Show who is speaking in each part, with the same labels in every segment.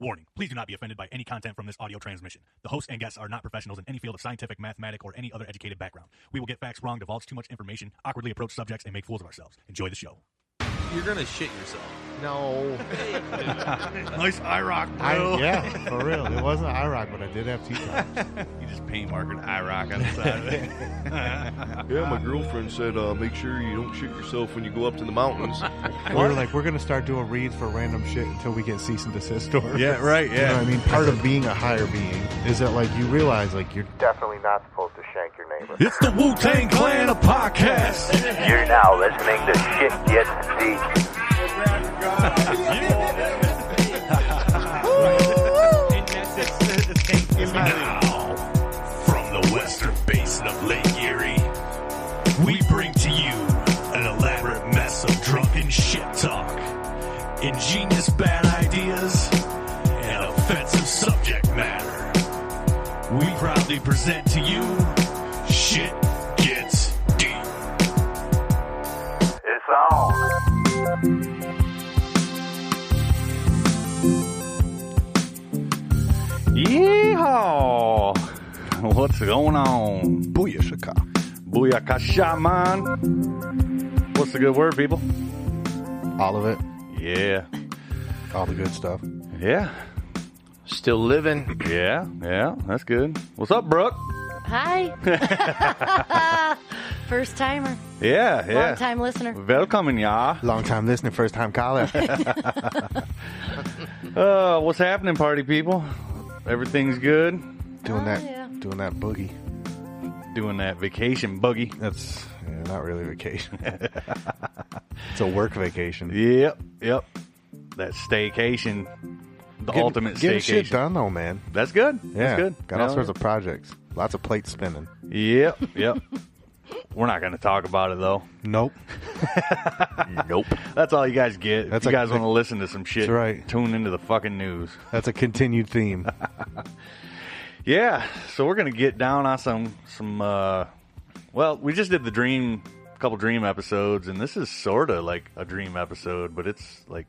Speaker 1: Warning, please do not be offended by any content from this audio transmission. The hosts and guests are not professionals in any field of scientific, mathematic, or any other educated background. We will get facts wrong, divulge too much information, awkwardly approach subjects, and make fools of ourselves. Enjoy the show.
Speaker 2: You're gonna shit yourself.
Speaker 3: No.
Speaker 1: nice IROC,
Speaker 3: I, yeah, for real. It wasn't IROC, but I did have tea time.
Speaker 2: You just paint markered IROC on the side of it.
Speaker 4: Yeah, my girlfriend said, uh, make sure you don't shit yourself when you go up to the mountains.
Speaker 3: We were like, we're going to start doing reads for random shit until we get cease and desist orders.
Speaker 2: Yeah, right,
Speaker 3: You know what I mean? Part of being a higher being is that, like, you realize, like, you're
Speaker 5: definitely not supposed to shank your neighbor.
Speaker 1: It's the Wu Tang Clan of podcasts.
Speaker 5: You're now listening to Shit Gets Deep.
Speaker 1: Now, from the western basin of Lake Erie, we bring to you an elaborate mess of drunken shit talk, ingenious bad ideas, and offensive subject matter. We proudly present to you Shit Gets Deep.
Speaker 5: It's on.
Speaker 2: Yeehaw! What's going on? Booyakasha. Booyakasha, man. What's the good word, people?
Speaker 3: all of it,
Speaker 2: Yeah.
Speaker 3: all the good stuff.
Speaker 2: Yeah.
Speaker 6: Still living.
Speaker 2: Yeah. Yeah. That's good. What's up, Brooke?
Speaker 7: Hi. First timer,
Speaker 2: Yeah. Yeah. Mm-hmm.
Speaker 7: long time listener.
Speaker 2: Welcome, ya.
Speaker 3: Long time listening, first time caller.
Speaker 2: Uh, what's happening, party people? Everything's good.
Speaker 3: doing that,
Speaker 7: Oh, yeah.
Speaker 3: doing that boogie.
Speaker 2: Doing that vacation buggy.
Speaker 3: That's yeah, not really vacation. it's a work vacation.
Speaker 2: Yep. Yep. That staycation. The
Speaker 3: Getting-
Speaker 2: ultimate
Speaker 3: getting shit
Speaker 2: staycation.
Speaker 3: done though, man.
Speaker 2: That's good.
Speaker 3: Yeah,
Speaker 2: That's good.
Speaker 3: got all
Speaker 2: Yeah.
Speaker 3: sorts of projects. Lots of plates spinning.
Speaker 2: Yep, yep. We're not going to talk about it though.
Speaker 3: Nope.
Speaker 2: Nope. That's all you guys get.
Speaker 3: That's
Speaker 2: if you
Speaker 3: a-
Speaker 2: guys want to listen to some shit,
Speaker 3: That's right.
Speaker 2: tune into the fucking news.
Speaker 3: That's a continued theme.
Speaker 2: Yeah, so we're going to get down on some some uh well, we just did the dream a couple dream episodes and this is sort of like a dream episode, but it's like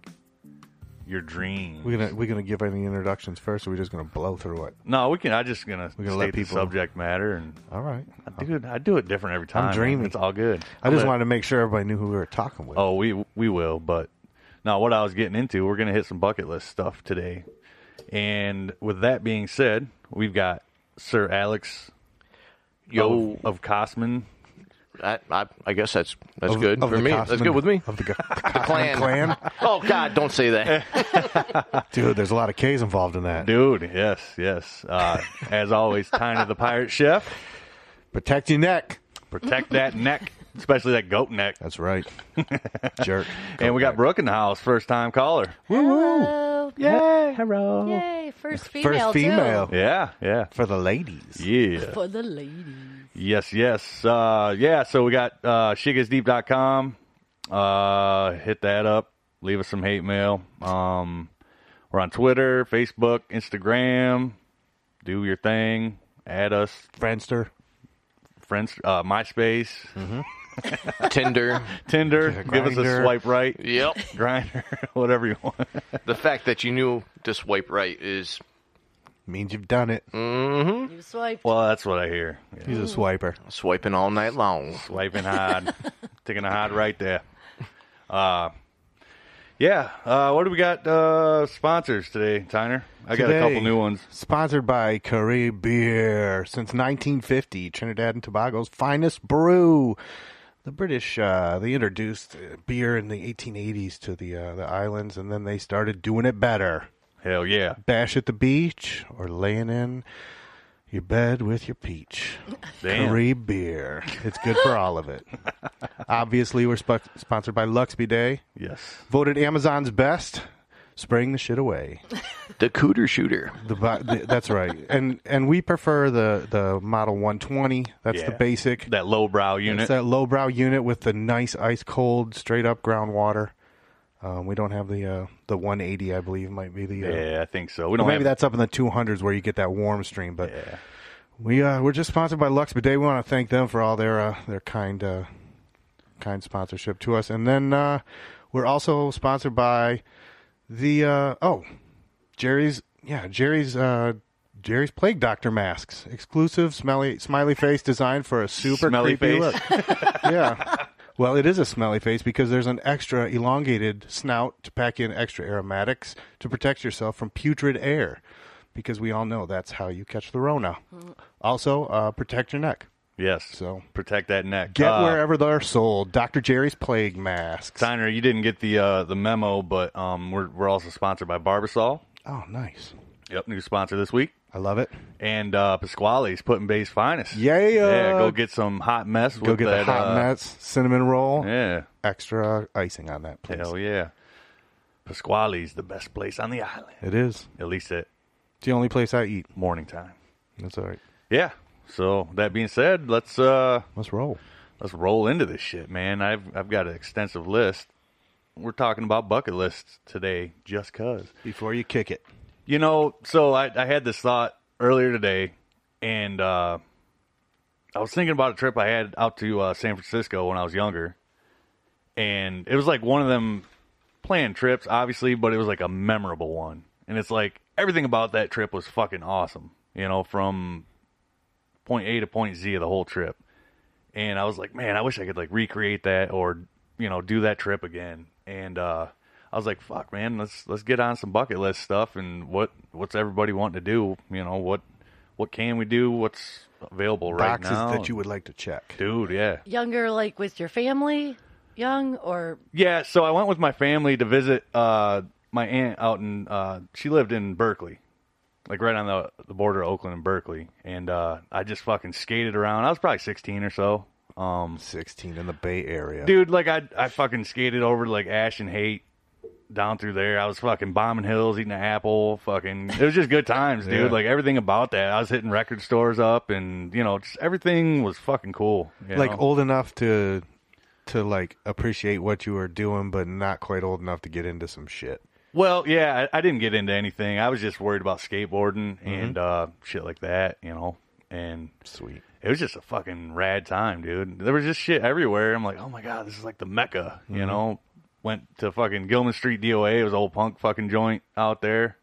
Speaker 2: your dream.
Speaker 3: We're gonna we're gonna give any introductions first, or we're just gonna blow through it.
Speaker 2: no, we can. I just gonna,
Speaker 3: We're
Speaker 2: state
Speaker 3: gonna let
Speaker 2: the
Speaker 3: people-
Speaker 2: subject matter, and
Speaker 3: All right.
Speaker 2: I do it. I do it different every time. man.
Speaker 3: dreamy.
Speaker 2: It's all good.
Speaker 3: I just
Speaker 2: But-
Speaker 3: wanted to make sure everybody knew who we were talking with.
Speaker 2: Oh, we we will, but now what I was getting into, we're gonna hit some bucket list stuff today. And with that being said, we've got Sir Alex
Speaker 6: Yo,
Speaker 2: of, of Cosman.
Speaker 6: I, I, I guess that's that's
Speaker 3: Of-
Speaker 6: good
Speaker 3: of
Speaker 6: for
Speaker 3: the
Speaker 6: me.
Speaker 3: Kaufman-
Speaker 6: That's good with me.
Speaker 3: Of the, Go-
Speaker 6: The clan.
Speaker 3: clan.
Speaker 6: Oh God, don't say that.
Speaker 3: Dude, there's a lot of K's involved in that.
Speaker 2: Dude, yes, yes. Uh, as always, Tyna the Pirate Chef.
Speaker 3: Protect your neck.
Speaker 2: Protect that neck, especially that goat neck.
Speaker 3: That's right. Jerk.
Speaker 2: and we got Brooke in the house, first time caller.
Speaker 7: Hello.
Speaker 2: Yeah, hello.
Speaker 7: Yay. First female.
Speaker 3: First
Speaker 7: too.
Speaker 3: female.
Speaker 2: Yeah, yeah.
Speaker 3: For the ladies.
Speaker 2: Yeah.
Speaker 7: For the lady.
Speaker 2: Yes, yes. Uh, yeah, so we got uh, shitgetsdeep.com. Uh, hit that up. Leave us some hate mail. Um, we're on Twitter, Facebook, Instagram. Do your thing. Add us.
Speaker 3: Friendster.
Speaker 2: Friends, uh, MySpace,
Speaker 6: Tinder.
Speaker 2: Tinder. Give us a
Speaker 3: Grindr.
Speaker 2: swipe right.
Speaker 6: Yep.
Speaker 2: Grinder, whatever you want.
Speaker 6: The fact that you knew to swipe right is
Speaker 3: Means you've done it.
Speaker 6: Mm.
Speaker 7: You swipe.
Speaker 2: Well, that's what I hear. Yeah.
Speaker 3: He's a swiper.
Speaker 6: swiping all night long.
Speaker 2: Swiping hard. Taking a hard right there. Uh, yeah. Uh, what do we got? Uh, sponsors today, Tyner. I got a couple
Speaker 3: Today,
Speaker 2: new ones.
Speaker 3: Sponsored by Curry Beer. Since 1950, Trinidad and Tobago's finest brew. The British, uh, they introduced uh, beer in the 1880s to the uh, the islands, and then they started doing it better.
Speaker 2: Hell yeah.
Speaker 3: Bash at the beach or laying in your bed with your peach.
Speaker 2: Damn.
Speaker 3: Curry beer. It's good for all of it. Obviously, we're sp- sponsored by Luxby Day.
Speaker 2: Yes.
Speaker 3: Voted Amazon's best. Spraying the shit away.
Speaker 6: The cooter shooter.
Speaker 3: The, bo- the that's right, and and we prefer the the model 120. That's the
Speaker 2: Yeah.
Speaker 3: basic.
Speaker 2: That lowbrow unit.
Speaker 3: It's that lowbrow unit with the nice ice cold, straight up groundwater. Um, we don't have the uh, the 180. I believe might be the uh,
Speaker 2: yeah, I think so. We don't
Speaker 3: maybe
Speaker 2: have
Speaker 3: that's up in the 200s where you get that warm stream. But
Speaker 2: Yeah.
Speaker 3: we uh, we're just sponsored by Lux Bidet. We want to thank them for all their uh, their kind uh, kind sponsorship to us. And then uh, we're also sponsored by the uh, oh Jerry's yeah, Jerry's uh Jerry's plague doctor masks, exclusive smelly smiley face designed for a super
Speaker 2: Smelly
Speaker 3: creepy
Speaker 2: face.
Speaker 3: look. yeah. Well, it is a smelly face because there's an extra elongated snout to pack in extra aromatics to protect yourself from putrid air, because we all know that's how you catch the Rona. Also, uh, protect your neck.
Speaker 2: Yes.
Speaker 3: So-
Speaker 2: protect that neck.
Speaker 3: Get
Speaker 2: Uh,
Speaker 3: wherever they're sold. Dr. Jerry's plague masks.
Speaker 2: Steiner, you didn't get the uh, the memo, but um, we're we're also sponsored by Barbasol.
Speaker 3: Oh, nice.
Speaker 2: Yep, new sponsor this week.
Speaker 3: I love it.
Speaker 2: And uh, Pasquale's putting Bay's finest.
Speaker 3: Yeah.
Speaker 2: yeah. Go get some hot mess.
Speaker 3: Go
Speaker 2: with
Speaker 3: get
Speaker 2: that,
Speaker 3: the hot
Speaker 2: uh,
Speaker 3: nuts, cinnamon roll,
Speaker 2: Yeah.
Speaker 3: extra icing on that, please.
Speaker 2: Hell yeah. Pasquale's the best place on the island,
Speaker 3: It is.
Speaker 2: at least at
Speaker 3: It's the only place I eat.
Speaker 2: morning time.
Speaker 3: That's all right.
Speaker 2: Yeah. So that being said, let's uh
Speaker 3: Let's roll.
Speaker 2: let's roll into this shit, man. I've I've got an extensive list. We're talking about bucket lists today, just cause.
Speaker 3: Before you kick it.
Speaker 2: You know, so I, I had this thought earlier today, and uh, I was thinking about a trip I had out to uh, San Francisco when I was younger, and it was like one of them planned trips, obviously, but it was like a memorable one, and it's like everything about that trip was fucking awesome. You know, from point A to point Z of the whole trip, and I was like, man, I wish I could like recreate that or you know do that trip again. And uh, I was like, fuck, man, let's let's get on some bucket list stuff and what what's everybody wanting to do? You know what what can we do? What's available right
Speaker 3: Boxes
Speaker 2: now?
Speaker 3: that you would like to check.
Speaker 2: dude, yeah,
Speaker 7: Younger, like with your family, young or
Speaker 2: yeah. So I went with my family to visit uh, my aunt out in uh, she lived in Berkeley. Like right on the the border of Oakland and Berkeley, and uh, I just fucking skated around. I was probably sixteen or so,
Speaker 3: 16 in the Bay Area.
Speaker 2: dude like i i fucking skated over to like ash and hate down through there i was fucking bombing hills eating an apple fucking it was just good times dude
Speaker 3: Yeah.
Speaker 2: like everything about that i was hitting record stores up and you know just everything was fucking cool you
Speaker 3: like
Speaker 2: know?
Speaker 3: old enough to to like appreciate what you were doing but not quite old enough to get into some shit.
Speaker 2: well yeah I, I didn't get into anything i was just worried about skateboarding and uh shit like that you know and
Speaker 3: Sweet.
Speaker 2: it was just a fucking rad time, dude. There was just shit everywhere. I'm like, oh my god, this is like the mecca, you know. Went to fucking Gilman Street DOA. It was an old punk fucking joint out there.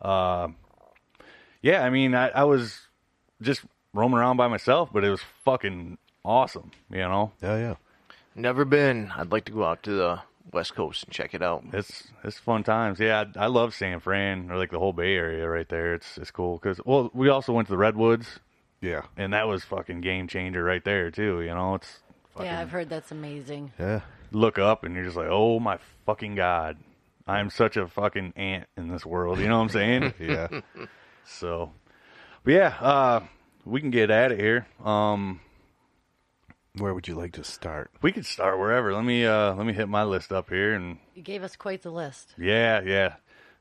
Speaker 2: Uh, yeah, I mean, I, I was just roaming around by myself, but it was fucking awesome, you know.
Speaker 3: Oh yeah.
Speaker 6: Never been. I'd like to go out to the West Coast and check it out.
Speaker 2: It's it's fun times. Yeah, I, I love San Fran or like the whole Bay Area right there. It's it's cool because well, we also went to the Redwoods,
Speaker 3: Yeah.
Speaker 2: and that was fucking game changer right there too. You know, it's fucking
Speaker 7: yeah, I've heard that's amazing.
Speaker 3: Yeah.
Speaker 2: look up and you're just like, oh my fucking god, I'm such a fucking ant in this world. You know what I'm saying?
Speaker 3: Yeah.
Speaker 2: so, but yeah, uh, we can get at it here. Um,
Speaker 3: Where would you like to start?
Speaker 2: we could start wherever. Let me uh, let me hit my list up here, and
Speaker 7: You gave us quite the list.
Speaker 2: yeah, yeah.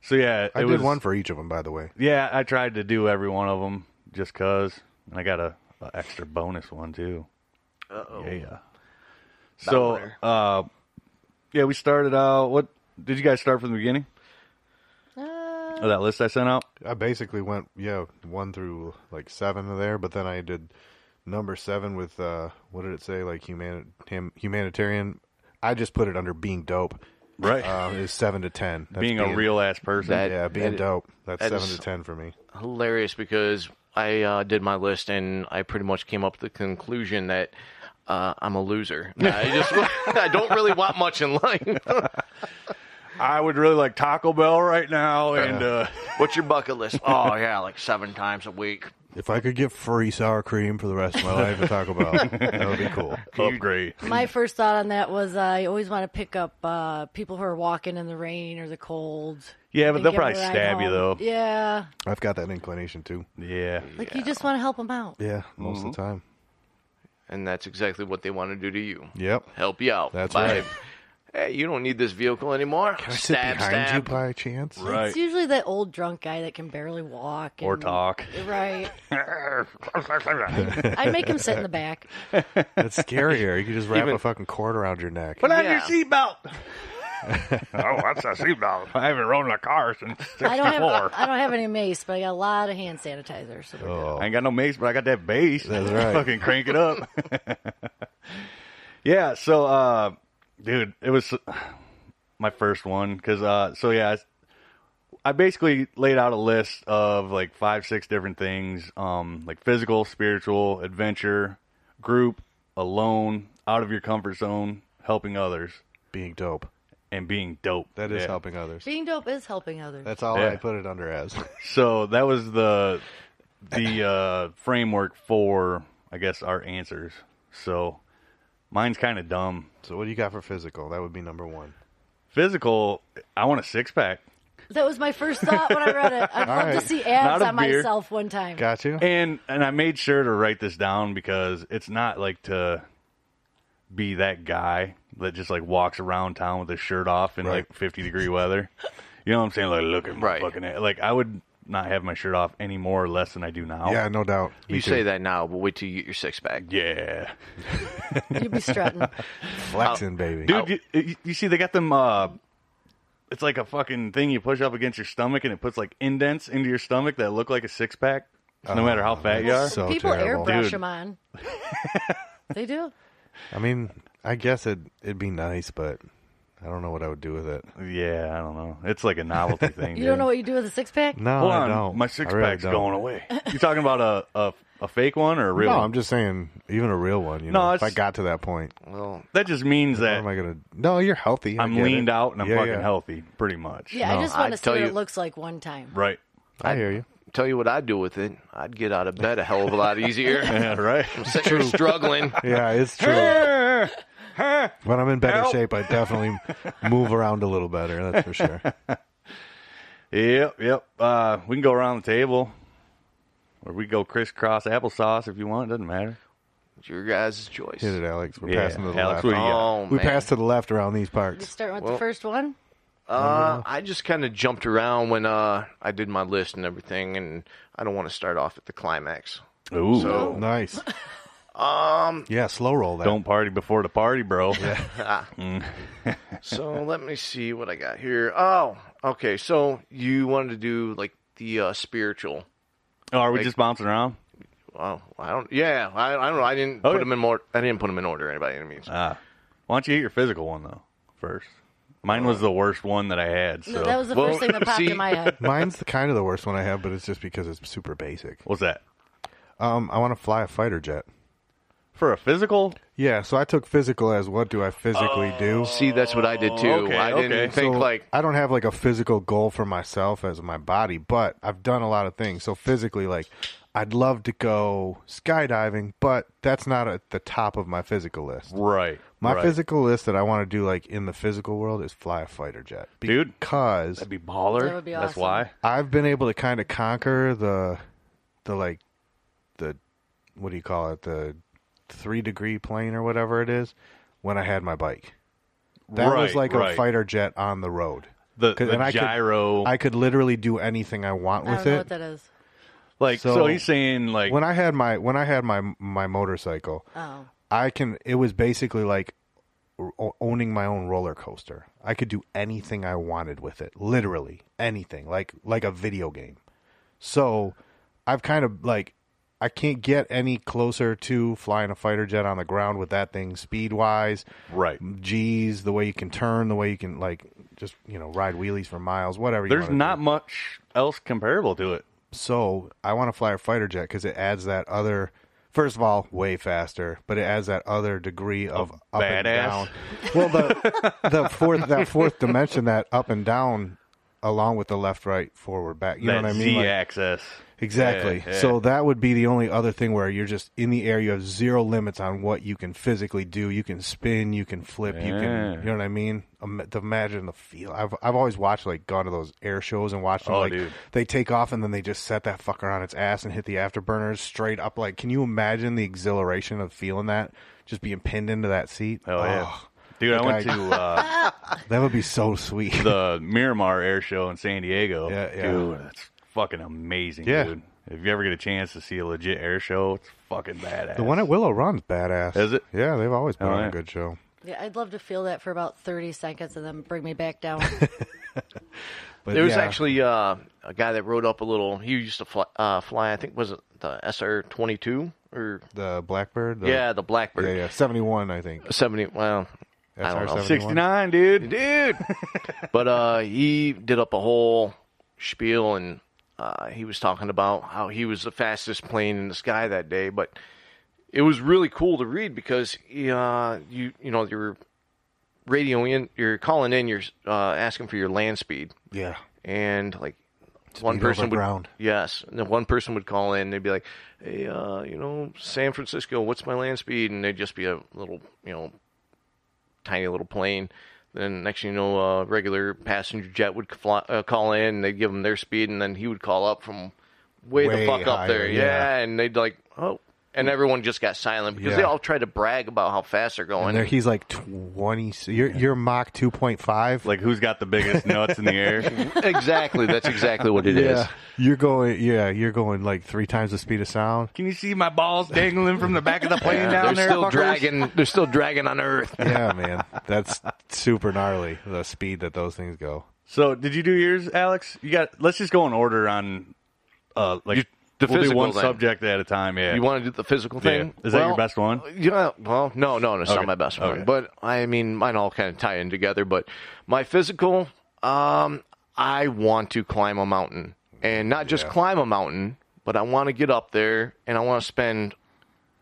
Speaker 2: So yeah,
Speaker 3: I
Speaker 2: it
Speaker 3: did
Speaker 2: was,
Speaker 3: one for each of them by the way.
Speaker 2: Yeah, I tried to do every one of them just cause, and I got a, a extra bonus one too.
Speaker 6: Uh-oh.
Speaker 2: Yeah. So,
Speaker 6: rare.
Speaker 2: uh, yeah, we started out. What did you guys start from the beginning
Speaker 7: Uh,
Speaker 2: of that list I sent out?
Speaker 3: I basically went yeah one through like seven there, but then I did number seven with uh what did it say like human hum, humanitarian. I just put it under being dope.
Speaker 2: Right.
Speaker 3: Um, is seven to ten. That's
Speaker 2: being, a real ass person.
Speaker 6: That-
Speaker 3: yeah being
Speaker 6: that-
Speaker 3: dope. That's
Speaker 6: that
Speaker 3: seven
Speaker 6: is-
Speaker 3: to ten for me.
Speaker 6: Hilarious because I uh, did my list and I pretty much came up with the conclusion that uh, I'm a loser. I just I don't really want much in life.
Speaker 2: I would really like Taco Bell right now, and uh,
Speaker 6: What's your bucket list? Oh yeah, like seven times a week.
Speaker 3: If I could get free sour cream for the rest of my life at Taco Bell, that would be cool.
Speaker 2: upgrade.
Speaker 7: my first thought on that was I always want to pick up uh, people who are walking in the rain or the cold.
Speaker 2: Yeah, but
Speaker 7: and
Speaker 2: they'll
Speaker 7: give 'em a
Speaker 2: probably
Speaker 7: ride
Speaker 2: stab you
Speaker 7: home.
Speaker 2: though.
Speaker 7: Yeah,
Speaker 3: I've got that inclination too.
Speaker 2: Yeah,
Speaker 7: like you just want to help them out.
Speaker 3: Yeah, most of the
Speaker 6: Mm-hmm.
Speaker 3: time.
Speaker 6: And that's exactly what they want to do to you.
Speaker 3: Yep.
Speaker 6: Help you out.
Speaker 3: That's
Speaker 6: by,
Speaker 3: right.
Speaker 6: Hey, you don't need this vehicle anymore.
Speaker 3: I sit
Speaker 6: stab,
Speaker 3: behind
Speaker 6: stab.
Speaker 3: you by chance.
Speaker 2: right.
Speaker 7: It's usually that old drunk guy that can barely walk
Speaker 2: Or
Speaker 7: and-
Speaker 2: talk.
Speaker 7: Right. I make him sit in the back.
Speaker 3: That's scarier. You could just wrap
Speaker 6: Even-
Speaker 3: a fucking cord around your neck.
Speaker 2: Put on your
Speaker 6: Yeah.
Speaker 2: seatbelt. oh, that's a seatbelt. I haven't rode in a car since '64.
Speaker 7: I
Speaker 2: I,
Speaker 7: don't have I don't have any mace, but I got a lot of hand sanitizer. So we're good.
Speaker 2: ain't got no mace, but I got that bass.
Speaker 3: That's right.
Speaker 2: Fucking crank it up. yeah. So, uh, dude, it was my first one because uh, so yeah, I, I basically laid out a list of like five, six different things, um, like physical, spiritual, adventure, group, alone, out of your comfort zone, helping others,
Speaker 3: Being dope.
Speaker 2: and being dope.
Speaker 3: That is
Speaker 2: Yeah.
Speaker 3: helping others.
Speaker 7: Being dope is helping others.
Speaker 3: That's all
Speaker 2: Yeah.
Speaker 3: I put it under as.
Speaker 2: So that was the the uh, framework for, I guess, our answers. So mine's kind of dumb.
Speaker 3: so what do you got for physical? That would be number one.
Speaker 2: Physical, I want a six pack.
Speaker 7: that was my first thought when I read it. I'd love
Speaker 3: right.
Speaker 7: to see
Speaker 2: Not
Speaker 7: ads
Speaker 2: a
Speaker 7: on
Speaker 2: beer.
Speaker 7: myself one time.
Speaker 3: Got you.
Speaker 2: and and I made sure to write this down because it's not like to be that guy that just like walks around town with his shirt off in
Speaker 3: Right.
Speaker 2: like 50 degree weather. You know what I'm saying? Like look at my
Speaker 6: Right.
Speaker 2: fucking like I would not have my shirt off any more or less than I do now.
Speaker 3: Yeah, no doubt.
Speaker 6: You say that now, but wait till you get your six pack.
Speaker 2: Yeah.
Speaker 7: You'd be strutting.
Speaker 3: Flexing, baby.
Speaker 2: Dude, you, you see they got them uh it's like a fucking thing you push up against your stomach and it puts like indents into your stomach that look like a six pack no matter
Speaker 3: Oh,
Speaker 2: how fat you are.
Speaker 3: so
Speaker 7: People
Speaker 3: terrible.
Speaker 7: airbrush
Speaker 2: Dude.
Speaker 7: them on. they do.
Speaker 3: I mean, I guess it it'd be nice, but I don't know what I would do with it.
Speaker 2: Yeah, I don't know. It's like a novelty thing.
Speaker 7: You
Speaker 2: dude.
Speaker 7: don't know what you do with a six pack?
Speaker 3: No,
Speaker 2: Hold
Speaker 3: I
Speaker 2: on,
Speaker 3: don't.
Speaker 2: my six
Speaker 3: I really
Speaker 2: pack's
Speaker 3: don't.
Speaker 2: going away. You talking about a, a a fake one or a real?
Speaker 3: No,
Speaker 2: one?
Speaker 3: I'm just saying, even a real one. You
Speaker 2: No,
Speaker 3: know, if I
Speaker 2: it's-
Speaker 3: got to that point,
Speaker 6: Well,
Speaker 2: that just means
Speaker 3: what
Speaker 2: that
Speaker 3: am I gonna? No, you're healthy. Oh I
Speaker 2: I'm
Speaker 3: get
Speaker 2: leaned
Speaker 3: it.
Speaker 2: out and I'm
Speaker 3: Yeah,
Speaker 2: fucking
Speaker 3: yeah.
Speaker 2: healthy, pretty much.
Speaker 7: Yeah, I just
Speaker 6: I'd
Speaker 7: want to see
Speaker 6: tell
Speaker 7: what
Speaker 6: you-
Speaker 7: it looks like one time.
Speaker 2: Right.
Speaker 3: I hear you.
Speaker 6: tell you what I'd do with it. I'd get out of bed a hell of a lot easier.
Speaker 2: Yeah, right.
Speaker 6: Since you're struggling,
Speaker 3: Yeah, it's true. when I'm in better shape, I definitely move around a little better. That's for sure.
Speaker 2: yep, yep. Uh, we can go around the table, or we go crisscross applesauce if you want. Doesn't matter.
Speaker 6: it's your guys' choice.
Speaker 3: Hit it, Alex. We're
Speaker 2: Yeah,
Speaker 3: passing to the
Speaker 2: Alex, what
Speaker 3: left.
Speaker 2: do you got?
Speaker 6: Oh,
Speaker 3: we
Speaker 6: man.
Speaker 3: passed to the left around these
Speaker 7: You
Speaker 3: parks.
Speaker 7: start with
Speaker 6: Well-
Speaker 7: the first one.
Speaker 6: Uh, I just kind of jumped around when uh, I did my list and everything, and I don't want to start off at the climax.
Speaker 2: Ooh,
Speaker 6: So-
Speaker 3: Nice. Um. Yeah, slow roll that.
Speaker 2: don't party before the party, bro.
Speaker 6: So let me see what I got here. Oh, okay. So you wanted to do like the uh, spiritual?
Speaker 2: Oh, are we
Speaker 6: Like-
Speaker 2: just bouncing around?
Speaker 6: Oh, I don't. Yeah, I, I don't know. I didn't
Speaker 2: Okay.
Speaker 6: put them in more. I didn't put them in order. Anybody? Any means.
Speaker 2: Ah, why don't you hit your physical one though first? Mine
Speaker 3: Uh,
Speaker 2: was the worst one that I had. So
Speaker 7: No, that was the
Speaker 6: Well,
Speaker 7: first thing that popped
Speaker 6: see-
Speaker 7: in my head.
Speaker 3: Mine's the kind of the worst one I have, but it's just because it's super basic.
Speaker 2: what's that
Speaker 3: Um, I want to fly a fighter jet.
Speaker 2: for a physical?
Speaker 3: Yeah, so I took physical as what do I physically do?
Speaker 6: Oh, See, that's what I did too.
Speaker 2: okay,
Speaker 6: I didn't
Speaker 2: okay.
Speaker 6: think
Speaker 3: Oh, So
Speaker 6: like
Speaker 3: I don't have like a physical goal for myself as my body, but I've done a lot of things. So physically, like I'd love to go skydiving, but that's not at the top of my physical list.
Speaker 2: Right.
Speaker 3: My
Speaker 2: right.
Speaker 3: physical list that I want to do like in the physical world is fly a fighter jet,
Speaker 2: Dude.
Speaker 3: because
Speaker 2: That'd be baller.
Speaker 7: That would be
Speaker 2: That's
Speaker 7: awesome.
Speaker 2: why.
Speaker 3: I've been able to kind of conquer the, the like, the, what do you call it? The three degree plane or whatever it is when I had my bike. That was
Speaker 2: Right,
Speaker 3: like a
Speaker 2: right.
Speaker 3: fighter jet on the road.
Speaker 2: The,
Speaker 3: 'Cause-
Speaker 2: the
Speaker 3: and I could-
Speaker 2: gyro.
Speaker 3: I could literally do anything I want
Speaker 7: I don't
Speaker 3: with
Speaker 7: know
Speaker 3: it.
Speaker 7: what that is.
Speaker 2: like so,
Speaker 3: so-
Speaker 2: he's saying like
Speaker 3: When I had my when I had my my motorcycle,
Speaker 7: Oh.
Speaker 3: I can. It was basically like o- owning my own roller coaster. I could do anything I wanted with it, literally anything, like like a video game. So I've kind of like I can't get any closer to flying a fighter jet on the ground with that thing speed wise.
Speaker 2: right.
Speaker 3: G's, the way you can turn, the way you can like just you know ride wheelies for miles, whatever. you
Speaker 2: There's
Speaker 3: wanna do.
Speaker 2: not much else comparable to it.
Speaker 3: So I want to fly a fighter jet because it adds that other. First of all, way faster, but it adds that other degree of, up and
Speaker 2: badass.
Speaker 3: down. Well, the the fourth that fourth dimension, that up and down, along with the left, right, forward, back. You
Speaker 2: that
Speaker 3: know what I mean?
Speaker 2: Z
Speaker 3: Like-
Speaker 2: axis.
Speaker 3: exactly.
Speaker 2: Yeah, yeah.
Speaker 3: So that would be the only other thing where you're just in the air. You have zero limits on what you can physically do. You can spin. You can flip. You
Speaker 2: Yeah.
Speaker 3: can. You know what I mean? Im- to imagine the feel. I've I've always watched like gone to those air shows and watched them
Speaker 2: Oh,
Speaker 3: like
Speaker 2: dude.
Speaker 3: they take off and then they just set that fucker on its ass and hit the afterburners straight up. Like, can you imagine the exhilaration of feeling that? Just being pinned into that seat.
Speaker 2: Oh, yeah. Dude, I
Speaker 3: like
Speaker 2: went
Speaker 3: I-
Speaker 2: to uh,
Speaker 3: that would be so sweet.
Speaker 2: the Miramar Air Show in San Diego.
Speaker 3: Yeah, yeah.
Speaker 2: Dude, that's fucking amazing,
Speaker 3: Yeah.
Speaker 2: dude. If you ever get a chance to see a legit air show, it's fucking badass.
Speaker 3: The one at Willow Run's badass.
Speaker 2: Is it?
Speaker 3: Yeah, they've always put
Speaker 2: Oh,
Speaker 3: on
Speaker 2: yeah.
Speaker 3: a good show.
Speaker 7: Yeah, I'd love to feel that for about 30 seconds and then bring me back down.
Speaker 3: But
Speaker 6: there was
Speaker 3: yeah.
Speaker 6: actually uh, a guy that rode up a little. He used to fly. Uh, fly I think was it the SR twenty two or
Speaker 3: the Blackbird. The,
Speaker 6: yeah, the Blackbird
Speaker 3: yeah, yeah, seventy-one, I think.
Speaker 6: seventy. Well, I don't know.
Speaker 3: SR-71.
Speaker 2: 69, dude.
Speaker 6: dude. but uh, he did up a whole spiel, and uh, he was talking about how he was the fastest plane in the sky that day. But it was really cool to read because uh, you you know you're radioing in, you're calling in, you're uh, asking for your land speed,
Speaker 3: Yeah.
Speaker 6: and like one
Speaker 3: Speed over
Speaker 6: person would
Speaker 3: ground.
Speaker 6: yes, and then one person would call in. They'd be like, "Hey, uh, you know, San Francisco, what's my land speed?" And they'd just be a little, you know, tiny little plane. Then next thing you know, a regular passenger jet would fly, uh, call in. and They'd give him their speed, and then he would call up from way,
Speaker 3: Way
Speaker 6: the fuck
Speaker 3: higher,
Speaker 6: up there,
Speaker 3: yeah.
Speaker 6: yeah. And they'd like, oh, and everyone just got silent because they
Speaker 3: Yeah.
Speaker 6: all tried to brag about how fast they're going.
Speaker 3: And there, he's like 20. You're, you're Mach 2.5.
Speaker 2: Like who's got the biggest nuts in the air?
Speaker 6: exactly, that's exactly what it is.
Speaker 3: yeah. You're going, yeah, you're going like three times the speed of sound.
Speaker 2: Can you see my balls dangling from the back of the plane
Speaker 6: Yeah,
Speaker 2: down
Speaker 6: they're
Speaker 2: there?
Speaker 6: still
Speaker 2: fuckers?
Speaker 6: dragging. They're still dragging on Earth.
Speaker 3: Yeah, man. That's super gnarly, the speed that those things go.
Speaker 2: So did you do yours, Alex? You got. Let's just go in order on. Uh, like
Speaker 6: You- the
Speaker 2: we'll do
Speaker 6: physical
Speaker 2: one
Speaker 6: thing.
Speaker 2: subject at a time. Yeah.
Speaker 6: You want to do the physical
Speaker 2: Yeah.
Speaker 6: thing?
Speaker 2: Is that your best one?
Speaker 6: Yeah. Well, no, no, no, it's
Speaker 2: Okay.
Speaker 6: not my best one.
Speaker 2: Okay.
Speaker 6: But I mean, mine all kind of tie in together. But my physical, um, I want to climb a mountain, and not just climb a mountain, but I want to get up there, and I want to spend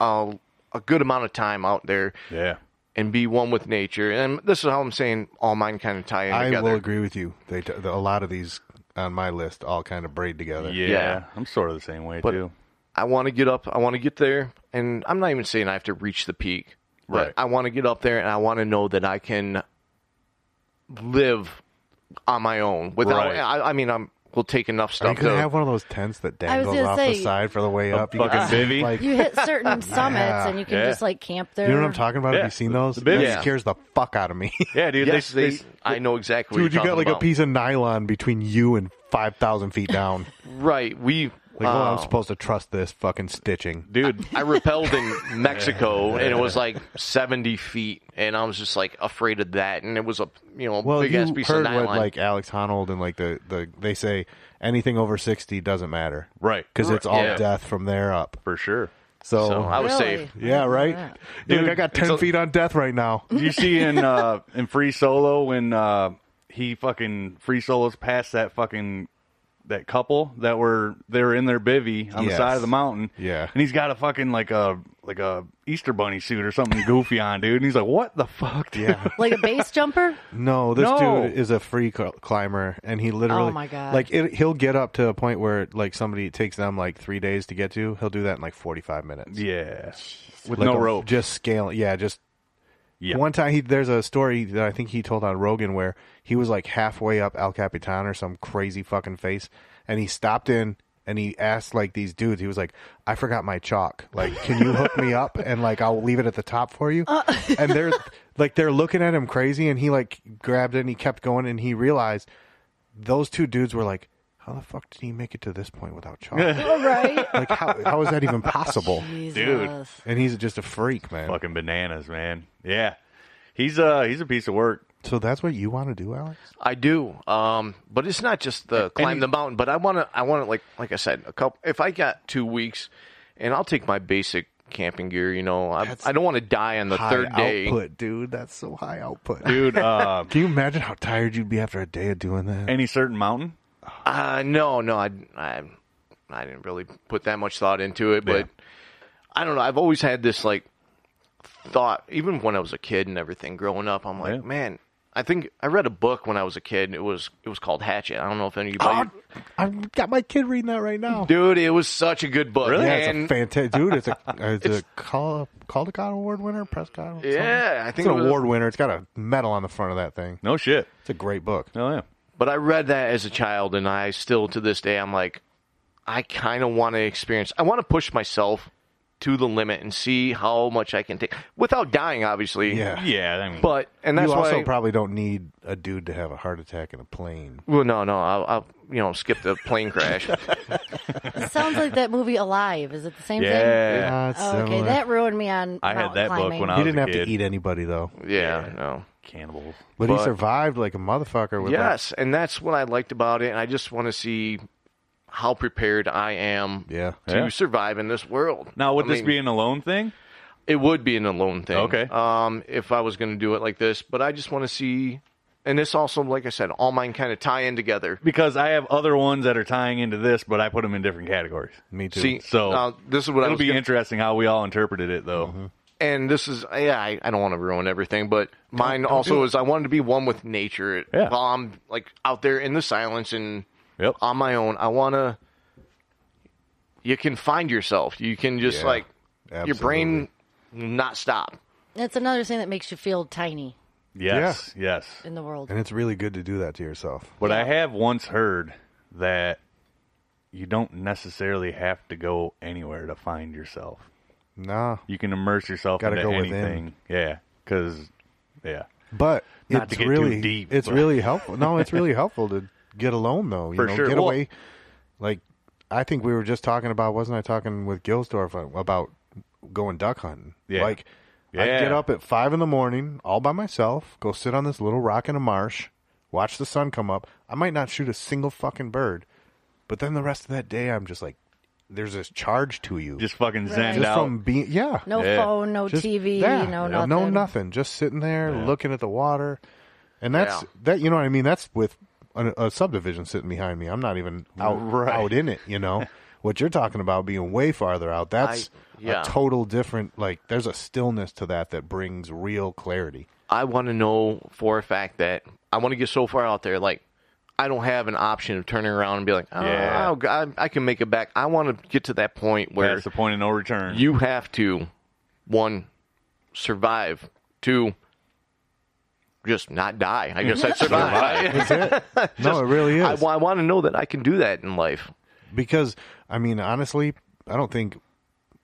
Speaker 6: a, a good amount of time out there
Speaker 2: yeah.
Speaker 6: and be one with nature. And this is how I'm saying all mine kind of tie in
Speaker 3: I
Speaker 6: together.
Speaker 3: will agree with you. They t- the, a lot of these on my list all kind of braid together.
Speaker 2: yeah.
Speaker 6: Yeah.
Speaker 2: I'm sort of the same way
Speaker 6: But
Speaker 2: too.
Speaker 6: I want to get up. I want to get there, and I'm not even saying I have to reach the peak. But
Speaker 2: Right.
Speaker 6: I want to get up there, and I want to know that I can live on my own without.
Speaker 2: Right.
Speaker 6: I, I mean, I'm will take enough
Speaker 3: Are you
Speaker 6: stuff.
Speaker 3: gonna
Speaker 6: to-
Speaker 3: have one of those tents that
Speaker 7: I was
Speaker 3: dangles
Speaker 7: gonna
Speaker 3: off the
Speaker 7: say-
Speaker 3: side for the way up? You
Speaker 2: fucking
Speaker 3: can see,
Speaker 2: bivy?
Speaker 3: Like, you
Speaker 7: You hit certain summits and you can
Speaker 2: Yeah.
Speaker 7: just like camp there.
Speaker 3: know what I'm talking about?
Speaker 2: Yeah.
Speaker 3: Have you seen those?
Speaker 2: The bivy.
Speaker 3: That scares the fuck out of me.
Speaker 2: Yeah, dude.
Speaker 6: yes,
Speaker 2: they,
Speaker 6: they,
Speaker 2: they,
Speaker 6: I know exactly.
Speaker 3: Dude,
Speaker 6: what
Speaker 3: you
Speaker 6: you're
Speaker 3: got like a
Speaker 6: talking about.
Speaker 3: piece of nylon between you and five thousand feet down.
Speaker 6: Right. We.
Speaker 3: Like, oh, I'm
Speaker 6: uh,
Speaker 3: supposed to trust this fucking stitching.
Speaker 2: dude.
Speaker 6: I repelled in Mexico, and it was like 70 feet, and I was just like afraid of that, and it was a you know
Speaker 3: Well,
Speaker 6: big
Speaker 3: you
Speaker 6: ass piece
Speaker 3: heard
Speaker 6: of nylon.
Speaker 3: what like Alex Honnold and like the, the they say anything over sixty doesn't matter,
Speaker 2: Right.
Speaker 3: Because it's all
Speaker 6: Yeah.
Speaker 3: death from there up.
Speaker 2: for sure.
Speaker 3: So,
Speaker 6: so I was
Speaker 7: Really?
Speaker 6: safe.
Speaker 3: yeah, right. Dude,
Speaker 2: Dude,
Speaker 3: I got
Speaker 2: it's
Speaker 3: ten
Speaker 2: a-
Speaker 3: feet on death right now.
Speaker 2: Did you see in uh, in Free Solo when uh, he fucking free solos past that fucking that couple that were they were in their bivy on
Speaker 3: Yes.
Speaker 2: the side of the mountain.
Speaker 3: Yeah.
Speaker 2: and he's got a fucking like a like a Easter bunny suit or something goofy on, dude. And he's like, "What the fuck?" Dude?
Speaker 3: Yeah.
Speaker 7: Like a base jumper?
Speaker 3: No, this
Speaker 2: No.
Speaker 3: dude is a free cl- climber, and he literally,
Speaker 6: Oh
Speaker 7: my God.
Speaker 3: like it, he'll get up to a point where like somebody it takes them like three days to get to. He'll do that in like forty five minutes
Speaker 2: yeah, with
Speaker 3: Like
Speaker 2: no
Speaker 3: a-
Speaker 2: rope.
Speaker 3: just scaling. Yeah, just
Speaker 2: yeah,
Speaker 3: one time he there's a story that I think he told on Rogan where he was like halfway up El Capitan or some crazy fucking face, and he stopped in. And he asked like these dudes. He was like, "I forgot my chalk. Like, can you hook me up? And like, I'll leave it at the top for you." And they're like, they're looking at him crazy. And he like grabbed it and he kept going. And he realized those two dudes were like, "How the fuck did he make it to this point without chalk?
Speaker 7: All right.
Speaker 3: like, how how is that even possible?"
Speaker 7: Jesus.
Speaker 3: And he's just a freak, man.
Speaker 2: fucking bananas, man. Yeah, he's uh he's a piece of work.
Speaker 3: So that's what you want to do, Alex?
Speaker 6: I do, um, but it's not just the climb the mountain. But I want to, I want to like, like I said, a couple. If I got two weeks, and I'll take my basic camping gear. You know, I, I don't want to die on the
Speaker 3: high
Speaker 6: third day.
Speaker 3: output, dude. That's so high output.
Speaker 2: Dude, uh,
Speaker 3: Can you imagine how tired you'd be after a day of doing that?
Speaker 2: any certain mountain?
Speaker 6: Uh, no, no, I, I, I didn't really put that much thought into it. But I don't know. I've always had this like thought, even when I was a kid and everything growing up. I'm like,
Speaker 2: Yeah.
Speaker 6: man. I think I read a book when I was a kid. It was it was called Hatchet. I don't know if
Speaker 3: Oh,
Speaker 6: anybody,
Speaker 3: I've got my kid reading that right now.
Speaker 6: dude. It was such a good book.
Speaker 3: yeah,
Speaker 6: And-
Speaker 3: it's a fantastic dude. It's a it's, a Cal- Caldecott Award winner, Prescott. something.
Speaker 6: Yeah, I
Speaker 3: it's
Speaker 6: think
Speaker 3: an
Speaker 6: it was-
Speaker 3: award winner. It's got a medal on the front of that thing.
Speaker 2: No shit.
Speaker 3: It's a great book.
Speaker 2: Oh yeah.
Speaker 6: But I read that as a child, and I still to this day I'm like, I kind of want to experience. I want to push myself to the limit and see how much I can take without dying, obviously.
Speaker 3: Yeah.
Speaker 2: Yeah, I mean,
Speaker 6: But and that's
Speaker 3: you also
Speaker 6: why.
Speaker 3: probably don't need a dude to have a heart attack in a plane.
Speaker 6: well, no, no, I'll, I'll you know skip the plane crash.
Speaker 7: It sounds like that movie Alive. Is it the same thing?
Speaker 2: yeah.
Speaker 3: Ah, it's
Speaker 7: Oh, okay,
Speaker 3: similar.
Speaker 7: that ruined me on.
Speaker 2: I had
Speaker 7: mountain
Speaker 2: that book
Speaker 7: climbing.
Speaker 2: when I
Speaker 3: he
Speaker 2: was
Speaker 3: didn't
Speaker 2: a
Speaker 3: have
Speaker 2: kid.
Speaker 3: to eat anybody though,
Speaker 6: yeah, no.
Speaker 2: cannibals.
Speaker 3: but, he
Speaker 6: But-
Speaker 3: survived like a motherfucker. With that-
Speaker 6: Yes, and that's what I liked about it. And I just want to see how prepared I am
Speaker 3: Yeah.
Speaker 6: to
Speaker 2: Yeah.
Speaker 6: survive in this world.
Speaker 2: Now, would
Speaker 6: I
Speaker 2: this
Speaker 6: mean-
Speaker 2: be an alone thing?
Speaker 6: It would be an alone thing.
Speaker 2: Okay.
Speaker 6: Um, if I was going to do it like this, but I just want to see, And this also, like I said, all mine kind of tie in together.
Speaker 2: because I have other ones that are tying into this, but I put them in different categories.
Speaker 3: Me too.
Speaker 6: See,
Speaker 2: So,
Speaker 6: uh, this is what I
Speaker 2: It'll
Speaker 6: was
Speaker 2: be
Speaker 6: gonna-
Speaker 2: interesting how we all interpreted it, though.
Speaker 3: Mm-hmm.
Speaker 6: and this is yeah I, I don't want to ruin everything but mine also is i wanted to be one with nature
Speaker 2: Yeah.
Speaker 6: while i'm like out there in the silence and
Speaker 2: Yep.
Speaker 3: Ah,
Speaker 6: on my own i want to you can find yourself you can just
Speaker 3: Yeah,
Speaker 6: like your brain will not stop
Speaker 7: That's another thing that makes you feel tiny
Speaker 2: Yes. Yes.
Speaker 7: in the world.
Speaker 3: and it's really good to do that to yourself.
Speaker 2: But I have once heard that you don't necessarily have to go anywhere to find yourself.
Speaker 3: Nah,
Speaker 2: You can immerse yourself
Speaker 3: Gotta
Speaker 2: into
Speaker 3: go within.
Speaker 2: anything. Yeah. Because, yeah.
Speaker 3: but
Speaker 2: Not
Speaker 3: it's
Speaker 2: to get too
Speaker 3: really
Speaker 2: deep,
Speaker 3: It's
Speaker 2: but-
Speaker 3: really helpful. No, it's really helpful to get alone though. You
Speaker 2: For
Speaker 3: know,
Speaker 2: sure.
Speaker 3: get
Speaker 2: Well-
Speaker 3: away. Like I think we were just talking about. Wasn't I talking with Gilsdorf about going duck hunting?
Speaker 2: Yeah.
Speaker 3: Like I
Speaker 2: Yeah.
Speaker 3: get up at five in the morning all by myself. Go sit on this little rock in a marsh. Watch the sun come up. I might not shoot a single fucking bird, but then the rest of that day, I'm just like, there's this charge to you.
Speaker 2: Just fucking zen
Speaker 7: Right.
Speaker 2: zenned
Speaker 3: Just
Speaker 2: out.
Speaker 3: from being, yeah,
Speaker 7: No
Speaker 2: Yeah.
Speaker 7: phone, no
Speaker 3: just
Speaker 7: TV,
Speaker 3: that.
Speaker 7: no
Speaker 3: Yeah.
Speaker 7: nothing.
Speaker 3: No nothing. Just sitting there looking at the water, and that's
Speaker 6: Yeah.
Speaker 3: that. You know what I mean? That's with a, a subdivision sitting behind me. I'm not even
Speaker 6: Oh,
Speaker 3: out out in it. You know what you're talking about being way farther out. That's
Speaker 6: yeah.
Speaker 3: a total different. Like there's a stillness to that that brings real clarity.
Speaker 6: i want to know for a fact that i want to get so far out there like i don't have an option of turning around and be like oh,
Speaker 2: Yeah.
Speaker 6: I'll- I, I can make it back i want to get to that point where
Speaker 2: That's the point of no return.
Speaker 6: you have to one survive two just not die i guess i survive
Speaker 3: no, it really is.
Speaker 6: I, want to know that i can do that in life
Speaker 3: because I mean, honestly, I don't think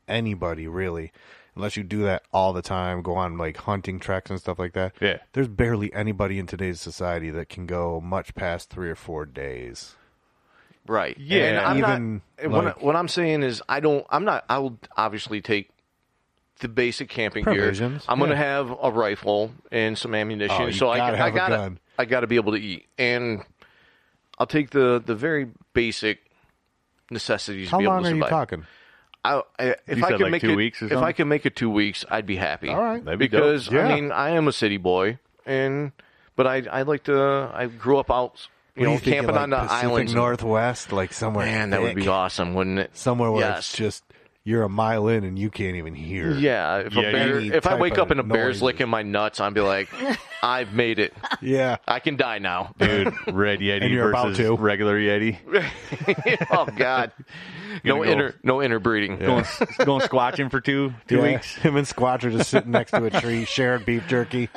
Speaker 3: anybody really, unless you do that all the time, go on like hunting treks and stuff like that.
Speaker 2: Yeah.
Speaker 3: there's barely anybody in today's society that can go much past three or four days.
Speaker 6: right
Speaker 2: Yeah,
Speaker 6: and i'm
Speaker 3: even,
Speaker 6: not eh, what,
Speaker 3: like-
Speaker 6: I, what i'm saying is i don't i'm not i will obviously take the basic camping
Speaker 3: Provisions,
Speaker 6: gear i'm going to
Speaker 3: yeah.
Speaker 6: have a rifle and some ammunition
Speaker 3: Oh, you
Speaker 6: so
Speaker 3: gotta
Speaker 6: i, I
Speaker 3: have a
Speaker 6: gotta
Speaker 3: gun.
Speaker 6: i gotta be able to eat and i'll take the the very basic necessities
Speaker 3: How
Speaker 6: to be
Speaker 3: long
Speaker 6: able to
Speaker 3: are you
Speaker 6: survive.
Speaker 3: talking?
Speaker 6: I, I, if
Speaker 2: You
Speaker 6: I
Speaker 2: said,
Speaker 6: could
Speaker 2: like,
Speaker 6: make
Speaker 2: two
Speaker 6: it,
Speaker 2: weeks or
Speaker 6: if I
Speaker 2: something?
Speaker 6: could make it two weeks, I'd be happy.
Speaker 3: All right.
Speaker 2: That'd be dope.
Speaker 6: because
Speaker 3: Yeah.
Speaker 6: I mean, I am a city boy, and but I I like to. I grew up out, you
Speaker 3: What are
Speaker 6: know,
Speaker 3: you thinking,
Speaker 6: camping
Speaker 3: like,
Speaker 6: on the
Speaker 3: Pacific
Speaker 6: islands.
Speaker 3: Northwest, like somewhere.
Speaker 6: Man, that would
Speaker 3: thick,
Speaker 6: be awesome, wouldn't it?
Speaker 3: Somewhere where
Speaker 6: yes.
Speaker 3: it's just you're a mile in and you can't even hear.
Speaker 6: yeah. If
Speaker 2: Yeah,
Speaker 6: a bear,
Speaker 3: any
Speaker 6: if I
Speaker 3: type
Speaker 6: wake up
Speaker 3: of
Speaker 6: and a bear's
Speaker 3: noises.
Speaker 6: licking my nuts, I'd be like, I've made it.
Speaker 3: yeah.
Speaker 6: I can die now.
Speaker 2: Dude, Red
Speaker 3: And
Speaker 2: Yeti
Speaker 3: you're about
Speaker 2: versus
Speaker 3: to.
Speaker 2: regular Yeti.
Speaker 6: oh God, no
Speaker 2: Gonna go-
Speaker 6: inter, no interbreeding.
Speaker 2: Going, going squatching for two two
Speaker 3: Yeah.
Speaker 2: weeks.
Speaker 3: Him and Squatch are just sitting next to a tree, sharing beef jerky.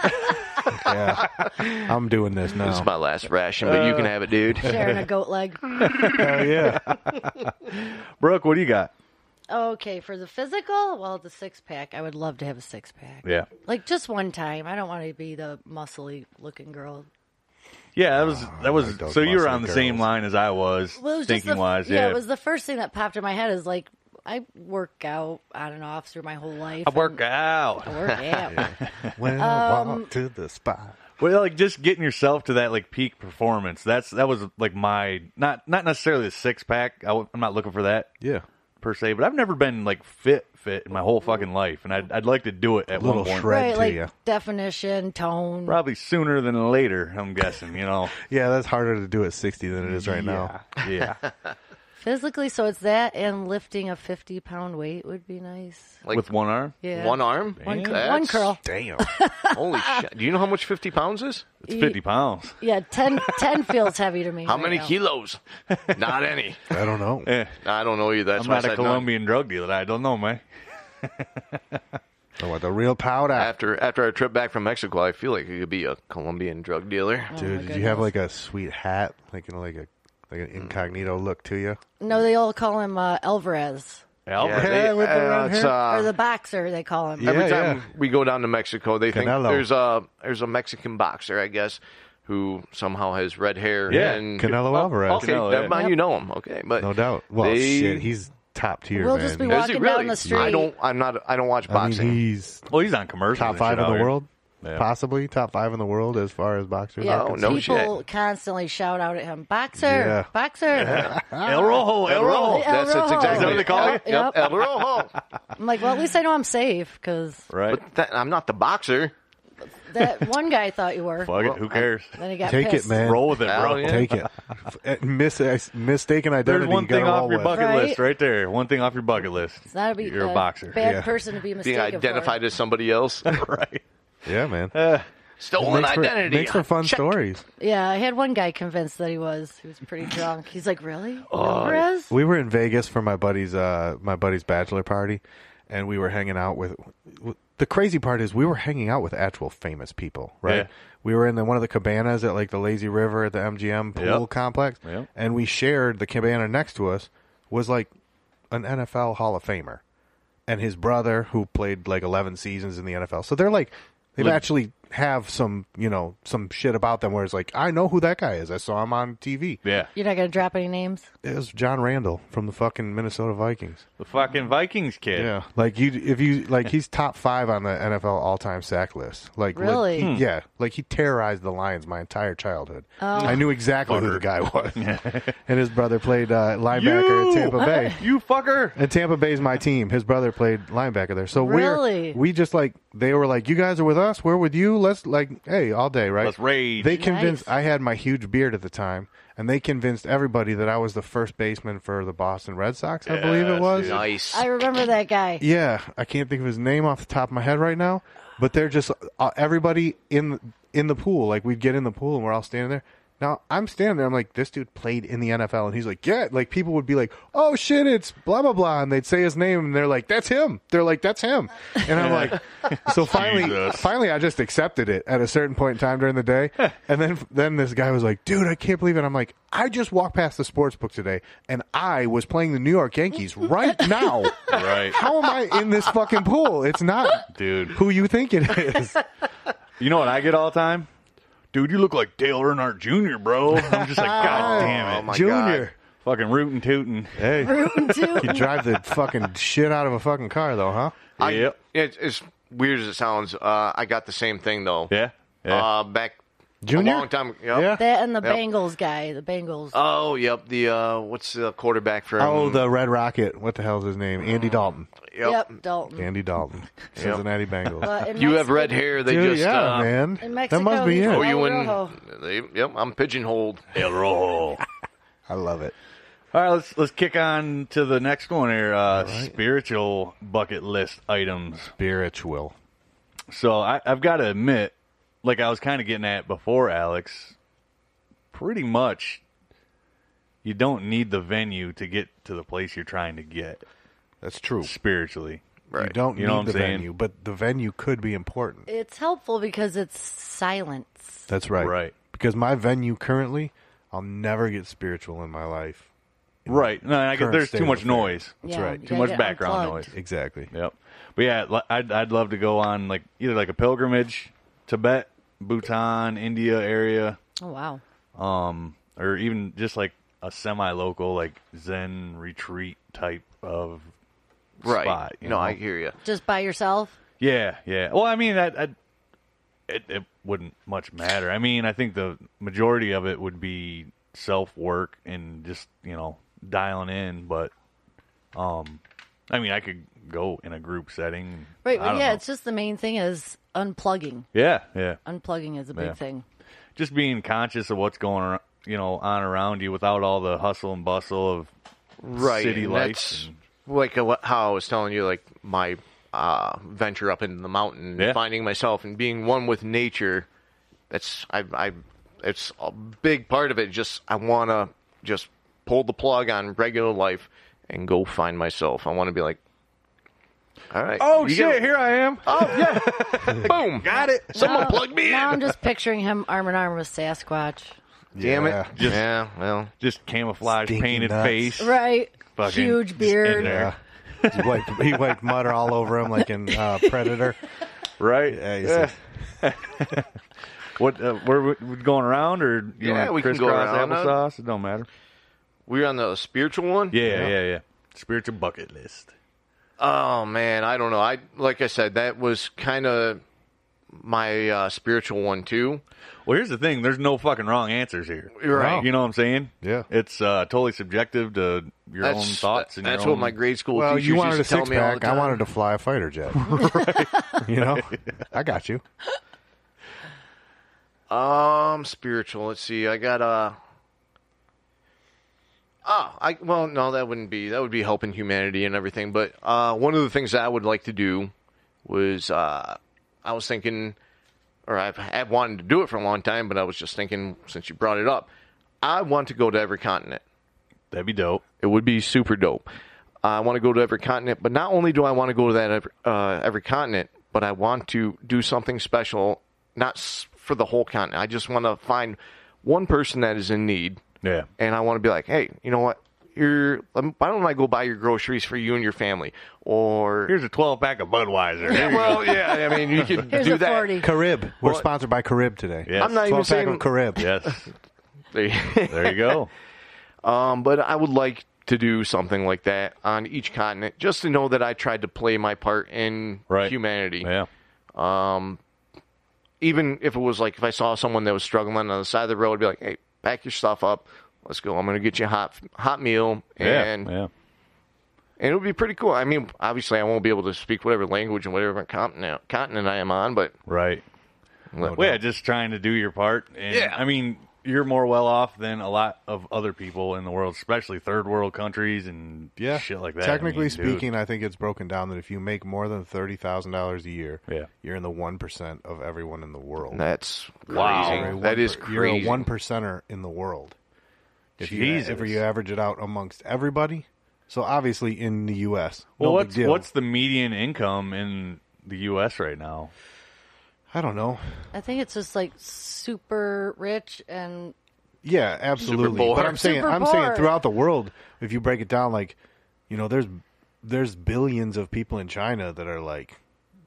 Speaker 3: yeah, I'm doing this now.
Speaker 6: This is my last ration, but you can have it, dude.
Speaker 7: Sharing a goat leg.
Speaker 3: Hell yeah.
Speaker 2: Brooke, what do you got?
Speaker 3: Ah,
Speaker 7: Okay, for the physical, well, the six pack. I would love to have a six pack.
Speaker 2: Yeah.
Speaker 7: Like just one time. I don't want to be the muscly looking girl.
Speaker 2: Yeah, that was that was
Speaker 3: those
Speaker 2: so you were
Speaker 3: muscle
Speaker 2: on the same
Speaker 3: girls.
Speaker 2: line as I was,
Speaker 7: Well, it was just
Speaker 2: thinking
Speaker 7: the-
Speaker 2: wise.
Speaker 7: it was the first thing that popped in my head is like I work out on and off through my whole life.
Speaker 2: I work out.
Speaker 7: I work out.
Speaker 3: When I
Speaker 6: Um,
Speaker 3: walk to the spot.
Speaker 2: Well, like just getting yourself to that like peak performance. That's that was like my not not necessarily the six pack. I, am not looking for that
Speaker 3: Yeah.
Speaker 2: per se, but I've never been like fit fit in my whole fucking life, and I'd I'd like to do it at
Speaker 3: Little
Speaker 2: one point.
Speaker 3: shred. Right
Speaker 7: right,
Speaker 3: to
Speaker 7: like
Speaker 3: ya.
Speaker 7: definition, tone.
Speaker 2: Probably sooner than later. I'm guessing. You know.
Speaker 3: Yeah, that's harder to do at 60 than it is right now.
Speaker 2: Yeah.
Speaker 7: Physically, so it's that and lifting a 50 pound weight would be nice.
Speaker 6: Like
Speaker 2: With one arm,
Speaker 7: Yeah.
Speaker 6: one arm,
Speaker 7: One, cur-
Speaker 6: That's-
Speaker 7: one curl.
Speaker 3: Damn.
Speaker 6: Holy shit! Do you know how much fifty pounds is?
Speaker 2: it's 50 pounds.
Speaker 7: Yeah, 10, 10 feels heavy to me.
Speaker 6: How
Speaker 7: right
Speaker 6: many
Speaker 7: now.
Speaker 6: kilos? Not any.
Speaker 3: I don't know.
Speaker 6: I don't know you. That's
Speaker 2: I'm
Speaker 6: why
Speaker 2: not
Speaker 6: I
Speaker 2: a
Speaker 6: said none.
Speaker 2: Colombian drug dealer. I don't know, man.
Speaker 3: I want the real powder.
Speaker 6: After after our trip back from Mexico, I feel like you could be a Colombian drug dealer.
Speaker 2: Oh
Speaker 3: Dude, did you have like a sweet hat? Like, you know, like a. Like
Speaker 2: Mm.
Speaker 3: an incognito look to you.
Speaker 7: No, they all call him uh, Alvarez.
Speaker 2: Albert.
Speaker 6: Yeah, they-
Speaker 3: with the
Speaker 6: uh,
Speaker 3: round
Speaker 6: it's,
Speaker 3: hair.
Speaker 6: uh,
Speaker 7: or the boxer, they call him.
Speaker 6: every
Speaker 3: Yeah,
Speaker 6: time
Speaker 3: yeah.
Speaker 6: we go down to Mexico, they think
Speaker 3: Canelo.
Speaker 6: there's a there's a Mexican boxer, I guess, who somehow has red hair.
Speaker 2: Yeah,
Speaker 6: and, Oh,
Speaker 3: Canelo Alvarez.
Speaker 6: Okay,
Speaker 2: Canelo,
Speaker 6: never
Speaker 2: yeah.
Speaker 6: mind. You know him, okay? But
Speaker 3: No doubt. Well,
Speaker 6: they-
Speaker 3: shit, he's top tier.
Speaker 7: We'll
Speaker 3: man.
Speaker 7: just be
Speaker 6: Is he
Speaker 7: Walking down
Speaker 6: really?
Speaker 7: the street.
Speaker 6: I don't. I'm not. I don't watch
Speaker 3: I mean,
Speaker 6: boxing.
Speaker 3: he's
Speaker 2: Well, he's on commercial.
Speaker 3: top five in the world,
Speaker 2: Yeah.
Speaker 3: possibly top five in the world as far as boxers.
Speaker 7: Yeah,
Speaker 3: are
Speaker 6: Oh,
Speaker 3: concerned.
Speaker 6: no
Speaker 7: people constantly shout out at him, boxer,
Speaker 3: Yeah.
Speaker 7: boxer.
Speaker 2: El Rojo. El Rojo.
Speaker 7: El
Speaker 6: That's, that's
Speaker 7: Rojo.
Speaker 6: exactly
Speaker 7: Is that what
Speaker 2: they call
Speaker 6: Yep,
Speaker 7: it?
Speaker 6: Yep,
Speaker 7: Yep.
Speaker 6: El Rojo.
Speaker 7: I'm like, well, at least I know I'm safe because
Speaker 2: Right.
Speaker 6: But that, I'm not the boxer.
Speaker 7: that one guy thought you were.
Speaker 2: Fuck it. Who cares?
Speaker 7: Then he got
Speaker 3: Take
Speaker 7: pissed.
Speaker 3: it, man.
Speaker 2: Roll with it,
Speaker 6: Hell
Speaker 2: bro.
Speaker 6: yeah.
Speaker 3: Take it. F- Mis- uh, mistaken identity.
Speaker 2: There's one
Speaker 3: you gotta
Speaker 2: thing off
Speaker 3: roll
Speaker 2: your
Speaker 3: with.
Speaker 2: bucket
Speaker 7: Right?
Speaker 2: list right there. One thing off your bucket list.
Speaker 7: It's not a, be-
Speaker 2: You're a,
Speaker 7: uh,
Speaker 2: boxer.
Speaker 7: Bad
Speaker 3: Yeah.
Speaker 7: person to be
Speaker 6: Being
Speaker 7: mistaken
Speaker 6: identified as somebody else.
Speaker 2: right.
Speaker 3: Yeah, man.
Speaker 2: Uh,
Speaker 6: Stolen
Speaker 3: makes for,
Speaker 6: identity.
Speaker 3: Makes for fun
Speaker 6: Check.
Speaker 3: stories.
Speaker 7: For. Yeah, I had one guy convinced that he was. He was pretty drunk. He's like, really? Alvarez?
Speaker 3: We were in Vegas for my buddy's uh, my buddy's bachelor party, and we were hanging out with. with- The crazy part is we were hanging out with actual famous people, right?
Speaker 2: Yeah.
Speaker 3: We were in the, one of the cabanas at like the Lazy River at the MGM pool
Speaker 2: Yep.
Speaker 3: complex,
Speaker 2: Yep.
Speaker 3: and we shared the cabana next to us was like an NFL Hall of Famer, and his brother who played like eleven seasons in the NFL. So they're like they have
Speaker 2: Leg-
Speaker 3: actually have some you know some shit about them where it's like I know who that guy is. I saw him on TV.
Speaker 2: Yeah.
Speaker 7: You're not going to drop any names?
Speaker 3: It was John Randall from the fucking Minnesota Vikings.
Speaker 2: The fucking Vikings kid.
Speaker 3: Yeah, like you, if you like, he's top five on the NFL all-time sack list. Like, like,
Speaker 7: Really?
Speaker 3: he- yeah, like he terrorized the Lions my entire childhood. I knew exactly who the guy was, and his brother played uh, linebacker
Speaker 2: You!
Speaker 3: at Tampa Bay.
Speaker 2: You fucker.
Speaker 3: And Tampa Bay's my team. His brother played linebacker there, so
Speaker 7: Really?
Speaker 3: we're we just like they were like, you guys are with us. We're with you. Let's like, hey, all day, right?
Speaker 2: Let's rage.
Speaker 3: They convinced
Speaker 7: Nice.
Speaker 3: I had my huge beard at the time, and they convinced everybody that I was the first baseman for the Boston Red Sox. I believe it was.
Speaker 6: Nice.
Speaker 7: I remember that guy.
Speaker 3: Yeah, I can't think of his name off the top of my head right now, but they're just uh, everybody in in the pool. Like we'd get in the pool and we're all standing there. Now I'm standing there. I'm like, this dude played in the NFL, and he's like, yeah. Like people would be like, oh shit, it's blah blah blah, and they'd say his name, and they're like, that's him. They're like, that's him, and I'm like, so finally,
Speaker 2: Jesus.
Speaker 3: finally, I just accepted it at a certain point in time during the day, and then then this guy was like, dude, I can't believe it. I'm like, I just walked past the sports book today, and I was playing the New York Yankees right now.
Speaker 2: Right.
Speaker 3: How am I in this fucking pool? It's not
Speaker 2: Dude.
Speaker 3: who you think it is.
Speaker 2: You know what I get all the time? Dude, you look like Dale Earnhardt Jr., bro. I'm just like, God damn it.
Speaker 6: Oh my
Speaker 3: Junior.
Speaker 2: Fucking rootin' tootin'.
Speaker 3: Hey,
Speaker 7: Rootin' too.
Speaker 3: you drive the fucking shit out of a fucking car though, huh?
Speaker 6: I,
Speaker 2: Yep.
Speaker 6: It's, it's weird as it sounds. Uh, I got the same thing though.
Speaker 2: Yeah. Yeah.
Speaker 6: Uh, back
Speaker 3: Junior?
Speaker 6: a long time. Yep.
Speaker 3: Yeah.
Speaker 7: That and the
Speaker 6: Yep.
Speaker 7: Bengals guy. The Bengals.
Speaker 6: Oh, yep. The uh, what's the quarterback for?
Speaker 2: Um,
Speaker 3: Oh, the Red Rocket. What the hell's his name? Andy Dalton.
Speaker 6: yep.
Speaker 7: Dalton.
Speaker 3: Andy Dalton. Cincinnati Bengals.
Speaker 7: But in
Speaker 6: You
Speaker 7: Mex-
Speaker 6: have red hair. They
Speaker 3: Dude,
Speaker 6: just
Speaker 3: yeah,
Speaker 6: uh,
Speaker 3: man.
Speaker 7: in
Speaker 3: that must
Speaker 7: Mexico,
Speaker 3: be
Speaker 7: he's
Speaker 3: it.
Speaker 6: Oh,
Speaker 7: El
Speaker 6: you
Speaker 7: Rojo.
Speaker 6: in? They, yep. I'm pigeonholed.
Speaker 2: El Rojo.
Speaker 3: I love it.
Speaker 2: All right, let's let's kick on to the next one here. Uh, Spiritual bucket list items.
Speaker 3: Spiritual.
Speaker 2: So I, I've got to admit, like I was kind of getting at before, Alex. Pretty much, you don't need the venue to get to the place you're trying to get
Speaker 3: That's true.
Speaker 2: spiritually.
Speaker 3: You don't
Speaker 2: You
Speaker 3: need
Speaker 2: know what I'm
Speaker 3: the
Speaker 2: saying?
Speaker 3: venue, but the venue could be important.
Speaker 7: It's helpful because it's silence.
Speaker 3: That's right.
Speaker 2: Right.
Speaker 3: Because my venue currently, I'll never get spiritual in my life.
Speaker 2: Right? No, I guess
Speaker 3: Current
Speaker 2: there's
Speaker 3: state
Speaker 2: too
Speaker 3: of
Speaker 2: much
Speaker 3: affairs.
Speaker 2: noise.
Speaker 3: That's
Speaker 7: Yeah,
Speaker 3: right.
Speaker 7: you
Speaker 2: Too
Speaker 7: gotta
Speaker 2: much
Speaker 7: get
Speaker 2: background
Speaker 7: unplugged.
Speaker 2: noise.
Speaker 3: Exactly.
Speaker 2: Yep. But yeah, li- I'd I'd love to go on like either like a pilgrimage, Tibet, Bhutan, India area.
Speaker 7: Oh, wow.
Speaker 2: um, or even just like a semi-local, like Zen retreat type of
Speaker 6: Right.
Speaker 2: spot. You
Speaker 6: no,
Speaker 2: know?
Speaker 6: I hear you.
Speaker 7: Just by yourself?
Speaker 2: yeah, yeah. Well, I mean, I, I, it, it wouldn't much matter. I mean, I think the majority of it would be self work and just you know dialing in. But, um, I mean, I could go in a group setting.
Speaker 7: Right.
Speaker 2: I
Speaker 7: But
Speaker 2: don't
Speaker 7: yeah,
Speaker 2: know.
Speaker 7: it's just the main thing is unplugging.
Speaker 2: yeah, yeah.
Speaker 7: Unplugging is a big
Speaker 2: Yeah.
Speaker 7: thing.
Speaker 2: just being conscious of what's going ar- you know on around you without all the hustle and bustle of
Speaker 6: Right.
Speaker 2: city
Speaker 6: and
Speaker 2: lights
Speaker 6: That's like a, how I was telling you, like my uh, venture up into the mountain,
Speaker 2: Yeah.
Speaker 6: finding myself and being one with nature. That's I. I it's a big part of it. Just I want to just pull the plug on regular life and go find myself. I want to be like, all right. you get-
Speaker 2: Oh, here I am.
Speaker 6: Boom! Got it. Someone
Speaker 7: Now-
Speaker 6: plugged me
Speaker 7: Now I'm
Speaker 6: in.
Speaker 7: just picturing him arm in arm with Sasquatch.
Speaker 6: Damn it!
Speaker 3: Yeah.
Speaker 2: Just-
Speaker 6: yeah. Well,
Speaker 2: Just camouflage,
Speaker 3: Stinky
Speaker 2: painted
Speaker 3: nuts.
Speaker 2: face,
Speaker 7: Right.
Speaker 2: fucking
Speaker 7: Huge
Speaker 2: just
Speaker 7: beard.
Speaker 2: in there.
Speaker 3: he, wiped, he wiped mutter all over him like in uh, Predator.
Speaker 2: right?
Speaker 3: Yeah, he's
Speaker 2: Yeah.
Speaker 3: just-
Speaker 2: What? Uh, we're, we're going around, or you
Speaker 6: Yeah,
Speaker 2: wanna
Speaker 6: we can go
Speaker 2: crisscross
Speaker 6: around.
Speaker 2: applesauce. It don't matter.
Speaker 6: we're on the spiritual one.
Speaker 2: uh, Yeah, yeah, yeah, Spiritual bucket list.
Speaker 6: Oh man, I don't know. I like I said, that was kind of my uh, spiritual one too.
Speaker 2: Well, here's the thing. There's no fucking wrong answers here.
Speaker 6: Right.
Speaker 2: You know what I'm saying?
Speaker 3: Yeah.
Speaker 2: It's uh, totally subjective to your own thoughts. And your
Speaker 6: that's
Speaker 2: own-
Speaker 6: what my grade school
Speaker 3: Well,
Speaker 6: teachers
Speaker 3: you wanted a
Speaker 6: used to tell
Speaker 3: six
Speaker 6: me all the
Speaker 3: pack. I
Speaker 6: time.
Speaker 3: wanted to fly a fighter jet. You know, I got you.
Speaker 6: Um, spiritual. Let's see. I got Uh... Oh, I well, no, that wouldn't be. That would be helping humanity and everything. But uh, one of the things that I would like to do was uh, I was thinking, or I've, I've wanted to do it for a long time, but I was just thinking since you brought it up, I want to go to every continent.
Speaker 2: That'd be dope.
Speaker 6: It would be super dope. I want to go to every continent, but not only do I want to go to that every, uh, every continent, but I want to do something special, not s- for the whole continent. I just want to find one person that is in need,
Speaker 2: Yeah.
Speaker 6: and I want to be like, hey, you know what? You're, um, why don't I go buy your groceries for you and your family? Or
Speaker 2: Here's a 12 pack of Budweiser. Here you
Speaker 6: well, yeah, I mean, you could
Speaker 7: Here's
Speaker 6: do
Speaker 7: a
Speaker 6: that.
Speaker 7: 40.
Speaker 3: Carib. We're
Speaker 6: Well-
Speaker 3: sponsored by Carib today.
Speaker 2: Yes.
Speaker 6: I'm not even
Speaker 3: 12 pack
Speaker 6: saying
Speaker 3: of Carib.
Speaker 2: go. yes.
Speaker 6: There-
Speaker 2: There you go.
Speaker 6: Um, but I would like to do something like that on each continent, just to know that I tried to play my part in
Speaker 2: Right.
Speaker 6: humanity.
Speaker 2: Yeah.
Speaker 6: Even if it was like if I saw someone that was struggling on the side of the road, I'd be like, "Hey, pack your stuff up, let's go. I'm gonna get you a hot hot meal,
Speaker 2: Yeah.
Speaker 6: and
Speaker 2: yeah.
Speaker 6: and it would be pretty cool. I mean, obviously, I won't be able to speak whatever language and whatever continent continent I am on, but
Speaker 2: Right.
Speaker 6: Let-
Speaker 2: Well, yeah, just trying to do your part. And,
Speaker 6: Yeah.
Speaker 2: I mean, you're more well off than a lot of other people in the world, especially third world countries and
Speaker 3: Yeah.
Speaker 2: shit like that. I
Speaker 3: Technically
Speaker 2: mean, dude.
Speaker 3: speaking, I think it's broken down that if you make more than thirty thousand dollars a year,
Speaker 2: Yeah.
Speaker 3: you're in the one percent of everyone in the world.
Speaker 6: that's crazy.
Speaker 2: Wow.
Speaker 3: You're a one
Speaker 6: That is
Speaker 3: per- You're a
Speaker 6: crazy.
Speaker 3: one percenter in the world. If
Speaker 2: Jesus.
Speaker 3: you if you average it out amongst everybody, so obviously in the U.S.
Speaker 2: well,
Speaker 3: no big
Speaker 2: what's
Speaker 3: deal.
Speaker 2: what's the median income in the U.S. right now?
Speaker 3: I don't know.
Speaker 7: I think it's just like super rich and
Speaker 3: Yeah, absolutely.
Speaker 6: poor.
Speaker 3: But I'm saying
Speaker 7: Super
Speaker 3: I'm saying
Speaker 7: poor.
Speaker 3: throughout the world, if you break it down, like you know, there's there's billions of people in China that are like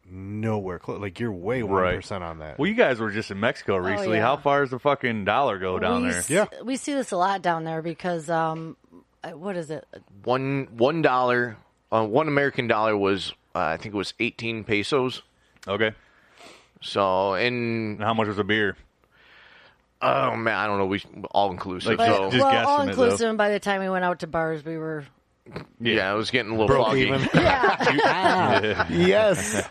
Speaker 3: nowhere close. Like you're way one
Speaker 2: Right.
Speaker 3: on that.
Speaker 2: Well, you guys were just in Mexico recently.
Speaker 7: yeah.
Speaker 2: How far does the fucking dollar go down
Speaker 7: we
Speaker 2: there?
Speaker 7: s-
Speaker 3: Yeah.
Speaker 7: we see this a lot down there because um, I- what is it?
Speaker 6: one one dollar, uh, one American dollar was uh, I think it was 18 pesos.
Speaker 2: Okay.
Speaker 6: So and
Speaker 2: And how much was a beer?
Speaker 6: Oh man, I don't know. We all inclusive.
Speaker 2: Like,
Speaker 6: so
Speaker 2: just- just-
Speaker 7: well,
Speaker 2: guesstimate,
Speaker 7: all inclusive. and By the time we went out to bars, we were
Speaker 6: yeah, I was getting a little foggy.
Speaker 3: even.
Speaker 7: yeah.
Speaker 3: yes.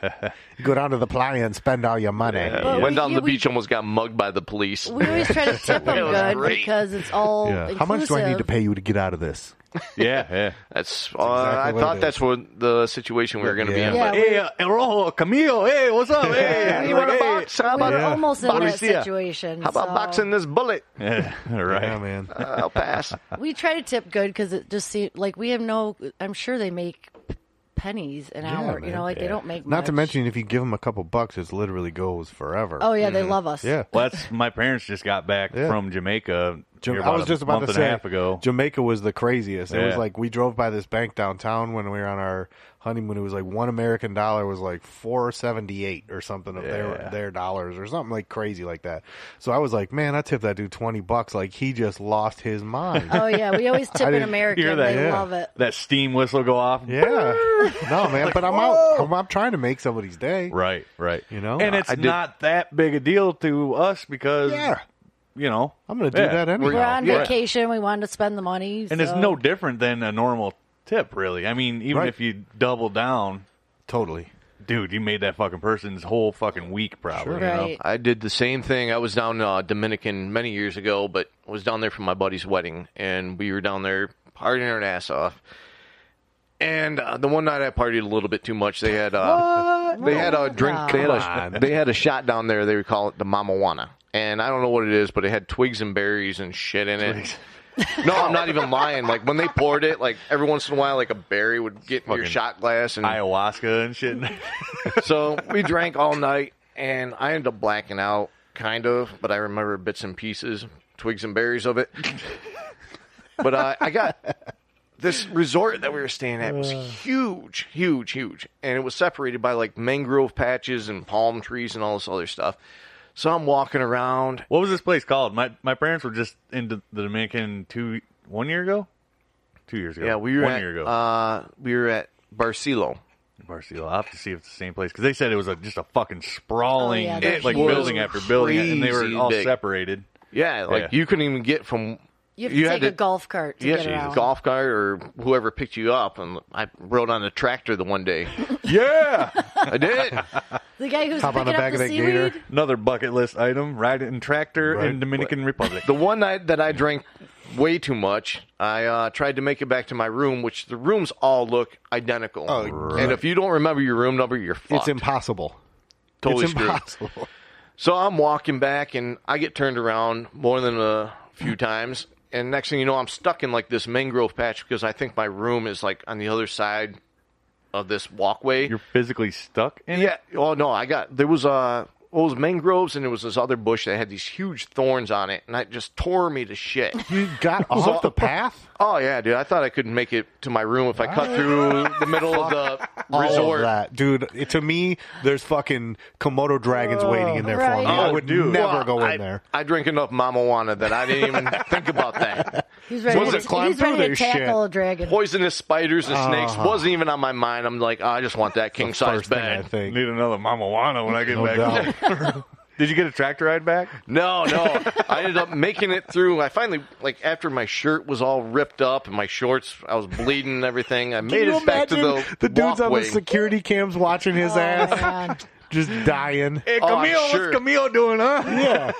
Speaker 3: Go down to the playa and spend all your money.
Speaker 7: But
Speaker 6: Went down
Speaker 7: we-
Speaker 6: to
Speaker 7: yeah,
Speaker 6: the
Speaker 7: we-
Speaker 6: beach, almost got mugged by the police.
Speaker 7: We always try to tip
Speaker 6: That
Speaker 7: them
Speaker 6: was
Speaker 7: good
Speaker 6: great.
Speaker 7: because it's all
Speaker 3: Yeah. How much do I need to
Speaker 7: inclusive.
Speaker 3: pay you to get out of this?
Speaker 2: Yeah, yeah.
Speaker 6: That's.
Speaker 3: exactly
Speaker 6: Uh,
Speaker 3: what
Speaker 6: I
Speaker 3: it
Speaker 6: thought
Speaker 3: is.
Speaker 6: that's what the situation we were going to
Speaker 3: Yeah.
Speaker 6: be in.
Speaker 7: Yeah,
Speaker 6: But,
Speaker 2: hey, uh, Rojo, Camille, hey, what's up? Hey,
Speaker 6: you want a
Speaker 2: Hey.
Speaker 6: box? How
Speaker 7: We
Speaker 6: about,
Speaker 7: were almost in that
Speaker 2: Mauricia.
Speaker 7: situation.
Speaker 6: how about
Speaker 7: so
Speaker 6: boxing this bullet?
Speaker 2: Yeah, right.
Speaker 3: Yeah, man.
Speaker 6: I'll pass.
Speaker 7: We try to tip good because it just seems like we have no. I'm sure they make p- pennies an
Speaker 3: Yeah,
Speaker 7: hour. You
Speaker 3: man.
Speaker 7: know, like they don't make.
Speaker 3: Not to
Speaker 7: much.
Speaker 3: mention, if you give them a couple bucks, it literally goes forever.
Speaker 7: Oh yeah, they love us.
Speaker 3: Mm-hmm. yeah.
Speaker 2: Well, that's my parents just got back
Speaker 3: Yeah.
Speaker 2: from Jamaica.
Speaker 3: Jam-
Speaker 2: here
Speaker 3: I was
Speaker 2: a
Speaker 3: just about
Speaker 2: month
Speaker 3: to
Speaker 2: and
Speaker 3: say,
Speaker 2: a half ago.
Speaker 3: Jamaica was the craziest. It was
Speaker 2: Yeah.
Speaker 3: like we drove by this bank downtown when we were on our honeymoon. It was like one American dollar was like four seventy eight or something of their
Speaker 2: Yeah.
Speaker 3: their dollars or something like crazy like that. So I was like, man, I tipped that dude twenty bucks. Like he just lost his mind.
Speaker 7: Oh yeah, we always tip an
Speaker 3: didn't
Speaker 7: American.
Speaker 2: hear that.
Speaker 7: They
Speaker 3: Yeah.
Speaker 7: love it.
Speaker 2: that steam whistle go off.
Speaker 3: yeah, no man, but I'm out. I'm, I'm trying to make somebody's day.
Speaker 2: Right, right.
Speaker 3: You know?
Speaker 2: and it's
Speaker 6: I did-
Speaker 2: not that big a deal to us because
Speaker 3: Yeah,
Speaker 2: you know
Speaker 3: I'm gonna do
Speaker 2: yeah.
Speaker 3: that anyway.
Speaker 7: We're on
Speaker 2: Yeah.
Speaker 7: vacation. We wanted to spend the money,
Speaker 2: And it's
Speaker 7: so-
Speaker 2: no different than a normal tip, really. I mean, even
Speaker 3: Right.
Speaker 2: if you double down,
Speaker 3: Totally.
Speaker 2: dude, you made that fucking person's whole fucking week probably. you know?
Speaker 7: right.
Speaker 6: I did the same thing. I was down uh, Dominican many years ago, but I was down there for my buddy's wedding, and we were down there partying our ass off. And uh, the one night I partied a little bit too much. They had uh, they had a drink. They had a, they had a shot down there. They would call it the mamawana, and I don't know what it is, but it had twigs and berries and shit in it. No, I'm not even lying. Like when they poured it, like every once in a while, like a berry would get in your
Speaker 2: Fucking
Speaker 6: shot glass, and
Speaker 2: Ayahuasca and shit.
Speaker 6: so we drank all night, and I ended up blacking out, kind of, but I remember bits and pieces, twigs and berries of it. but uh, I got this resort that we were staying at was huge, huge, huge, and it was separated by like mangrove patches and palm trees and all this other stuff. So I'm walking around.
Speaker 2: what was this place called? My my parents were just in the Dominican two one year ago, two years ago.
Speaker 6: Yeah, we were
Speaker 2: one
Speaker 6: at,
Speaker 2: year ago.
Speaker 6: Uh, we were at Barcelo.
Speaker 2: Barcelona. I'll have to see if it's the same place because they said it was a, just a fucking sprawling eh,
Speaker 7: Oh, yeah, that's
Speaker 2: like
Speaker 6: huge.
Speaker 2: building after building, and they were
Speaker 6: Crazy
Speaker 2: all
Speaker 6: big.
Speaker 2: separated.
Speaker 6: Yeah, like
Speaker 2: Yeah.
Speaker 6: you couldn't even get from
Speaker 7: You have to
Speaker 6: You had
Speaker 7: take a
Speaker 6: to-
Speaker 7: golf cart to
Speaker 6: yeah,
Speaker 7: get around.
Speaker 6: golf cart or whoever picked you up, and I rode on a tractor the one day.
Speaker 2: Yeah.
Speaker 6: I did.
Speaker 7: The guy who's
Speaker 3: Hop on
Speaker 7: picking
Speaker 3: the back
Speaker 7: up
Speaker 3: of
Speaker 7: the
Speaker 3: that gator.
Speaker 7: seaweed.
Speaker 2: Another bucket list item: ride in tractor in Dominican Republic.
Speaker 6: The one night that I drank way too much, I uh, tried to make it back to my room, which the rooms all look identical.
Speaker 3: Oh,
Speaker 6: And if you don't remember your room number, you're fucked.
Speaker 3: It's impossible.
Speaker 6: totally
Speaker 3: it's
Speaker 6: screwed.
Speaker 3: impossible.
Speaker 6: So I'm walking back and I get turned around more than a few times. And next thing you know, I'm stuck in like this mangrove patch because I think my room is like on the other side of this walkway.
Speaker 2: You're physically stuck in
Speaker 6: yeah.
Speaker 2: it.
Speaker 6: Oh no, I got there was uh well, it was mangroves and there was this other bush that had these huge thorns on it and that just tore me to shit.
Speaker 3: You got off the path.
Speaker 6: Oh yeah, dude. I thought I could make it to my room if I cut through the middle of the
Speaker 3: All of
Speaker 6: resort.
Speaker 3: that, dude. it- to me, there's fucking Komodo dragons waiting in there for me.
Speaker 7: right.
Speaker 3: I would
Speaker 2: dude.
Speaker 3: never
Speaker 6: Oh, Well,
Speaker 3: go in
Speaker 6: I,
Speaker 3: there.
Speaker 6: I drink enough mama Juana that I didn't even think about that.
Speaker 7: He's ready,
Speaker 6: Was
Speaker 7: to,
Speaker 6: it climb
Speaker 7: he's
Speaker 3: through
Speaker 7: ready to
Speaker 3: this shit?
Speaker 7: tackle a dragon.
Speaker 6: poisonous spiders and snakes wasn't even on my mind. I'm like, oh, I just want that king size
Speaker 3: Uh-huh. First thing I
Speaker 6: bed.
Speaker 3: think.
Speaker 2: Need another Mama Juana when I get
Speaker 3: No
Speaker 2: back.
Speaker 3: doubt.
Speaker 2: Did you get a tractor ride back?
Speaker 6: No, no. I ended up making it through. I finally, like, after my shirt was all ripped up and my shorts, I was bleeding and everything. I
Speaker 3: Can
Speaker 6: made
Speaker 3: you
Speaker 6: it back to
Speaker 3: imagine
Speaker 6: the,
Speaker 3: the dudes on
Speaker 6: walkway.
Speaker 3: the security cams watching his ass
Speaker 7: Oh, man.
Speaker 3: just dying?
Speaker 2: Hey,
Speaker 6: Oh, I'm
Speaker 2: Camille,
Speaker 6: sure.
Speaker 2: what's Camille doing, huh?
Speaker 3: Yeah,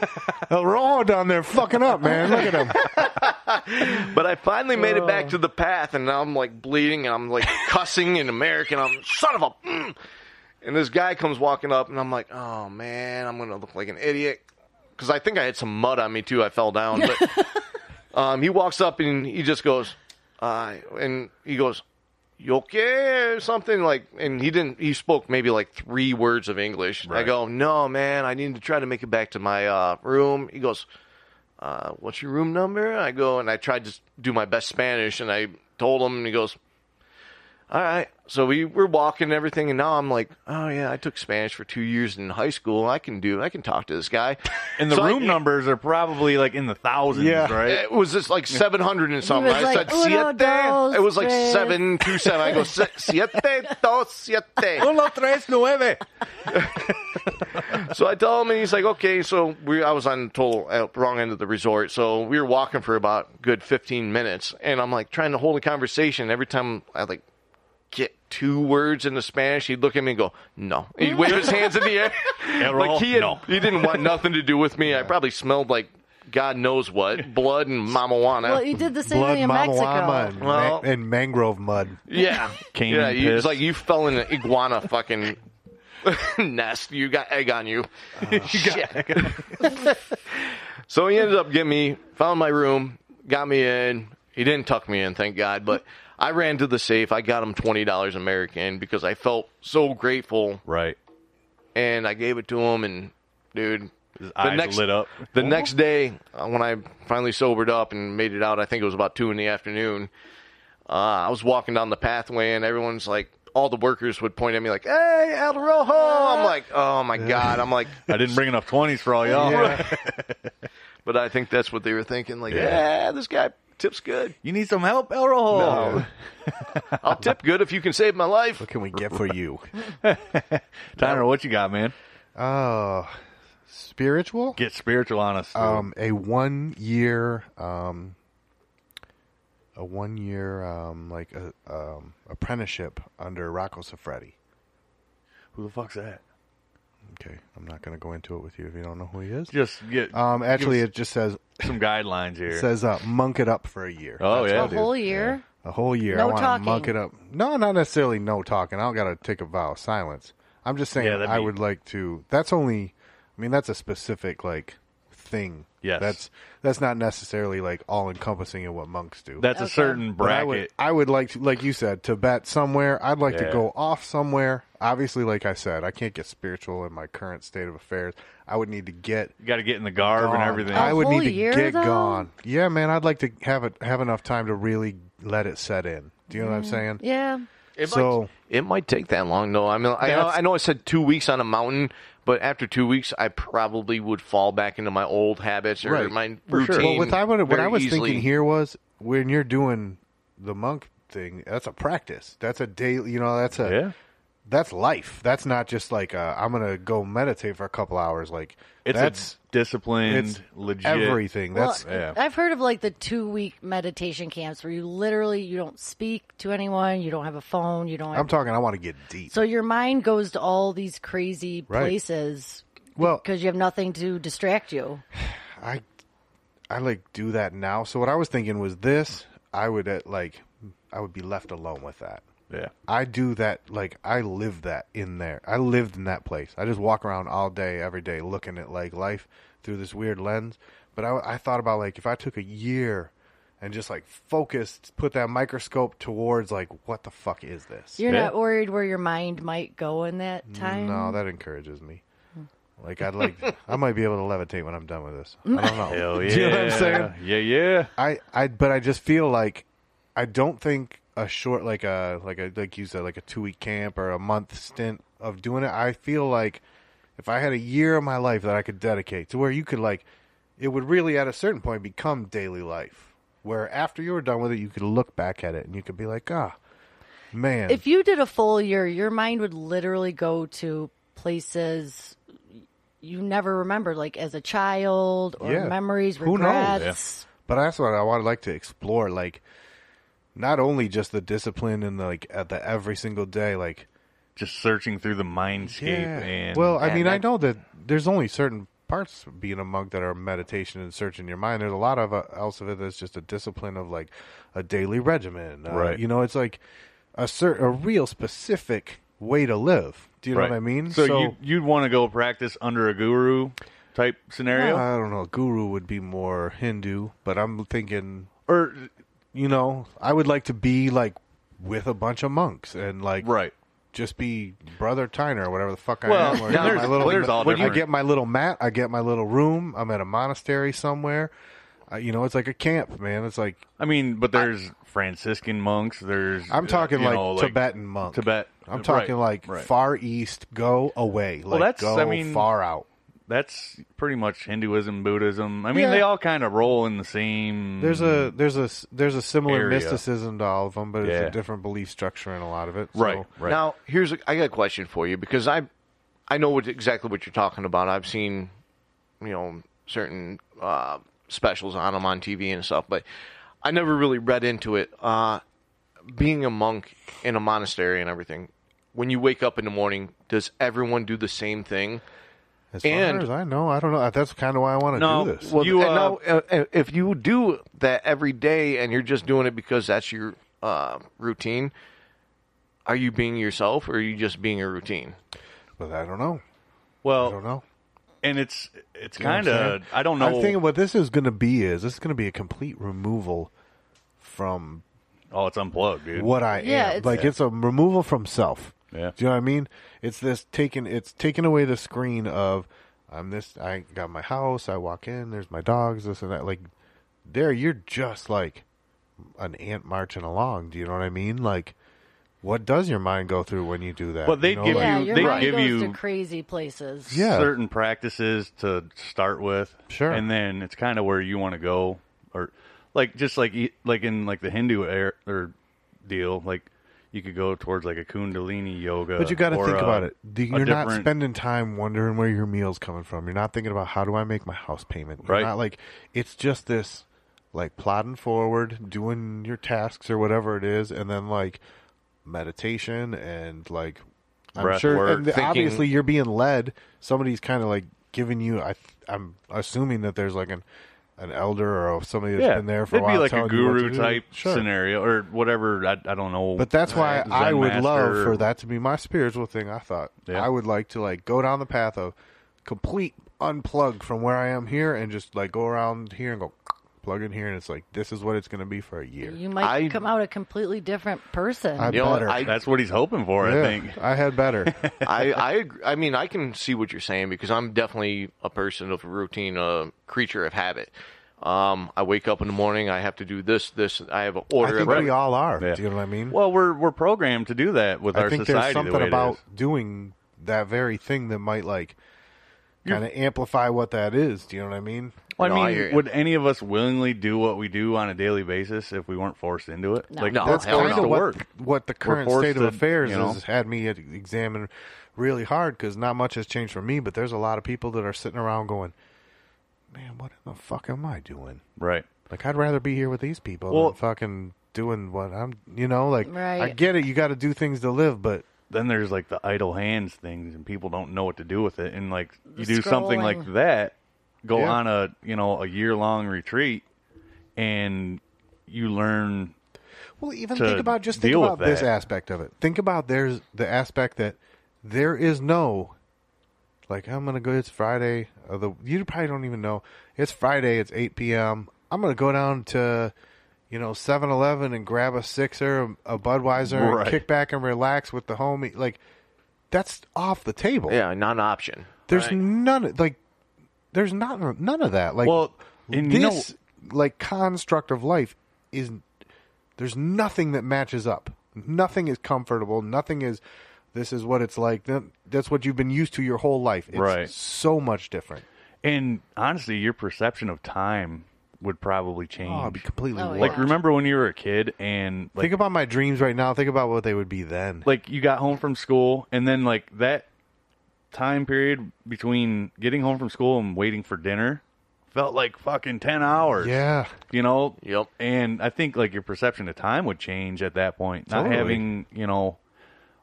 Speaker 3: we're all down there fucking up, man. Look at him.
Speaker 6: But I finally made it back to the path, and now I'm like bleeding, and I'm like cussing in American. I'm son of a. Mm. And this guy comes walking up, and I'm like, oh man, I'm gonna look like an idiot because I think I had some mud on me too. I fell down, but um, he walks up and he just goes, uh, and he goes, you okay or something like? And he didn't. He spoke maybe like three words of English. I go, no man, I need to try to make it back to my uh, room. He goes uh, what's your room number? I go and I tried to do my best Spanish and I told him and he goes, all right. So we were walking and everything. And now I'm like, oh yeah, I took Spanish for two years in high school. I can do, I can talk to this guy.
Speaker 2: And the
Speaker 6: So I-
Speaker 2: room numbers are probably like in the thousands,
Speaker 3: Yeah.
Speaker 2: right?
Speaker 6: It was just like 700 and something.
Speaker 7: was
Speaker 6: I
Speaker 7: like,
Speaker 6: said,
Speaker 7: "Uno,
Speaker 6: siete.
Speaker 7: dos,
Speaker 6: It was like
Speaker 7: tres."
Speaker 6: seven, two, seven. I go, "Si- siete, dos, siete.
Speaker 2: Uno, tres, nueve.
Speaker 6: So I tell him, and he's like, "Okay." So we, I was on the total uh, wrong end of the resort, so we were walking for about good fifteen minutes, and I'm like trying to hold a conversation. Every time I like get two words into Spanish, he'd look at me and go, "No." He'd wave his hands in the air,
Speaker 2: Errol,
Speaker 6: like he had,
Speaker 2: no.
Speaker 6: he didn't want nothing to do with me. I probably smelled like God knows what blood and mama juana.
Speaker 7: Well, you did the same
Speaker 3: Blood,
Speaker 7: thing in
Speaker 3: mama
Speaker 7: Mexico.
Speaker 3: llama, and, ma-
Speaker 6: Well-
Speaker 3: and mangrove mud.
Speaker 6: yeah,
Speaker 2: Cane
Speaker 6: yeah.
Speaker 2: and
Speaker 6: You,
Speaker 2: piss.
Speaker 6: it's like you fell in an iguana fucking. nest you got egg on you So he ended up getting me, found my room, got me in. He didn't tuck me in, thank God. But I ran to the safe. I got him twenty dollars American because I felt so grateful,
Speaker 2: Right.
Speaker 6: and I gave it to him. And dude,
Speaker 2: His eyes lit up.
Speaker 6: The next day, uh, when I finally sobered up and made it out, I think it was about two in the afternoon. Uh, I was walking down the pathway, and everyone's like, all the workers would point at me like, "Hey, El Rojo!" I'm like, "Oh my god!" I'm like, "Oh."
Speaker 2: I didn't bring enough 20s for all y'all.
Speaker 6: but I think that's what they were thinking. Like, yeah, this guy tips good.
Speaker 2: You need some help, El Rojo?
Speaker 6: I'll tip good if you can save my life.
Speaker 3: What can we get for you?
Speaker 2: Tyner, what you got, man?
Speaker 3: Oh, spiritual.
Speaker 2: Get spiritual on us. dude.
Speaker 3: um, a one year um, a one year um, like a, um, apprenticeship under Rocco Siffredi.
Speaker 2: Who the fuck's that?
Speaker 3: Okay, I'm not going to go into it with you if you don't know who he is.
Speaker 2: Just get
Speaker 3: Um, actually, it just says
Speaker 2: some guidelines here.
Speaker 3: it says uh, monk it up for a year,
Speaker 2: oh, yeah,
Speaker 7: A
Speaker 2: dude.
Speaker 7: whole year.
Speaker 3: a whole year.
Speaker 7: No
Speaker 3: I want
Speaker 7: talking.
Speaker 3: to monk it up. No, not necessarily no talking. I don't got to take a vow of silence. I'm just saying
Speaker 2: Yeah, that'd
Speaker 3: I
Speaker 2: be-
Speaker 3: would like to. That's only. I mean, that's a specific like thing.
Speaker 2: Yes.
Speaker 3: that's that's not necessarily like all encompassing in what monks do.
Speaker 2: That's a
Speaker 7: Okay.
Speaker 2: certain
Speaker 3: But I
Speaker 2: bracket.
Speaker 3: would, I would like to, like you said, Tibet somewhere. I'd like
Speaker 2: Yeah.
Speaker 3: to go off somewhere. Obviously, like I said, I can't get spiritual in my current state of affairs. I would need to get
Speaker 2: you got to get in the garb and
Speaker 3: gone.
Speaker 2: everything.
Speaker 3: Oh, I would
Speaker 7: whole
Speaker 3: need to
Speaker 7: year,
Speaker 3: get
Speaker 7: though?
Speaker 3: gone. Yeah, man, I'd like to have it have enough time to really let it set in. Do you know what I'm saying?
Speaker 7: Yeah.
Speaker 3: so
Speaker 6: It might take that long, though. I mean, I know,
Speaker 3: That's-
Speaker 6: I know I said two weeks on a mountain, but after two weeks, I probably would fall back into my old habits or
Speaker 3: Right.
Speaker 6: my
Speaker 3: For
Speaker 6: routine.
Speaker 3: sure. Well, what I, would, what
Speaker 6: very
Speaker 3: I was
Speaker 6: easily.
Speaker 3: thinking here was when you're doing the monk thing, that's a practice. That's a daily. You know, that's a
Speaker 2: yeah.
Speaker 3: that's life. That's not just like uh, I'm gonna go meditate for a couple hours. Like
Speaker 2: It's
Speaker 3: that's
Speaker 2: a disciplined,
Speaker 3: it's
Speaker 2: legit.
Speaker 3: everything. That's
Speaker 7: well, uh,
Speaker 2: yeah.
Speaker 7: I've heard of like the two week meditation camps where you literally you don't speak to anyone, you don't have a phone, you don't.
Speaker 3: I'm
Speaker 7: Have,
Speaker 3: talking. I want to get deep.
Speaker 7: so your mind goes to all these crazy
Speaker 3: Right.
Speaker 7: places
Speaker 3: well,
Speaker 7: because you have nothing to distract you.
Speaker 3: I I like do that now. So what I was thinking was this. I would uh, like I would be left alone with that.
Speaker 2: Yeah.
Speaker 3: I do that like I live that in there. I lived in that place. I just walk around all day, every day, looking at like life through this weird lens. But I, I thought about like if I took a year and just like focused, put that microscope towards like what the fuck is this?
Speaker 7: You're
Speaker 2: Yeah.
Speaker 7: not worried where your mind might go in that time.
Speaker 3: No, that encourages me. Like I'd like I might be able to levitate when I'm done with this. I don't know.
Speaker 2: Hell yeah.
Speaker 3: Do you know what I'm saying?
Speaker 2: Yeah, yeah.
Speaker 3: I, I, but I just feel like I don't think a short, like a, like a, like you said, like a two week camp or a month stint of doing it. I feel like if I had a year of my life that I could dedicate to where you could like, it would really at a certain point become daily life. Where after you were done with it, you could look back at it and you could be like, ah, man,
Speaker 7: if you did a full year, your mind would literally go to places you never remembered, like as a child or
Speaker 3: Yeah.
Speaker 7: memories,
Speaker 3: Who knows? Yeah.
Speaker 7: regrets.
Speaker 3: But that's what I would like to explore, like not only just the discipline and the, like at the every single day, like
Speaker 2: Just searching through the mindscape and
Speaker 3: well, I
Speaker 6: and
Speaker 3: mean, I
Speaker 6: that-
Speaker 3: know that there's only certain parts of being a monk that are meditation and searching your mind. There's a lot of uh, else of it that's just a discipline of like a daily regimen. Uh,
Speaker 2: Right.
Speaker 3: You know, it's like a certain, a real specific way to live. Do you know what I mean?
Speaker 2: So, you you'd want to go practice under a guru type scenario,
Speaker 3: I don't know. Guru would be more Hindu, but I'm thinking,
Speaker 2: or
Speaker 3: you know, I would like to be like with a bunch of monks and like
Speaker 2: right?
Speaker 3: just be brother Tyner or whatever the fuck
Speaker 2: Well,
Speaker 3: I am. Or get
Speaker 2: now there's-
Speaker 3: my little,
Speaker 2: there's all
Speaker 3: when you
Speaker 2: different-
Speaker 3: get my little mat, I get my little room. I'm at a monastery somewhere. I, you know, it's like a camp, man. It's like
Speaker 2: I mean, but there's Franciscan monks. There's
Speaker 3: I'm
Speaker 2: uh,
Speaker 3: talking
Speaker 2: you
Speaker 3: like,
Speaker 2: know,
Speaker 3: Tibetan monk.
Speaker 2: Tibet.
Speaker 3: I'm
Speaker 2: Right,
Speaker 3: talking like
Speaker 2: right.
Speaker 3: far east. Go away. Like
Speaker 2: that's-
Speaker 3: go
Speaker 2: I mean-
Speaker 3: far out.
Speaker 2: That's pretty much Hinduism, Buddhism. I mean,
Speaker 3: Yeah.
Speaker 2: they all kind of roll in the same.
Speaker 3: There's a there's a there's a similar
Speaker 2: Mm-hmm. Area.
Speaker 3: mysticism to all of them, but it's
Speaker 2: Yeah.
Speaker 3: a different belief structure in a lot of it. so-
Speaker 2: right, right.
Speaker 6: Now, here's a, I got a question for you because I I know what, exactly what you're talking about. I've seen you know certain uh, specials on them on TV and stuff, but I never really read into it. Uh, being a monk in a monastery and everything, when you wake up in the morning, does everyone do the same thing?
Speaker 3: As far
Speaker 6: And-
Speaker 3: as I know, I don't know. That's kind of why I want to
Speaker 2: No,
Speaker 3: do this.
Speaker 2: well, You,
Speaker 6: and
Speaker 2: uh,
Speaker 6: now, uh, uh, if you do that every day and you're just doing it because that's your uh, routine, are you being yourself or are you just being a routine?
Speaker 3: but I don't know.
Speaker 2: well,
Speaker 3: I don't know.
Speaker 2: and it's it's
Speaker 3: You know what I'm
Speaker 2: kind of
Speaker 3: saying?
Speaker 2: I don't know.
Speaker 3: I'm thinking what this is going to be is this is going to be a complete removal from
Speaker 2: oh, it's unplugged, dude.
Speaker 3: what I
Speaker 7: Yeah,
Speaker 3: am.
Speaker 7: it's-
Speaker 3: like it's a removal from self.
Speaker 2: Yeah.
Speaker 3: Do you know what I mean? It's this taking it's taking away the screen of I'm this I got my house, I walk in, there's my dogs, this and that. Like there you're just like an ant marching along. Do you know what I mean? Like what does your mind go through when you do that?
Speaker 2: Well, they
Speaker 3: you know,
Speaker 2: give
Speaker 7: Yeah,
Speaker 2: you-
Speaker 7: your
Speaker 2: they
Speaker 7: mind
Speaker 2: give
Speaker 7: goes
Speaker 2: you-
Speaker 7: to crazy places.
Speaker 3: Yeah.
Speaker 2: certain practices to start with.
Speaker 3: Sure.
Speaker 2: And then it's kind of where you want to go or like just like e- like in like the Hindu air, or deal like you could go towards like a kundalini yoga.
Speaker 3: But you got to
Speaker 2: or
Speaker 3: think
Speaker 2: a-
Speaker 3: about it. The-
Speaker 2: a
Speaker 3: You're not
Speaker 2: different-
Speaker 3: spending time wondering where your meal's coming from. You're not thinking about how do I make my house payment. You're
Speaker 2: Right.
Speaker 3: Not like it's just this like plodding forward, doing your tasks or whatever it is, and then like meditation and like I'm
Speaker 2: Breath
Speaker 3: sure.
Speaker 2: work,
Speaker 3: and the-
Speaker 6: thinking-
Speaker 3: obviously, you're being led. Somebody's kind of like giving you. I, I'm assuming that there's like an an elder or somebody that's
Speaker 2: yeah,
Speaker 3: been there for
Speaker 2: it'd
Speaker 3: a while.
Speaker 2: be like a
Speaker 3: telling you what to
Speaker 2: guru
Speaker 3: do.
Speaker 2: type
Speaker 3: Sure.
Speaker 2: scenario or whatever. I, I don't know.
Speaker 3: But that's why
Speaker 2: Zen
Speaker 3: I would
Speaker 2: master
Speaker 3: love
Speaker 2: or-
Speaker 3: for that to be my spiritual thing. I thought
Speaker 2: Yeah.
Speaker 3: I would like to like go down the path of complete unplug from where I am here and just like go around here and go plug in here and it's like this is what it's going to be for a year.
Speaker 7: You might
Speaker 6: I-
Speaker 7: come out a completely different person.
Speaker 3: I
Speaker 6: You know,
Speaker 3: better.
Speaker 6: I-
Speaker 2: That's what he's hoping for.
Speaker 3: Yeah, Mm-hmm.
Speaker 2: I think.
Speaker 3: I had better.
Speaker 6: I I agree. I mean I can see what you're saying because I'm definitely a person of routine, a creature of habit. Um, I wake up in the morning. I have to do this, this. I have an
Speaker 3: I
Speaker 6: order.
Speaker 3: think
Speaker 6: of
Speaker 3: we all are.
Speaker 2: Yeah.
Speaker 3: Do you know what I mean?
Speaker 2: Well, we're we're programmed to do that with
Speaker 3: I
Speaker 2: our
Speaker 3: think
Speaker 2: society.
Speaker 3: there's
Speaker 2: the
Speaker 3: something
Speaker 2: way it
Speaker 3: about
Speaker 2: is.
Speaker 3: doing that very thing that might like kind of amplify what that is. Do you know what I mean?
Speaker 2: Well,
Speaker 6: No,
Speaker 2: I
Speaker 6: I
Speaker 2: mean,
Speaker 6: hear ya.
Speaker 2: would any of us willingly do what we do on a daily basis if we weren't forced into it?
Speaker 7: No.
Speaker 2: Like
Speaker 6: No,
Speaker 2: that's
Speaker 6: hell
Speaker 2: kind
Speaker 6: no.
Speaker 2: of
Speaker 3: what,
Speaker 2: work.
Speaker 3: what the current
Speaker 2: forced
Speaker 3: state of
Speaker 2: to,
Speaker 3: affairs
Speaker 2: you know.
Speaker 3: has had me e- examine really hard because not much has changed for me, but there's a lot of people that are sitting around going, man, what in the fuck am I doing?
Speaker 2: Right.
Speaker 3: Like, I'd rather be here with these people
Speaker 2: Well-
Speaker 3: than fucking doing what I'm, you know, like, I
Speaker 7: Right.
Speaker 3: get it. You got to do things to live, but
Speaker 2: Then there's like the idle hands things, and people don't know what to do with it. And like you do something
Speaker 7: scrolling.
Speaker 2: like that, go
Speaker 3: Yeah.
Speaker 2: on a you know a year long retreat, and you learn
Speaker 3: Well, even
Speaker 2: to
Speaker 3: think about just think
Speaker 2: deal with
Speaker 3: about this
Speaker 2: that.
Speaker 3: aspect of it. Think about there's the aspect that there is no like I'm gonna go. It's Friday. Or the you probably don't even know it's Friday. It's eight p.m. I'm gonna go down to you know 7-Eleven and grab a sixer, a Budweiser,
Speaker 2: Right.
Speaker 3: and kick back and relax with the homie. Like that's off the table.
Speaker 6: Yeah, not an option.
Speaker 3: There's
Speaker 6: Right.
Speaker 3: none like there's not none of that. Like
Speaker 2: Well, and you know-
Speaker 3: this like construct of life is there's nothing that matches up. Nothing is comfortable. Nothing is this is what it's like. Th- That's what you've been used to your whole life. It's
Speaker 2: Right.
Speaker 3: so much different.
Speaker 2: And honestly, your perception of time would probably change.
Speaker 3: Oh, I'd be completely
Speaker 7: Oh, yeah.
Speaker 2: like remember when you were a kid and like
Speaker 3: Think about my dreams right now. Think about what they would be then.
Speaker 2: like you got home from school and then like that time period between getting home from school and waiting for dinner felt like fucking 10 hours.
Speaker 3: yeah.
Speaker 2: You know?
Speaker 6: Yep.
Speaker 2: And I think like your perception of time would change at that point. Not
Speaker 3: Totally.
Speaker 2: having, you know,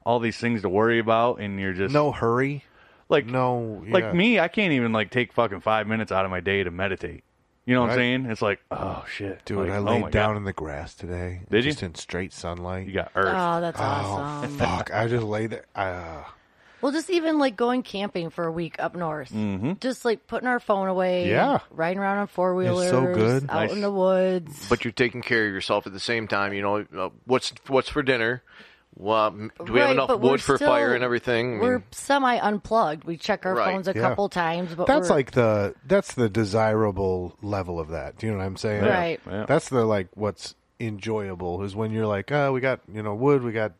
Speaker 2: all these things to worry about and you're just
Speaker 3: No hurry.
Speaker 2: like
Speaker 3: No.
Speaker 2: like
Speaker 3: yeah.
Speaker 2: me, I can't even like take fucking 5 minutes out of my day to meditate. You know what I'm
Speaker 3: Right.
Speaker 2: saying? It's like, oh shit.
Speaker 3: Dude,
Speaker 2: Like,
Speaker 3: I
Speaker 2: oh
Speaker 3: laid
Speaker 2: my
Speaker 3: down
Speaker 2: God.
Speaker 3: in the grass today.
Speaker 2: Did you?
Speaker 3: just in straight sunlight.
Speaker 2: you got earth.
Speaker 7: Oh, that's
Speaker 3: Oh,
Speaker 7: awesome.
Speaker 3: fuck. I just laid there. Uh,
Speaker 7: Well, just even like going camping for a week up north, just like putting our phone away,
Speaker 3: Yeah.
Speaker 7: riding around on four wheelers,
Speaker 3: good.
Speaker 7: out
Speaker 2: Nice.
Speaker 7: in the woods.
Speaker 6: But you're taking care of yourself at the same time. You know uh, what's what's for dinner. Well, m- do we
Speaker 7: Right,
Speaker 6: have enough
Speaker 7: but we're
Speaker 6: wood for
Speaker 7: still-
Speaker 6: fire and everything? I mean,
Speaker 7: we're semi unplugged. We check our
Speaker 6: Right.
Speaker 7: phones a
Speaker 3: Yeah.
Speaker 7: couple times, but
Speaker 3: that's
Speaker 7: we're-
Speaker 3: like the that's the desirable level of that. Do you know what I'm saying?
Speaker 7: Yeah, Right.
Speaker 2: yeah.
Speaker 3: That's the like what's enjoyable is when you're like, oh, we got you know wood, we got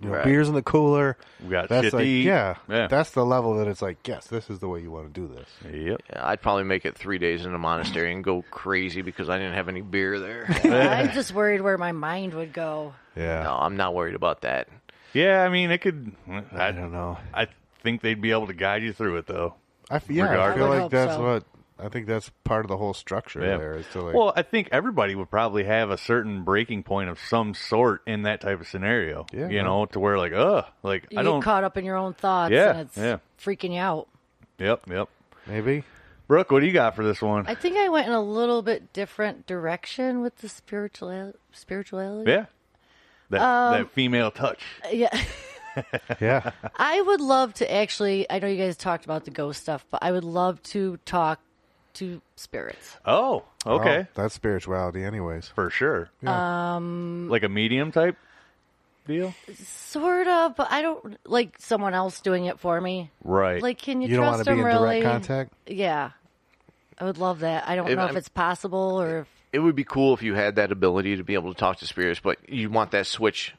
Speaker 3: you know
Speaker 6: Right.
Speaker 3: beers in the cooler,
Speaker 2: We got
Speaker 3: that's
Speaker 2: shit to
Speaker 3: like
Speaker 2: eat.
Speaker 3: yeah,
Speaker 2: Yeah.
Speaker 3: that's the level that it's like yes, this is the way you want to do this.
Speaker 2: Yep.
Speaker 6: yeah, I'd probably make it three days in a monastery and go crazy because I didn't have any beer there.
Speaker 7: I'm just worried where my mind would go.
Speaker 3: Yeah,
Speaker 6: no, I'm not worried about that.
Speaker 2: Yeah, I mean, it could. I,
Speaker 3: I don't know.
Speaker 2: I think they'd be able to guide you through it, though.
Speaker 3: I f- yeah, I
Speaker 2: Regardless.
Speaker 3: feel
Speaker 7: I would
Speaker 3: like
Speaker 7: hope
Speaker 3: that's
Speaker 7: so.
Speaker 3: what I think that's part of the whole structure
Speaker 2: Yeah.
Speaker 3: there is to like
Speaker 2: well, I think everybody would probably have a certain breaking point of some sort in that type of scenario.
Speaker 3: Yeah,
Speaker 2: you
Speaker 3: man.
Speaker 2: know, to where like, ugh, like
Speaker 7: You
Speaker 2: I
Speaker 7: get
Speaker 2: don't.
Speaker 7: caught up in your own thoughts,
Speaker 2: Yeah,
Speaker 7: and it's
Speaker 2: yeah.
Speaker 7: freaking you out.
Speaker 2: Yep, yep.
Speaker 3: maybe
Speaker 2: Brooke, what do you got for this one?
Speaker 7: I think I went in a little bit different direction with the spiritual spirituality.
Speaker 2: yeah, that
Speaker 7: Um,
Speaker 2: that female touch.
Speaker 7: yeah.
Speaker 3: yeah.
Speaker 7: I would love to actually. I know you guys talked about the ghost stuff, but I would love to talk to spirits.
Speaker 2: Oh, okay,
Speaker 3: Oh, that's spirituality, anyways.
Speaker 2: for sure. Um, like a medium type deal,
Speaker 7: Sort of, but I don't like someone else doing it for me.
Speaker 2: right?
Speaker 7: Like, can you,
Speaker 3: You don't want
Speaker 7: trust
Speaker 3: to be
Speaker 7: them?
Speaker 3: in
Speaker 7: really?
Speaker 3: direct contact.
Speaker 7: Yeah, I would love that. I don't
Speaker 6: If
Speaker 7: know if
Speaker 6: I'm-
Speaker 7: it's possible or if
Speaker 6: It would be cool if you had that ability to be able to talk to spirits, but you want that switch.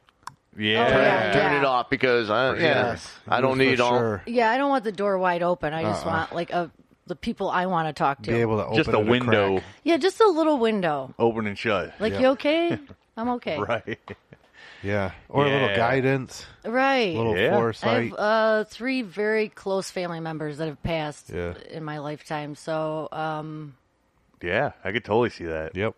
Speaker 2: yeah,
Speaker 7: Oh, yeah.
Speaker 6: Turn it off because I, yeah,
Speaker 3: Yes,
Speaker 6: I don't
Speaker 3: for
Speaker 6: need all.
Speaker 3: sure.
Speaker 7: yeah, I don't want the door wide open. I just want like a the people I want to talk to.
Speaker 3: Be able to open
Speaker 2: just a
Speaker 3: it
Speaker 2: window
Speaker 3: crack.
Speaker 7: yeah, just a little window.
Speaker 2: open and shut.
Speaker 7: Like,
Speaker 3: Yeah.
Speaker 7: you okay? I'm okay.
Speaker 2: right.
Speaker 3: yeah, or a
Speaker 2: Yeah.
Speaker 3: little guidance,
Speaker 7: Right.
Speaker 3: a little
Speaker 2: Yeah.
Speaker 7: I
Speaker 3: foresight.
Speaker 7: have uh, three very close family members that have passed
Speaker 3: Yeah.
Speaker 7: in my lifetime. So um,
Speaker 2: Yeah, I could totally see that.
Speaker 3: Yep.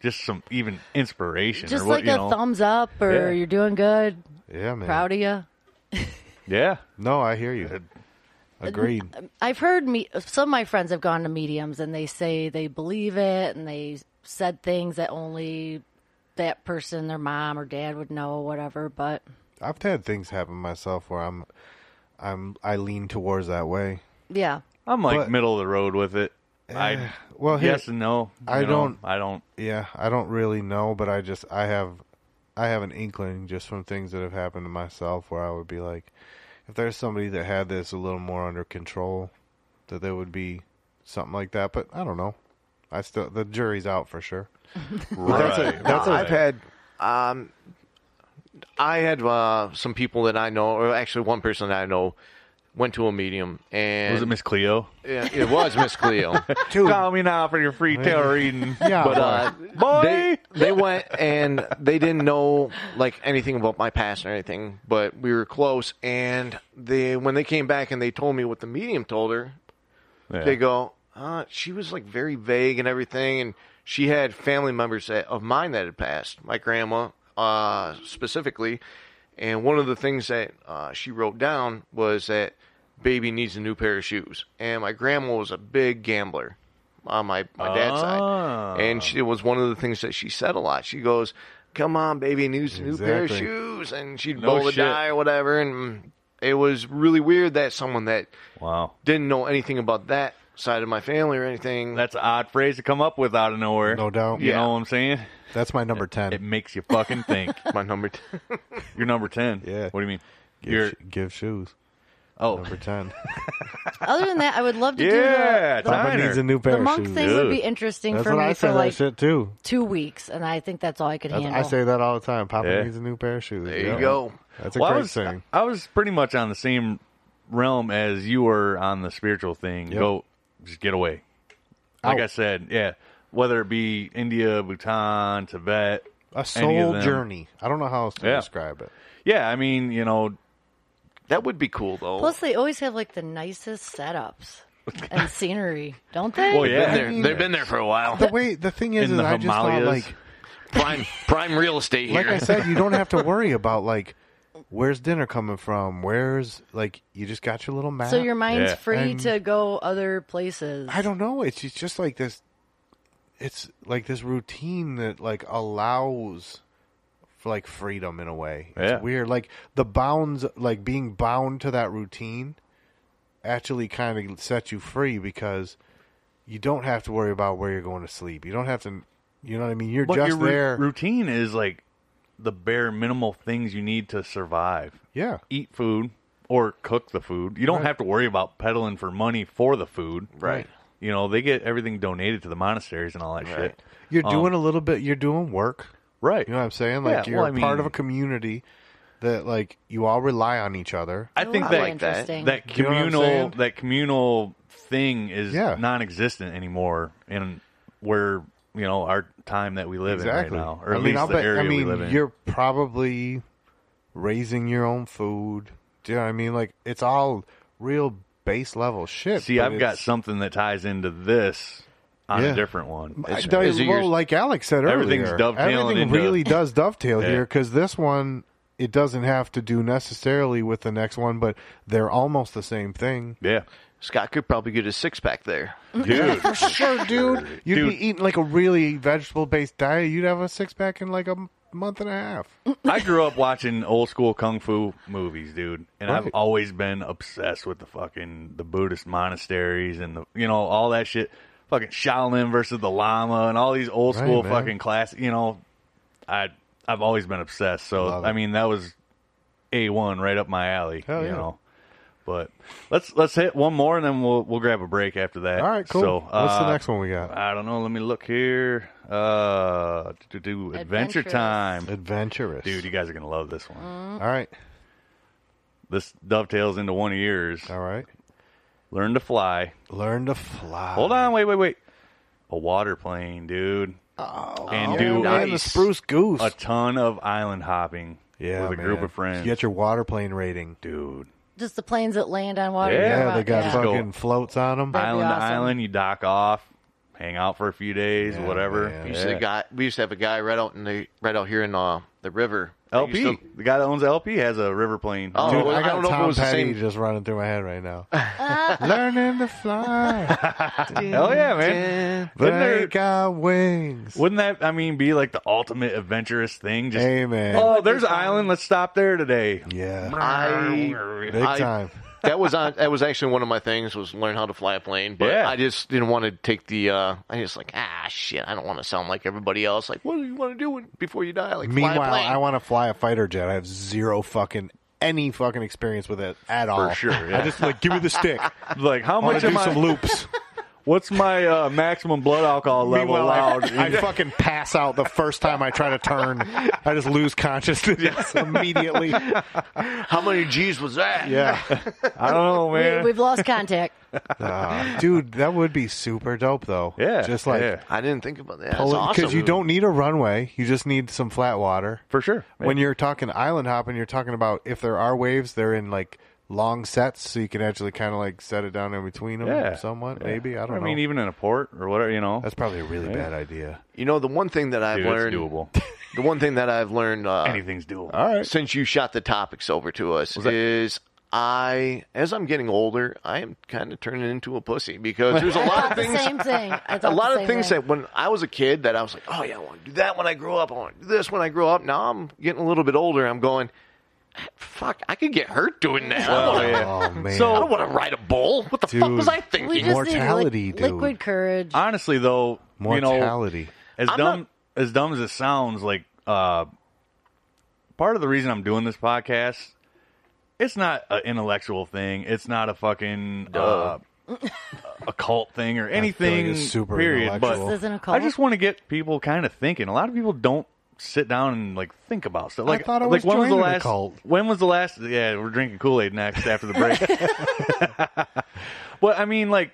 Speaker 2: Just some even inspiration,
Speaker 7: just
Speaker 2: or what
Speaker 7: like
Speaker 2: you
Speaker 7: a
Speaker 2: know.
Speaker 7: thumbs up or
Speaker 2: Yeah.
Speaker 7: you're doing good,
Speaker 3: Yeah, man.
Speaker 7: proud of you.
Speaker 2: Yeah,
Speaker 3: No, I hear you. Agreed.
Speaker 7: I've heard me some of my friends have gone to mediums and they say they believe it and they said things that only that person, their mom or dad would know, whatever. But
Speaker 3: I've had things happen myself where I'm, I'm, I lean towards that way.
Speaker 7: yeah,
Speaker 2: I'm like
Speaker 3: But-
Speaker 2: middle of the road with it. I
Speaker 3: well, here-
Speaker 2: yes and no.
Speaker 3: I
Speaker 2: you know,
Speaker 3: don't-
Speaker 2: I don't.
Speaker 3: Yeah, I don't really know, but I just I have, I have an inkling just from things that have happened to myself where I would be like, if there's somebody that had this a little more under control, that there would be something like that. But I don't know. I still the jury's out for sure.
Speaker 2: Right.
Speaker 3: That's
Speaker 6: I've had. Um, I had uh, some people that I know, or actually one person that I know, Went to a medium, and
Speaker 2: Was it Miss Cleo?
Speaker 6: Yeah, it was Miss Cleo.
Speaker 3: Dude,
Speaker 2: Call me now for your free tarot reading.
Speaker 3: Yeah,
Speaker 6: but uh,
Speaker 2: Boy!
Speaker 6: They, they went and they didn't know like anything about my past or anything, but we were close. And they when they came back and they told me what the medium told her,
Speaker 2: Yeah.
Speaker 6: they go, uh, she was like very vague and everything, and she had family members that, of mine that had passed, my grandma uh, specifically, and one of the things that uh, she wrote down was that baby needs a new pair of shoes, and my grandma was a big gambler on my my dad's
Speaker 2: Ah.
Speaker 6: side, and she it was one of the things that she said a lot. She goes. Come on, baby, needs a new pair of
Speaker 3: Exactly.
Speaker 6: shoes, and she'd
Speaker 2: No
Speaker 6: roll the
Speaker 2: shit.
Speaker 6: die or whatever. And it was really weird that someone that
Speaker 2: Wow.
Speaker 6: didn't know anything about that side of my family or anything.
Speaker 2: That's an odd phrase to come up with out of nowhere.
Speaker 3: No doubt.
Speaker 2: You
Speaker 6: Yeah.
Speaker 2: know what I'm saying?
Speaker 3: that's my number ten.
Speaker 2: It makes you fucking think.
Speaker 6: my number. T-
Speaker 2: You're number 10.
Speaker 3: Yeah.
Speaker 2: What do you mean?
Speaker 3: give,
Speaker 2: You're,
Speaker 3: sh- give shoes.
Speaker 2: oh,
Speaker 3: Number ten.
Speaker 7: Other than that, I would love to
Speaker 2: Yeah,
Speaker 7: do the,
Speaker 2: Diner.
Speaker 3: Papa needs a new
Speaker 7: the,
Speaker 3: pair
Speaker 7: the
Speaker 3: of
Speaker 7: monk
Speaker 3: shoes.
Speaker 7: thing would be
Speaker 2: Dude.
Speaker 7: interesting
Speaker 3: That's
Speaker 7: for
Speaker 3: what
Speaker 7: me
Speaker 3: I say
Speaker 7: for
Speaker 3: that
Speaker 7: like
Speaker 3: shit too.
Speaker 7: two weeks, and I think that's all I could
Speaker 3: That's-
Speaker 7: handle.
Speaker 3: I say that all the time. Papa
Speaker 2: Yeah.
Speaker 3: needs a new pair of shoes.
Speaker 6: there
Speaker 3: Yeah.
Speaker 6: you go.
Speaker 3: That's a
Speaker 2: Well, I
Speaker 3: great
Speaker 2: was,
Speaker 3: thing.
Speaker 2: I was pretty much on the same realm as you were on the spiritual thing.
Speaker 3: Yep. Oh.
Speaker 2: Go, just get away. Like
Speaker 3: Out.
Speaker 2: I said, yeah. Whether it be India, Bhutan, Tibet,
Speaker 3: A
Speaker 2: any of
Speaker 3: soul
Speaker 2: them.
Speaker 3: journey. I don't know how else to
Speaker 2: Yeah.
Speaker 3: describe it.
Speaker 2: Yeah, I mean, you know,
Speaker 6: That would be cool though.
Speaker 7: Plus, they always have like the nicest setups and scenery, don't they?
Speaker 2: Well, yeah.
Speaker 6: Been there-
Speaker 3: I mean-
Speaker 6: they've been there for a while.
Speaker 3: The way the thing is,
Speaker 2: in
Speaker 3: is
Speaker 2: the
Speaker 3: I just thought
Speaker 2: Himalayas.
Speaker 3: like,
Speaker 6: prime prime real estate here.
Speaker 3: like I said, you don't have to worry about like, where's dinner coming from? Where's like, you just got your little map.
Speaker 7: So your mind's
Speaker 2: Yeah.
Speaker 7: free
Speaker 3: And-
Speaker 7: to go other places.
Speaker 3: I don't know. It's it's just like this. It's like this routine that like allows for like freedom in a way.
Speaker 2: Yeah.
Speaker 3: It's weird. Like the bounds, like being bound to that routine, actually kind of sets you free because you don't have to worry about where you're going to sleep. You don't have to. You know what I mean? You're
Speaker 2: but
Speaker 3: just
Speaker 2: your ru-
Speaker 3: there.
Speaker 2: routine is like the bare minimal things you need to survive.
Speaker 3: yeah.
Speaker 2: Eat food or cook the food. You don't have to worry about peddling for money for the food.
Speaker 6: Right.
Speaker 2: You know, they get everything donated to the monasteries and all that shit.
Speaker 3: You're
Speaker 2: Um,
Speaker 3: doing a little bit. You're doing work.
Speaker 2: Right.
Speaker 3: You know what I'm saying?
Speaker 2: Yeah,
Speaker 3: Like you're
Speaker 2: well, I
Speaker 3: part
Speaker 2: mean-
Speaker 3: of a community that like you all rely on each other.
Speaker 2: I think
Speaker 7: would
Speaker 2: that
Speaker 7: be
Speaker 6: like that.
Speaker 7: interesting.
Speaker 2: that
Speaker 3: You know what I'm
Speaker 2: communal
Speaker 3: saying?
Speaker 2: that communal thing is
Speaker 3: Yeah.
Speaker 2: non-existent anymore in where you know our time that we live
Speaker 3: exactly.
Speaker 2: in right now, or
Speaker 3: I
Speaker 2: at
Speaker 3: mean,
Speaker 2: least
Speaker 3: I'll
Speaker 2: the
Speaker 3: bet,
Speaker 2: area
Speaker 3: I mean,
Speaker 2: we live in.
Speaker 3: you're probably raising your own food. Do you know what I mean? Like it's all real base level shit.
Speaker 2: See,
Speaker 3: but
Speaker 2: I've got
Speaker 3: it's-
Speaker 2: something that ties into this on
Speaker 3: Yeah.
Speaker 2: a different one.
Speaker 3: I,
Speaker 6: Is-
Speaker 3: tell
Speaker 6: is it
Speaker 3: you, well,
Speaker 6: your-
Speaker 3: like Alex said earlier,
Speaker 2: Everything's dovetailing
Speaker 3: Everything
Speaker 2: into-
Speaker 3: really does dovetail
Speaker 2: Yeah.
Speaker 3: here because this one it doesn't have to do necessarily with the next one, but they're almost the same thing.
Speaker 2: Yeah,
Speaker 6: Scott could probably get a six pack there.
Speaker 2: dude.
Speaker 3: For sure, dude. You'd
Speaker 2: Dude.
Speaker 3: be eating like a really vegetable based diet. You'd have a six pack in like a m- month and a half.
Speaker 2: I grew up watching old school kung fu movies, dude, and I've
Speaker 3: Right.
Speaker 2: always been obsessed with the fucking the Buddhist monasteries and the you know all that shit. Fucking Shaolin versus the Lama and all these old
Speaker 3: Right,
Speaker 2: school
Speaker 3: man.
Speaker 2: fucking class. You know, I I've always been obsessed. So
Speaker 3: Love it.
Speaker 2: I mean, that was a one right up my alley.
Speaker 3: Hell
Speaker 2: you
Speaker 3: yeah.
Speaker 2: know. But let's let's hit one more and then we'll we'll grab a break after that.
Speaker 3: All right, cool.
Speaker 2: So,
Speaker 3: What's the
Speaker 2: uh,
Speaker 3: next one we got?
Speaker 2: I don't know. Let me look here. Uh, to do Adventure
Speaker 7: Adventurous.
Speaker 2: Time.
Speaker 3: Adventurous,
Speaker 2: Dude, you guys are gonna love this one.
Speaker 7: Mm-hmm.
Speaker 3: All right,
Speaker 2: This dovetails into one of yours.
Speaker 3: all right.
Speaker 2: Learn to fly.
Speaker 3: Learn to fly.
Speaker 2: Hold on, wait, wait, wait. A water plane, dude. Oh, and do
Speaker 3: man, the
Speaker 6: nice.
Speaker 3: spruce goose.
Speaker 2: a ton of island hopping
Speaker 3: yeah,
Speaker 2: with a
Speaker 3: man.
Speaker 2: group of friends.
Speaker 3: You get your water plane rating, dude.
Speaker 7: Just the planes that land on water.
Speaker 2: Yeah,
Speaker 3: Yeah, they got
Speaker 7: yeah.
Speaker 2: fuck-
Speaker 3: fucking floats on them.
Speaker 7: That'd be
Speaker 2: island to
Speaker 7: awesome.
Speaker 2: island, you dock off, hang out for a few days,
Speaker 3: Yeah,
Speaker 2: whatever.
Speaker 3: man.
Speaker 6: We used, to guy, we used to have a guy right out in the right out here in uh, the river. They
Speaker 2: LP,
Speaker 6: used to-
Speaker 2: the guy that owns LP has a river plane.
Speaker 6: Oh,
Speaker 3: Dude,
Speaker 6: well,
Speaker 3: I
Speaker 6: I
Speaker 3: got
Speaker 6: don't know if it
Speaker 3: Tom
Speaker 6: was the
Speaker 3: Petty
Speaker 6: same-
Speaker 3: just running through my head right now. Learning to fly,
Speaker 2: hell yeah, man!
Speaker 3: but
Speaker 2: Wouldn't,
Speaker 3: I
Speaker 2: there,
Speaker 3: ain't got wings.
Speaker 2: wouldn't that, I mean, be like the ultimate adventurous thing? Just
Speaker 3: Hey, man.
Speaker 2: oh, there's an island. Let's stop there today.
Speaker 3: Yeah,
Speaker 6: I,
Speaker 3: big
Speaker 6: I-
Speaker 3: time.
Speaker 6: that was on, that was actually one of my things was learn how to fly a plane. But
Speaker 2: Yeah.
Speaker 6: I just didn't want to take the. Uh, I just like ah shit. I don't want to sound like everybody else. Like what do you want to do when, before you die? Like fly a
Speaker 3: Meanwhile,
Speaker 6: plane.
Speaker 3: I want to fly a fighter jet. I have zero fucking any fucking experience with it at all.
Speaker 2: sure,
Speaker 3: I just like give me the stick.
Speaker 2: Like how
Speaker 3: I want
Speaker 2: much
Speaker 3: to
Speaker 2: am
Speaker 3: do
Speaker 2: I?
Speaker 3: some loops.
Speaker 2: What's my uh, maximum blood alcohol level
Speaker 3: Meanwhile,
Speaker 2: allowed?
Speaker 3: I, I fucking pass out the first time I try to turn. I just lose consciousness immediately.
Speaker 6: How many G's was that?
Speaker 3: Yeah.
Speaker 2: I don't know, man.
Speaker 7: We, we've lost contact.
Speaker 3: Uh, dude, that would be super dope, though.
Speaker 2: yeah,
Speaker 3: Just like,
Speaker 2: yeah,
Speaker 6: I didn't think about that. That's
Speaker 3: because
Speaker 6: awesome.
Speaker 3: you don't need a runway, you just need some flat water.
Speaker 2: for sure.
Speaker 3: When you're talking island hopping, you're talking about if there are waves, they're in like long sets, so you can actually kind of like set it down in between them
Speaker 2: yeah,
Speaker 3: somewhat,
Speaker 2: yeah.
Speaker 3: maybe. I don't know.
Speaker 2: mean, even in a port or whatever, you know,
Speaker 3: That's probably a really bad idea.
Speaker 6: You know the one thing that I've
Speaker 2: dude,
Speaker 6: learned.
Speaker 2: it's doable.
Speaker 6: The one thing that I've learned uh,
Speaker 2: Anything's doable.
Speaker 3: All right.
Speaker 6: since you shot the topics over to us is I, as I'm getting older, I am kind of turning into a pussy because there's a
Speaker 7: I
Speaker 6: lot
Speaker 7: thought
Speaker 6: of
Speaker 7: the
Speaker 6: things.
Speaker 7: same thing. I
Speaker 6: A
Speaker 7: thought
Speaker 6: lot
Speaker 7: the
Speaker 6: of
Speaker 7: same
Speaker 6: things
Speaker 7: thing.
Speaker 6: that when I was a kid that I was like, oh yeah, I want to do that when I grow up. I want to do this when I grow up. Now I'm getting a little bit older. I'm going, fuck, I could get hurt doing that. I, don't
Speaker 2: Oh,
Speaker 6: wanna,
Speaker 2: yeah.
Speaker 3: Oh, man.
Speaker 6: I don't want to ride a bull. What the fuck
Speaker 3: Dude.
Speaker 6: was I
Speaker 7: we
Speaker 6: thinking?
Speaker 7: just
Speaker 3: Mortality,
Speaker 7: need
Speaker 3: dude.
Speaker 7: li- liquid courage.
Speaker 2: Honestly, though, you know,
Speaker 3: Mortality.
Speaker 2: as
Speaker 6: I'm
Speaker 2: dumb as dumb as it sounds, like uh, part of the reason I'm doing this podcast, it's not an intellectual thing. It's not a fucking uh, a cult thing or anything.
Speaker 3: is super
Speaker 2: period. But
Speaker 3: intellectual. This
Speaker 7: isn't a
Speaker 2: I just want to get people kind of thinking. A lot of people don't sit down and like think about stuff. Like
Speaker 3: thought I was
Speaker 2: like, when was the
Speaker 3: joining a
Speaker 2: last
Speaker 3: cult.
Speaker 2: when was the last? Yeah, we're drinking Kool Aid next after the break. but I mean, like.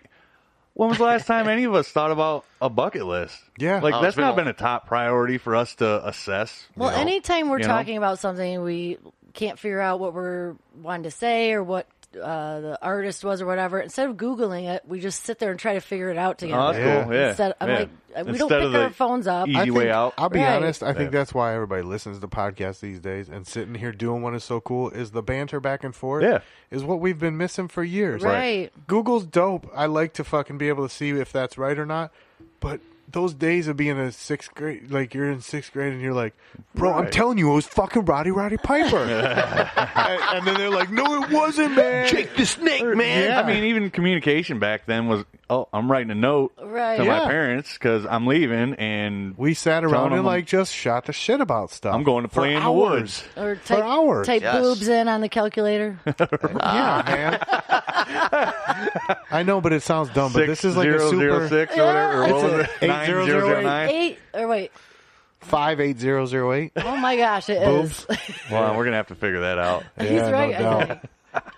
Speaker 2: When was the last time any of us thought about a bucket list?
Speaker 3: Yeah.
Speaker 2: Like,
Speaker 3: Oh,
Speaker 2: that's
Speaker 6: been
Speaker 2: not
Speaker 6: a-
Speaker 2: been a top priority for us to assess.
Speaker 7: Well, anytime we're
Speaker 2: you know?
Speaker 7: talking about something, we can't figure out what we're wanting to say or what uh, the artist was or whatever. Instead of googling it, we just sit there and try to figure it out together.
Speaker 2: Oh, that's
Speaker 3: Yeah.
Speaker 2: cool. Yeah.
Speaker 7: Instead- I'm
Speaker 2: yeah.
Speaker 7: like, uh, we don't
Speaker 2: Instead of
Speaker 7: pick our
Speaker 2: the
Speaker 7: phones up.
Speaker 2: Easy
Speaker 3: I think-
Speaker 2: way out.
Speaker 3: I'll be
Speaker 7: Right.
Speaker 3: honest. I think
Speaker 2: Yeah.
Speaker 3: that's why everybody listens to podcasts these days. And sitting here doing one is so cool is the banter back and forth.
Speaker 2: Yeah.
Speaker 3: is what we've been missing for years.
Speaker 7: Right.
Speaker 3: Google's dope. I like to fucking be able to see if that's right or not. But those days of being a sixth grade, like you're in sixth grade and you're like, bro, I'm
Speaker 2: Right.
Speaker 3: telling you, it was fucking Roddy Roddy Piper. and, and then they're like, no, it wasn't, man.
Speaker 6: Jake the Snake, man.
Speaker 3: Yeah.
Speaker 2: I mean, even communication back then was, oh, I'm writing a note
Speaker 7: Right.
Speaker 2: to my
Speaker 3: Yeah.
Speaker 2: parents because I'm leaving and
Speaker 3: We sat
Speaker 2: Telling
Speaker 3: around
Speaker 2: them-
Speaker 3: and like just shot the shit about stuff.
Speaker 2: I'm going to
Speaker 3: for
Speaker 2: play in the
Speaker 3: hours.
Speaker 2: woods.
Speaker 7: Or type,
Speaker 3: hours.
Speaker 7: type
Speaker 6: Yes.
Speaker 7: boobs in on the calculator.
Speaker 3: Yeah, man. Uh, I know, but it sounds dumb. But this is like a
Speaker 2: Six zero
Speaker 3: super
Speaker 2: zero six or whatever. Or
Speaker 3: It's
Speaker 2: what
Speaker 3: a
Speaker 2: was it?
Speaker 3: eight
Speaker 2: Nine
Speaker 3: zero
Speaker 2: zero
Speaker 3: zero
Speaker 2: zero
Speaker 3: eight.
Speaker 2: nine.
Speaker 7: Eight or wait.
Speaker 3: five eight zero zero eight.
Speaker 7: Oh my gosh, it is.
Speaker 3: Boobs.
Speaker 2: Well, we're gonna have to figure that out.
Speaker 7: He's right. I
Speaker 3: doubt.
Speaker 7: think.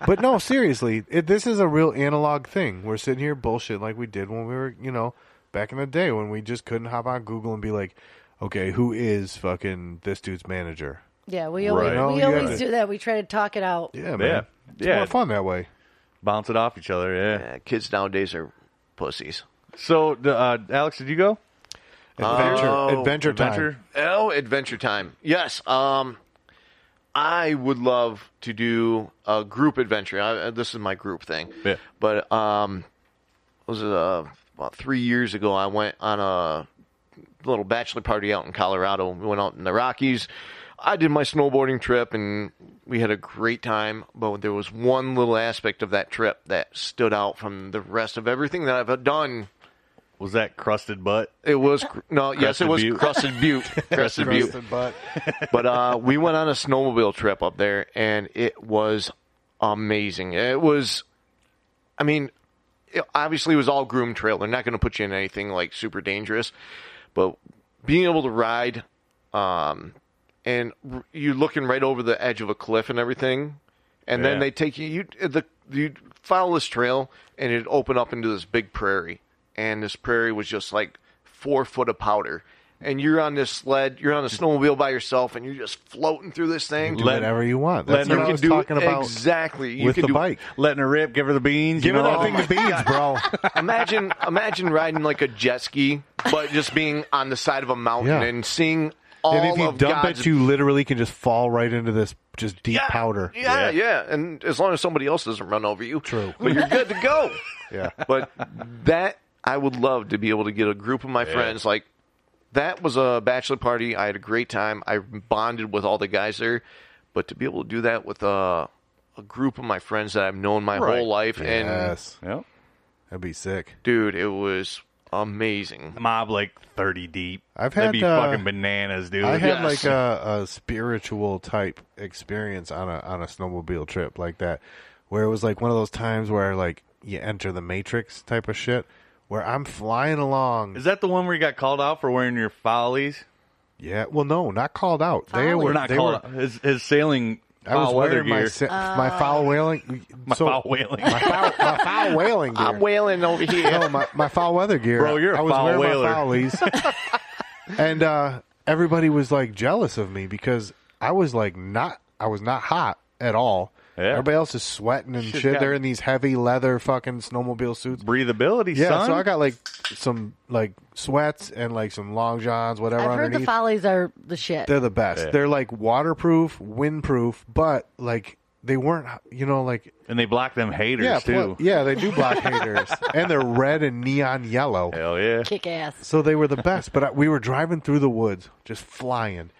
Speaker 3: But no, seriously, it, this is a real analog thing. We're sitting here bullshit like we did when we were, you know, back in the day when we just couldn't hop on Google and be like, okay, who is fucking this dude's manager?
Speaker 7: Yeah, we always
Speaker 2: Right.
Speaker 3: No,
Speaker 7: we
Speaker 3: you
Speaker 7: always
Speaker 3: gotta-
Speaker 7: do that. We try to talk it out.
Speaker 3: Yeah, man.
Speaker 2: Yeah,
Speaker 3: It's
Speaker 2: yeah.
Speaker 3: more fun that way.
Speaker 2: Bounce it off each other. Yeah.
Speaker 6: Yeah, Uh, kids nowadays are pussies.
Speaker 2: So, the, uh, Alex, did you go?
Speaker 3: Adventure,
Speaker 6: Oh,
Speaker 3: adventure time.
Speaker 2: Adventure.
Speaker 6: Oh, Adventure Time. Yes. Um, I would love to do a group adventure. I, uh, this is my group thing.
Speaker 2: Yeah.
Speaker 6: But um, it was uh, about three years ago. I went on a little bachelor party out in Colorado. We went out in the Rockies. I did my snowboarding trip and we had a great time, but there was one little aspect of that trip that stood out from the rest of everything that I've done
Speaker 2: Was that crusted butt?
Speaker 6: it was cr- no, yes, it
Speaker 2: Crested
Speaker 6: was
Speaker 2: Butte.
Speaker 6: Crested Butte, Crested Butte.
Speaker 3: But
Speaker 6: But uh, we went on a snowmobile trip up there, and it was amazing. It was, I mean, it obviously it was all groomed trail. They're not going to put you in anything like super dangerous, but being able to ride, um, and r- you're looking right over the edge of a cliff and everything, and
Speaker 2: Yeah.
Speaker 6: then they take you you the you follow this trail and it'd open up into this big prairie, and this prairie was just like four foot of powder. And you're on this sled, you're on a snowmobile by yourself, and you're just floating through this thing.
Speaker 3: do
Speaker 2: Let-
Speaker 3: whatever you want. That's
Speaker 2: let-
Speaker 3: what
Speaker 2: you
Speaker 3: I
Speaker 2: can
Speaker 3: was
Speaker 2: do
Speaker 3: talking about
Speaker 6: exactly you
Speaker 3: with
Speaker 6: could
Speaker 3: the
Speaker 6: do,
Speaker 3: bike.
Speaker 2: Letting her rip, give her the beans.
Speaker 3: Give
Speaker 2: you
Speaker 3: her
Speaker 2: know?
Speaker 3: that thing the beans, bro.
Speaker 6: imagine imagine riding like a jet ski, but just being on the side of a
Speaker 3: Yeah.
Speaker 6: mountain and seeing all
Speaker 3: and if you
Speaker 6: of
Speaker 3: dump
Speaker 6: God's
Speaker 3: it, you literally can just fall right into this just deep
Speaker 6: Yeah,
Speaker 3: powder.
Speaker 6: Yeah, yeah, and as long as somebody else doesn't run over you,
Speaker 3: True.
Speaker 6: but you're good to go.
Speaker 3: Yeah.
Speaker 6: But that I would love to be able to get a group of my friends like that was a bachelor party. I had a great time. I bonded with all the guys there, but to be able to do that with a a group of my friends that I've known my
Speaker 2: Right.
Speaker 6: whole life and
Speaker 3: Yes.
Speaker 2: Yep.
Speaker 3: That'd be sick.
Speaker 6: dude, it was amazing.
Speaker 2: mob like 30 deep.
Speaker 3: I've
Speaker 2: That'd
Speaker 3: had,
Speaker 2: be
Speaker 3: uh,
Speaker 2: fucking bananas, dude.
Speaker 3: I had
Speaker 6: Yes.
Speaker 3: like a, a spiritual type experience on a on a snowmobile trip like that, where it was like one of those times where like you enter the matrix type of shit, where I'm flying along.
Speaker 2: Is that the one where you got called out for wearing your follies?
Speaker 3: yeah, well, no, not called out. They
Speaker 7: Follies.
Speaker 3: were
Speaker 2: Or not
Speaker 3: they
Speaker 2: called
Speaker 3: were-
Speaker 2: out. His, his sailing
Speaker 3: I was
Speaker 2: foul weather
Speaker 3: wearing my
Speaker 2: gear.
Speaker 3: se- my foul whaling.
Speaker 2: My foul whaling.
Speaker 3: my foul, my foul whaling gear.
Speaker 6: I'm wailing over here.
Speaker 3: no, my, my foul weather gear.
Speaker 2: Bro, you're a
Speaker 3: I was
Speaker 2: foul
Speaker 3: wearing
Speaker 2: whaler.
Speaker 3: my foulies, and uh, everybody was like jealous of me because I was like not, I was not hot at all.
Speaker 2: Yeah.
Speaker 3: Everybody else is sweating and
Speaker 2: Shit's
Speaker 3: shit.
Speaker 2: got-
Speaker 3: They're in these heavy leather fucking snowmobile suits.
Speaker 2: Breathability,
Speaker 3: Yeah,
Speaker 2: son.
Speaker 3: so I got like some like sweats and like some long johns, whatever.
Speaker 7: I've heard
Speaker 3: underneath.
Speaker 7: the follies are the shit.
Speaker 3: They're the best.
Speaker 2: Yeah.
Speaker 3: They're like waterproof, windproof, but like they weren't, you know, like
Speaker 2: and they block them haters,
Speaker 3: yeah,
Speaker 2: too.
Speaker 3: pl- yeah, they do block haters, and they're red and neon yellow.
Speaker 2: Hell yeah.
Speaker 7: Kick ass.
Speaker 3: So they were the best. But I, we were driving through the woods, just flying,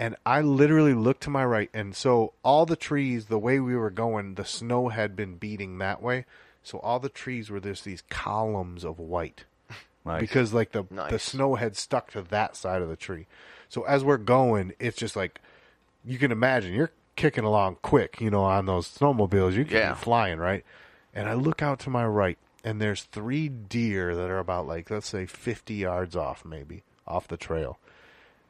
Speaker 3: and I literally looked to my right, and so all the trees, the way we were going, the snow had been beating that way, so all the trees were just these columns of white
Speaker 2: Nice.
Speaker 3: because like the the snow had stuck to that side of the tree. So as we're going, it's just like you can imagine you're kicking along quick, you know, on those snowmobiles. You can
Speaker 6: Yeah.
Speaker 3: be flying, right? And I look out to my right and there's three deer that are about like let's say 50 yards off maybe off the trail.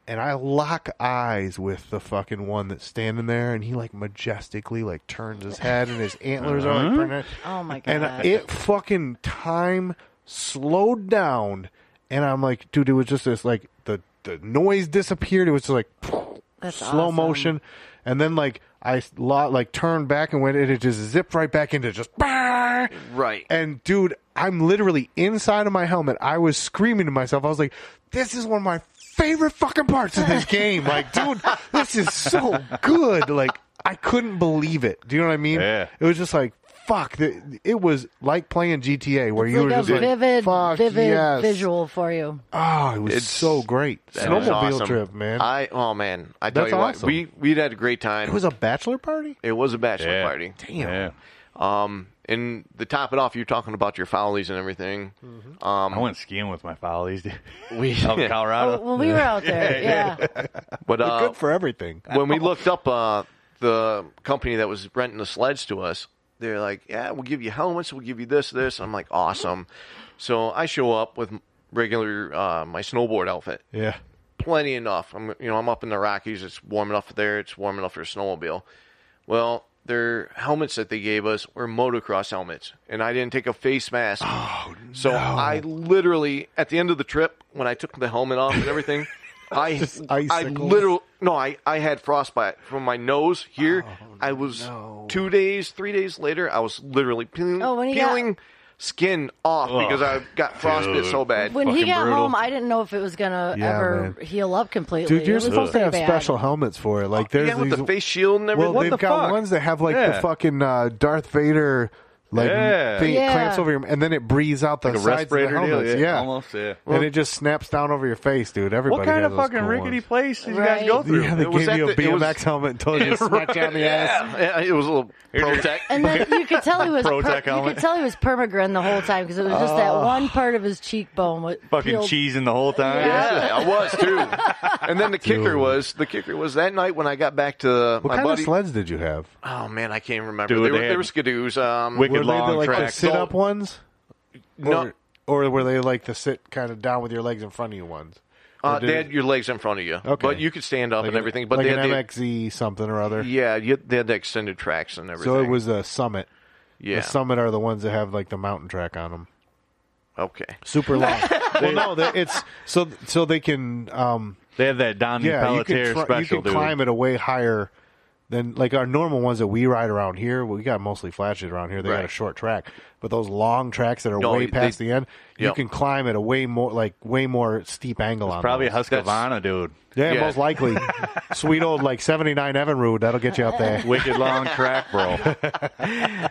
Speaker 3: And I lock eyes with the fucking one that's standing there and he like majestically like turns his head and his antlers are like printed.
Speaker 7: Oh my
Speaker 3: And
Speaker 7: God.
Speaker 3: it fucking time slowed down, and I'm like, dude, it was just this like the the noise disappeared. It was just like
Speaker 7: That's
Speaker 3: slow
Speaker 7: awesome.
Speaker 3: motion, and then like I lot like turned back and went, and it just zipped right back into just.
Speaker 6: Right.
Speaker 3: And dude, I'm literally inside of my helmet. I was screaming to myself. I was like, this is one of my favorite fucking parts of this game. Like, dude, this is so good. Like, I couldn't believe it. Do you know what I mean?
Speaker 2: Yeah.
Speaker 3: It was just like, fuck. th- It was like playing GTA where
Speaker 7: It's
Speaker 3: you
Speaker 7: like
Speaker 3: were
Speaker 7: a
Speaker 3: just like,
Speaker 7: vivid,
Speaker 3: fuck,
Speaker 7: vivid
Speaker 3: yes.
Speaker 7: visual for you.
Speaker 3: Oh, it was
Speaker 6: It's-
Speaker 3: so great.
Speaker 6: That was
Speaker 3: Snowmobile
Speaker 6: awesome.
Speaker 3: trip, man.
Speaker 6: I oh man, I tell
Speaker 3: That's
Speaker 6: you what,
Speaker 3: awesome.
Speaker 6: we we'd had a great time.
Speaker 3: it was a bachelor party?
Speaker 6: it was a bachelor
Speaker 2: Yeah.
Speaker 6: party.
Speaker 2: Yeah.
Speaker 6: Um, and to top it off, you're talking about your foulies and everything.
Speaker 2: I went skiing with my follies, dude.
Speaker 6: We,
Speaker 2: Out in Colorado.
Speaker 7: Oh, when we were out there, yeah.
Speaker 6: but uh,
Speaker 3: Good for everything.
Speaker 6: when we looked up uh, the company that was renting the sleds to us, they're like, "Yeah, we'll give you helmets, we'll give you this, this." I'm like, "Awesome!" So I show up with regular uh, my snowboard outfit,
Speaker 3: Yeah.
Speaker 6: plenty enough. I'm you know I'm up in the Rockies. It's warm enough there. It's warm enough for a snowmobile. Well, their helmets that they gave us were motocross helmets, and I didn't take a face mask. Oh, so I literally at the end of the trip when I took the helmet off and everything. I
Speaker 3: Just
Speaker 6: I
Speaker 3: icicles.
Speaker 6: literally no I, I had frostbite from my nose here.
Speaker 3: Oh,
Speaker 6: I was two days three days later. I was literally peeling,
Speaker 7: Oh, when he got-
Speaker 6: peeling skin off
Speaker 3: Oh,
Speaker 6: because I got frostbite so bad.
Speaker 7: When he
Speaker 2: fucking
Speaker 7: got
Speaker 2: brutal.
Speaker 7: home, I didn't know if it was gonna
Speaker 3: Yeah,
Speaker 7: ever
Speaker 3: man.
Speaker 7: heal up completely.
Speaker 3: Dude, you're
Speaker 7: It was
Speaker 3: supposed to
Speaker 7: pretty
Speaker 3: have
Speaker 7: bad.
Speaker 3: special helmets for it. Like, there's
Speaker 6: yeah, with
Speaker 3: these
Speaker 6: the face shield and everything.
Speaker 3: Well,
Speaker 2: What
Speaker 3: they've
Speaker 2: the
Speaker 3: got
Speaker 2: fuck?
Speaker 3: ones that have like
Speaker 2: Yeah.
Speaker 3: the fucking uh, Darth Vader like
Speaker 2: Yeah.
Speaker 3: thing
Speaker 7: Yeah.
Speaker 3: clamps over your, and then it breathes out the
Speaker 2: Like a
Speaker 3: sides of the
Speaker 2: respirator deal,
Speaker 3: helmets.
Speaker 2: yeah,
Speaker 3: yeah,
Speaker 2: almost, yeah.
Speaker 3: and it just snaps down over your face, dude. Everybody.
Speaker 2: What kind
Speaker 3: has
Speaker 2: of
Speaker 3: those
Speaker 2: fucking
Speaker 3: cool
Speaker 2: rickety
Speaker 3: ones.
Speaker 2: place did
Speaker 7: Right.
Speaker 2: you guys go through?
Speaker 3: Yeah, they
Speaker 6: It was
Speaker 3: gave you a
Speaker 6: at the- it
Speaker 3: BMX
Speaker 6: was-
Speaker 3: helmet and told you to smack you on the ass.
Speaker 6: Yeah, it was a little protect.
Speaker 7: And then you could tell he was
Speaker 2: Pro
Speaker 7: per-
Speaker 2: tech
Speaker 7: you
Speaker 2: helmet.
Speaker 7: could tell he was permagrin the whole time because it was just that
Speaker 3: Ah.
Speaker 7: one part of his cheekbone was
Speaker 2: Fucking
Speaker 7: peeled.
Speaker 2: cheesing the whole time.
Speaker 6: yeah, I was too. And then the kicker was the kicker was that night when I got back to
Speaker 3: What
Speaker 6: my
Speaker 3: kind
Speaker 6: buddy.
Speaker 3: of sleds did you have?
Speaker 6: oh man, I can't remember.
Speaker 2: Dude,
Speaker 6: they,
Speaker 2: they
Speaker 6: were, they
Speaker 2: had
Speaker 6: were skidoos. Um,
Speaker 3: Were they
Speaker 2: Wicked long
Speaker 3: the, like the
Speaker 2: tracks.
Speaker 3: sit-up ones?
Speaker 6: no,
Speaker 3: Or, or were they like the sit kind of down with your legs in front of you ones? Or
Speaker 6: uh,
Speaker 3: did
Speaker 6: they
Speaker 3: it-
Speaker 6: had your legs in front of you,
Speaker 3: Okay.
Speaker 6: but you could stand up
Speaker 3: like
Speaker 6: and
Speaker 3: an-
Speaker 6: everything. But
Speaker 3: like
Speaker 6: they
Speaker 3: an
Speaker 6: had the,
Speaker 3: MXZ something or other.
Speaker 6: yeah, you, they had the extended tracks and everything.
Speaker 3: So it was a summit.
Speaker 6: yeah,
Speaker 3: The summit are the ones that have like the mountain track on them.
Speaker 6: okay.
Speaker 3: super long. well, no, they- it's so so they can um
Speaker 2: They have that Donnie
Speaker 3: yeah you
Speaker 2: Pelletier
Speaker 3: can, tr-
Speaker 2: special,
Speaker 3: you can
Speaker 2: dude.
Speaker 3: climb it a way higher than like our normal ones that we ride around here. we got mostly flat shit around here. They got a
Speaker 6: Right.
Speaker 3: short track, but those long tracks that are
Speaker 6: No,
Speaker 3: way
Speaker 6: they-
Speaker 3: past the end, you
Speaker 6: Yep.
Speaker 3: can climb at a way more like way more steep angle on.
Speaker 2: Probably
Speaker 3: those.
Speaker 2: Husqvarna, dude.
Speaker 3: yeah,
Speaker 6: Yeah.
Speaker 3: most likely sweet old like seventy nine Evinrude that'll get you up there.
Speaker 2: Wicked long track, bro.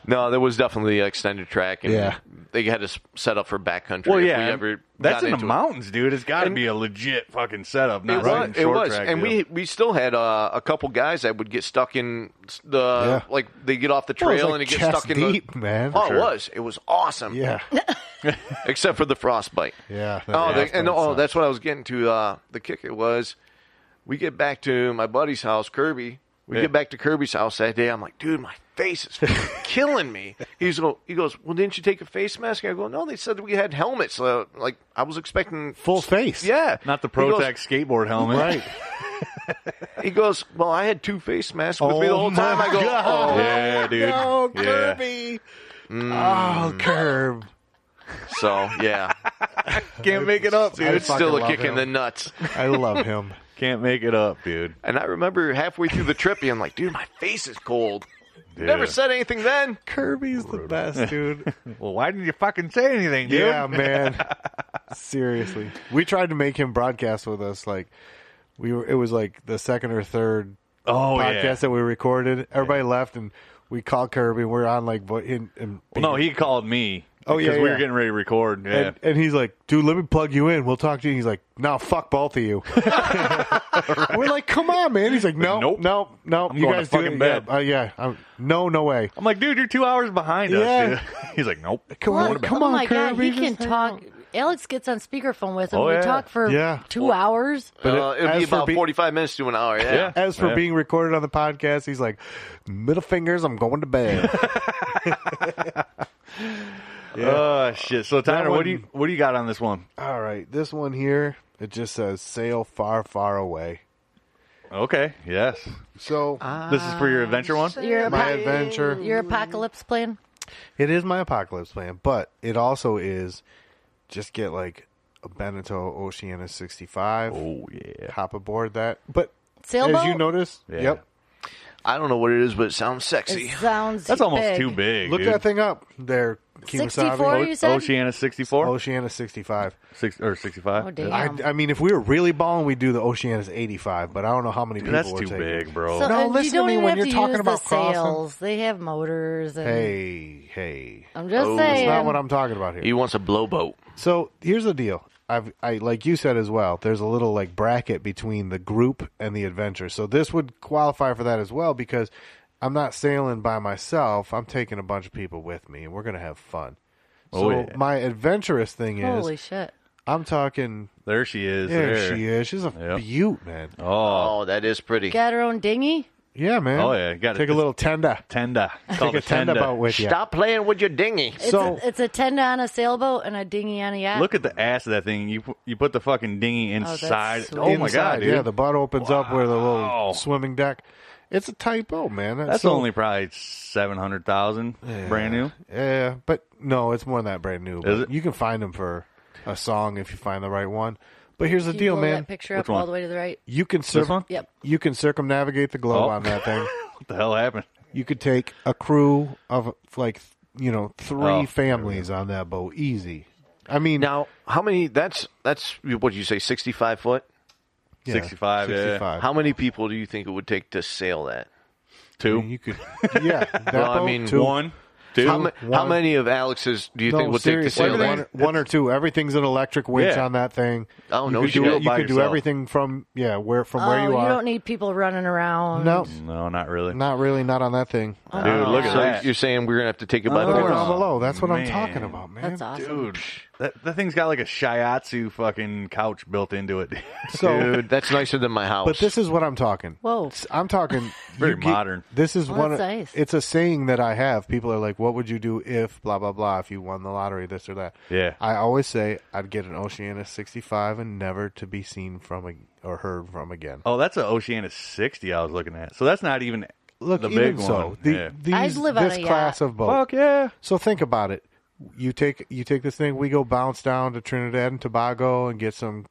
Speaker 6: No, there was definitely an extended track. And
Speaker 3: Yeah.
Speaker 6: they had us set up for backcountry.
Speaker 2: Well,
Speaker 6: if
Speaker 2: yeah,
Speaker 6: we ever
Speaker 2: that's
Speaker 6: got
Speaker 2: in the
Speaker 6: into it.
Speaker 2: mountains, dude. It's got to be a legit fucking setup, not
Speaker 6: It was,
Speaker 2: some
Speaker 6: it
Speaker 2: short
Speaker 6: was,
Speaker 2: track
Speaker 6: and
Speaker 2: deal.
Speaker 6: we we still had uh, a couple guys that would get stuck in s- the
Speaker 3: Yeah.
Speaker 6: like they get off the
Speaker 3: Well, it's
Speaker 6: trail and
Speaker 3: like
Speaker 6: it gets
Speaker 3: chest
Speaker 6: stuck in
Speaker 3: deep,
Speaker 6: the
Speaker 3: man.
Speaker 6: Oh, it was, it was awesome.
Speaker 3: Yeah,
Speaker 6: except for the frostbite.
Speaker 3: yeah.
Speaker 6: Oh,
Speaker 3: that's
Speaker 6: the, and
Speaker 3: what it
Speaker 6: oh,
Speaker 3: sucks.
Speaker 6: that's what I was getting to. Uh, the kicker was, we get back to my buddy's house, Kirby. We get back to Kirby's house that day. I'm like, dude, my face is fucking killing me. He's go, he goes, well, didn't you take a face mask? I go, no, they said we had helmets. So, like, I was expecting
Speaker 3: Full face.
Speaker 6: Yeah,
Speaker 2: Not the
Speaker 6: He goes-
Speaker 2: Protex skateboard helmet.
Speaker 3: Right.
Speaker 6: He goes, well, I had two face masks with me the
Speaker 3: Oh
Speaker 6: whole time.
Speaker 3: my
Speaker 6: I go,
Speaker 3: God.
Speaker 6: "Oh."
Speaker 2: Yeah, dude.
Speaker 3: Oh,
Speaker 2: yeah.
Speaker 3: Kirby.
Speaker 6: Mm.
Speaker 3: Oh, Curb.
Speaker 6: "Oh." so yeah,
Speaker 2: Can't make it up,
Speaker 3: I
Speaker 6: it's
Speaker 3: fucking
Speaker 6: still a
Speaker 3: love
Speaker 6: kick in
Speaker 3: him.
Speaker 6: the nuts.
Speaker 3: I love him.
Speaker 2: Can't make it up, dude.
Speaker 6: And I remember halfway through the trip being like, dude, my face is cold.
Speaker 2: Yeah.
Speaker 6: Never said anything then.
Speaker 3: Kirby's the best, dude.
Speaker 2: Well, why didn't you fucking say anything, dude?
Speaker 3: Yeah, man. Seriously, we tried to make him broadcast with us. Like we were, it was like the second or third
Speaker 2: Oh,
Speaker 3: podcast
Speaker 2: yeah.
Speaker 3: that we recorded. Everybody left, and we called Kirby. and We're on like, vo- in, in,
Speaker 2: Well, no, he called me.
Speaker 3: Oh, yeah,
Speaker 2: Because we
Speaker 3: yeah.
Speaker 2: were getting ready to record. Yeah.
Speaker 3: and, and he's like, dude, let me plug you in. We'll talk to you. And he's like, no, fuck both of you. We're like, come on, man. He's like, no,
Speaker 2: Nope.
Speaker 3: no, no.
Speaker 2: I'm
Speaker 3: you
Speaker 2: going to
Speaker 3: guys do
Speaker 2: fucking
Speaker 3: it.
Speaker 2: bed.
Speaker 3: Yeah, uh, yeah. I'm- no, no way.
Speaker 2: I'm like, dude, you're two hours behind
Speaker 3: Yeah.
Speaker 2: us. Dude. He's like, nope.
Speaker 3: Come
Speaker 7: Well,
Speaker 3: on, come
Speaker 7: oh
Speaker 3: on,
Speaker 7: my
Speaker 3: Kirby.
Speaker 7: God, he can
Speaker 3: just hang
Speaker 7: talk.
Speaker 3: out.
Speaker 7: Alex gets on speakerphone with him.
Speaker 2: Oh,
Speaker 7: we
Speaker 2: yeah.
Speaker 7: talk for
Speaker 3: Yeah.
Speaker 7: two hours.
Speaker 6: But
Speaker 3: it-
Speaker 6: uh, it'd be
Speaker 3: as for
Speaker 6: about
Speaker 3: be-
Speaker 6: 45 minutes to an hour. Yeah.
Speaker 2: Yeah.
Speaker 3: As for being recorded on the podcast, he's like, middle fingers, I'm going to bed.
Speaker 2: Oh shit. So Tyler, what do you
Speaker 3: one-
Speaker 2: what do you got on this one?
Speaker 3: All right, this one here, it just says sail far, far away.
Speaker 2: Okay. Yes.
Speaker 3: So
Speaker 7: Ah.
Speaker 2: This is
Speaker 7: Um,
Speaker 2: for your adventure one.
Speaker 7: Your,
Speaker 3: my
Speaker 7: apo-
Speaker 3: adventure,
Speaker 7: your apocalypse plan.
Speaker 3: it is my apocalypse plan, but it also is just get like a Beneteau Oceana 65.
Speaker 2: Oh yeah.
Speaker 3: Hop aboard that, but
Speaker 7: Sailboat.
Speaker 3: as you notice,
Speaker 2: Yeah.
Speaker 3: yep.
Speaker 6: I don't know what it is, but it sounds
Speaker 7: it
Speaker 6: sexy.
Speaker 7: sounds
Speaker 2: That's almost
Speaker 7: big.
Speaker 2: too big.
Speaker 3: Look
Speaker 2: dude.
Speaker 3: that thing up there, Kimasabi.
Speaker 7: 64?
Speaker 3: O-
Speaker 7: You said?
Speaker 2: Oceana 64,
Speaker 3: Oceana 65.
Speaker 2: six or 65.
Speaker 7: Oh, damn.
Speaker 3: I, I mean, if we were really balling, we'd do the Oceana's 85, but I don't know how many
Speaker 2: Dude,
Speaker 3: people
Speaker 2: that's
Speaker 3: would
Speaker 2: too
Speaker 3: take it.
Speaker 2: big, bro.
Speaker 7: So,
Speaker 3: No,
Speaker 7: and you
Speaker 3: listen to
Speaker 7: don't
Speaker 3: me
Speaker 7: even
Speaker 3: when
Speaker 7: have
Speaker 3: you're
Speaker 7: to
Speaker 3: talking
Speaker 7: use
Speaker 3: about
Speaker 7: the
Speaker 3: crossing.
Speaker 7: sails. They have motors. And
Speaker 3: Hey, hey.
Speaker 7: I'm just
Speaker 3: That's
Speaker 7: saying.
Speaker 3: not what I'm talking about here.
Speaker 6: He wants a blowboat.
Speaker 3: So here's the deal. I've I like you said as well. There's a little like bracket between the group and the adventure. So this would qualify for that as well because I'm not sailing by myself. I'm taking a bunch of people with me, and we're gonna have fun. So
Speaker 2: Oh, yeah.
Speaker 3: my adventurous thing is
Speaker 7: Holy shit.
Speaker 3: I'm talking.
Speaker 2: There she is.
Speaker 3: There,
Speaker 2: there.
Speaker 3: she is. She's a
Speaker 2: Yep.
Speaker 3: beaut, man.
Speaker 2: Oh,
Speaker 6: Oh, that is pretty.
Speaker 7: Got her own dinghy?
Speaker 3: Yeah, man.
Speaker 2: Oh, yeah. Got it.
Speaker 3: take a little tender.
Speaker 2: tenda. It's called
Speaker 3: Take a tender boat with you.
Speaker 6: Stop playing with your dinghy.
Speaker 7: It's,
Speaker 3: So-
Speaker 7: a, it's a tender on a sailboat and a dinghy on a yacht.
Speaker 2: Look at the ass of that thing. You pu- you put the fucking dinghy
Speaker 7: that's
Speaker 2: inside.
Speaker 7: sweet.
Speaker 2: Oh, my
Speaker 3: Inside,
Speaker 2: god, dude.
Speaker 3: Yeah, the butt opens up where the
Speaker 2: Wow.
Speaker 3: little swimming deck. It's a tight boat, man.
Speaker 2: that's
Speaker 3: So-
Speaker 2: only probably 700,000 brand new.
Speaker 3: Yeah, but no, it's more than that brand new. But
Speaker 2: Is it?
Speaker 3: You can find them for a song if you find the right one. But here's the
Speaker 7: Can you
Speaker 3: deal,
Speaker 7: blow
Speaker 3: man.
Speaker 7: That picture
Speaker 2: Which
Speaker 7: up all
Speaker 2: one?
Speaker 7: the way to the right.
Speaker 3: You can cir-
Speaker 2: one?
Speaker 7: Yep.
Speaker 3: You can circumnavigate the globe
Speaker 2: Oh.
Speaker 3: on that thing.
Speaker 2: What the hell happened?
Speaker 3: you could take a crew of like you know three
Speaker 2: Oh,
Speaker 3: families on that boat, easy. I mean,
Speaker 6: Now, how many? That's that's what you say, 65 foot.
Speaker 3: yeah,
Speaker 2: 65, yeah.
Speaker 3: 65.
Speaker 6: How many people do you think it would take to sail that?
Speaker 3: I
Speaker 2: Two.
Speaker 3: mean, you could, yeah. That
Speaker 6: Well, I
Speaker 3: boat,
Speaker 6: mean,
Speaker 3: two.
Speaker 2: One, two.
Speaker 6: how, ma- how
Speaker 3: one.
Speaker 6: many of Alex's do you
Speaker 3: No,
Speaker 6: think would take to
Speaker 3: seriously,
Speaker 6: sail that?
Speaker 3: one, one or two. Everything's an electric winch
Speaker 2: Yeah.
Speaker 3: on that thing.
Speaker 6: Oh,
Speaker 3: you
Speaker 6: no
Speaker 3: could do,
Speaker 6: shit.
Speaker 3: it- You
Speaker 2: By
Speaker 3: could do
Speaker 2: yourself.
Speaker 3: everything from yeah, where from
Speaker 7: oh,
Speaker 3: where you
Speaker 7: you
Speaker 3: are.
Speaker 7: don't need people running around.
Speaker 3: no,
Speaker 2: No, not really.
Speaker 3: not really. Not on that thing.
Speaker 7: Oh,
Speaker 2: Dude, look at
Speaker 6: so
Speaker 2: that.
Speaker 6: you're saying we're gonna have to take it by
Speaker 3: Put it
Speaker 6: force?
Speaker 3: down below. That's what I'm
Speaker 2: man.
Speaker 3: talking about, man.
Speaker 7: That's awesome.
Speaker 2: Dude, that, that thing's got like a shiatsu fucking couch built into it.
Speaker 3: So,
Speaker 6: Dude, that's nicer than my house.
Speaker 3: but this is what I'm talking.
Speaker 7: Whoa.
Speaker 3: S- I'm talking
Speaker 2: Very
Speaker 3: you get-
Speaker 2: modern.
Speaker 3: This is
Speaker 7: Oh,
Speaker 3: one.
Speaker 7: that's
Speaker 3: of-
Speaker 7: nice.
Speaker 3: It's a saying that I have. People are like, "What would you do if blah blah blah? If you won the lottery, this or that."
Speaker 2: Yeah.
Speaker 3: I always say I'd get an Oceana 65 and never to be seen from ag- or heard from again.
Speaker 2: oh, that's an Oceana 60 I was looking at. So that's not even
Speaker 3: Look,
Speaker 2: the
Speaker 3: even
Speaker 2: big
Speaker 3: so,
Speaker 2: one.
Speaker 3: the,
Speaker 2: yeah.
Speaker 3: these,
Speaker 7: I'd live on
Speaker 3: this
Speaker 7: a
Speaker 3: class
Speaker 7: yacht.
Speaker 3: of boat.
Speaker 2: Fuck yeah.
Speaker 3: So think about it. You take you take this thing. We go bounce down to Trinidad and Tobago and get some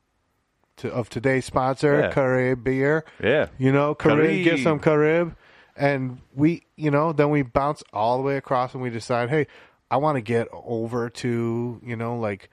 Speaker 3: to, of today's sponsor,
Speaker 2: Yeah.
Speaker 3: Carib beer.
Speaker 2: Yeah.
Speaker 3: You know, Carib,
Speaker 2: Carib.
Speaker 3: get some Carib, and we you know then we bounce all the way across and we decide, hey, I want to get over to you know like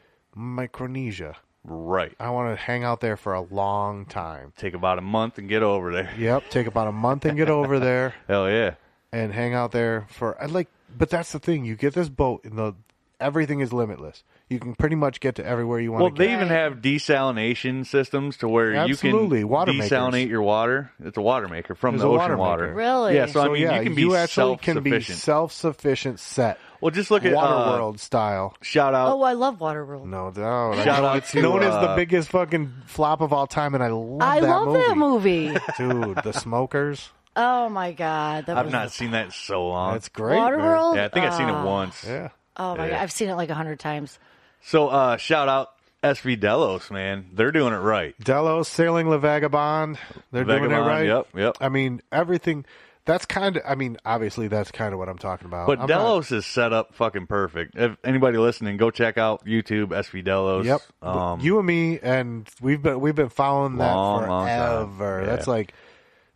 Speaker 3: Micronesia.
Speaker 2: Right.
Speaker 3: I want to hang out there for a long time.
Speaker 2: Take about a month and get over there.
Speaker 3: Yep, take about a month and get over there
Speaker 2: Hell yeah.
Speaker 3: and hang out there for I like but that's the thing you get this boat and the everything is limitless you can pretty much get to everywhere you want
Speaker 2: Well,
Speaker 3: to
Speaker 2: they
Speaker 3: get.
Speaker 2: even have desalination systems to where
Speaker 3: Absolutely,
Speaker 2: you can
Speaker 3: water makers.
Speaker 2: desalinate your water. It's a water maker from
Speaker 3: It's
Speaker 2: the
Speaker 3: a
Speaker 2: ocean
Speaker 3: water
Speaker 2: water.
Speaker 3: maker.
Speaker 7: Really?
Speaker 2: Yeah, so, I
Speaker 3: So,
Speaker 2: mean,
Speaker 3: Oh, yeah,
Speaker 2: you can be
Speaker 3: actually can be
Speaker 2: self-sufficient.
Speaker 3: self-sufficient set
Speaker 2: well, just look at
Speaker 3: water
Speaker 2: uh,
Speaker 3: world style
Speaker 2: Shout out
Speaker 7: Oh, I love Waterworld.
Speaker 3: no doubt
Speaker 2: Shout out
Speaker 3: it's
Speaker 2: to,
Speaker 3: Oh. known as the
Speaker 2: uh,
Speaker 3: biggest fucking flop of all time and I love
Speaker 7: I
Speaker 3: that
Speaker 7: love
Speaker 3: movie.
Speaker 7: that movie.
Speaker 3: dude the smokers
Speaker 7: Oh my god, that
Speaker 2: I've
Speaker 7: was
Speaker 2: not seen that in so long.
Speaker 3: That's great. man.
Speaker 7: Waterworld.
Speaker 2: yeah, I think I've seen it
Speaker 7: Ah.
Speaker 2: once.
Speaker 3: Yeah.
Speaker 7: Oh my
Speaker 2: Yeah.
Speaker 7: god, I've seen it like a hundred times.
Speaker 2: So uh, shout out SV Delos, man. They're doing
Speaker 3: Oh,
Speaker 2: it right.
Speaker 3: Delos, Sailing La Vagabond. They're doing it
Speaker 2: Vagabond,
Speaker 3: right.
Speaker 2: yep, yep.
Speaker 3: I mean, everything. That's kind of. I mean, obviously, that's kind of what I'm talking about.
Speaker 2: But
Speaker 3: I'm not-
Speaker 2: Delos is set up fucking perfect. If anybody listening, go check out YouTube SV Delos.
Speaker 3: Yep.
Speaker 2: Um,
Speaker 3: you and me, and we've been we've been following that
Speaker 2: Long, long time.
Speaker 3: forever.
Speaker 2: Yeah.
Speaker 3: That's like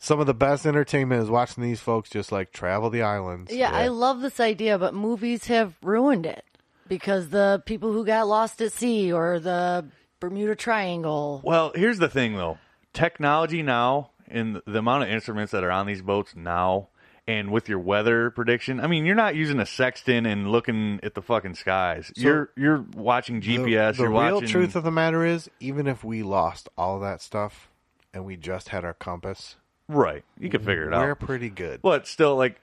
Speaker 3: some of the best entertainment is watching these folks just like travel the islands.
Speaker 7: Yeah, I love this idea, but movies have ruined it because the people who got lost at sea or the Bermuda Triangle.
Speaker 2: Well, here's the thing though. Technology now and the amount of instruments that are on these boats now and with your weather prediction, I mean, you're not using a sextant and looking at the fucking skies. you're you're watching
Speaker 3: The-
Speaker 2: GPS,
Speaker 3: The,
Speaker 2: you're
Speaker 3: real
Speaker 2: watching
Speaker 3: truth of the matter is, even if we lost all that stuff and we just had our compass,
Speaker 2: Right. You can figure it
Speaker 3: we're
Speaker 2: out.
Speaker 3: pretty good.
Speaker 2: But still like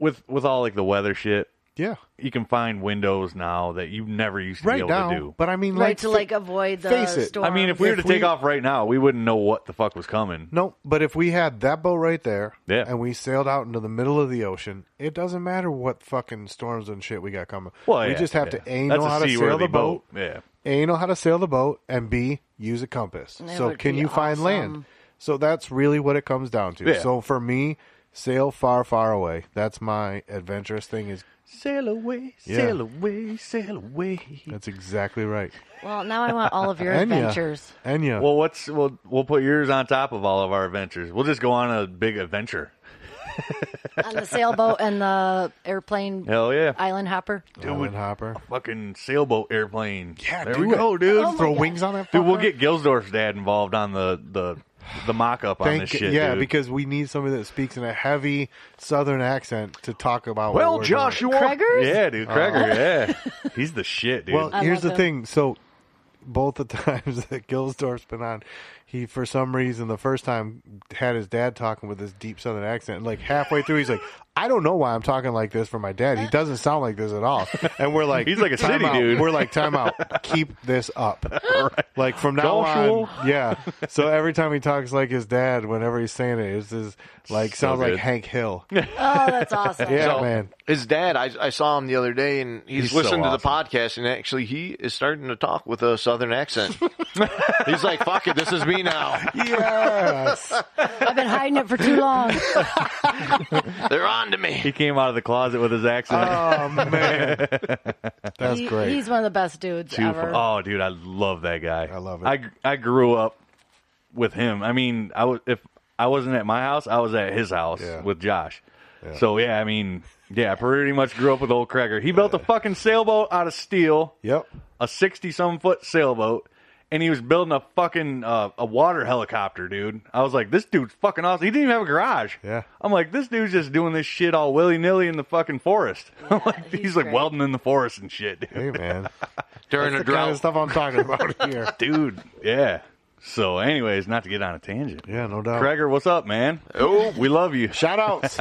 Speaker 2: with with all like the weather shit,
Speaker 3: yeah,
Speaker 2: you can find windows now that you never used to be
Speaker 3: right
Speaker 2: able
Speaker 3: now.
Speaker 2: to do.
Speaker 3: But I mean,
Speaker 7: Right
Speaker 3: like,
Speaker 7: to
Speaker 3: fi-
Speaker 7: like avoid the
Speaker 3: face it.
Speaker 7: storm.
Speaker 2: I mean, if we were to
Speaker 3: If we-
Speaker 2: take off right now, we wouldn't know what the fuck was coming.
Speaker 3: No, but if we had that boat right there,
Speaker 2: Yeah.
Speaker 3: and we sailed out into the middle of the ocean, it doesn't matter what fucking storms and shit we got coming.
Speaker 2: Well,
Speaker 3: we
Speaker 2: yeah,
Speaker 3: just have
Speaker 2: yeah.
Speaker 3: to a
Speaker 2: That's
Speaker 3: know
Speaker 2: a
Speaker 3: how to sail
Speaker 2: seaworthy
Speaker 3: the boat,
Speaker 2: Yeah.
Speaker 3: a know how to sail the boat, and b use a compass.
Speaker 7: That
Speaker 3: so
Speaker 7: would
Speaker 3: can
Speaker 7: be
Speaker 3: you find land?
Speaker 7: awesome.
Speaker 3: So that's really what it comes down to.
Speaker 2: Yeah.
Speaker 3: So for me, sail far, far away. That's my adventurous thing. Is
Speaker 2: Sail away,
Speaker 3: Yeah.
Speaker 2: sail away, sail away.
Speaker 3: that's exactly right.
Speaker 7: well, now I want all of your
Speaker 3: Enya.
Speaker 7: adventures.
Speaker 3: Enya.
Speaker 2: Well, what's we'll we'll put yours on top of all of our adventures. We'll just go on a big adventure.
Speaker 7: on the sailboat and the airplane
Speaker 2: Hell yeah!
Speaker 7: island hopper.
Speaker 3: Island Hopper.
Speaker 2: Fucking sailboat airplane.
Speaker 3: Yeah,
Speaker 2: there
Speaker 3: do
Speaker 2: we
Speaker 3: it.
Speaker 2: go, dude.
Speaker 7: Oh my
Speaker 3: Throw
Speaker 7: God.
Speaker 3: wings on that.
Speaker 2: dude, we'll
Speaker 3: fucker.
Speaker 2: get Gilsdorf's dad involved on the the the mock up on this
Speaker 3: Thank
Speaker 2: shit.
Speaker 3: yeah,
Speaker 2: dude.
Speaker 3: because we need somebody that speaks in a heavy Southern accent to talk about. what
Speaker 6: Well,
Speaker 3: we're
Speaker 6: Josh, you
Speaker 3: doing.
Speaker 6: are.
Speaker 7: Craigers?
Speaker 2: yeah, dude, Craigor, yeah, he's the shit, dude.
Speaker 3: Well,
Speaker 7: I
Speaker 3: here's
Speaker 7: love
Speaker 3: the
Speaker 7: him.
Speaker 3: thing. So, both the times that Gilsdorf's been on, he for some reason the first time had his dad talking with this deep Southern accent, and like halfway through, he's like, "I don't know why I'm talking like this for my dad. He doesn't sound like this at all." And we're like,
Speaker 2: He's like a
Speaker 3: "Time
Speaker 2: city
Speaker 3: out."
Speaker 2: dude.
Speaker 3: We're like, "Time out. Keep this up." Like from now
Speaker 2: Josh,
Speaker 3: on,
Speaker 2: you-
Speaker 3: yeah. So every time he talks like his dad, whenever he's saying it, it's just like
Speaker 2: So
Speaker 3: sounds
Speaker 2: good.
Speaker 3: like Hank Hill.
Speaker 7: Oh, that's awesome.
Speaker 3: Yeah,
Speaker 6: So,
Speaker 3: man.
Speaker 6: His dad, I, I saw him the other day, and he's,
Speaker 2: He's so
Speaker 6: listened to the
Speaker 2: awesome.
Speaker 6: podcast, and actually, he is starting to talk with a southern accent. he's like, "Fuck it, this is me now.
Speaker 3: Yes.
Speaker 7: I've been hiding it for too long.
Speaker 6: They're on to me."
Speaker 2: he came out of the closet with his accent.
Speaker 3: oh man, that's
Speaker 7: He-
Speaker 3: great.
Speaker 7: He's one of the best dudes
Speaker 2: too.
Speaker 7: ever.
Speaker 2: Oh, dude, I love that guy.
Speaker 3: I love it.
Speaker 2: I I grew up with him. I mean, I was if I wasn't at my house, I was at his house
Speaker 3: Yeah.
Speaker 2: with Josh. So yeah, I mean, yeah, I pretty much grew up with old Cracker. He built a fucking sailboat out of steel,
Speaker 3: Yep.
Speaker 2: a sixty some foot sailboat, and he was building a fucking uh, a water helicopter, dude. I was like, this dude's fucking awesome. He didn't even have a garage.
Speaker 3: Yeah.
Speaker 2: I'm like, this dude's just doing this shit all willy nilly in the fucking forest. I'm like, he's,
Speaker 7: he's
Speaker 2: like
Speaker 7: great.
Speaker 2: welding in the forest and shit, dude.
Speaker 3: Hey man, that's
Speaker 6: During a
Speaker 3: the kind of
Speaker 6: drought,
Speaker 3: stuff I'm talking about here.
Speaker 2: dude. Yeah. So, anyways, not to get on a tangent.
Speaker 3: Yeah, no doubt.
Speaker 2: Craigor, what's up, man?
Speaker 6: Oh.
Speaker 2: we love you,
Speaker 3: Shout outs.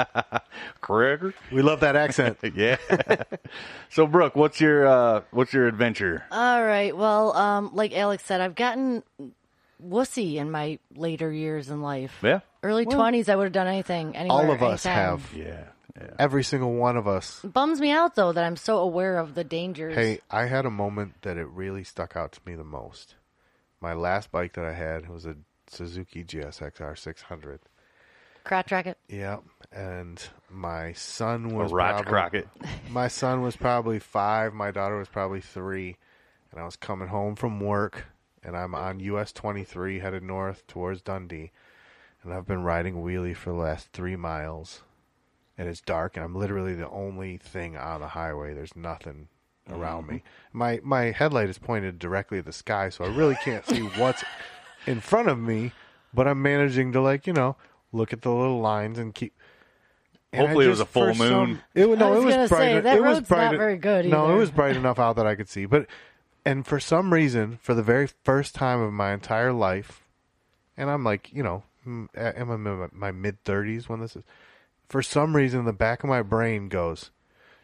Speaker 2: Craigor.
Speaker 3: we love that accent.
Speaker 2: Yeah. so, Brooke, what's your uh, what's your adventure?
Speaker 3: Uh,
Speaker 7: All right. Well, um, like Alex said, I've gotten wussy in my later years in life.
Speaker 2: Yeah.
Speaker 7: Early twenties, I would have done anything. Anywhere,
Speaker 3: All of us
Speaker 7: anytime.
Speaker 3: have.
Speaker 2: Yeah. yeah.
Speaker 3: Every single one of us.
Speaker 7: Bums me out though that I'm so aware of the dangers.
Speaker 3: Hey, I had a moment that it really stuck out to me the most. My last bike that I had was a Suzuki GSXR 600.
Speaker 7: crotch rocket.
Speaker 3: Yep, and my son
Speaker 2: A
Speaker 3: was
Speaker 2: Rod
Speaker 3: probably-
Speaker 2: Crockett.
Speaker 3: my son was probably five, my daughter was probably three, and I was coming home from work, and I'm on US 23 headed north towards Dundee, and I've been riding wheelie for the last three miles, and it's dark, and I'm literally the only thing on the highway. There's nothing around me.
Speaker 2: Mm-hmm.
Speaker 3: My my headlight is pointed directly at the sky, so I really can't see what's in front of me, but I'm managing to like you know look at the little lines and keep. and I
Speaker 2: Hopefully it was
Speaker 3: just
Speaker 2: a full
Speaker 3: for some-
Speaker 2: moon.
Speaker 3: it was no,
Speaker 7: I was
Speaker 3: it was
Speaker 7: gonna say,
Speaker 3: bright.
Speaker 7: that
Speaker 3: it was
Speaker 7: road's not
Speaker 3: bright.
Speaker 7: very good
Speaker 3: No,
Speaker 7: either.
Speaker 3: it was bright enough out that I could see. But and for some reason, for the very first time of my entire life, and I'm like, you know, mm, a- am I in my mid thirties when this is? For some reason, the back of my brain goes,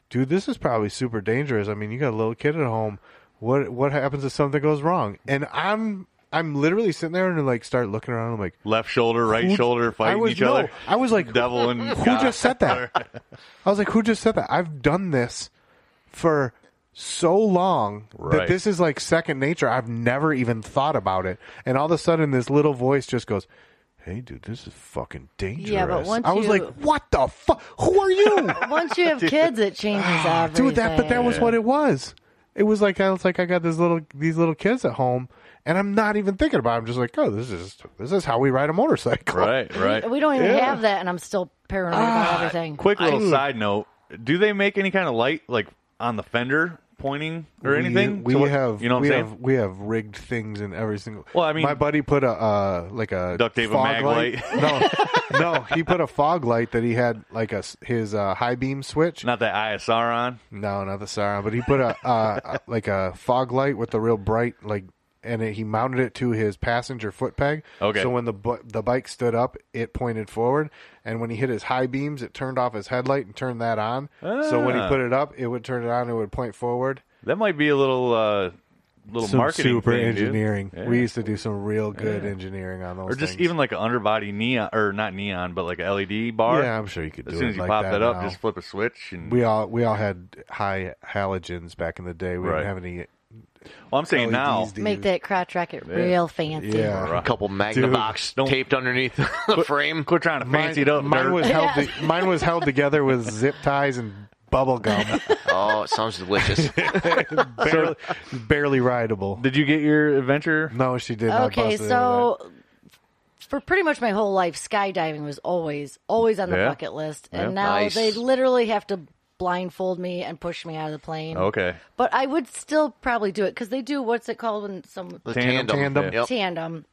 Speaker 3: "Dude, this is probably super dangerous. I mean, you got a little kid at home. What what happens if something goes wrong?" And I'm I'm literally sitting there and like start looking around. I'm like,
Speaker 2: Left shoulder, right
Speaker 3: Who-
Speaker 2: shoulder, fighting
Speaker 3: I was-
Speaker 2: each
Speaker 3: no,
Speaker 2: other.
Speaker 3: I was like,
Speaker 2: devil and
Speaker 3: who just said that? I was like, who just said that? I've done this for so long that
Speaker 2: Right.
Speaker 3: this is like second nature. I've never even thought about it, and all of a sudden, this little voice just goes. Hey, dude, this is fucking dangerous.
Speaker 7: Yeah, but once
Speaker 3: I was
Speaker 7: you-
Speaker 3: like, "What the fuck? Who are you?"
Speaker 7: Once you have kids, it changes everything.
Speaker 3: Dude, that but that was what it was. It was like I was like I got this little these little kids at home, and I'm not even thinking about. It. I'm just like, oh, this is this is how we ride a motorcycle.
Speaker 2: Right, right.
Speaker 7: We don't even
Speaker 3: Yeah. Ah,
Speaker 7: have that, and I'm still paranoid about everything.
Speaker 2: Quick little
Speaker 3: I-
Speaker 2: side note: Do they make any kind of light like on the fender pointing or anything?
Speaker 3: We,
Speaker 2: So
Speaker 3: we
Speaker 2: what-
Speaker 3: have
Speaker 2: you know what
Speaker 3: we
Speaker 2: I'm saying?
Speaker 3: have we have rigged things in every single.
Speaker 2: Well, I mean-
Speaker 3: my buddy put a uh, like a
Speaker 2: Duct tape a
Speaker 3: fog
Speaker 2: mag
Speaker 3: no, no, he put a fog light that he had like a s- his uh, high beam switch.
Speaker 2: Not that ISR on.
Speaker 3: No, not the siren, but he put a uh, like a fog light with a real bright like, and it, he mounted it to his passenger foot peg.
Speaker 2: Okay.
Speaker 3: So when the bu- the bike stood up, it pointed forward, and when he hit his high beams, it turned off his headlight and turned that on. So when he
Speaker 2: Ah.
Speaker 3: put it up, it would turn it on. and It would point forward.
Speaker 2: That might be a little uh, little
Speaker 3: Some
Speaker 2: marketing
Speaker 3: super
Speaker 2: thing, dude.
Speaker 3: engineering.
Speaker 2: Yeah.
Speaker 3: We used to do some real good engineering on those.
Speaker 2: or just
Speaker 3: things.
Speaker 2: even like an underbody neon, or not neon, but like a LED bar.
Speaker 3: yeah, I'm sure you could do
Speaker 2: as soon
Speaker 3: it
Speaker 2: as you
Speaker 3: like
Speaker 2: pop
Speaker 3: that,
Speaker 2: that, up,
Speaker 3: now.
Speaker 2: just flip a switch. And
Speaker 3: we all we all had high halogens back in the day. We
Speaker 2: Right.
Speaker 3: didn't have any.
Speaker 2: well, I'm
Speaker 3: E
Speaker 2: saying now,
Speaker 3: LEDs
Speaker 7: Make that crotch rocket real fancy.
Speaker 3: Yeah.
Speaker 6: A couple Magnavox
Speaker 2: don't-
Speaker 6: taped underneath the frame.
Speaker 2: quit trying to fancy it up.
Speaker 3: Mine
Speaker 2: nerd.
Speaker 3: was held. mine was held together with zip ties and bubble gum.
Speaker 6: Oh, it sounds delicious.
Speaker 3: barely, barely rideable.
Speaker 2: Did you get your adventure?
Speaker 3: No, she did. not
Speaker 7: Okay,
Speaker 3: bust it
Speaker 7: so for pretty much my whole life, skydiving was always, always on the
Speaker 2: Yeah.
Speaker 7: bucket list. And
Speaker 2: Yeah.
Speaker 7: now
Speaker 6: Nice.
Speaker 7: they literally have to blindfold me and push me out of the plane.
Speaker 2: Okay.
Speaker 7: But I would still probably do it because they do what's it called when some
Speaker 6: The
Speaker 2: Tandem.
Speaker 6: tandem.
Speaker 3: Tandem.
Speaker 6: Yep.
Speaker 7: tandem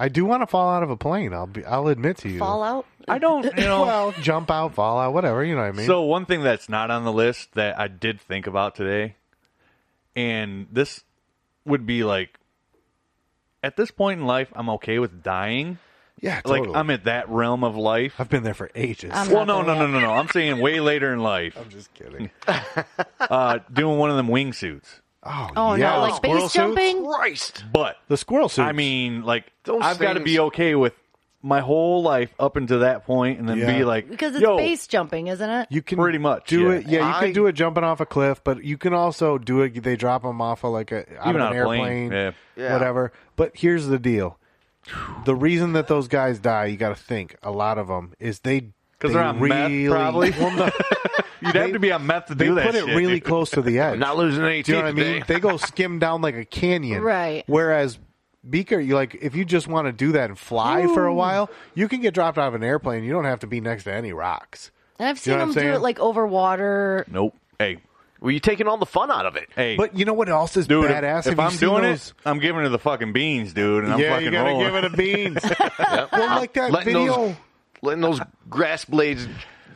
Speaker 3: I do want to fall out of a plane. I'll be. I'll admit to you.
Speaker 7: fallout?
Speaker 2: I don't. You know,
Speaker 3: Well, jump out, fall out, whatever. You know what I mean.
Speaker 2: So one thing that's not on the list that I did think about today, and this would be like, at this point in life, I'm okay with dying.
Speaker 3: yeah, totally.
Speaker 2: Like I'm at that realm of life.
Speaker 3: I've been there for ages.
Speaker 7: I'm
Speaker 2: well,
Speaker 7: not
Speaker 2: no,
Speaker 7: there
Speaker 2: no, no,
Speaker 7: yet.
Speaker 2: no, no. I'm saying way later in life,
Speaker 3: I'm just kidding.
Speaker 2: uh, doing one of them wingsuits.
Speaker 3: Oh,
Speaker 7: Oh,
Speaker 3: yeah.
Speaker 7: no, like
Speaker 3: Squirrel
Speaker 7: base
Speaker 3: suits?
Speaker 7: jumping?
Speaker 6: Christ.
Speaker 2: But
Speaker 3: The squirrel suits.
Speaker 2: I mean, like
Speaker 6: Those
Speaker 2: I've got to
Speaker 6: things-
Speaker 2: be okay with my whole life up until that point, and then
Speaker 3: Yeah.
Speaker 2: be like,
Speaker 7: Because it's
Speaker 2: yo,
Speaker 7: base jumping, isn't it?
Speaker 3: you can
Speaker 2: pretty much,
Speaker 3: do
Speaker 2: yeah.
Speaker 3: it. Yeah, you
Speaker 6: I-
Speaker 3: can do it jumping off a cliff, but you can also do it. They drop them off of like a out
Speaker 2: Even
Speaker 3: of
Speaker 2: on
Speaker 3: an
Speaker 2: a plane,
Speaker 3: airplane,
Speaker 2: yeah.
Speaker 6: Yeah.
Speaker 3: whatever. But here's the deal: the reason that those guys die, you got to think a lot of them is they
Speaker 2: 'Cause
Speaker 3: they
Speaker 2: they're on meth,
Speaker 3: really,
Speaker 2: probably.
Speaker 3: Well, no,
Speaker 2: you'd have to be on meth to
Speaker 3: they
Speaker 2: do that.
Speaker 3: put it
Speaker 2: shit,
Speaker 3: really
Speaker 2: dude.
Speaker 3: close to the edge.
Speaker 6: I'm not losing any
Speaker 3: do you
Speaker 6: teeth
Speaker 3: know what I
Speaker 6: today.
Speaker 3: mean? They go skim down like a canyon,
Speaker 7: Right.
Speaker 3: Whereas Beaker, you like if you just want to do that and fly for a while, you can get dropped out of an airplane. You don't have to be next to any rocks.
Speaker 7: And I've
Speaker 3: you
Speaker 7: seen
Speaker 3: know what
Speaker 7: them
Speaker 3: I'm
Speaker 7: do it
Speaker 3: saying?
Speaker 7: like over water.
Speaker 2: Nope. Hey,
Speaker 6: Well, you're taking all the fun out of it.
Speaker 2: hey,
Speaker 3: But you know what else is
Speaker 2: dude, if-
Speaker 3: badass?
Speaker 2: if,
Speaker 3: Have you
Speaker 2: I'm
Speaker 3: seen
Speaker 2: doing
Speaker 3: those-
Speaker 2: it, I'm giving her the fucking beans, dude, and I'm
Speaker 3: yeah,
Speaker 2: fucking
Speaker 3: you gotta
Speaker 2: rolling.
Speaker 3: give it a beans. well, like that
Speaker 6: Letting
Speaker 3: video
Speaker 6: those, letting those grass blades.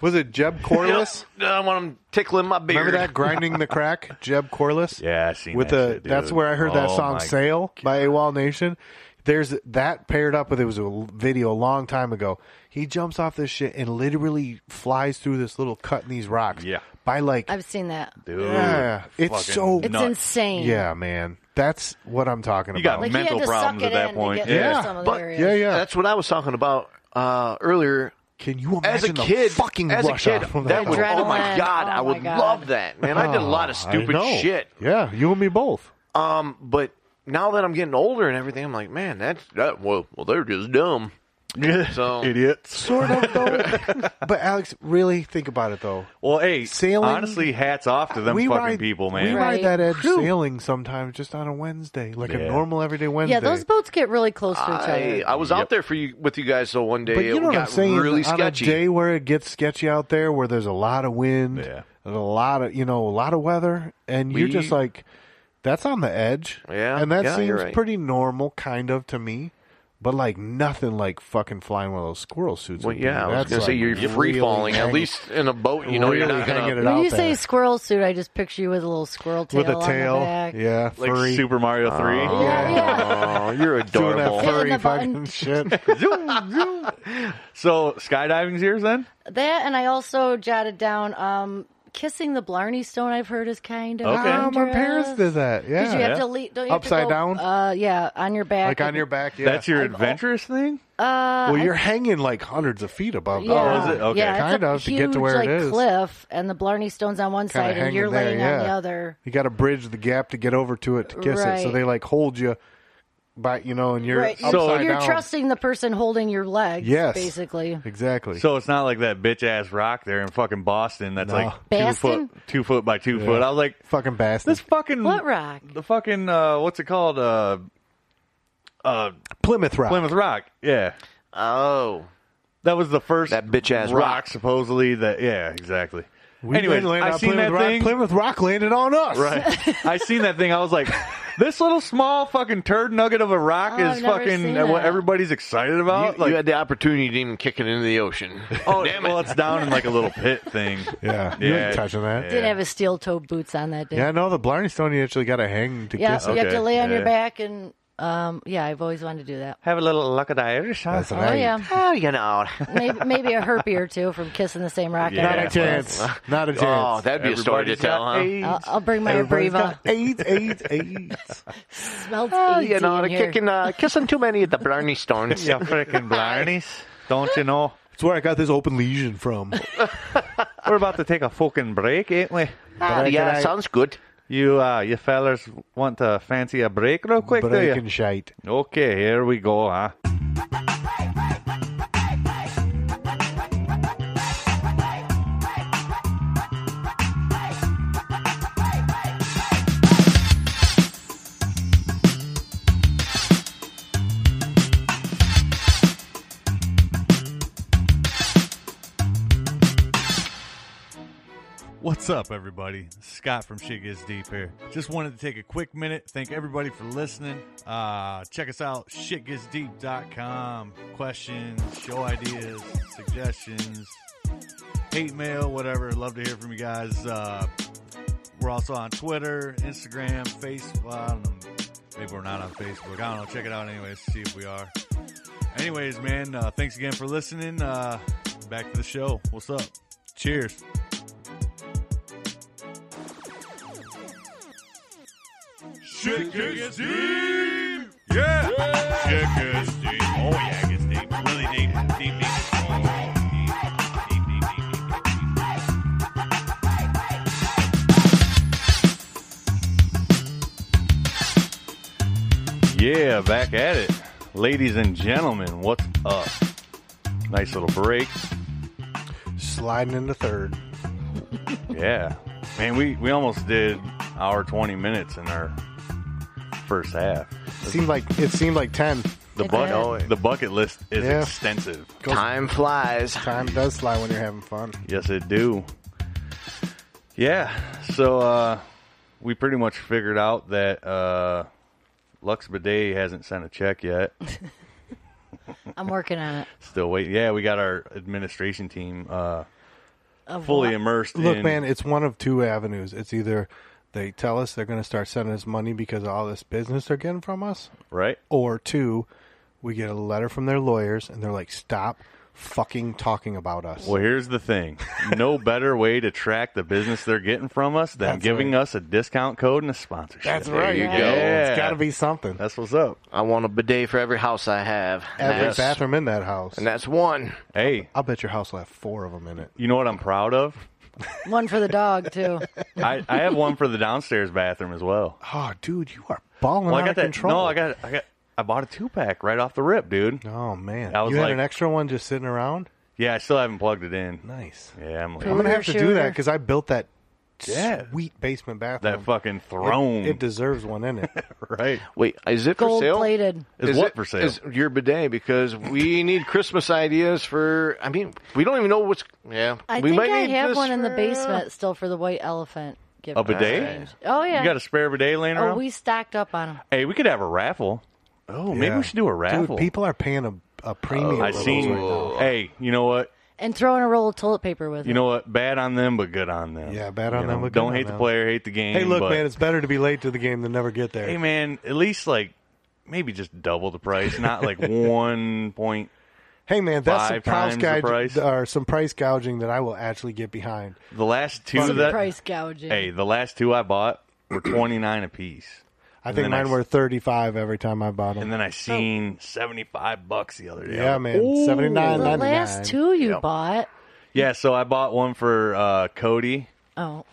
Speaker 3: was it Jeb Corliss?
Speaker 6: Yep. I want them tickling my beard.
Speaker 3: Remember that grinding the crack, Jeb Corliss?
Speaker 2: yeah, I seen
Speaker 3: with
Speaker 2: that
Speaker 3: the
Speaker 2: shit, dude.
Speaker 3: that's where I heard that
Speaker 2: Oh
Speaker 3: song
Speaker 2: my-
Speaker 3: "Sail" by AWOL Nation. There's that paired up with it was a l- video a long time ago. He jumps off this shit and literally flies through this little cut in these rocks.
Speaker 2: Yeah.
Speaker 3: by like
Speaker 7: I've seen that.
Speaker 2: dude.
Speaker 3: Yeah, it's
Speaker 2: fucking
Speaker 3: so-
Speaker 7: It's
Speaker 2: nuts.
Speaker 7: insane.
Speaker 3: yeah, man. That's what I'm talking
Speaker 2: You got
Speaker 3: about.
Speaker 7: Like
Speaker 2: Mental
Speaker 7: you had to
Speaker 2: problems at
Speaker 7: suck it
Speaker 2: that
Speaker 7: in
Speaker 2: point.
Speaker 7: To get
Speaker 3: Yeah.
Speaker 7: through some of the
Speaker 6: But-
Speaker 7: areas.
Speaker 3: yeah, yeah.
Speaker 6: That's what I was talking about uh, earlier.
Speaker 3: Can you imagine
Speaker 6: As a
Speaker 3: the
Speaker 6: kid,
Speaker 3: fucking
Speaker 6: as
Speaker 3: rush
Speaker 6: a kid,
Speaker 3: off from
Speaker 6: that would, oh my
Speaker 7: Adrenaline.
Speaker 6: god,
Speaker 7: Oh
Speaker 6: I
Speaker 7: my
Speaker 6: would
Speaker 7: God.
Speaker 6: love that, man. I did a lot of
Speaker 3: Oh, I
Speaker 6: stupid
Speaker 3: know.
Speaker 6: shit.
Speaker 3: Yeah, you and me both.
Speaker 6: Um, but now that I'm getting older and everything, I'm like, man, that's that. Well, well, they're just dumb. So-
Speaker 2: idiots.
Speaker 3: Sort of though. but Alex, really think about it though.
Speaker 2: Well, hey,
Speaker 3: Sailing-
Speaker 2: honestly, hats off to them
Speaker 3: we
Speaker 2: fucking
Speaker 3: ride,
Speaker 2: people,
Speaker 3: We
Speaker 2: man.
Speaker 7: ride-
Speaker 3: ride that edge
Speaker 7: Whew.
Speaker 3: sailing sometimes just on a Wednesday, like a
Speaker 2: Yeah.
Speaker 3: normal everyday Wednesday.
Speaker 7: Yeah, those boats get really close to each other.
Speaker 6: I, I was out there for you with you guys though one day.
Speaker 3: But you
Speaker 6: it
Speaker 3: know what
Speaker 6: got
Speaker 3: I'm saying?
Speaker 6: really
Speaker 3: on
Speaker 6: sketchy.
Speaker 3: a day where it gets sketchy out there, where there's a lot of wind,
Speaker 2: Yeah.
Speaker 3: and a lot of you know, a lot of weather, and you're
Speaker 6: We-
Speaker 3: just like, that's on the edge.
Speaker 6: Yeah,
Speaker 3: and that
Speaker 6: yeah, you're
Speaker 3: seems
Speaker 6: right.
Speaker 3: pretty normal, kind of to me. But like nothing like fucking flying one of those squirrel suits.
Speaker 6: Well,
Speaker 3: would
Speaker 6: yeah,
Speaker 3: be.
Speaker 6: I was
Speaker 3: That's
Speaker 6: gonna say
Speaker 3: like
Speaker 6: you're free
Speaker 3: really
Speaker 6: falling. At
Speaker 3: hanging-
Speaker 6: least in a boat, you know, you're
Speaker 3: really
Speaker 6: not gonna.
Speaker 3: hanging it
Speaker 7: When
Speaker 3: out
Speaker 7: you say
Speaker 3: there.
Speaker 7: squirrel suit, I just picture you with a little squirrel tail
Speaker 3: with a
Speaker 7: on
Speaker 3: tail,
Speaker 7: the back.
Speaker 3: yeah,
Speaker 2: Like
Speaker 3: furry,
Speaker 2: Super Mario Three.
Speaker 7: Yeah, yeah.
Speaker 6: Oh, you're
Speaker 3: doing that
Speaker 6: adorable.
Speaker 7: Hitting
Speaker 3: furry
Speaker 7: the button.
Speaker 3: fucking shit.
Speaker 2: So skydiving's yours then?
Speaker 7: that, and I also jotted down um, kissing the Blarney Stone, I've heard, is kind of.
Speaker 2: Okay.
Speaker 3: Oh, my parents did that. Yeah.
Speaker 7: Because you have
Speaker 2: Yeah.
Speaker 7: to leap. Don't you have to
Speaker 3: Upside
Speaker 7: go-
Speaker 3: down?
Speaker 7: Uh, yeah, on your back.
Speaker 3: like on your back. Yeah.
Speaker 2: That's
Speaker 7: uh,
Speaker 2: your adventurous thing?
Speaker 3: well, you're hanging like hundreds of feet above.
Speaker 7: Yeah.
Speaker 2: Oh, is it? Okay.
Speaker 7: Yeah, it's
Speaker 3: Kind
Speaker 7: a
Speaker 3: of, to
Speaker 7: huge,
Speaker 3: get to where it
Speaker 7: like,
Speaker 3: is.
Speaker 7: cliff, and the Blarney Stone's on one
Speaker 3: Kinda
Speaker 7: side, and
Speaker 3: hanging
Speaker 7: you're
Speaker 3: there,
Speaker 7: laying on the
Speaker 3: yeah.
Speaker 7: other.
Speaker 3: You got to bridge the gap to get over to it to kiss it. So
Speaker 7: Right.
Speaker 3: they like hold you by, you know, and you're
Speaker 7: Right,
Speaker 3: upside
Speaker 2: So-
Speaker 7: you're
Speaker 3: down.
Speaker 7: trusting the person holding your legs.
Speaker 3: Yes.
Speaker 7: basically.
Speaker 3: Exactly.
Speaker 2: So it's not like that bitch ass rock there in fucking Boston that's
Speaker 3: No.
Speaker 2: like
Speaker 7: Baston?
Speaker 2: two foot two foot by two foot. I was like,
Speaker 3: Fucking bastard.
Speaker 2: this fucking
Speaker 7: What rock?
Speaker 2: The fucking uh what's it called? Uh
Speaker 3: Plymouth Rock.
Speaker 2: Plymouth Rock. Yeah.
Speaker 6: Oh,
Speaker 2: That was the first
Speaker 8: That bitch-ass
Speaker 2: rock,
Speaker 8: rock.
Speaker 2: supposedly that yeah, exactly.
Speaker 3: We
Speaker 2: Anyways,
Speaker 3: didn't land
Speaker 2: I
Speaker 3: on
Speaker 2: seen
Speaker 3: Plymouth
Speaker 2: that
Speaker 3: Rock.
Speaker 2: thing.
Speaker 3: Plymouth Rock landed on us.
Speaker 2: Right. I seen that thing. I was like, this little small fucking turd nugget of a rock
Speaker 7: Oh, I've
Speaker 2: is
Speaker 7: never
Speaker 2: fucking
Speaker 7: seen
Speaker 2: what
Speaker 7: that.
Speaker 2: everybody's excited about.
Speaker 6: you,
Speaker 2: like,
Speaker 6: you had the opportunity to even kick it into the ocean.
Speaker 2: oh, well, it's down in like a little pit thing.
Speaker 3: Yeah. You
Speaker 2: Yeah.
Speaker 3: ain't touching that.
Speaker 2: Yeah.
Speaker 7: Didn't have his steel toed boots on that day.
Speaker 3: Yeah, no, the Blarney Stone, you actually got to hang to
Speaker 7: Yeah,
Speaker 3: kiss
Speaker 7: you
Speaker 3: it.
Speaker 7: have
Speaker 2: Okay,
Speaker 7: to lay on
Speaker 2: yeah.
Speaker 7: your back, and um, yeah, I've always wanted to do that.
Speaker 2: Have a little luck of the Irish, huh?
Speaker 3: That's right.
Speaker 7: Oh yeah,
Speaker 8: Oh, you know.
Speaker 7: maybe, maybe a herpy or two from kissing the same rock.
Speaker 2: Yeah.
Speaker 3: Not a chance. Not a chance.
Speaker 6: Oh, that'd be a story to
Speaker 2: Everybody's
Speaker 6: tell,
Speaker 2: got
Speaker 6: huh?
Speaker 2: AIDS.
Speaker 7: I'll, I'll bring my
Speaker 3: Everybody's
Speaker 7: Abreva.
Speaker 3: got Ah, AIDS, AIDS, AIDS.
Speaker 7: Smells
Speaker 8: Oh,
Speaker 7: easy
Speaker 8: you know,
Speaker 7: in here.
Speaker 8: kicking, uh, kissing too many of the Blarney Stones.
Speaker 2: You freaking blarneys. Don't you know?
Speaker 3: It's where I got this open lesion from.
Speaker 2: We're about to take a fucking break, ain't we?
Speaker 8: Ah, yeah, sounds good.
Speaker 2: You uh, you fellers want to fancy a break real quick,
Speaker 3: But
Speaker 2: do
Speaker 3: I
Speaker 2: you?
Speaker 3: can shite.
Speaker 2: Okay, here we go, huh? What's up, everybody? Scott from Shit Gets Deep here. Just wanted to take a quick minute. Thank everybody for listening. Uh, check us out, shitgetsdeep.com. Questions, show ideas, suggestions, hate mail, whatever. Love to hear from you guys. Uh, we're also on Twitter, Instagram, Facebook. Well, I don't know. Maybe we're not on Facebook. I don't know. Check it out anyways. See if we are. Anyways, man, uh, thanks again for listening. Uh, back to the show. What's up? Cheers. Shit gets deep. Yeah. Shit gets deep. Oh yeah, it gets deep. Really deep. Deep, deep. Oh, deep, deep, deep, deep, deep, deep, deep. Yeah, back at it. Ladies and gentlemen, what's up? Nice little break.
Speaker 3: Sliding into third.
Speaker 2: Yeah. Man, we, we almost did hour 20 minutes in our first half.
Speaker 3: Seemed like it seemed like ten.
Speaker 2: The
Speaker 7: It
Speaker 2: bucket, the bucket list is
Speaker 3: Oh, Yeah.
Speaker 2: extensive.
Speaker 6: Time flies.
Speaker 3: Time does fly when you're having fun.
Speaker 2: Yes, it do. Yeah. So uh, we pretty much figured out that uh, Lux Bidet hasn't sent a check yet.
Speaker 7: I'm working on it.
Speaker 2: Still waiting. Yeah, we got our administration team uh,
Speaker 7: Of
Speaker 2: fully
Speaker 7: what-
Speaker 2: immersed.
Speaker 3: Look,
Speaker 2: in,
Speaker 3: man, it's one of two avenues. It's either they tell us they're going to start sending us money because of all this business they're getting from us,
Speaker 2: Right.
Speaker 3: or two, we get a letter from their lawyers and they're like, "Stop fucking talking about us."
Speaker 2: Well, here's the thing. No better way to track the business they're getting from us than
Speaker 3: That's
Speaker 2: giving
Speaker 3: right.
Speaker 2: us a discount code and a sponsorship.
Speaker 3: That's right.
Speaker 2: There you
Speaker 3: yeah.
Speaker 2: go.
Speaker 3: It's got to be something.
Speaker 2: That's what's up.
Speaker 6: I want a bidet for every house I have.
Speaker 3: Every
Speaker 6: That's-
Speaker 3: bathroom in that house.
Speaker 6: And that's one.
Speaker 2: Hey,
Speaker 3: I'll bet your house will have four of them in it.
Speaker 2: you know what I'm proud of?
Speaker 7: One for the dog too.
Speaker 2: I, I have one for the downstairs bathroom as well.
Speaker 3: Oh, dude, you are balling
Speaker 2: Well,
Speaker 3: out
Speaker 2: I got
Speaker 3: of
Speaker 2: that.
Speaker 3: control.
Speaker 2: No, I got I got I bought a two pack right off the rip, dude.
Speaker 3: Oh man,
Speaker 2: I was
Speaker 3: you had
Speaker 2: like-
Speaker 3: an extra one just sitting around.
Speaker 2: Yeah, I still haven't plugged it in.
Speaker 3: Nice.
Speaker 2: Yeah, I'm
Speaker 3: I'm
Speaker 2: like
Speaker 3: gonna
Speaker 7: Ooh,
Speaker 3: have to do
Speaker 7: shooter.
Speaker 3: that because I built that
Speaker 2: Yeah.
Speaker 3: sweet basement bathroom.
Speaker 2: that fucking
Speaker 3: It-
Speaker 2: throne.
Speaker 3: It, deserves one in it.
Speaker 2: right.
Speaker 6: Wait, is it
Speaker 7: Gold
Speaker 6: for sale?
Speaker 7: plated.
Speaker 2: Is, what
Speaker 6: it-
Speaker 2: for sale?
Speaker 6: Is your bidet because we need Christmas ideas for. I mean, we don't even know what's. Yeah,
Speaker 7: I
Speaker 6: we
Speaker 7: think
Speaker 6: might
Speaker 7: I
Speaker 6: need
Speaker 7: have
Speaker 6: this
Speaker 7: one in the
Speaker 6: for- uh,
Speaker 7: basement still for the white elephant. Gift
Speaker 2: a bidet?
Speaker 7: Oh yeah.
Speaker 2: You got a spare bidet laying
Speaker 7: oh,
Speaker 2: around?
Speaker 7: we stacked up on them.
Speaker 2: hey, we could have a raffle. Oh, maybe
Speaker 3: Yeah.
Speaker 2: we should do a
Speaker 3: Dude,
Speaker 2: raffle.
Speaker 3: people are paying a, a premium.
Speaker 2: I
Speaker 3: for those
Speaker 2: seen.
Speaker 3: right now.
Speaker 2: Hey, you know what?
Speaker 7: and throwing a roll of toilet paper with
Speaker 2: You know what? Bad on them, but good on them.
Speaker 3: Yeah, bad on
Speaker 2: You
Speaker 3: them,
Speaker 2: know,
Speaker 3: but good
Speaker 2: Don't
Speaker 3: on
Speaker 2: hate the
Speaker 3: them.
Speaker 2: player, hate the game.
Speaker 3: Hey, look,
Speaker 2: but-
Speaker 3: man, it's better to be late to the game than never get there.
Speaker 2: Hey, man, at least like maybe just double the price, not like one point
Speaker 3: Hey man, that's some
Speaker 2: Five
Speaker 3: price,
Speaker 2: times the
Speaker 3: goug-
Speaker 2: price.
Speaker 3: or some price gouging that I will actually get behind.
Speaker 2: The last two
Speaker 7: Some
Speaker 2: that
Speaker 7: price gouging.
Speaker 2: hey, the last two I bought were twenty nine apiece,
Speaker 3: I
Speaker 2: And
Speaker 3: think
Speaker 2: then I
Speaker 3: mine
Speaker 2: s-
Speaker 3: were thirty five every time I bought them.
Speaker 2: and then I seen seventy five bucks the other day.
Speaker 3: Oh. yeah, man, seventy
Speaker 7: the
Speaker 3: nine ninety nine.
Speaker 7: last two you bought.
Speaker 2: Yeah, so I bought one for uh, Cody
Speaker 7: Oh,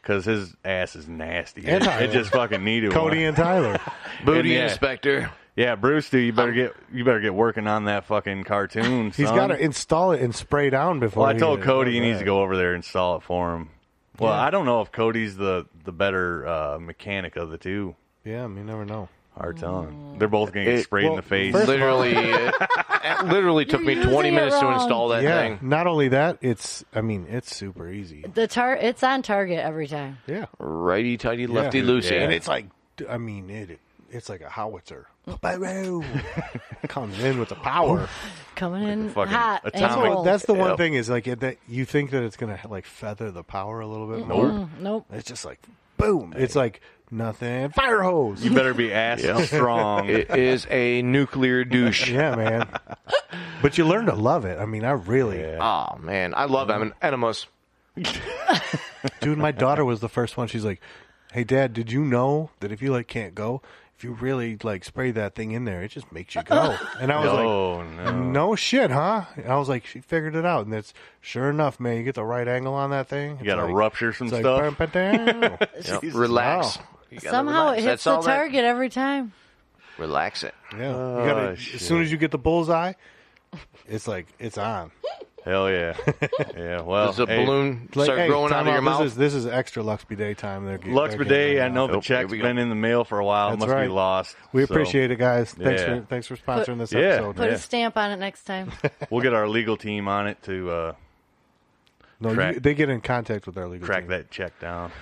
Speaker 2: because his ass is nasty.
Speaker 3: And
Speaker 2: It, it just fucking needed
Speaker 3: Cody
Speaker 2: one.
Speaker 3: and Tyler.
Speaker 6: Booty
Speaker 2: yeah.
Speaker 6: inspector.
Speaker 2: Yeah, Bruce, dude, you better get you better get working on that fucking cartoon.
Speaker 3: He's
Speaker 2: son.
Speaker 3: got to install it and spray down before.
Speaker 2: Well, I
Speaker 3: he-
Speaker 2: told Cody he needs to go over there and install it for him. Well, I don't know if Cody's the the better uh, mechanic of the two.
Speaker 3: Yeah, you never know.
Speaker 2: Our tongue. They're both going to get
Speaker 6: It-
Speaker 2: sprayed in the
Speaker 3: Mm. well,
Speaker 2: face.
Speaker 3: first-
Speaker 6: Literally, it, it literally took me
Speaker 7: You're using
Speaker 6: 20
Speaker 7: it
Speaker 6: minutes to
Speaker 7: wrong.
Speaker 6: install that
Speaker 3: yeah.
Speaker 6: thing.
Speaker 3: Not only that, it's. I mean, it's super easy.
Speaker 7: the tar it's on target every time.
Speaker 3: Yeah.
Speaker 6: Righty tighty, lefty loosey.
Speaker 2: Yeah.
Speaker 3: And it's like, I mean, it. It's like a howitzer. Ba-boom. Comes in with the power.
Speaker 7: Coming in
Speaker 2: fucking
Speaker 7: hot. and
Speaker 2: atomic-
Speaker 7: cold.
Speaker 3: That's the one
Speaker 6: Yep.
Speaker 3: thing is like it- that you think that it's gonna like feather the power a little bit more.
Speaker 2: Mm-hmm. Nope.
Speaker 7: nope.
Speaker 3: It's just like boom. It's like nothing. Fire hose.
Speaker 2: You better be ass strong.
Speaker 6: It is a nuclear douche.
Speaker 3: yeah, man. But you learn to love it. I mean, I really,
Speaker 6: Oh man, I love em- enemas.
Speaker 3: dude. My daughter was the first one. She's like, "Hey, Dad, did you know that if you like can't go, if you really like spray that thing in there, it just makes you go." And I was like,
Speaker 2: oh, no.
Speaker 3: No shit, huh? And I was like, she figured it out, and it's sure enough, man. You get the right angle on that thing.
Speaker 2: You got to rupture some
Speaker 3: it's like,
Speaker 2: stuff.
Speaker 3: "Bam, ba-dam."
Speaker 6: Yep. Relax. You gotta
Speaker 7: Somehow
Speaker 6: relax.
Speaker 7: it hits
Speaker 6: That's
Speaker 7: the
Speaker 6: all that-
Speaker 7: target every time.
Speaker 6: Relax it.
Speaker 3: yeah, you gotta,
Speaker 2: Oh,
Speaker 3: as soon as you get the bullseye, it's like it's on.
Speaker 2: Hell yeah. Yeah, well.
Speaker 6: Does the
Speaker 2: Oh, hey,
Speaker 6: balloon
Speaker 3: Like,
Speaker 6: start
Speaker 3: hey,
Speaker 6: growing out
Speaker 3: time
Speaker 6: of your
Speaker 3: out.
Speaker 6: mouth?
Speaker 3: This is, this is extra Luxby Day time. They're, get-
Speaker 2: Lux
Speaker 3: they're
Speaker 2: bidet,
Speaker 3: getting
Speaker 2: I know the
Speaker 6: Nope,
Speaker 2: check's
Speaker 6: here we go.
Speaker 2: been in the mail for a while. It
Speaker 3: That's
Speaker 2: must
Speaker 3: right.
Speaker 2: be lost.
Speaker 3: We
Speaker 2: so
Speaker 3: appreciate it, guys. Thanks
Speaker 2: Yeah.
Speaker 3: for thanks for sponsoring this
Speaker 2: Yeah.
Speaker 3: episode.
Speaker 7: Put
Speaker 2: Yeah.
Speaker 7: a stamp on it next time.
Speaker 2: We'll get our legal team on it to uh,
Speaker 3: No,
Speaker 2: Crack-
Speaker 3: you, they get in contact with our legal
Speaker 2: crack
Speaker 3: team.
Speaker 2: that check down.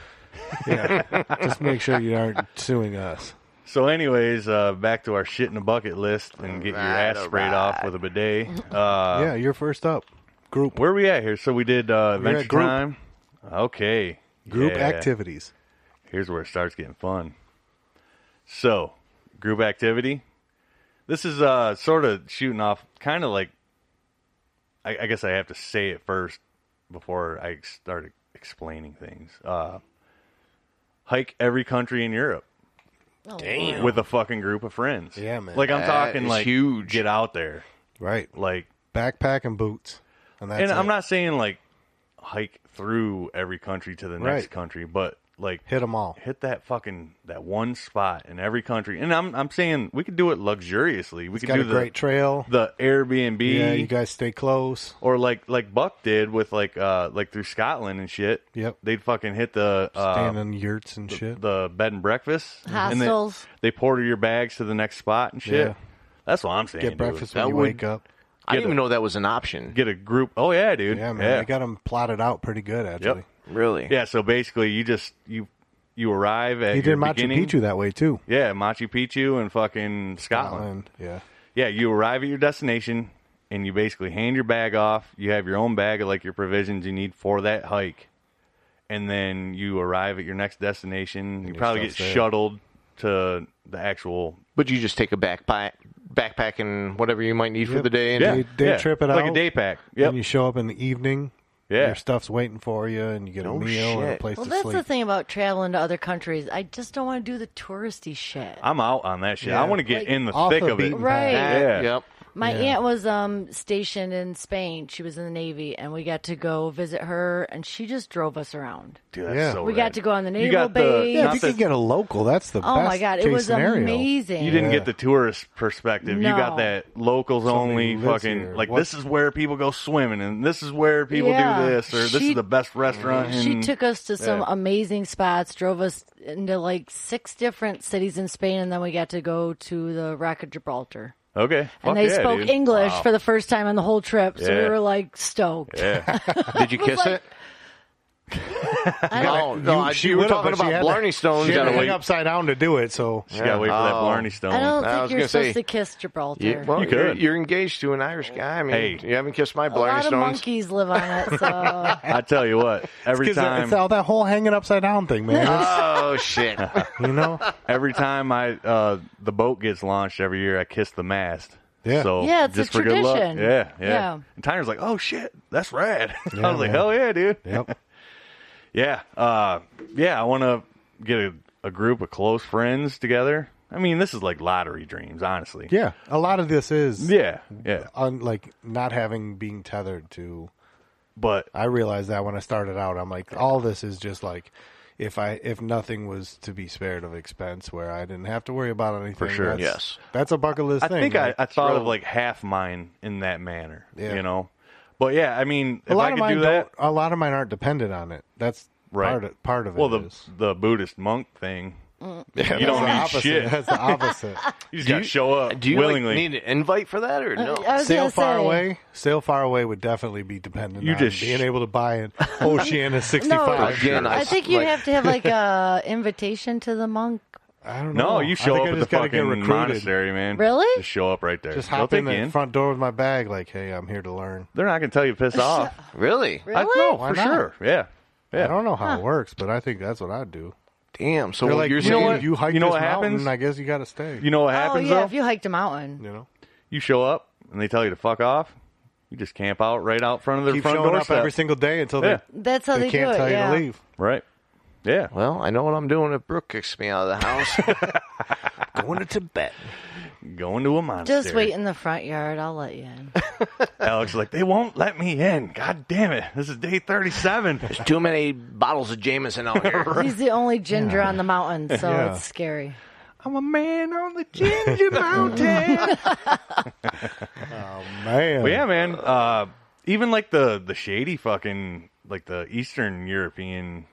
Speaker 3: Yeah. Just make sure you aren't suing us.
Speaker 2: So, anyways, uh, back to our shit in a bucket list and get your
Speaker 6: Alright,
Speaker 2: ass sprayed off with a bidet. Uh,
Speaker 3: yeah, you're first up. Group
Speaker 2: Where are we at here? So we did uh,
Speaker 3: We're at
Speaker 2: adventure
Speaker 3: group.
Speaker 2: time. Okay,
Speaker 3: group
Speaker 2: Yeah.
Speaker 3: activities.
Speaker 2: Here's where it starts getting fun. So, group activity. This is uh, sort of shooting off, kind of like. I, I guess I have to say it first before I start explaining things. Uh, hike every country in Europe.
Speaker 7: Oh,
Speaker 6: Damn.
Speaker 2: with a fucking group of friends.
Speaker 3: Yeah, man.
Speaker 2: Like I'm
Speaker 6: That
Speaker 2: talking
Speaker 6: is
Speaker 2: like
Speaker 6: huge.
Speaker 2: Get out there,
Speaker 3: Right.
Speaker 2: like,
Speaker 3: Backpack and boots. And that's
Speaker 2: and I'm
Speaker 3: it.
Speaker 2: not saying like hike through every country to the next
Speaker 3: Right.
Speaker 2: country, but like
Speaker 3: hit them all.
Speaker 2: hit that fucking that one spot in every country. And I'm I'm saying we could do it luxuriously. We could
Speaker 3: Got
Speaker 2: do
Speaker 3: a
Speaker 2: the
Speaker 3: great trail.
Speaker 2: the E. Airbnb
Speaker 3: yeah, you guys stay close.
Speaker 2: or like like Buck did with like uh like through Scotland and shit.
Speaker 3: Yep.
Speaker 2: They'd fucking hit the uh,
Speaker 3: Staying in yurts and shit.
Speaker 2: the bed and breakfast and they,
Speaker 7: Hostels.
Speaker 2: they porter your bags to the next spot and shit.
Speaker 3: Yeah.
Speaker 2: That's what I'm saying.
Speaker 3: Get
Speaker 2: dude.
Speaker 3: breakfast
Speaker 6: That
Speaker 3: when you
Speaker 6: would-
Speaker 3: wake up.
Speaker 6: I didn't even know that was an option.
Speaker 2: get a group. Oh yeah, dude.
Speaker 3: Yeah, man. They got them plotted out pretty good, actually.
Speaker 2: Yep.
Speaker 6: Really?
Speaker 2: Yeah. So basically, you just you you arrive at
Speaker 3: He did
Speaker 2: your
Speaker 3: Machu
Speaker 2: beginning.
Speaker 3: Picchu that way, too.
Speaker 2: Yeah, Machu Picchu and fucking Scotland.
Speaker 3: Scotland. Yeah.
Speaker 2: Yeah, you arrive at your destination and you basically hand your bag off. You have your own bag of like your provisions you need for that hike, and then you arrive at your next destination. You
Speaker 3: your
Speaker 2: probably get
Speaker 3: stuff's there.
Speaker 2: shuttled to the actual
Speaker 6: But you just take a backpack, backpack, and whatever you might need for the day. And
Speaker 2: yeah,
Speaker 3: Day- day
Speaker 2: yeah.
Speaker 3: trip it
Speaker 2: like a
Speaker 3: out.
Speaker 2: day pack.
Speaker 3: And you
Speaker 2: Yep.
Speaker 3: show up in the evening.
Speaker 2: Yeah. Oh,
Speaker 3: Your stuff's waiting for you, and you get
Speaker 6: No
Speaker 3: a meal and a
Speaker 6: shit.
Speaker 3: place
Speaker 7: Well,
Speaker 3: to
Speaker 7: that's
Speaker 3: sleep.
Speaker 7: the thing about traveling to other countries. I just don't want to do the touristy shit.
Speaker 2: I'm out on that shit.
Speaker 3: Yeah.
Speaker 2: I want to get
Speaker 7: Like,
Speaker 2: in the
Speaker 3: off
Speaker 2: thick
Speaker 3: the
Speaker 2: of it.
Speaker 3: beaten
Speaker 7: Right.
Speaker 6: that.
Speaker 2: Yeah.
Speaker 6: Yep.
Speaker 7: My aunt was um stationed in Spain. She was in the Navy, and we got to go visit her, and she just drove us around.
Speaker 2: Dude, that's
Speaker 3: Yeah.
Speaker 2: so
Speaker 7: We
Speaker 2: rad.
Speaker 7: got to go on the
Speaker 2: You
Speaker 7: naval
Speaker 2: got the-
Speaker 7: base.
Speaker 3: Yeah,
Speaker 2: Not
Speaker 3: if you
Speaker 2: that-
Speaker 3: can get a local, that's the
Speaker 7: oh
Speaker 3: best
Speaker 7: my god, it
Speaker 3: case
Speaker 7: was
Speaker 3: scenario.
Speaker 7: amazing.
Speaker 2: You didn't
Speaker 3: Yeah.
Speaker 2: get the tourist perspective. You got
Speaker 7: No.
Speaker 2: that locals
Speaker 3: Somebody
Speaker 2: only
Speaker 3: lives
Speaker 2: fucking
Speaker 3: here.
Speaker 2: like
Speaker 3: What-
Speaker 2: this is where people go swimming and this is where people
Speaker 7: Yeah.
Speaker 2: do this or this
Speaker 7: She-
Speaker 2: is the best restaurant.
Speaker 7: She
Speaker 2: in-
Speaker 7: took us to some
Speaker 2: Yeah.
Speaker 7: amazing spots, drove us into like six different cities in Spain, and then we got to go to the Rock of Gibraltar.
Speaker 2: okay,
Speaker 7: And
Speaker 2: Fuck
Speaker 7: they
Speaker 2: yeah,
Speaker 7: spoke
Speaker 2: dude.
Speaker 7: English
Speaker 2: Wow.
Speaker 7: for the first time on the whole trip, so
Speaker 2: Yeah.
Speaker 7: we were like stoked.
Speaker 2: Yeah.
Speaker 6: Did you kiss
Speaker 7: like-
Speaker 6: it?
Speaker 7: I don't-
Speaker 6: Oh, No, no. I,
Speaker 3: she
Speaker 6: you were
Speaker 3: would've,
Speaker 6: talking
Speaker 3: but she
Speaker 6: about
Speaker 3: had
Speaker 6: Blarney
Speaker 3: to-
Speaker 6: Stone.
Speaker 3: She had to
Speaker 6: gotta
Speaker 3: hang
Speaker 6: wait.
Speaker 3: upside down to do it, so
Speaker 2: She got to wait for that
Speaker 6: Oh.
Speaker 2: Blarney stone.
Speaker 7: I don't
Speaker 6: I was
Speaker 7: think you're
Speaker 6: gonna say-
Speaker 7: supposed to kiss Gibraltar.
Speaker 6: You, well,
Speaker 2: You
Speaker 6: you are
Speaker 2: could.
Speaker 6: you're engaged to an Irish guy. I mean,
Speaker 2: Hey.
Speaker 6: you haven't kissed my
Speaker 7: a lot
Speaker 6: Blarney
Speaker 7: of
Speaker 6: Stones.
Speaker 7: monkeys live on it, so
Speaker 2: I tell you what, every
Speaker 3: It's 'cause
Speaker 2: time
Speaker 3: it's all that whole hanging upside down thing, man. It's-
Speaker 6: Oh shit!
Speaker 3: you know,
Speaker 2: every time I uh, the boat gets launched every year, I kiss the mast.
Speaker 3: Yeah.
Speaker 2: So
Speaker 7: Yeah, it's a
Speaker 2: just for good luck.
Speaker 7: tradition.
Speaker 2: Yeah, yeah.
Speaker 7: Yeah.
Speaker 2: And Tyner's like, oh shit, that's rad. I was like,
Speaker 3: man.
Speaker 2: hell yeah, dude.
Speaker 3: Yep.
Speaker 2: Yeah, uh, yeah. I want to get a, a group of close friends together. I mean, this is like lottery dreams, honestly.
Speaker 3: Yeah. A lot of this is
Speaker 2: yeah, yeah.
Speaker 3: on like not having being tethered to
Speaker 2: But
Speaker 3: I realized that when I started out. I'm like, all this is just like if I if nothing was to be spared of expense where I didn't have to worry about anything. For
Speaker 2: sure.
Speaker 3: That's,
Speaker 6: Yes.
Speaker 3: That's a bucket list
Speaker 2: I
Speaker 3: thing.
Speaker 2: think I,
Speaker 3: right?
Speaker 2: I thought of like half mine in that manner.
Speaker 3: Yeah.
Speaker 2: You know, but yeah, I mean,
Speaker 3: a
Speaker 2: if
Speaker 3: lot
Speaker 2: I
Speaker 3: of
Speaker 2: could
Speaker 3: mine
Speaker 2: do that,
Speaker 3: don't- a lot of mine aren't dependent on it. That's
Speaker 2: Right.
Speaker 3: part of, part of
Speaker 2: well,
Speaker 3: it
Speaker 2: the
Speaker 3: is.
Speaker 2: the Buddhist monk thing,
Speaker 3: That's
Speaker 2: you don't
Speaker 3: the
Speaker 2: need
Speaker 3: opposite.
Speaker 2: shit.
Speaker 3: That's the opposite.
Speaker 2: you just got to show up
Speaker 6: Do you like,
Speaker 2: willingly.
Speaker 6: need an invite for that or no?
Speaker 7: I was
Speaker 3: Sail
Speaker 7: gonna
Speaker 3: far
Speaker 7: say,
Speaker 3: away. Sail far away would definitely be dependent
Speaker 2: You
Speaker 3: on
Speaker 2: just
Speaker 3: being
Speaker 2: sh-
Speaker 3: able to buy an Oceana 65.
Speaker 6: Again,
Speaker 7: I think you have to have like a invitation to the monk.
Speaker 3: I don't know.
Speaker 2: no, you show
Speaker 3: I think I
Speaker 2: up at the
Speaker 3: just gotta
Speaker 2: fucking
Speaker 3: get recruited.
Speaker 2: monastery, man.
Speaker 7: Really?
Speaker 2: Just show up right there.
Speaker 3: Just
Speaker 2: They'll
Speaker 3: hop
Speaker 2: take
Speaker 3: in
Speaker 2: you
Speaker 3: the front door with my bag, like, hey, I'm here to learn.
Speaker 2: They're not gonna tell you to piss off.
Speaker 6: Really?
Speaker 7: Really?
Speaker 2: I know
Speaker 3: Why
Speaker 2: for
Speaker 3: not?
Speaker 2: sure. Yeah, yeah.
Speaker 3: I don't know how it works, but I think that's what I'd do.
Speaker 6: Damn. So
Speaker 3: They're like,
Speaker 6: you're
Speaker 3: you
Speaker 6: saying
Speaker 3: know what? You hike
Speaker 2: You know
Speaker 3: this
Speaker 2: what happens?
Speaker 3: mountain, I guess you got to stay.
Speaker 2: You know what
Speaker 7: Oh
Speaker 2: happens
Speaker 7: yeah,
Speaker 2: though?
Speaker 7: if you hiked a mountain.
Speaker 3: You know,
Speaker 2: you show up and they tell you to fuck off, you just camp out right out front of their
Speaker 3: keep
Speaker 2: front
Speaker 3: showing up
Speaker 2: doorstep.
Speaker 3: every single day until
Speaker 2: Yeah.
Speaker 7: That's how
Speaker 3: they,
Speaker 7: they,
Speaker 3: they can't
Speaker 7: do it.
Speaker 3: tell you
Speaker 7: yeah.
Speaker 3: to leave.
Speaker 2: right. Yeah.
Speaker 6: Well, I know what I'm doing if Brooke kicks me out of the house.
Speaker 8: Going to Tibet.
Speaker 2: Going to a monastery.
Speaker 7: Just wait in the front yard. I'll let you in.
Speaker 2: Alex is like, they won't let me in. God damn it. This is day 37.
Speaker 6: There's too many bottles of Jameson out here.
Speaker 7: He's the only ginger on the mountain, so
Speaker 3: Yeah.
Speaker 7: it's scary.
Speaker 2: I'm a man on the Ginger Mountain.
Speaker 3: Man,
Speaker 2: but yeah, man. Uh, even like the, the shady fucking, like the Eastern European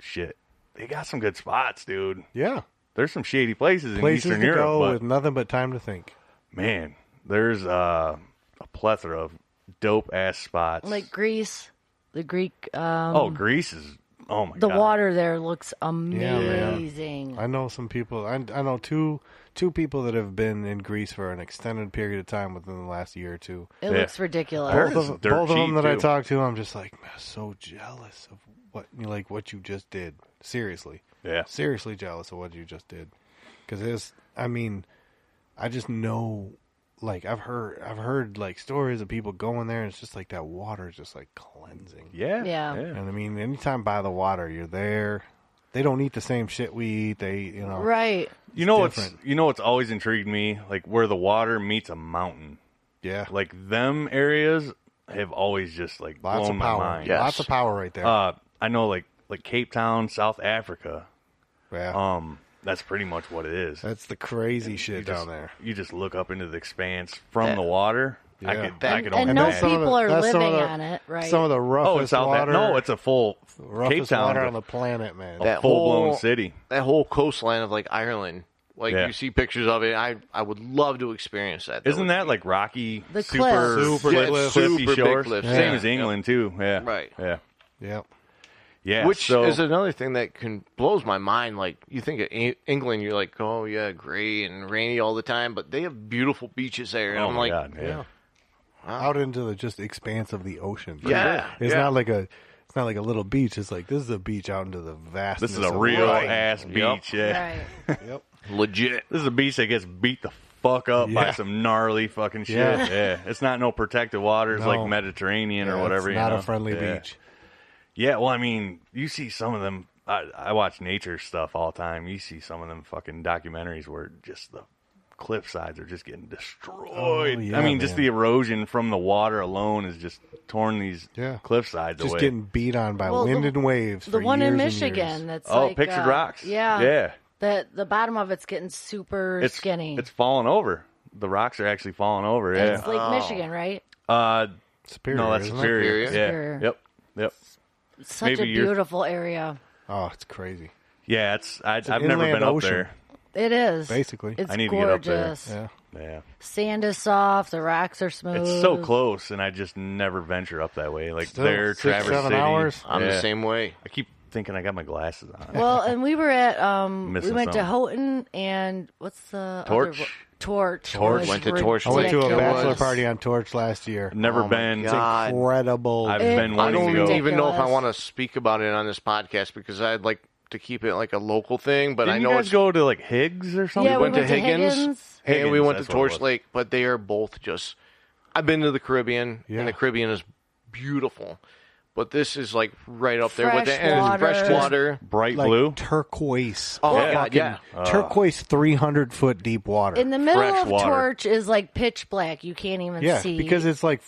Speaker 2: shit, they got some good spots, dude.
Speaker 3: yeah,
Speaker 2: There's some shady places in
Speaker 3: places
Speaker 2: Eastern
Speaker 3: to
Speaker 2: Europe.
Speaker 3: go
Speaker 2: but
Speaker 3: with nothing but time to think.
Speaker 2: man, there's uh, a plethora of dope ass spots.
Speaker 7: Like Greece, the Greek. Um,
Speaker 2: oh, Greece is oh my
Speaker 7: the
Speaker 2: god,
Speaker 7: water there looks
Speaker 3: man.
Speaker 7: amazing.
Speaker 3: I know some people. I, I know two two people that have been in Greece for an extended period of time within the last year or two.
Speaker 7: It
Speaker 2: Yeah.
Speaker 7: looks ridiculous.
Speaker 2: Heard
Speaker 3: Both
Speaker 2: it's
Speaker 3: of,
Speaker 2: dirt
Speaker 3: both of them
Speaker 2: cheap,
Speaker 3: that I
Speaker 2: too.
Speaker 3: talked to, I'm just like, man, so jealous of what you like what you just did. Seriously,
Speaker 2: Yeah.
Speaker 3: seriously jealous of what you just did. Because it's, I mean, I just know. Like I've heard, I've heard like stories of people going there, and it's just like that water is just like cleansing.
Speaker 2: Yeah,
Speaker 7: Yeah.
Speaker 3: And I mean, anytime by the water, you're there. They don't eat the same shit we eat. They, you know,
Speaker 7: Right.
Speaker 2: You know what's
Speaker 3: different.
Speaker 2: you know what's always intrigued me, like where the water meets a mountain.
Speaker 3: yeah,
Speaker 2: Like them areas have always just like
Speaker 3: lots
Speaker 2: blown
Speaker 3: of power.
Speaker 2: my mind.
Speaker 6: Yeah.
Speaker 3: Lots of power right there.
Speaker 2: Uh, I know, like like Cape Town, South Africa.
Speaker 3: yeah,
Speaker 2: Um, that's pretty much what it is.
Speaker 3: that's the crazy shit
Speaker 2: just,
Speaker 3: down there.
Speaker 2: You just look up into the expanse from the water.
Speaker 3: Yeah.
Speaker 2: I could, I
Speaker 6: That-
Speaker 2: could
Speaker 7: And,
Speaker 2: only
Speaker 7: and no
Speaker 3: that's some
Speaker 2: imagine.
Speaker 3: of
Speaker 7: people
Speaker 3: the-
Speaker 7: are
Speaker 3: that's some of
Speaker 7: living
Speaker 3: the-
Speaker 7: on it, right?
Speaker 3: Some of the
Speaker 2: Oh,
Speaker 3: roughest
Speaker 2: it's South
Speaker 3: water.
Speaker 2: Africa. No, it's a full
Speaker 3: roughest
Speaker 2: Cape Town, Oh.
Speaker 3: water
Speaker 2: but
Speaker 3: on the planet, man.
Speaker 2: a
Speaker 6: That
Speaker 2: full blown
Speaker 6: whole-
Speaker 2: city.
Speaker 6: that whole coastline of like Ireland. Like
Speaker 2: Yeah.
Speaker 6: you see pictures of it, I I would love to experience that.
Speaker 2: Isn't
Speaker 6: would
Speaker 2: that
Speaker 6: be-
Speaker 2: like rocky,
Speaker 7: The
Speaker 2: super,
Speaker 7: cliffs.
Speaker 2: super,
Speaker 6: Yeah,
Speaker 2: cliff-
Speaker 6: super
Speaker 2: cliffy
Speaker 6: big
Speaker 2: shores?
Speaker 6: cliffs,
Speaker 2: Same
Speaker 6: yeah.
Speaker 2: as England too. Yeah,
Speaker 6: Right.
Speaker 2: Yeah,
Speaker 3: yeah,
Speaker 2: yeah.
Speaker 6: Which
Speaker 2: so,
Speaker 6: is another thing that can blows my mind. Like you think of Eng- England, you're like, oh yeah, gray and rainy all the time, but they have beautiful beaches there. And
Speaker 2: Oh
Speaker 6: I'm
Speaker 2: my
Speaker 6: like,
Speaker 2: God, yeah.
Speaker 3: out into the just expanse of the ocean.
Speaker 6: Yeah,
Speaker 3: it's
Speaker 6: yeah.
Speaker 3: not like a, it's not like a little beach. It's like this is a beach out into the vastness.
Speaker 2: This is a
Speaker 3: of
Speaker 2: real
Speaker 3: life.
Speaker 2: ass
Speaker 6: Yep.
Speaker 2: beach. Yeah.
Speaker 7: Right.
Speaker 6: legit.
Speaker 2: This is a beach that gets beat the fuck up by
Speaker 3: Yeah.
Speaker 2: some gnarly fucking shit. Yeah.
Speaker 3: Yeah.
Speaker 2: It's not no protected waters
Speaker 3: No.
Speaker 2: like Mediterranean
Speaker 3: Yeah,
Speaker 2: or whatever.
Speaker 3: It's
Speaker 2: you
Speaker 3: not
Speaker 2: know?
Speaker 3: a friendly
Speaker 2: Yeah.
Speaker 3: beach.
Speaker 2: Yeah. Well, I mean, you see some of them. I, I watch nature stuff all the time. You see some of them fucking documentaries where just the cliff sides are just getting destroyed.
Speaker 3: Oh, yeah,
Speaker 2: I mean, just
Speaker 3: man.
Speaker 2: the erosion from the water alone has just torn these
Speaker 3: Yeah.
Speaker 2: cliff sides
Speaker 3: Just
Speaker 2: away.
Speaker 3: getting beat on by
Speaker 7: Well, the-
Speaker 3: wind and waves.
Speaker 7: The
Speaker 3: for
Speaker 7: one in
Speaker 3: years and years.
Speaker 7: Michigan that's
Speaker 2: oh,
Speaker 7: like,
Speaker 2: pictured
Speaker 7: uh,
Speaker 2: rocks.
Speaker 7: Yeah.
Speaker 2: Yeah.
Speaker 7: The the bottom of it's getting super
Speaker 2: It's
Speaker 7: skinny.
Speaker 2: It's falling over. The rocks are actually falling over.
Speaker 7: And it's
Speaker 2: Yeah.
Speaker 7: Lake
Speaker 3: Oh.
Speaker 7: Michigan, right?
Speaker 2: Uh,
Speaker 3: Superior,
Speaker 2: no, that's
Speaker 3: isn't it?
Speaker 2: Superior.
Speaker 6: Superior?
Speaker 2: Yeah.
Speaker 7: Superior.
Speaker 2: Yep. Yep.
Speaker 7: It's such
Speaker 2: Maybe
Speaker 7: a
Speaker 2: you're-
Speaker 7: beautiful area.
Speaker 3: Oh, it's crazy.
Speaker 2: Yeah, it's. I,
Speaker 3: an
Speaker 2: I've never
Speaker 3: inland
Speaker 2: been up
Speaker 3: ocean.
Speaker 2: there.
Speaker 7: It is.
Speaker 3: Basically.
Speaker 7: It's
Speaker 2: I need to get up there.
Speaker 7: gorgeous.
Speaker 3: Yeah.
Speaker 2: Yeah,
Speaker 7: Sand is soft, the rocks are smooth.
Speaker 2: it's so close, and I just never venture up that way. Like
Speaker 3: Uh, Still,
Speaker 2: there,
Speaker 3: six,
Speaker 2: Traverse
Speaker 3: seven
Speaker 2: City.
Speaker 3: hours. Oh
Speaker 6: I'm
Speaker 2: Yeah.
Speaker 6: the same way.
Speaker 2: I keep thinking I got my glasses on.
Speaker 7: Well, and we were at um we
Speaker 2: Missing
Speaker 7: went to
Speaker 2: something.
Speaker 7: Houghton and what's the other
Speaker 2: Torch.
Speaker 7: one? Torch.
Speaker 2: Torch.
Speaker 7: was
Speaker 6: Went to
Speaker 7: rid-
Speaker 6: Torch
Speaker 3: I went to a
Speaker 6: Ridiculous.
Speaker 3: bachelor party on Torch last year.
Speaker 2: never
Speaker 6: Oh my
Speaker 2: been.
Speaker 6: God.
Speaker 3: Incredible.
Speaker 2: I've
Speaker 7: It-
Speaker 2: been
Speaker 6: I
Speaker 2: wanting
Speaker 6: don't
Speaker 2: to go.
Speaker 6: even know if I
Speaker 7: Ridiculous.
Speaker 6: want to speak about it on this podcast because I'd like to keep it like a local thing, but
Speaker 2: Didn't
Speaker 6: I
Speaker 2: you
Speaker 6: know
Speaker 2: guys
Speaker 6: it's
Speaker 2: go to like Higgs or something?
Speaker 7: Yeah, we went to Higgins.
Speaker 6: and we
Speaker 2: Higgins,
Speaker 6: went to
Speaker 2: that's what it
Speaker 6: Torch
Speaker 2: was.
Speaker 6: Lake, but they are both just. I've been to the Caribbean,
Speaker 3: Yeah.
Speaker 6: and the Caribbean is beautiful, but this is like right up there with
Speaker 7: Fresh
Speaker 6: the and it's fresh
Speaker 7: water.
Speaker 6: water.
Speaker 2: Bright
Speaker 3: Like
Speaker 2: blue. Ah.
Speaker 3: turquoise.
Speaker 6: Oh
Speaker 2: Yeah.
Speaker 6: my god, yeah.
Speaker 3: turquoise 300 foot deep water.
Speaker 7: In the middle
Speaker 2: Fresh
Speaker 7: of
Speaker 2: water.
Speaker 7: Torch is like pitch black. You can't even
Speaker 3: yeah,
Speaker 7: see.
Speaker 3: because it's like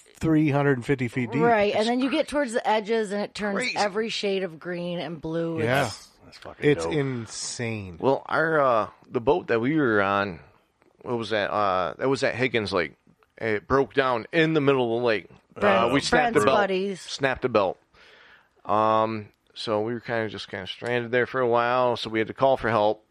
Speaker 3: 350 feet deep.
Speaker 7: Right, and then you get towards the edges, and it turns
Speaker 6: crazy.
Speaker 7: every shade of green and blue.
Speaker 3: Yeah.
Speaker 7: It's-
Speaker 2: That's fucking
Speaker 3: It's
Speaker 2: dope.
Speaker 3: insane.
Speaker 6: Well, our uh, the boat that we were on, what was that? Uh, that was at Higgins Lake. It broke down in the middle of the lake. uh,
Speaker 7: Brent's-
Speaker 6: we snapped
Speaker 7: Brent's
Speaker 6: the belt.
Speaker 7: buddies.
Speaker 6: Snapped the belt. Um, so we were kind of just kind of stranded there for a while. So we had to call for help.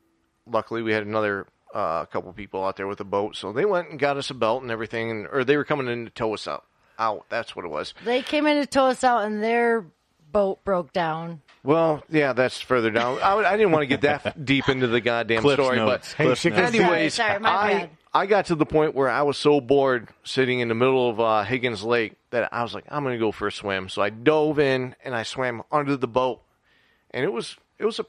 Speaker 6: Luckily, we had another uh, couple people out there with a boat, so they went and got us a belt and everything, and, or they were coming in to tow us out. Out. That's what it was.
Speaker 7: They came in to tow us out, and their boat broke down.
Speaker 6: Well, yeah, that's further down. I, I didn't want to get that deep into the goddamn
Speaker 2: Cliff's
Speaker 6: story,
Speaker 2: notes.
Speaker 6: but
Speaker 2: Hey, Cliff's
Speaker 3: chicken-
Speaker 2: notes.
Speaker 6: Anyways,
Speaker 7: Sorry, sorry, my
Speaker 6: I,
Speaker 7: bad.
Speaker 6: I got to the point where I was so bored sitting in the middle of uh, Higgins Lake that I was like, I'm going to go for a swim. So I dove in and I swam under the boat, and it was it was a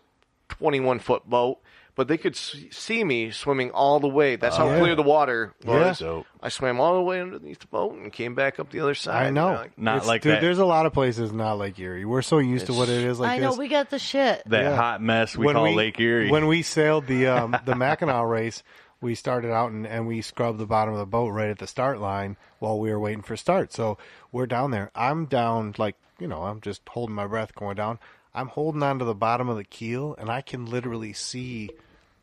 Speaker 6: 21 foot boat, but they could s- see me swimming all the way. That's how clear the water was.
Speaker 2: Oh, Yeah. Dope.
Speaker 6: I swam all the way underneath the boat and came back up the other side.
Speaker 3: I know.
Speaker 6: And I'm like,
Speaker 2: Not
Speaker 3: It's-
Speaker 2: like
Speaker 3: dude,
Speaker 2: that.
Speaker 3: There's a lot of places not like Erie. We're so used to what it is like
Speaker 7: I
Speaker 3: this.
Speaker 7: know we got the shit.
Speaker 2: that hot mess we call Lake Erie.
Speaker 3: When we sailed the um, the Mackinac race, we started out and, and we scrubbed the bottom of the boat right at the start line while we were waiting for start. So we're down there. I'm down like you know I'm just holding my breath going down. I'm holding onto the bottom of the keel and I can literally see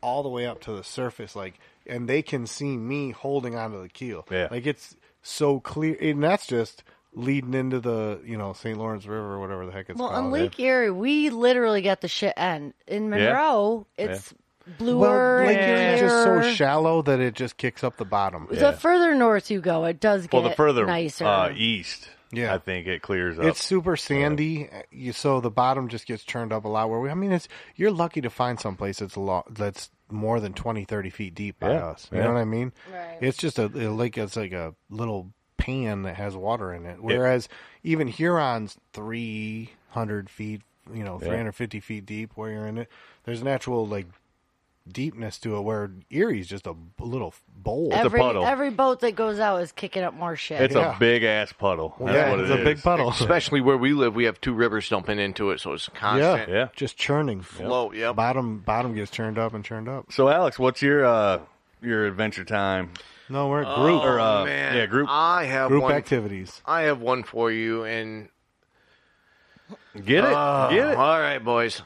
Speaker 3: all the way up to the surface like and they can see me holding onto the keel.
Speaker 2: Yeah.
Speaker 3: Like it's so clear and that's just leading into the, you know, St. Lawrence River or whatever the heck it's
Speaker 7: Well,
Speaker 2: Oh,
Speaker 3: called.
Speaker 7: on Lake Erie, we literally got the shit end. In Monroe, it's bluer
Speaker 3: Well, Lake
Speaker 7: and
Speaker 3: Erie is just so
Speaker 7: clearer.
Speaker 3: shallow that it just kicks up the bottom.
Speaker 7: The further north you go, it does get
Speaker 2: well, the further
Speaker 7: nicer.
Speaker 2: uh, east,
Speaker 3: Yeah.
Speaker 2: I think it clears up.
Speaker 3: It's super sandy, uh, you, so the bottom just gets turned up a lot. Where we, I mean, it's you're lucky to find someplace that's a lot that's more than 20, 30 feet deep by
Speaker 2: Yeah,
Speaker 3: us. You
Speaker 2: yeah.
Speaker 3: know what I mean?
Speaker 7: Right.
Speaker 3: It's just a, a lake. It's like a little pan that has water in it. Whereas even Huron's three hundred feet, you know, three hundred fifty feet deep. Where you're in it, there's an actual like deepness to it. Where Erie's just a b- little bowl.
Speaker 7: every
Speaker 2: puddle.
Speaker 7: every boat that goes out is kicking up more shit.
Speaker 2: it's
Speaker 3: yeah.
Speaker 2: a big ass puddle. That's
Speaker 3: yeah,
Speaker 2: what
Speaker 3: it's
Speaker 2: it
Speaker 3: a big
Speaker 2: is.
Speaker 3: puddle.
Speaker 6: especially where we live, we have two rivers dumping into it, so it's
Speaker 3: yeah,
Speaker 6: constant
Speaker 2: Yeah.
Speaker 3: just churning.
Speaker 6: flow. Yep.
Speaker 3: Bottom bottom gets turned up and churned up.
Speaker 2: So, Alex, what's your uh, your adventure time?
Speaker 3: No, we're at group
Speaker 2: or, uh,
Speaker 6: Man,
Speaker 2: Yeah, group.
Speaker 6: I have
Speaker 3: group
Speaker 6: one.
Speaker 3: activities.
Speaker 6: I have one for you, and uh,
Speaker 2: Get it?
Speaker 7: Uh,
Speaker 2: Get
Speaker 6: all
Speaker 2: it?
Speaker 6: right, boys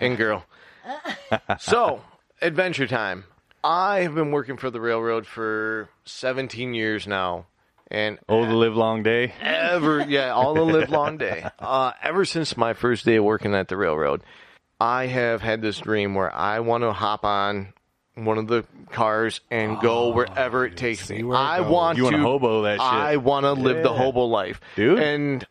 Speaker 6: and girl. so, adventure time. I have been working for the railroad for 17 years now, and
Speaker 2: Oh, the live long day.
Speaker 6: ever yeah all the live long day uh, ever since my first day of working at the railroad i have had this dream where i want to hop on one of the cars and
Speaker 2: Oh,
Speaker 6: go wherever it takes me
Speaker 3: where it
Speaker 6: i
Speaker 3: goes.
Speaker 6: want
Speaker 2: You
Speaker 6: to
Speaker 2: wanna hobo that shit.
Speaker 6: i want to live the
Speaker 2: Yeah.
Speaker 6: hobo life
Speaker 2: Dude.
Speaker 6: and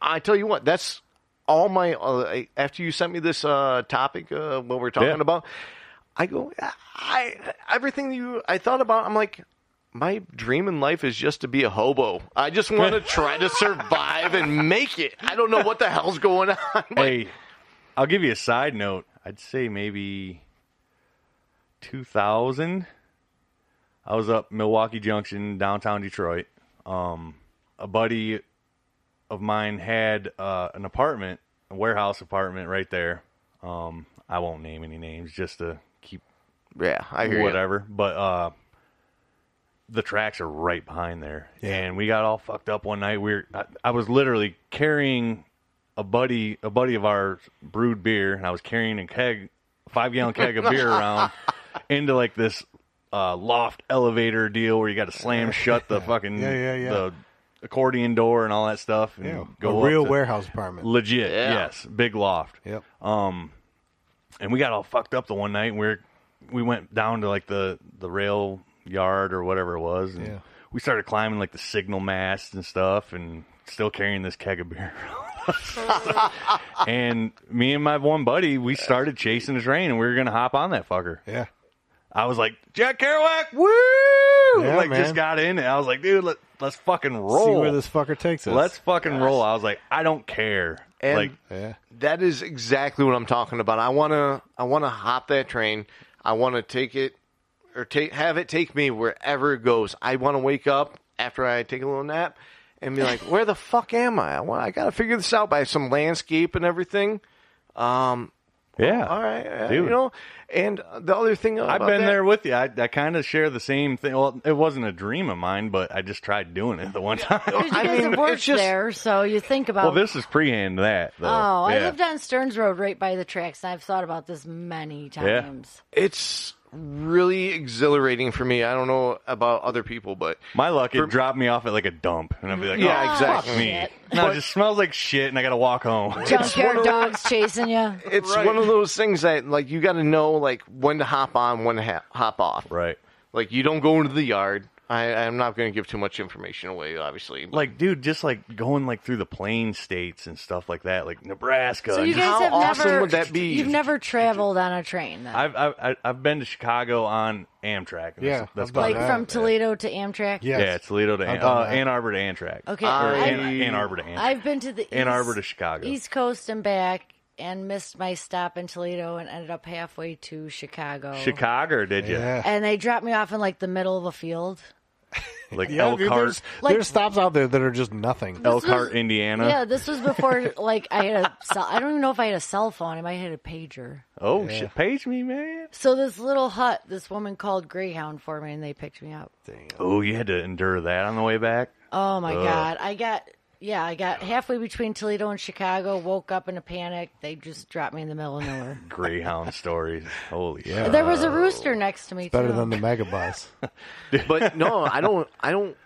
Speaker 6: i tell you what that's all my uh, after you sent me this uh, topic uh, what we're talking
Speaker 2: Yeah.
Speaker 6: about i go i everything you i thought about i'm like my dream in life is just to be a hobo. I just want to try to survive and make it. I don't know what the hell's going on.
Speaker 2: Hey, I'll give you a side note. I'd say maybe 2000. I was up Milwaukee Junction, downtown Detroit. Um, a buddy of mine had uh, an apartment, a warehouse apartment right there. Um, I won't name any names just to keep
Speaker 6: Yeah, I hear you.
Speaker 2: whatever. But uh, the tracks are right behind there, and we got all fucked up one night. We were, I, I was literally carrying a buddy, a buddy of ours, brewed beer, and I was carrying a keg, five gallon keg of beer around into like this uh, loft elevator deal where you got to slam shut the fucking
Speaker 3: Yeah, yeah, yeah.
Speaker 2: the accordion door and all that stuff, and
Speaker 3: Yeah,
Speaker 2: go
Speaker 3: a
Speaker 2: up
Speaker 3: real
Speaker 2: to-
Speaker 3: warehouse apartment.
Speaker 2: Legit,
Speaker 6: Yeah.
Speaker 2: yes, big loft
Speaker 3: yep.
Speaker 2: and we got all fucked up the one night. And we were, we went down to like the the rail yard or whatever it was, and
Speaker 3: Yeah.
Speaker 2: we started climbing like the signal mast and stuff, and still carrying this keg of beer. and me and my one buddy, we started chasing the train, and we were gonna hop on that fucker.
Speaker 3: yeah.
Speaker 2: I was like Jack Kerouac, woo!
Speaker 3: Yeah,
Speaker 2: like
Speaker 3: man.
Speaker 2: just got in, and I was like, dude, let, let's fucking roll.
Speaker 3: See where this fucker takes us.
Speaker 2: let's fucking roll. I was like, I don't care.
Speaker 6: And
Speaker 2: Like-
Speaker 6: that is exactly what I'm talking about. I wanna I wanna hop that train. I wanna take it or take have it take me wherever it goes. I wanna wake up after I take a little nap and be like, where the fuck am I? I want I gotta figure this out by some landscape and everything.
Speaker 2: Yeah.
Speaker 6: All right, uh,
Speaker 2: Dude.
Speaker 6: you know. And the other thing
Speaker 2: I've been there with you. I, I kind of share the same thing. Well, it wasn't a dream of mine, but I just tried doing it the one time.
Speaker 7: Because you guys have worked there, so you think
Speaker 2: well,
Speaker 7: about.
Speaker 2: this is prehand that. Though.
Speaker 7: oh, I
Speaker 2: Yeah.
Speaker 7: lived on Stearns Road, right by the tracks, and I've thought about this many times.
Speaker 6: It's really exhilarating for me. I don't know about other people, but
Speaker 2: My luck, it
Speaker 6: For-
Speaker 2: dropped me off at like a dump, and I'd be like,
Speaker 6: Yeah,
Speaker 2: "Oh,
Speaker 6: exactly.
Speaker 2: fuck me."
Speaker 7: Shit.
Speaker 2: No, it just smells like shit, and I gotta walk home.
Speaker 7: Junkyard dogs chasing you.
Speaker 6: it's one of those things that like you got to know like when to hop on, when to ha- hop off.
Speaker 2: right.
Speaker 6: Like you don't go into the yard. I, I'm not going to give too much information away, obviously. but-
Speaker 2: Like, dude, just like going like through the plain states and stuff like that, like Nebraska.
Speaker 7: So you
Speaker 2: and-
Speaker 7: guys
Speaker 6: how
Speaker 7: have
Speaker 6: awesome
Speaker 7: never.
Speaker 6: would that be?
Speaker 7: You've never traveled on a train, then?
Speaker 2: I've, I've I- I've been to Chicago on Amtrak. and
Speaker 3: Yeah, I've
Speaker 2: that's, that's about
Speaker 7: like
Speaker 2: it.
Speaker 3: done
Speaker 7: from Toledo to Amtrak.
Speaker 3: Yes.
Speaker 2: yeah, Toledo to An-
Speaker 3: done
Speaker 2: uh,
Speaker 3: that.
Speaker 2: Ann Arbor to Amtrak.
Speaker 7: Okay.
Speaker 2: or
Speaker 7: I-
Speaker 2: Ann, Ann Arbor to Amtrak.
Speaker 7: I've been to the
Speaker 2: Ann Arbor
Speaker 7: east-
Speaker 2: to Chicago.
Speaker 7: East Coast and back, and missed my stop in Toledo and ended up halfway to Chicago.
Speaker 2: Chicago, did you?
Speaker 3: Yeah.
Speaker 7: And they dropped me off in like the middle of a field.
Speaker 2: Like
Speaker 3: Yeah, dude,
Speaker 2: Elkhart,
Speaker 3: there's, there's stops out there that are just nothing.
Speaker 2: Elkhart, Indiana.
Speaker 7: Yeah, this was before like I had a cell. I don't even know if I had a cell phone. I might have had a pager.
Speaker 2: Oh shit, page me, man.
Speaker 7: So this little hut, this woman called Greyhound for me, and they picked me up.
Speaker 2: Oh, you had to endure that on the way back.
Speaker 7: Oh my god, I got. Yeah, I got halfway between Toledo and Chicago, woke up in a panic. They just dropped me in the middle of nowhere.
Speaker 2: Greyhound stories. Holy shit.
Speaker 7: there was a rooster next to me,
Speaker 3: Better
Speaker 7: too.
Speaker 3: than the megabus.
Speaker 6: but no, I don't. I don't.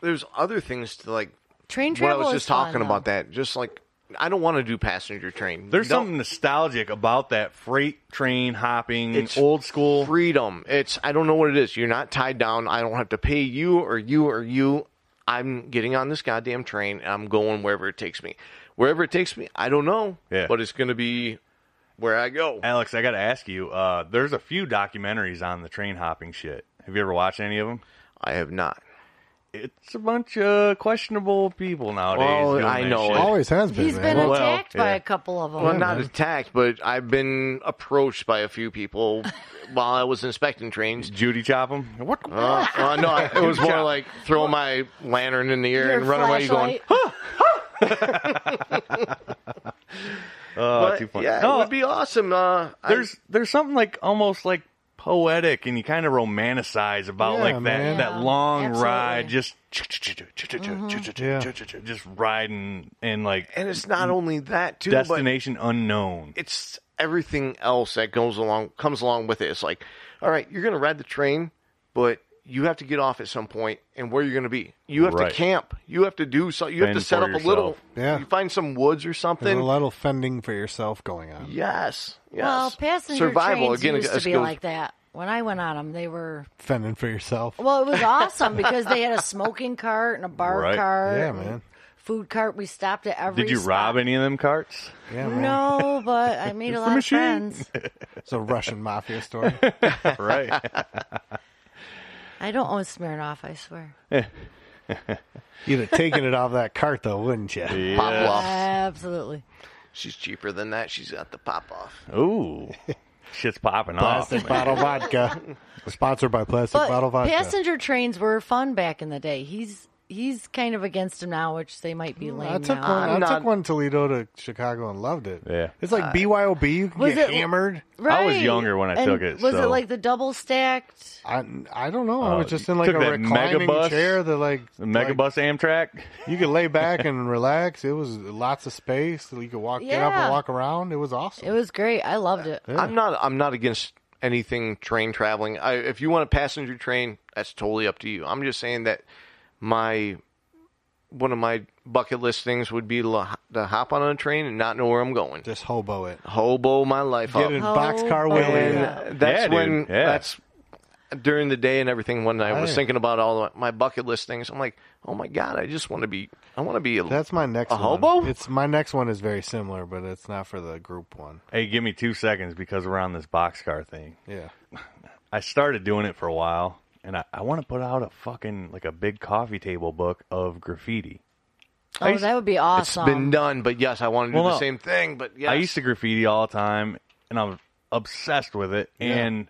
Speaker 6: There's other things to like.
Speaker 7: Train
Speaker 6: What I
Speaker 7: travel
Speaker 6: was
Speaker 7: is
Speaker 6: just
Speaker 7: fun,
Speaker 6: talking
Speaker 7: though.
Speaker 6: about that. Just like I don't want to do passenger train.
Speaker 2: There's
Speaker 6: No-
Speaker 2: something nostalgic about that freight train hopping,
Speaker 6: It's
Speaker 2: old school.
Speaker 6: freedom. It's I don't know what it is. You're not tied down. I don't have to pay you or you or you. I'm getting on this goddamn train and I'm going wherever it takes me. Wherever it takes me, I don't know.
Speaker 2: Yeah.
Speaker 6: But it's gonna be where I go.
Speaker 2: Alex, I got to ask you. Uh, there's a few documentaries on the train hopping shit. Have you ever watched any of them?
Speaker 6: I have not.
Speaker 2: It's a bunch of questionable people nowadays.
Speaker 6: Well,
Speaker 2: doing
Speaker 6: Oh, I
Speaker 2: that
Speaker 6: know
Speaker 2: shit.
Speaker 6: it.
Speaker 3: Always has been.
Speaker 7: He's
Speaker 3: man.
Speaker 7: been
Speaker 2: Well,
Speaker 7: attacked by
Speaker 2: yeah.
Speaker 7: a couple of them.
Speaker 6: Well, not attacked, but I've been approached by a few people while I was inspecting trains.
Speaker 2: Judy chop them. What?
Speaker 6: Uh, uh, no, I- it was more like throw my lantern in the air
Speaker 7: Your
Speaker 6: and run away, going.
Speaker 7: flashlight.
Speaker 2: Oh,
Speaker 6: But,
Speaker 2: Uh, too funny.
Speaker 6: yeah,
Speaker 2: No,
Speaker 6: it would be awesome. Uh, I-
Speaker 2: there's there's something like almost like poetic, and you kind of romanticize about
Speaker 3: Yeah,
Speaker 2: like that
Speaker 3: man.
Speaker 2: that
Speaker 7: Yeah,
Speaker 2: long
Speaker 7: absolutely.
Speaker 2: ride, just just riding and like
Speaker 6: and it's not only that too, but
Speaker 2: destination unknown.
Speaker 6: it's everything else that goes along comes along with it. It's like, all right, you're gonna ride the train, but you have to get off at some point, and where you're gonna be, you have
Speaker 2: Right.
Speaker 6: to camp, you have to do so, you have
Speaker 2: Fend
Speaker 6: to set
Speaker 2: for
Speaker 6: up a little,
Speaker 2: yourself.
Speaker 3: Yeah.
Speaker 6: you find some woods or
Speaker 3: There's
Speaker 6: something.
Speaker 3: a lot of fending for yourself going on.
Speaker 6: yes, yes.
Speaker 7: Well, passenger
Speaker 6: survival
Speaker 7: trains
Speaker 6: again.
Speaker 7: used to
Speaker 6: this
Speaker 7: be
Speaker 6: goes-
Speaker 7: like that. When I went on them, they were
Speaker 3: Fending for yourself.
Speaker 7: well. It was awesome because they had a smoking cart and a bar
Speaker 2: Right.
Speaker 7: cart,
Speaker 3: Yeah,
Speaker 7: and
Speaker 3: man.
Speaker 7: food cart. We stopped at every.
Speaker 2: Did you
Speaker 7: stop.
Speaker 2: rob any of them carts?
Speaker 3: Yeah, man.
Speaker 7: No, but I made a lot of friends.
Speaker 3: It's a Russian mafia story.
Speaker 2: right.
Speaker 7: I don't own Smirnoff. I swear.
Speaker 3: You'd have taken it off that cart, though, wouldn't you?
Speaker 6: pop off.
Speaker 7: Absolutely.
Speaker 6: She's cheaper than that. She's got the pop off.
Speaker 2: Ooh, shit's popping off.
Speaker 3: Plastic bottle vodka. Oh, Sponsored by Plastic
Speaker 7: But
Speaker 3: Bottle Vodka.
Speaker 7: passenger trains were fun back in the day. He's he's kind of against them now, which they might be lame
Speaker 3: I took
Speaker 7: now.
Speaker 3: one. I
Speaker 6: I'm not-
Speaker 3: took one Toledo to Chicago and loved it.
Speaker 2: Yeah.
Speaker 3: it's like BYOB. You can
Speaker 7: Uh, was
Speaker 3: get
Speaker 7: it-
Speaker 3: hammered.
Speaker 7: Uh, Right.
Speaker 2: I was younger when I
Speaker 7: And
Speaker 2: took it,
Speaker 7: Was it
Speaker 2: so-
Speaker 7: like the double stacked?
Speaker 3: I, I don't know. I
Speaker 2: Oh,
Speaker 3: was just
Speaker 2: you
Speaker 3: in like
Speaker 2: took
Speaker 3: a
Speaker 2: that
Speaker 3: reclining
Speaker 2: megabus?
Speaker 3: chair that like
Speaker 2: The Megabus Amtrak.
Speaker 3: like, you could lay back and relax. It was lots of space. You could walk, get up
Speaker 7: Yeah.
Speaker 3: and walk around. It was awesome.
Speaker 7: It was great. I loved it.
Speaker 6: I'm not. I'm not against anything train traveling. I, if you want a passenger train, that's totally up to you. I'm just saying that my one of my bucket list things would be lo- to hop on a train and not know where I'm going.
Speaker 3: just hobo it.
Speaker 6: Hobo my life
Speaker 2: Uh,
Speaker 3: Get
Speaker 6: up.
Speaker 3: in
Speaker 7: Oh,
Speaker 3: boxcar
Speaker 7: yeah.
Speaker 3: Willie.
Speaker 7: Yeah.
Speaker 6: And that's
Speaker 2: Yeah, dude.
Speaker 6: when.
Speaker 2: Yeah.
Speaker 6: That's during the day and everything. When I was
Speaker 3: Right.
Speaker 6: thinking about all my bucket list things, I'm like, oh my god, I just want to be. I want to be. A,
Speaker 3: That's my next
Speaker 6: A
Speaker 3: one.
Speaker 6: hobo?
Speaker 3: It's my next one is very similar, but it's not for the group one.
Speaker 2: Hey, give me two seconds because we're on this boxcar thing.
Speaker 3: Yeah.
Speaker 2: I started doing it for a while, and I, I want to put out a fucking like a big coffee table book of graffiti.
Speaker 7: Oh, that would be
Speaker 6: It's
Speaker 7: awesome.
Speaker 6: been done, but yes, I want to do
Speaker 2: Well,
Speaker 6: the
Speaker 2: no.
Speaker 6: same thing. But yes.
Speaker 2: I used to graffiti all the time, and I'm obsessed with it. And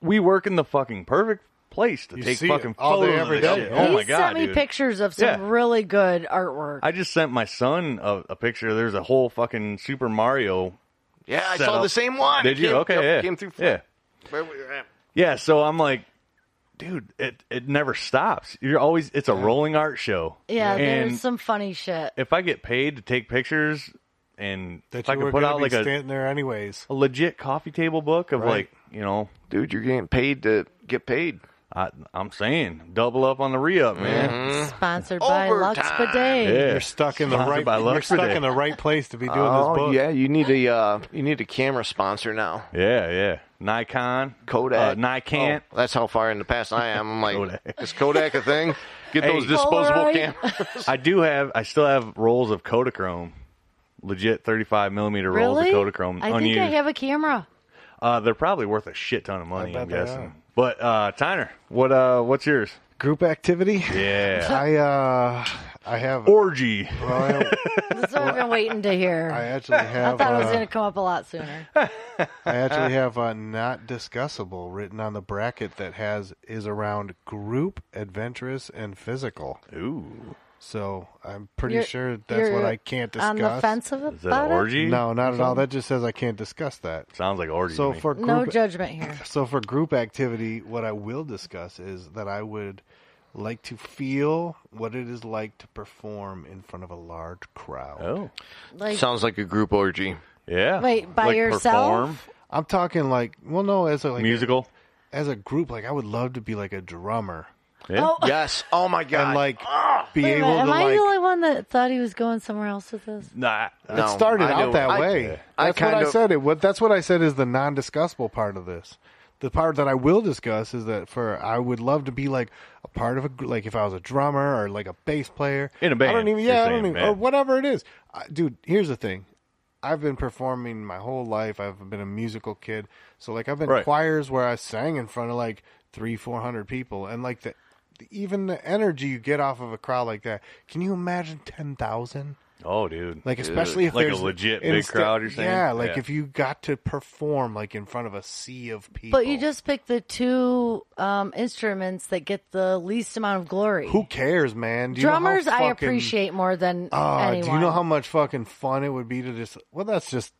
Speaker 2: we work in the fucking perfect place to
Speaker 3: You
Speaker 2: take
Speaker 3: see
Speaker 2: fucking
Speaker 3: it all day,
Speaker 2: photos
Speaker 3: every
Speaker 2: of this
Speaker 3: day.
Speaker 2: shit.
Speaker 3: Yeah.
Speaker 2: Oh
Speaker 7: he
Speaker 2: my god,
Speaker 7: sent me
Speaker 2: dude.
Speaker 7: pictures of some
Speaker 2: Yeah.
Speaker 7: really good artwork.
Speaker 2: I just sent my son a, a picture. There's a whole fucking Super Mario.
Speaker 6: yeah, I
Speaker 2: set
Speaker 6: saw
Speaker 2: up-
Speaker 6: the same one.
Speaker 2: Did
Speaker 6: It
Speaker 2: you?
Speaker 6: came-
Speaker 2: okay,
Speaker 6: yep,
Speaker 2: yeah.
Speaker 6: Came through.
Speaker 2: yeah,
Speaker 6: Where we were at.
Speaker 2: yeah. So I'm like, dude, it it never stops. You're always it's a rolling art show.
Speaker 7: yeah,
Speaker 2: and
Speaker 7: there's some funny shit.
Speaker 2: if I get paid to take pictures, and
Speaker 3: That
Speaker 2: if I
Speaker 3: you
Speaker 2: can
Speaker 3: were
Speaker 2: put
Speaker 3: gonna
Speaker 2: out
Speaker 3: be
Speaker 2: like a,
Speaker 3: standing there anyways.
Speaker 2: a legit coffee table book of
Speaker 3: Right.
Speaker 2: like you know
Speaker 6: Dude, you're getting paid to get paid.
Speaker 2: I, I'm saying double up on the re up, man.
Speaker 3: Mm-hmm.
Speaker 7: Sponsored by Lux
Speaker 6: Overtime.
Speaker 7: Bidet.
Speaker 2: Yeah.
Speaker 3: You're stuck in the
Speaker 2: Sponsored
Speaker 3: right.
Speaker 2: by
Speaker 3: You're
Speaker 2: Lux
Speaker 3: stuck
Speaker 2: today.
Speaker 3: in the right place to be doing this
Speaker 6: Oh
Speaker 3: book.
Speaker 6: yeah, you need a uh, you need a camera sponsor now.
Speaker 2: Yeah, yeah. Nikon,
Speaker 6: Kodak,
Speaker 2: uh, Nikon.
Speaker 6: Oh, that's how far in the past I am. I'm like,
Speaker 2: Kodak.
Speaker 6: is Kodak a thing? Get
Speaker 2: Hey.
Speaker 6: those disposable
Speaker 7: Polaroid.
Speaker 6: cameras.
Speaker 2: I do have. I still have rolls of Kodachrome, legit 35 millimeter
Speaker 7: Really?
Speaker 2: rolls of Kodachrome
Speaker 7: I
Speaker 2: unused.
Speaker 7: think I have a camera.
Speaker 2: uh, they're probably worth a shit ton of money.
Speaker 3: I bet
Speaker 2: I'm
Speaker 3: they
Speaker 2: guessing.
Speaker 3: are.
Speaker 2: But uh, Tyner, what uh, what's yours?
Speaker 3: Group activity.
Speaker 2: Yeah,
Speaker 3: I uh, I have.
Speaker 7: Oh.
Speaker 2: orgy.
Speaker 3: well,
Speaker 7: That's what I've been waiting to hear.
Speaker 3: I
Speaker 7: I,
Speaker 3: actually have.
Speaker 7: thought it was
Speaker 3: uh,
Speaker 7: going to come up a lot sooner.
Speaker 3: I actually have uh, not discussable written on the bracket that has is around group, adventurous, and physical.
Speaker 2: Ooh,
Speaker 3: So I'm pretty
Speaker 7: You're-
Speaker 3: sure that's what
Speaker 7: you're
Speaker 3: I can't discuss.
Speaker 7: On the fence of
Speaker 2: is that
Speaker 7: about it.
Speaker 2: orgy?
Speaker 3: No, not at all. That just says I can't discuss that.
Speaker 2: sounds like orgy.
Speaker 3: So
Speaker 2: to me.
Speaker 3: for group,
Speaker 7: No judgment here.
Speaker 3: so for group activity, what I will discuss is that I would like to feel what it is like to perform in front of a large crowd.
Speaker 2: oh
Speaker 7: Like,
Speaker 6: Sounds like a group orgy.
Speaker 2: yeah,
Speaker 7: Wait, by
Speaker 2: Like
Speaker 7: yourself?
Speaker 2: perform,
Speaker 3: I'm talking like, well, no, as a like,
Speaker 2: musical.
Speaker 3: as a group, like I would love to be like a drummer
Speaker 2: Yeah.
Speaker 7: oh,
Speaker 6: Yes. Oh my god.
Speaker 3: and like be
Speaker 7: wait a
Speaker 3: able
Speaker 7: minute.
Speaker 3: to
Speaker 7: Am I
Speaker 3: like.
Speaker 7: the only one that thought he was going somewhere else with this?
Speaker 2: Nah,
Speaker 6: No,
Speaker 3: it started
Speaker 6: I
Speaker 3: out
Speaker 6: know-
Speaker 3: that
Speaker 6: I-
Speaker 3: way.
Speaker 6: I
Speaker 3: That's
Speaker 6: kind
Speaker 3: what I
Speaker 6: of-
Speaker 3: said. It. What that's what I said is the non-discussable part of this. The part that I will discuss is that for I would love to be like a part of a gr- like if I was a drummer or like a bass player
Speaker 2: In a
Speaker 3: I
Speaker 2: band,
Speaker 3: don't even
Speaker 2: you're
Speaker 3: yeah, I don't
Speaker 2: saying
Speaker 3: even
Speaker 2: band.
Speaker 3: or whatever it is. I, dude, here's the thing. I've been performing my whole life. I've been a musical kid, so like I've been
Speaker 2: Right.
Speaker 3: choirs where I sang in front of like three, four hundred people, and like the even the energy you get off of a crowd like that. Can you imagine ten thousand?
Speaker 2: oh dude,
Speaker 3: Like especially if
Speaker 2: Like a
Speaker 3: there's
Speaker 2: legit big
Speaker 3: instead-
Speaker 2: crowd, you're saying?
Speaker 3: Yeah, like
Speaker 2: Yeah.
Speaker 3: if you got to perform like in front of a sea of people.
Speaker 7: But you just picked the two um, instruments that get the least amount of glory.
Speaker 3: who cares, man? Do you know how
Speaker 7: Drummers, I
Speaker 3: fucking-
Speaker 7: appreciate more than
Speaker 3: Ah,
Speaker 7: anyone.
Speaker 3: do you know how much fucking fun it would be to just? Well, that's just.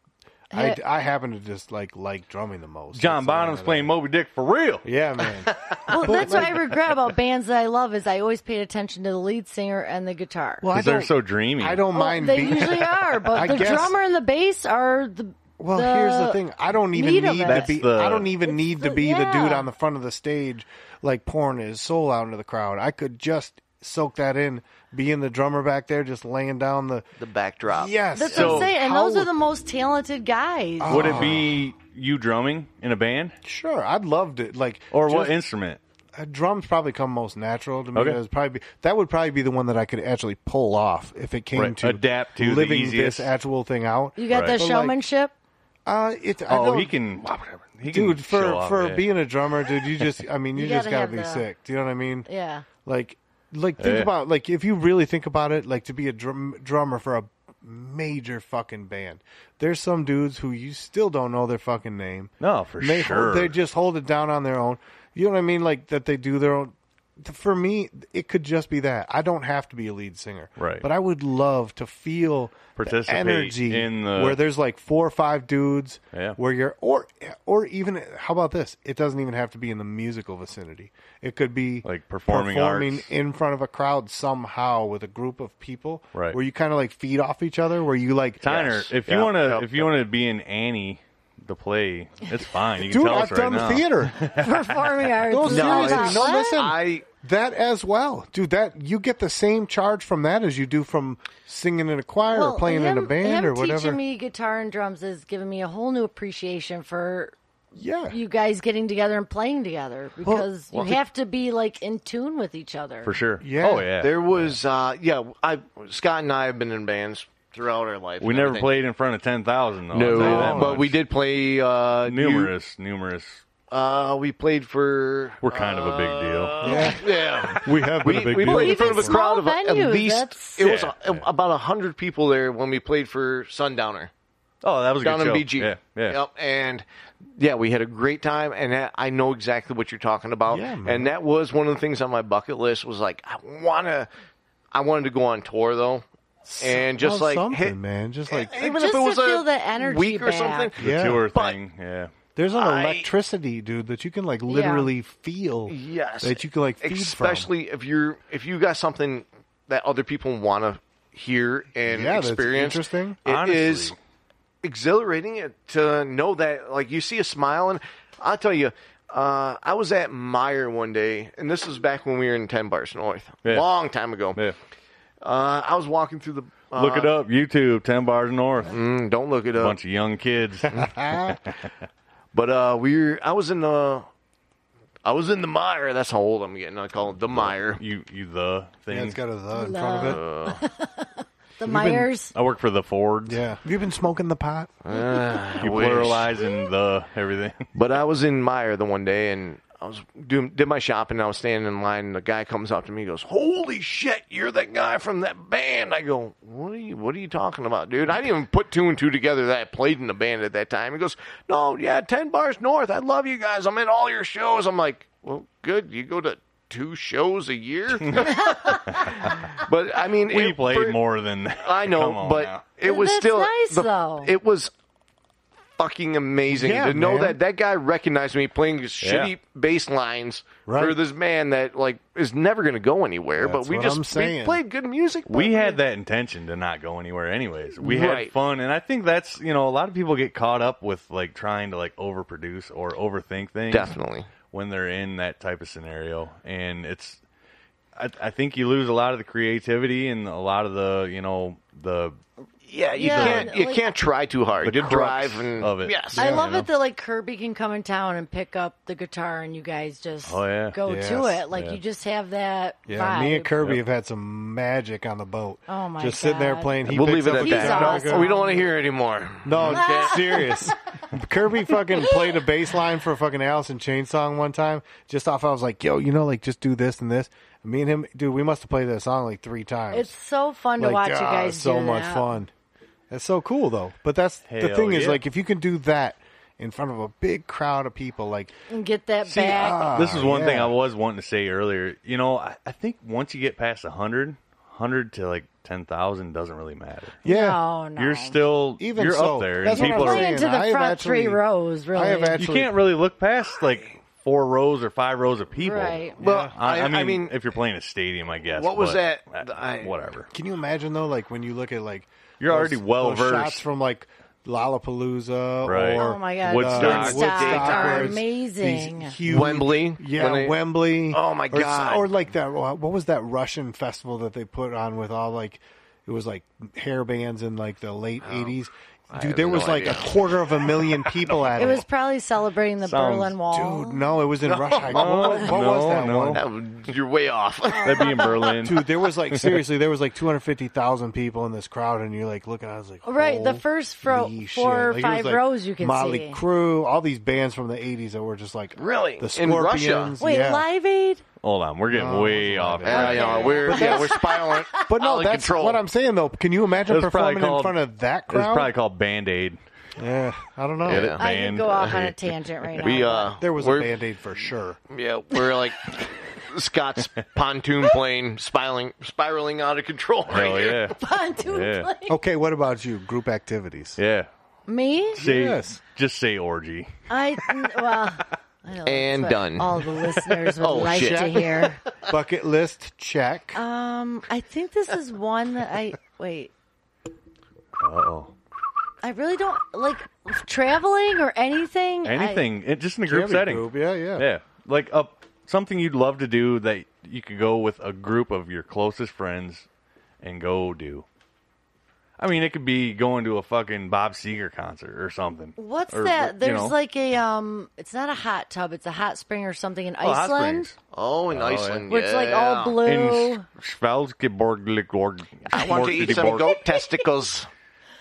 Speaker 3: I, I happen to just like like drumming the most.
Speaker 2: John
Speaker 3: That's all I
Speaker 2: Bonham's
Speaker 3: know.
Speaker 2: playing Moby Dick for real.
Speaker 3: Yeah, man.
Speaker 7: Well, that's what I regret about bands that I love is I always paid attention to the lead singer and the guitar.
Speaker 3: Well, I
Speaker 2: Because they're
Speaker 3: don't.
Speaker 2: so dreamy.
Speaker 3: I don't
Speaker 7: Well,
Speaker 3: mind.
Speaker 7: they
Speaker 3: being,
Speaker 7: usually are, but
Speaker 3: I
Speaker 7: the
Speaker 3: guess-
Speaker 7: drummer and the bass are the.
Speaker 3: Well, here's the thing. I don't even
Speaker 7: need
Speaker 3: need,
Speaker 7: of it.
Speaker 3: to
Speaker 7: That's
Speaker 3: be.
Speaker 2: the-
Speaker 3: I don't even need to
Speaker 7: the-
Speaker 3: be the dude
Speaker 7: yeah.
Speaker 3: on the front of the stage, like pouring his soul out into the crowd. I could just soak that in, being the drummer back there, just laying down the.
Speaker 6: the backdrop.
Speaker 3: Yes,
Speaker 7: That's
Speaker 2: So
Speaker 7: what I'm saying, and
Speaker 3: how-
Speaker 7: those are the most talented guys.
Speaker 2: Would it be you drumming in a band,
Speaker 3: Sure, I'd loved it. Like
Speaker 2: or
Speaker 3: just-
Speaker 2: what instrument?
Speaker 3: uh, drums probably come most natural to me.
Speaker 2: Okay.
Speaker 3: That would probably be that would probably be the one that I could actually pull off if it came
Speaker 2: Right.
Speaker 3: to
Speaker 2: Adapt to the
Speaker 3: living
Speaker 2: easiest.
Speaker 3: this actual thing out.
Speaker 7: you got
Speaker 2: Right.
Speaker 7: the
Speaker 3: But, like,
Speaker 7: showmanship.
Speaker 3: Uh, it, I
Speaker 2: Oh,
Speaker 3: don't,
Speaker 2: he can, he can
Speaker 3: dude. For
Speaker 2: show off,
Speaker 3: for
Speaker 2: yeah.
Speaker 3: being a drummer, dude, you just I mean, you,
Speaker 7: You
Speaker 3: just
Speaker 7: gotta
Speaker 3: gotta
Speaker 7: have
Speaker 3: be
Speaker 7: the-
Speaker 3: sick. Do you know what I mean?
Speaker 7: yeah.
Speaker 3: Like, like think
Speaker 2: Yeah.
Speaker 3: about like if you really think about it, like to be a drum, drummer for a major fucking band. There's some dudes who you still don't know their fucking name.
Speaker 2: no, for
Speaker 3: they
Speaker 2: sure.
Speaker 3: they just hold it down on their own. You know what I mean? Like that they do their own. For me, it could just be that I don't have to be a lead singer,
Speaker 2: Right.
Speaker 3: But I would love to feel the
Speaker 2: Participate
Speaker 3: energy
Speaker 2: in the-
Speaker 3: where there's like four or five dudes,
Speaker 2: Yeah.
Speaker 3: where you're or or even how about this? It doesn't even have to be in the musical vicinity. It could be
Speaker 2: Like performing
Speaker 3: performing
Speaker 2: arts.
Speaker 3: in front of a crowd somehow with a group of people,
Speaker 2: Right.
Speaker 3: Where you kind of like feed off each other, where you like
Speaker 2: Tyner,
Speaker 3: Yes.
Speaker 2: if you
Speaker 3: Yeah.
Speaker 2: want to,
Speaker 3: Yep.
Speaker 2: if you want to be in Annie, the play, it's fine. You can
Speaker 3: Dude,
Speaker 2: tell us
Speaker 3: I've
Speaker 2: right
Speaker 3: done
Speaker 2: now.
Speaker 3: the theater.
Speaker 7: Performing arts.
Speaker 3: No,
Speaker 7: Is
Speaker 3: seriously,
Speaker 7: that about
Speaker 3: no,
Speaker 7: what?
Speaker 3: listen.
Speaker 6: I
Speaker 3: That as well, dude. That you get the same charge from that as you do from singing in a choir
Speaker 7: Well,
Speaker 3: or playing in a
Speaker 7: him-
Speaker 3: band
Speaker 7: him
Speaker 3: or whatever.
Speaker 7: teaching me guitar and drums is giving me a whole new appreciation for
Speaker 3: yeah,
Speaker 7: you guys getting together and playing together because you have to be like in tune with each other.
Speaker 2: for sure.
Speaker 3: Yeah.
Speaker 2: Oh yeah.
Speaker 6: there was uh yeah, I Scott and I have been in bands throughout our life.
Speaker 2: we
Speaker 6: and
Speaker 2: never
Speaker 6: everything.
Speaker 2: played in front of ten thousand.
Speaker 6: No,
Speaker 2: that
Speaker 6: but
Speaker 2: much.
Speaker 6: we did play uh you-
Speaker 2: numerous, numerous
Speaker 6: Uh, we played for.
Speaker 2: We're kind of a big deal.
Speaker 6: Yeah, yeah.
Speaker 3: We have been
Speaker 6: We,
Speaker 3: a big
Speaker 6: we
Speaker 3: deal.
Speaker 6: played in
Speaker 7: Even
Speaker 6: front of a crowd of
Speaker 7: small
Speaker 6: at
Speaker 7: venues,
Speaker 6: least
Speaker 7: that's-
Speaker 6: it was
Speaker 2: Yeah,
Speaker 6: a, about a hundred people there when we played for Sundowner
Speaker 2: Oh, that was a
Speaker 6: down
Speaker 2: good
Speaker 6: in
Speaker 2: show.
Speaker 6: BG.
Speaker 2: Yeah, yeah.
Speaker 6: Yep. And yeah, we had a great time, and that- I know exactly what you're talking about.
Speaker 3: Yeah, man.
Speaker 6: and that was one of the things on my bucket list was like I wanna, I wanted to go on tour though, and just
Speaker 2: Oh,
Speaker 3: Well,
Speaker 6: like
Speaker 3: Oh, something,
Speaker 6: hit-
Speaker 3: man. Just like
Speaker 6: even
Speaker 7: Just
Speaker 6: if it
Speaker 7: to
Speaker 6: was
Speaker 7: feel
Speaker 6: a
Speaker 7: the energy
Speaker 6: week or
Speaker 7: back.
Speaker 6: something.
Speaker 2: The
Speaker 3: Yeah.
Speaker 2: tour
Speaker 6: But-
Speaker 2: thing. Yeah.
Speaker 3: there's an
Speaker 6: I-
Speaker 3: electricity, dude, that you can like literally feel.
Speaker 6: Yes,
Speaker 3: that you can like feed from.
Speaker 6: especially if you're if you got something that other people want to hear and
Speaker 3: Yeah, that's
Speaker 6: experience.
Speaker 3: interesting.
Speaker 6: It is
Speaker 2: Honestly.
Speaker 6: exhilarating it- to know that like you see a smile, and I'll tell you. Uh, I was at Meyer one day, and this was back when we were in Ten Bars North,
Speaker 2: Yeah.
Speaker 6: long time ago.
Speaker 2: Yeah.
Speaker 6: Uh, I was walking through the. Uh,
Speaker 2: Look it up. YouTube, 10 Bars North.
Speaker 6: mm, Don't look it up.
Speaker 2: Bunch of young kids.
Speaker 6: But uh, we were. I was in the. I was in the mire. That's how old I'm getting. I call it the mire.
Speaker 2: you, you the thing.
Speaker 3: Yeah, it's got a the in front of it.
Speaker 7: The Myers.
Speaker 2: I work for the Fords.
Speaker 3: Yeah. Have you been smoking the pot?
Speaker 2: You
Speaker 6: wish.
Speaker 2: pluralizing the everything.
Speaker 6: But I was in Meyer the one day and I was doing did my shopping. and I was standing in line and the guy comes up to me and goes, "Holy shit, you're that guy from that band!" I go, "What are you? What are you talking about, dude? I didn't even put two and two together that I played in a band at that time." He goes, "No, yeah, ten bars north. I love you guys. I'm at all your shows." I'm like, "Well, good. You go to." Two shows a year, but I mean,
Speaker 2: We
Speaker 6: it-
Speaker 2: played
Speaker 6: for-
Speaker 2: more than that.
Speaker 6: I know,
Speaker 2: Come on
Speaker 6: but
Speaker 2: now.
Speaker 6: it was
Speaker 7: That's
Speaker 6: still
Speaker 7: nice,
Speaker 6: the-
Speaker 7: though.
Speaker 6: It was fucking amazing
Speaker 3: Yeah,
Speaker 6: to know
Speaker 3: man.
Speaker 6: that that guy recognized me playing these
Speaker 2: Yeah.
Speaker 6: shitty bass lines for
Speaker 3: Right.
Speaker 6: this man that like is never going to go anywhere. but
Speaker 3: That's
Speaker 6: we
Speaker 3: what
Speaker 6: just
Speaker 3: I'm
Speaker 6: we
Speaker 3: saying.
Speaker 6: played good music. but
Speaker 2: we had that intention to not go anywhere anyways we
Speaker 6: Right.
Speaker 2: had fun and i think that's you know a lot of people get caught up with like trying to like overproduce or overthink things
Speaker 6: definitely.
Speaker 2: when they're in that type of scenario and it's I, I think you lose a lot of the creativity and a lot of the you know the
Speaker 6: Yeah, you
Speaker 7: Yeah,
Speaker 6: can't you
Speaker 7: like-
Speaker 6: can't try too hard.
Speaker 2: The
Speaker 6: You
Speaker 2: crux
Speaker 6: drive and
Speaker 2: of it.
Speaker 6: Yes,
Speaker 7: I love
Speaker 2: know?
Speaker 7: it that like Kirby can come in town and pick up the guitar and you guys just
Speaker 2: Oh, yeah.
Speaker 7: go
Speaker 3: Yes.
Speaker 7: to it. Like you just have that
Speaker 3: Yeah,
Speaker 7: vibe.
Speaker 3: me and Kirby have had some magic on the boat.
Speaker 7: Oh, my
Speaker 3: Just sitting there
Speaker 7: God.
Speaker 3: playing. He
Speaker 6: we'll
Speaker 3: picks
Speaker 6: leave it
Speaker 3: up
Speaker 6: at
Speaker 3: a
Speaker 7: He's
Speaker 6: that.
Speaker 3: guitar, I
Speaker 7: awesome.
Speaker 3: go,
Speaker 6: We don't want to hear it anymore.
Speaker 3: No, serious. Kirby fucking played a bass line for a fucking Alice in Chain song one time. Just off, I was like, yo, you know, like just do this and this. And me and him, dude, we must have played that song like three times.
Speaker 7: It's so fun to
Speaker 3: like,
Speaker 7: watch you
Speaker 3: ah,
Speaker 7: guys
Speaker 3: so
Speaker 7: do
Speaker 3: much
Speaker 7: that.
Speaker 3: fun. That's so cool though. But that's the
Speaker 2: Hell
Speaker 3: thing is
Speaker 2: yeah.
Speaker 3: like if you can do that in front of a big crowd of people, like
Speaker 7: And get that back.
Speaker 3: ah,
Speaker 2: this is one
Speaker 3: yeah.
Speaker 2: thing I was wanting to say earlier. You know, I, I think once you get past 100, 100 to like 10,000 doesn't really matter.
Speaker 3: yeah.
Speaker 7: Oh, No, no.
Speaker 2: You're still
Speaker 3: Even
Speaker 2: you're
Speaker 3: so,
Speaker 2: up there,
Speaker 3: that's
Speaker 2: and
Speaker 3: what
Speaker 2: people
Speaker 3: I'm
Speaker 2: are
Speaker 7: playing to
Speaker 3: saying, I
Speaker 7: the
Speaker 3: have
Speaker 7: front three
Speaker 3: actually-
Speaker 7: rows, really.
Speaker 3: I have
Speaker 2: you
Speaker 3: actually
Speaker 2: can't really look past like four rows or five rows of people.
Speaker 7: Right.
Speaker 6: Well,
Speaker 2: I, I mean,
Speaker 6: I mean,
Speaker 2: if you're playing a stadium, I guess.
Speaker 6: What was
Speaker 2: but,
Speaker 6: that?
Speaker 2: uh,
Speaker 6: I-
Speaker 2: whatever.
Speaker 3: Can you imagine though, like when you look at like
Speaker 2: You're
Speaker 3: those-
Speaker 2: already well
Speaker 3: those shots
Speaker 2: versed.
Speaker 3: from like Lollapalooza
Speaker 2: Right.
Speaker 3: or uh,
Speaker 7: Oh my god,
Speaker 2: Woodstock.
Speaker 7: Woodstock,
Speaker 3: Woodstock,
Speaker 7: are
Speaker 3: where it's
Speaker 7: amazing.
Speaker 3: these huge-
Speaker 6: Wembley,
Speaker 3: yeah,
Speaker 6: when they-
Speaker 3: Wembley.
Speaker 6: Oh, my
Speaker 3: Or s-
Speaker 6: God.
Speaker 3: Or, like that. uh, What was that Russian festival that they put on with all like it was like hair bands in like the late eighties. Dude,
Speaker 6: Oh, have
Speaker 3: there
Speaker 6: no
Speaker 3: was like
Speaker 6: idea.
Speaker 3: a quarter of a million people at
Speaker 7: It
Speaker 3: it.
Speaker 7: was probably celebrating the
Speaker 2: Sounds-
Speaker 7: Berlin Wall.
Speaker 3: Dude, no, it was in Russia. What, was- what
Speaker 2: no,
Speaker 3: was that
Speaker 2: no.
Speaker 3: one?
Speaker 6: that was- you're way off.
Speaker 2: That'd be in Berlin.
Speaker 3: Dude, there was like seriously, there was like two hundred fifty thousand people in this crowd, and you're like looking. I was like,
Speaker 7: Right, the first fro-
Speaker 3: holy shit.
Speaker 7: four or
Speaker 3: Like, it was,
Speaker 7: five
Speaker 3: like,
Speaker 7: rows you can
Speaker 3: Motley
Speaker 7: see.
Speaker 3: Crue, all these bands from the '80s that were just like
Speaker 6: Really?
Speaker 3: the
Speaker 6: In Russia?
Speaker 3: Scorpions.
Speaker 7: Wait,
Speaker 3: yeah.
Speaker 7: Live Aid?
Speaker 2: Hold on, we're getting
Speaker 3: No,
Speaker 2: way off.
Speaker 6: yeah, yeah, we're yeah, we're spiraling.
Speaker 3: But
Speaker 6: out
Speaker 3: no,
Speaker 6: of
Speaker 3: that's
Speaker 6: control.
Speaker 3: what I'm saying though. Can you imagine
Speaker 2: It was probably
Speaker 3: performing in
Speaker 2: called-
Speaker 3: front of that
Speaker 2: It was
Speaker 3: crowd?
Speaker 2: probably called Band Aid.
Speaker 3: yeah, I don't know.
Speaker 6: Yeah, that-
Speaker 7: I could
Speaker 2: Band
Speaker 7: go off on a
Speaker 2: Aid.
Speaker 7: tangent right now.
Speaker 6: We
Speaker 7: but-
Speaker 6: uh,
Speaker 3: there was a
Speaker 6: we're-
Speaker 3: band aid for sure.
Speaker 6: Yeah, we're like Scott's pontoon plane spiraling spiraling out of control. Right
Speaker 2: Hell
Speaker 6: here.
Speaker 2: Oh, yeah,
Speaker 7: Pontoon
Speaker 2: Yeah.
Speaker 7: plane.
Speaker 3: Okay, what about you? Group activities.
Speaker 2: yeah.
Speaker 7: Me?
Speaker 2: Say,
Speaker 3: Yes.
Speaker 2: just say orgy.
Speaker 7: I well, I know
Speaker 6: And
Speaker 7: that's what
Speaker 6: done.
Speaker 7: All the listeners would
Speaker 6: Oh,
Speaker 7: like
Speaker 6: shit.
Speaker 7: to hear.
Speaker 3: Bucket list check.
Speaker 7: Um, I think this is one that I wait.
Speaker 2: Uh oh.
Speaker 7: I really don't like traveling or anything. I-
Speaker 2: Anything, it, just in a group
Speaker 3: Every
Speaker 2: setting.
Speaker 3: group, Yeah, yeah.
Speaker 2: Yeah, like a something you'd love to do that you could go with a group of your closest friends and go do. I mean, it could be going to a fucking Bob Seger concert or something.
Speaker 7: what's
Speaker 2: Or,
Speaker 7: that?
Speaker 2: you
Speaker 7: There's
Speaker 2: know.
Speaker 7: like a um. It's not a hot tub. It's a hot spring or something in
Speaker 2: Oh, hot
Speaker 7: Iceland,
Speaker 2: springs.
Speaker 6: Oh, in
Speaker 2: yeah.
Speaker 6: Iceland,
Speaker 7: where it's like
Speaker 6: yeah.
Speaker 7: all blue.
Speaker 2: in Svalgeborg.
Speaker 6: I want to eat some goat testicles.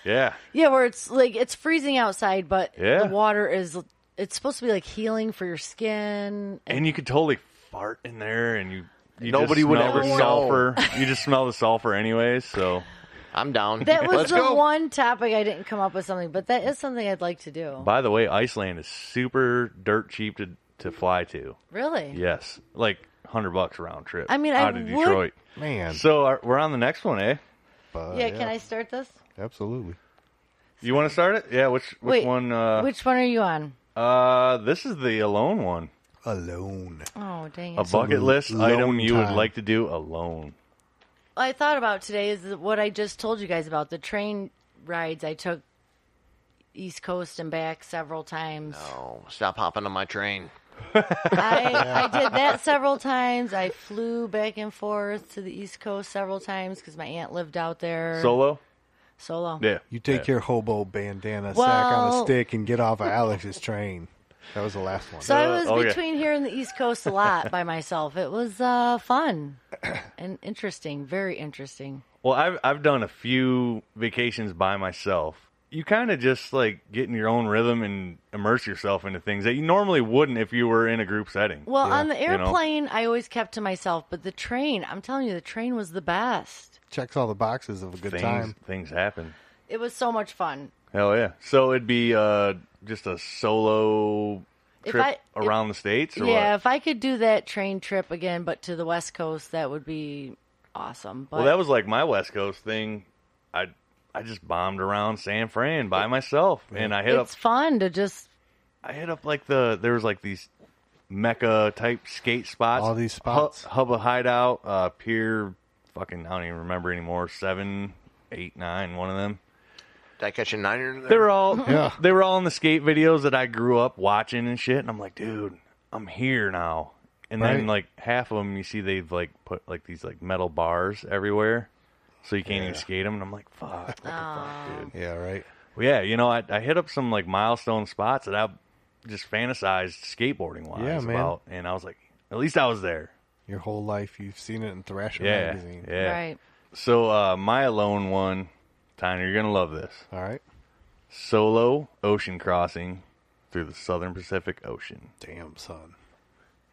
Speaker 2: Yeah,
Speaker 7: yeah, where it's like it's freezing outside, but
Speaker 2: Yeah.
Speaker 7: the water is it's supposed to be like healing for your skin.
Speaker 2: and you could totally fart in there, and you, you
Speaker 6: Nobody
Speaker 2: just
Speaker 6: would
Speaker 2: smell
Speaker 6: ever
Speaker 2: the
Speaker 6: know.
Speaker 2: sulfur. you just smell the sulfur anyways. So
Speaker 6: I'm down.
Speaker 7: That was
Speaker 6: Let's
Speaker 7: the
Speaker 6: go.
Speaker 7: one topic I didn't come up with something, but that is something I'd like to do.
Speaker 2: by the way, Iceland is super dirt cheap to to fly to.
Speaker 7: Really?
Speaker 2: Yes, like hundred bucks round trip.
Speaker 7: I mean, I
Speaker 2: out of
Speaker 7: would-
Speaker 2: Detroit.
Speaker 3: Man,
Speaker 2: So our, we're on the next one, eh?
Speaker 3: but,
Speaker 7: yeah, can I start this?
Speaker 3: Absolutely.
Speaker 2: You want to start it? Yeah. Which which
Speaker 7: Wait,
Speaker 2: one? Uh,
Speaker 7: Which one are you on?
Speaker 2: uh, this is the alone one.
Speaker 3: Alone.
Speaker 7: Oh, dang it.
Speaker 2: A bucket list
Speaker 3: alone
Speaker 2: item you would
Speaker 3: time.
Speaker 2: like to do alone.
Speaker 7: I thought about today is what I just told you guys about the train rides I took East Coast and back several times.
Speaker 6: Oh, stop hopping on my train.
Speaker 7: I, I did that several times. I flew back and forth to the East Coast several times because my aunt lived out there.
Speaker 2: Solo?
Speaker 7: Solo.
Speaker 2: Yeah.
Speaker 3: You take your hobo bandana sack on
Speaker 7: Well-
Speaker 3: a stick and get off of Alex's train. That was the last one.
Speaker 7: So I was
Speaker 2: Uh, okay.
Speaker 7: between here and the East Coast a lot by myself. It was uh, fun and interesting, very interesting.
Speaker 2: Well, I've I've done a few vacations by myself. You kind of just like get in your own rhythm and immerse yourself into things that you normally wouldn't if you were in a group setting.
Speaker 7: Well, on the
Speaker 2: you know.
Speaker 7: airplane, I always kept to myself, but the train, I'm telling you, the train was the best.
Speaker 3: Checks all the boxes of a good
Speaker 2: things
Speaker 3: time.
Speaker 2: things happen.
Speaker 7: It was so much fun.
Speaker 2: Hell yeah! So it'd be uh, just a solo
Speaker 7: If
Speaker 2: trip
Speaker 7: I- if-
Speaker 2: around the states, or
Speaker 7: yeah,
Speaker 2: what?
Speaker 7: if I could do that train trip again, but to the West Coast, that would be awesome. But
Speaker 2: Well, that was like my West Coast thing. I I just bombed around San Fran by myself, and I hit up
Speaker 7: it's fun to just
Speaker 2: I hit up like the there was like these mecca type skate spots.
Speaker 3: All these spots.
Speaker 2: Hu- Hubba Hideout, uh, Pier, fucking I don't even remember anymore. Seven, eight, nine, one of them.
Speaker 6: Did I catch a niner? in
Speaker 2: They
Speaker 6: There?
Speaker 2: were all
Speaker 3: Yeah.
Speaker 2: they were all in the skate videos that I grew up watching and shit. And I'm like, dude, I'm here now. And then
Speaker 3: Right.
Speaker 2: like half of them, you see they've like put like these like metal bars everywhere, so you can't even skate them. And I'm like, fuck, what the fuck, dude.
Speaker 3: Yeah, right.
Speaker 2: Well, yeah, you know, I, I hit up some like milestone spots that I just fantasized skateboarding wise
Speaker 3: Yeah, man.
Speaker 2: about, and I was like, at least I was there.
Speaker 3: Your whole life, you've seen it in Thrasher
Speaker 2: Yeah,
Speaker 3: magazine.
Speaker 2: yeah.
Speaker 7: right.
Speaker 2: So uh, my alone one, Tyner, you're gonna love this.
Speaker 3: All right.
Speaker 2: Solo ocean crossing through the Southern Pacific Ocean.
Speaker 3: Damn, son.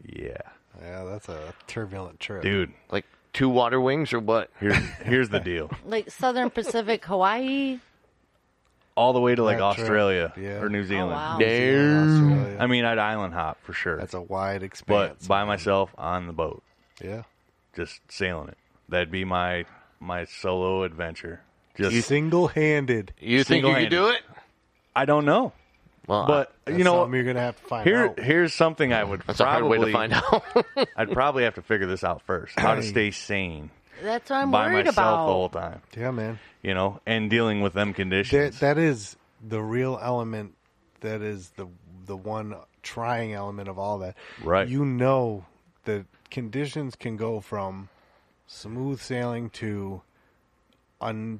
Speaker 2: Yeah,
Speaker 3: Yeah, that's a turbulent trip.
Speaker 2: dude.
Speaker 6: Like two water wings or what?
Speaker 2: Here's here's the deal.
Speaker 7: Like Southern Pacific, Hawaii. Oh,
Speaker 2: All the way to like
Speaker 3: That trip,
Speaker 2: Australia
Speaker 3: yeah.
Speaker 2: or New Zealand.
Speaker 7: Oh, wow.
Speaker 3: Australia.
Speaker 2: I mean, I'd island hop for sure,
Speaker 3: that's a wide
Speaker 2: but
Speaker 3: expanse.
Speaker 2: by myself on the boat,
Speaker 3: yeah.
Speaker 2: just sailing it. That'd be my my solo adventure. Just
Speaker 3: Single handed.
Speaker 6: You think you could
Speaker 2: Single-handed.
Speaker 6: do it?
Speaker 2: I don't know,
Speaker 6: Well,
Speaker 2: but you know,
Speaker 3: you're going to have to find
Speaker 2: here
Speaker 3: out.
Speaker 2: here's something I would
Speaker 6: that's a hard
Speaker 2: probably
Speaker 6: way to find out.
Speaker 2: I'd probably have to figure this out first. How to stay sane
Speaker 7: That's what I'm
Speaker 2: by
Speaker 7: worried
Speaker 2: myself
Speaker 7: about.
Speaker 2: the whole time,
Speaker 3: Yeah, man.
Speaker 2: you know, and dealing with them
Speaker 3: That,
Speaker 2: conditions.
Speaker 3: that is the real element. That is the the one trying element of all that.
Speaker 2: Right.
Speaker 3: You know the conditions can go from smooth sailing to un.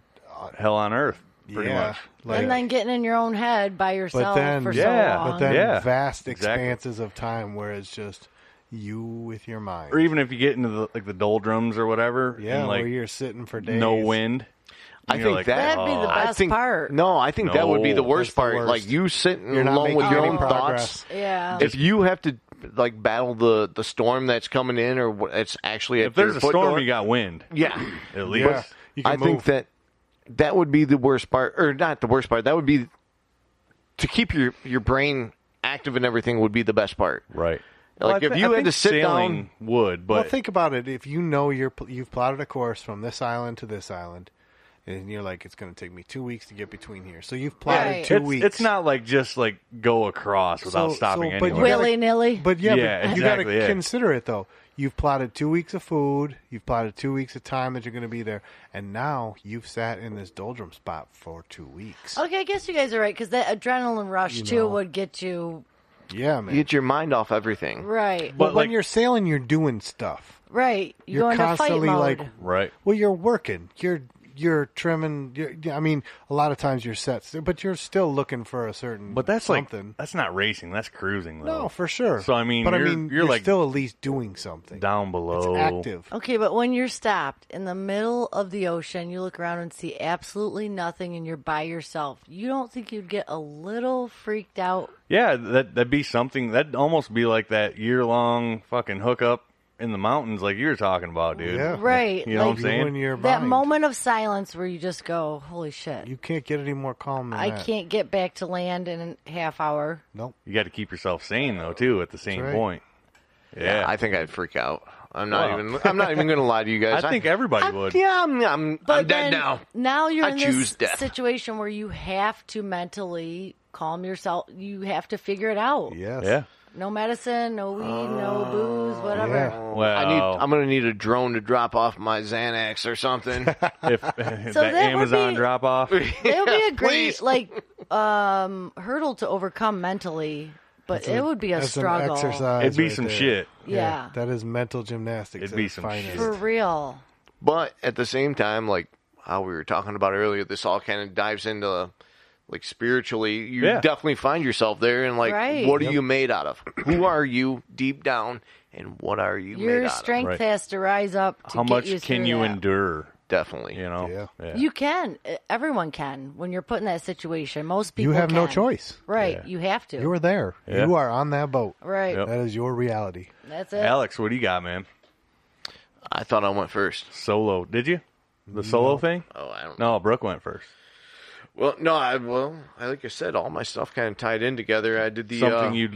Speaker 2: Hell on earth, pretty
Speaker 3: yeah,
Speaker 2: much.
Speaker 3: Like,
Speaker 7: and then getting in your own head by yourself
Speaker 3: then-
Speaker 7: for
Speaker 2: Yeah,
Speaker 7: so long.
Speaker 3: but then
Speaker 2: Yeah,
Speaker 3: vast
Speaker 2: exactly.
Speaker 3: expanses of time where it's just you with your mind.
Speaker 2: Or even if you get into the, like the doldrums or whatever,
Speaker 3: yeah,
Speaker 2: and like
Speaker 3: where you're sitting for days.
Speaker 2: no wind.
Speaker 6: I
Speaker 2: you're
Speaker 6: think
Speaker 2: like,
Speaker 6: that,
Speaker 7: That'd be the
Speaker 6: I
Speaker 7: best
Speaker 6: think-
Speaker 7: part.
Speaker 6: No, I think that would be the
Speaker 2: No.
Speaker 6: worst
Speaker 3: That's the
Speaker 6: part.
Speaker 3: worst.
Speaker 6: Like you sitting
Speaker 3: You're not
Speaker 6: alone with
Speaker 3: making
Speaker 6: your
Speaker 3: any
Speaker 6: own
Speaker 3: progress.
Speaker 6: thoughts.
Speaker 7: yeah.
Speaker 6: If you have to like battle the the storm that's coming in, or what- it's actually at
Speaker 2: If there's
Speaker 6: your
Speaker 2: a
Speaker 6: foot
Speaker 2: storm,
Speaker 6: door-
Speaker 2: you got wind.
Speaker 6: yeah.
Speaker 2: At least
Speaker 3: Yeah, you can
Speaker 6: I think
Speaker 3: move.
Speaker 6: that that would be the worst part, or not the worst part. That would be to keep your your brain active and everything would be the best part.
Speaker 2: right.
Speaker 6: Like,
Speaker 2: I
Speaker 6: if
Speaker 2: thi-
Speaker 6: you
Speaker 2: I
Speaker 6: had
Speaker 2: think
Speaker 6: to sit
Speaker 2: sailing would, but
Speaker 3: well, think about it. If you know you're pl- you've plotted a course from this island to this island, and you're like, it's going to take me two weeks to get between here, so you've plotted
Speaker 7: Right.
Speaker 3: two
Speaker 2: it's,
Speaker 3: weeks.
Speaker 2: it's not like just like go across without
Speaker 3: So-
Speaker 2: stopping
Speaker 3: so- but you
Speaker 2: anywhere.
Speaker 3: gotta-
Speaker 7: willy nilly.
Speaker 3: But yeah,
Speaker 2: Yeah,
Speaker 3: but you got
Speaker 2: exactly,
Speaker 3: to
Speaker 2: yeah.
Speaker 3: consider it though. You've plotted two weeks of food. You've plotted two weeks of time that you're going to be there, and now you've sat in this doldrum spot for two weeks.
Speaker 7: okay, I guess you guys are right because that adrenaline rush too
Speaker 3: know.
Speaker 7: would get you
Speaker 3: Yeah,
Speaker 6: You
Speaker 3: man.
Speaker 6: get your mind off everything.
Speaker 7: right.
Speaker 3: but
Speaker 2: But,
Speaker 3: when
Speaker 2: like-
Speaker 3: you're sailing, you're doing stuff.
Speaker 7: right. You
Speaker 3: You're
Speaker 7: go into fight
Speaker 3: constantly
Speaker 7: mode.
Speaker 3: like,
Speaker 2: right.
Speaker 3: well, you're working. You're you're trimming. You're, yeah, I mean, a lot of times you're set, but you're still looking for a certain.
Speaker 2: But that's
Speaker 3: something.
Speaker 2: like that's not racing. That's cruising though.
Speaker 3: no, for sure.
Speaker 2: So I mean,
Speaker 3: but
Speaker 2: you're,
Speaker 3: I mean,
Speaker 2: you're, like
Speaker 3: still at least doing something.
Speaker 2: down Oh, below.
Speaker 3: It's active.
Speaker 7: Okay, but when you're stopped in the middle of the ocean, you look around and see absolutely nothing and you're by yourself. You don't think you'd get a little freaked out?
Speaker 2: Yeah, that that'd be something. That'd almost be like that year long fucking hookup in the mountains, like you were talking about, dude.
Speaker 3: Yeah.
Speaker 7: Right.
Speaker 2: You know what I'm
Speaker 7: like,
Speaker 2: saying?
Speaker 3: When you're
Speaker 7: that
Speaker 3: blind.
Speaker 7: moment of silence where you just go, holy shit.
Speaker 3: you can't get any more calm. Than
Speaker 7: I
Speaker 3: that.
Speaker 7: can't get back to land in a half hour.
Speaker 3: Nope.
Speaker 2: You got to keep yourself sane though, too. At the same
Speaker 3: right.
Speaker 2: point. Yeah,
Speaker 6: I think I'd freak out. I'm not
Speaker 2: Wow.
Speaker 6: even. I'm not even going to lie to you guys.
Speaker 2: I, think everybody would.
Speaker 6: Yeah, I'm. I'm,
Speaker 7: But
Speaker 6: I'm dead
Speaker 7: then,
Speaker 6: now.
Speaker 7: Now you're
Speaker 6: I
Speaker 7: in
Speaker 6: choose
Speaker 7: this
Speaker 6: death.
Speaker 7: situation where you have to mentally calm yourself. You have to figure it out.
Speaker 3: Yes.
Speaker 2: Yeah.
Speaker 7: No medicine, no weed, no booze, whatever.
Speaker 3: Uh, Yeah.
Speaker 2: Well,
Speaker 6: I need.
Speaker 7: um,
Speaker 6: I'm going to need a drone to drop off my Xanax or something.
Speaker 2: if that,
Speaker 7: that would
Speaker 2: Amazon
Speaker 7: be-
Speaker 2: drop off.
Speaker 7: It would be a
Speaker 6: Please.
Speaker 7: great like um hurdle to overcome mentally, but it would be a
Speaker 3: That's an
Speaker 7: struggle.
Speaker 3: exercise
Speaker 2: It'd be
Speaker 3: right
Speaker 2: some
Speaker 3: there.
Speaker 2: shit.
Speaker 7: Yeah.
Speaker 3: That is mental gymnastics.
Speaker 2: It'd
Speaker 3: at
Speaker 2: be
Speaker 3: its
Speaker 2: some
Speaker 3: finest.
Speaker 2: shit.
Speaker 7: For real.
Speaker 6: But at the same time, like how we were talking about earlier, this all kind of dives into like spiritually. You
Speaker 2: Yeah.
Speaker 6: definitely find yourself there, and like,
Speaker 7: Right.
Speaker 6: what are you made out of? Who are you deep down, and what are you made
Speaker 7: Your
Speaker 6: out
Speaker 7: strength
Speaker 2: Right.
Speaker 7: has to rise up to
Speaker 2: How
Speaker 7: get
Speaker 2: much
Speaker 7: you
Speaker 2: can
Speaker 7: through
Speaker 2: you
Speaker 7: that.
Speaker 2: endure?
Speaker 6: of? Definitely.
Speaker 2: You know.
Speaker 3: Yeah.
Speaker 7: You can. Uh, Everyone can when you're put in that situation. Most people
Speaker 3: You have no
Speaker 7: can.
Speaker 3: choice.
Speaker 7: Right. You have to.
Speaker 3: You are there.
Speaker 2: Yeah.
Speaker 3: You are on that boat.
Speaker 7: right.
Speaker 2: Yep.
Speaker 3: That is your reality.
Speaker 7: That's it.
Speaker 2: Alex, what do you got, man?
Speaker 6: I thought I went first.
Speaker 2: Solo? Did you the solo thing?
Speaker 6: Oh, I don't know.
Speaker 2: No, Brooke went first.
Speaker 6: Well, no, I well, I like I said, all my stuff kind of tied in together. I did the
Speaker 2: Something
Speaker 6: uh,
Speaker 2: you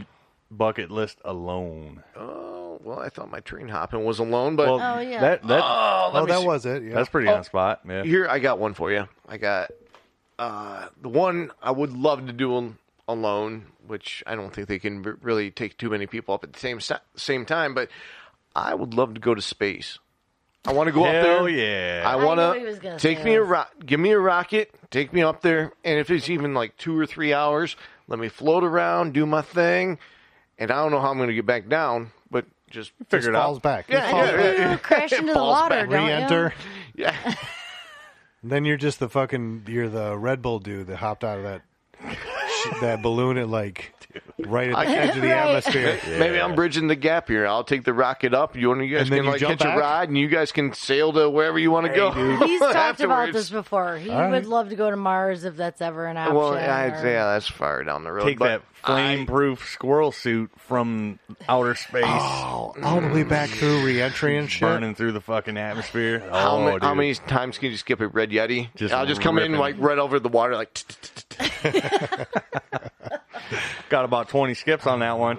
Speaker 2: bucket list alone.
Speaker 6: Oh, well, I thought my train hopping was alone, but
Speaker 2: Well,
Speaker 7: Oh, yeah.
Speaker 2: that that
Speaker 6: oh, let
Speaker 3: Oh,
Speaker 6: me
Speaker 3: that
Speaker 6: see.
Speaker 3: was it. Yeah.
Speaker 2: that's pretty on spot. Yeah.
Speaker 6: Here, I got one for Oh. you. I got uh, the one I would love to do al- alone, which I don't think they can r- really take too many people up at the same sti- same time. But I would love to go to space. I want to go up
Speaker 2: Hell
Speaker 6: there.
Speaker 2: yeah.
Speaker 6: I
Speaker 7: knew
Speaker 6: want
Speaker 7: he was
Speaker 6: to
Speaker 7: gonna
Speaker 6: take
Speaker 7: say
Speaker 6: me a
Speaker 7: this.
Speaker 6: ro- give me a rocket, take me up there, and if it's even like two or three hours, let me float around, do my thing, and I don't know how I'm going to get back down, but just
Speaker 2: Figure it
Speaker 3: falls
Speaker 2: out.
Speaker 3: back.
Speaker 6: Yeah,
Speaker 3: It
Speaker 7: I
Speaker 3: falls
Speaker 7: think
Speaker 6: yeah,
Speaker 3: back.
Speaker 7: you
Speaker 6: yeah.
Speaker 7: crash into the
Speaker 6: Balls
Speaker 7: water,
Speaker 6: back.
Speaker 7: don't
Speaker 3: Re-enter.
Speaker 6: yeah,
Speaker 3: Then you're just the fucking you're the Red Bull dude that hopped out of that sh- that balloon at like right at the edge of the
Speaker 7: Right.
Speaker 3: atmosphere.
Speaker 6: Maybe I'm bridging the gap here. I'll take the rocket up. You and you guys
Speaker 3: And then
Speaker 6: can
Speaker 3: you
Speaker 6: like
Speaker 3: jump
Speaker 6: catch a
Speaker 3: back?
Speaker 6: ride, and you guys can sail to wherever you want to go.
Speaker 7: you? He's talked about
Speaker 6: afterwards.
Speaker 7: this before. He
Speaker 3: right.
Speaker 7: would love to go to Mars if that's ever an option.
Speaker 6: Well, I,
Speaker 7: or-
Speaker 6: yeah, uh, that's far down the road.
Speaker 2: Take
Speaker 6: but
Speaker 2: that flame-proof squirrel suit from outer space,
Speaker 3: Oh, all the way back through reentry and shit.
Speaker 2: burning through the fucking atmosphere.
Speaker 6: How,
Speaker 2: oh,
Speaker 6: ma- how
Speaker 2: dude.
Speaker 6: many times can you skip a red yeti?
Speaker 2: Just
Speaker 6: I'll just come in
Speaker 2: ripping.
Speaker 6: like right over the water, like.
Speaker 2: Got about twenty skips on that one.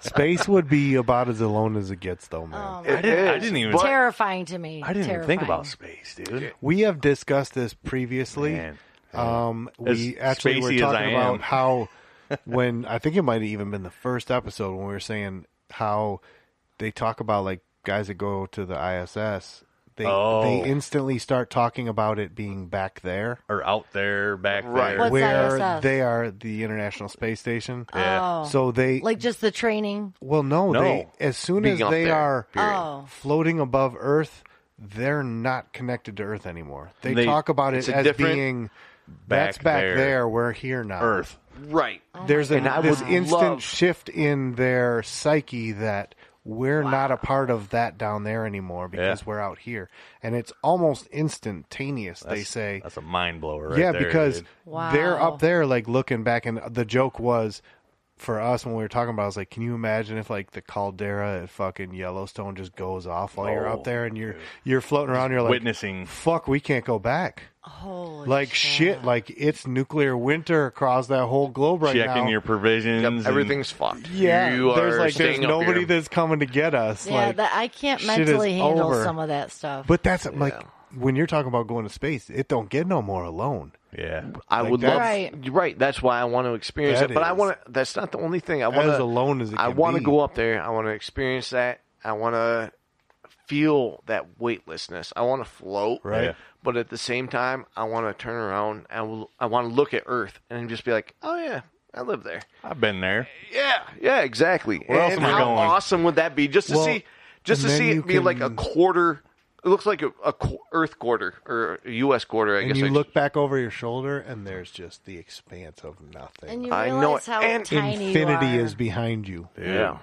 Speaker 3: Space would be about as alone as it gets, though, man.
Speaker 2: I, didn't, I didn't even.
Speaker 6: But-
Speaker 7: terrifying to me.
Speaker 2: I didn't even
Speaker 7: terrifying.
Speaker 2: think about space, dude.
Speaker 3: we have discussed this previously.
Speaker 2: Man.
Speaker 3: Um, we
Speaker 2: As
Speaker 3: actually were
Speaker 2: spacey as I
Speaker 3: talking
Speaker 2: am.
Speaker 3: about how when I think it might have even been the first episode when we were saying how they talk about like guys that go to the ISS, they
Speaker 2: Oh.
Speaker 3: they instantly start talking about it being back there,
Speaker 2: Or out there, back
Speaker 6: Right.
Speaker 2: there.
Speaker 7: What's
Speaker 3: where
Speaker 7: ISS?
Speaker 3: they are the International Space Station.
Speaker 2: Yeah.
Speaker 7: Oh.
Speaker 3: So they
Speaker 7: like just the training.
Speaker 3: well no,
Speaker 2: No.
Speaker 3: they as soon
Speaker 6: Being
Speaker 3: as
Speaker 6: up
Speaker 3: they
Speaker 6: there,
Speaker 3: are
Speaker 6: period.
Speaker 7: Oh.
Speaker 3: floating above Earth, they're not connected to Earth anymore. They,
Speaker 2: They-
Speaker 3: talk about it
Speaker 6: it's a
Speaker 3: as
Speaker 6: different-
Speaker 3: being
Speaker 2: Back
Speaker 3: that's back
Speaker 2: there.
Speaker 3: there. We're here now.
Speaker 2: Earth.
Speaker 6: right.
Speaker 7: Oh
Speaker 3: There's an
Speaker 6: And I
Speaker 3: this
Speaker 6: would
Speaker 3: instant
Speaker 6: love-
Speaker 3: shift in their psyche that we're not a part of that down there anymore because
Speaker 2: Yeah.
Speaker 3: we're out here, and it's almost instantaneous. they
Speaker 2: That's-
Speaker 7: Oh.
Speaker 3: say,
Speaker 2: that's a mind blower, right
Speaker 3: yeah,
Speaker 2: there,
Speaker 3: because
Speaker 2: dude.
Speaker 7: Wow.
Speaker 3: they're up there, like looking back, and the joke was. For us, when we were talking about, it, I was like, "Can you imagine if like the caldera at fucking Yellowstone just goes off while you're up there and you're you're floating around, you're like,
Speaker 2: Oh, witnessing.
Speaker 3: fuck, we can't go back."
Speaker 7: Holy
Speaker 3: like shit. like it's nuclear winter across that whole globe right now.
Speaker 2: checking your
Speaker 6: Yep,
Speaker 2: provisions. and-
Speaker 6: everything's fucked.
Speaker 3: yeah,
Speaker 6: you are
Speaker 3: there's like there's
Speaker 6: staying up
Speaker 3: nobody
Speaker 6: here.
Speaker 3: that's coming to get us.
Speaker 7: Yeah,
Speaker 3: like,
Speaker 7: that, I can't
Speaker 3: shit is
Speaker 7: mentally handle
Speaker 3: over.
Speaker 7: some of that stuff.
Speaker 3: but that's like when you're talking about going to space, it don't get no more alone.
Speaker 2: yeah.
Speaker 6: I
Speaker 3: Like
Speaker 6: would
Speaker 3: that-
Speaker 6: love
Speaker 7: Right.
Speaker 6: right. That's why I want to experience
Speaker 3: That
Speaker 6: it. But I
Speaker 3: is-
Speaker 6: want to. That's not the only thing I want.
Speaker 3: as alone as it
Speaker 6: I
Speaker 3: can
Speaker 6: want to
Speaker 3: be.
Speaker 6: go up there. I want to experience that. I want to feel that weightlessness. I want to float.
Speaker 2: Right. Yeah.
Speaker 6: But at the same time, I want to turn around and will- I want to look at Earth and just be like, oh yeah, I live there.
Speaker 2: I've been there.
Speaker 6: Yeah. Yeah. Exactly.
Speaker 2: else
Speaker 6: and
Speaker 2: am I
Speaker 6: how
Speaker 2: going?
Speaker 6: awesome would that be? Just to
Speaker 3: Well,
Speaker 6: see, just
Speaker 3: and
Speaker 6: to
Speaker 3: then
Speaker 6: see
Speaker 3: you
Speaker 6: it be like a
Speaker 3: can-
Speaker 6: quarter It looks like a, a qu- Earth quarter or a U.S. quarter. I
Speaker 3: And
Speaker 6: guess
Speaker 3: you
Speaker 6: I
Speaker 3: look back over your shoulder, and there's just the expanse of nothing.
Speaker 7: And you
Speaker 6: I know
Speaker 7: realize
Speaker 6: it.
Speaker 7: how
Speaker 6: And
Speaker 7: tiny
Speaker 3: infinity
Speaker 7: you are. Oh
Speaker 3: is behind you.
Speaker 6: Yeah,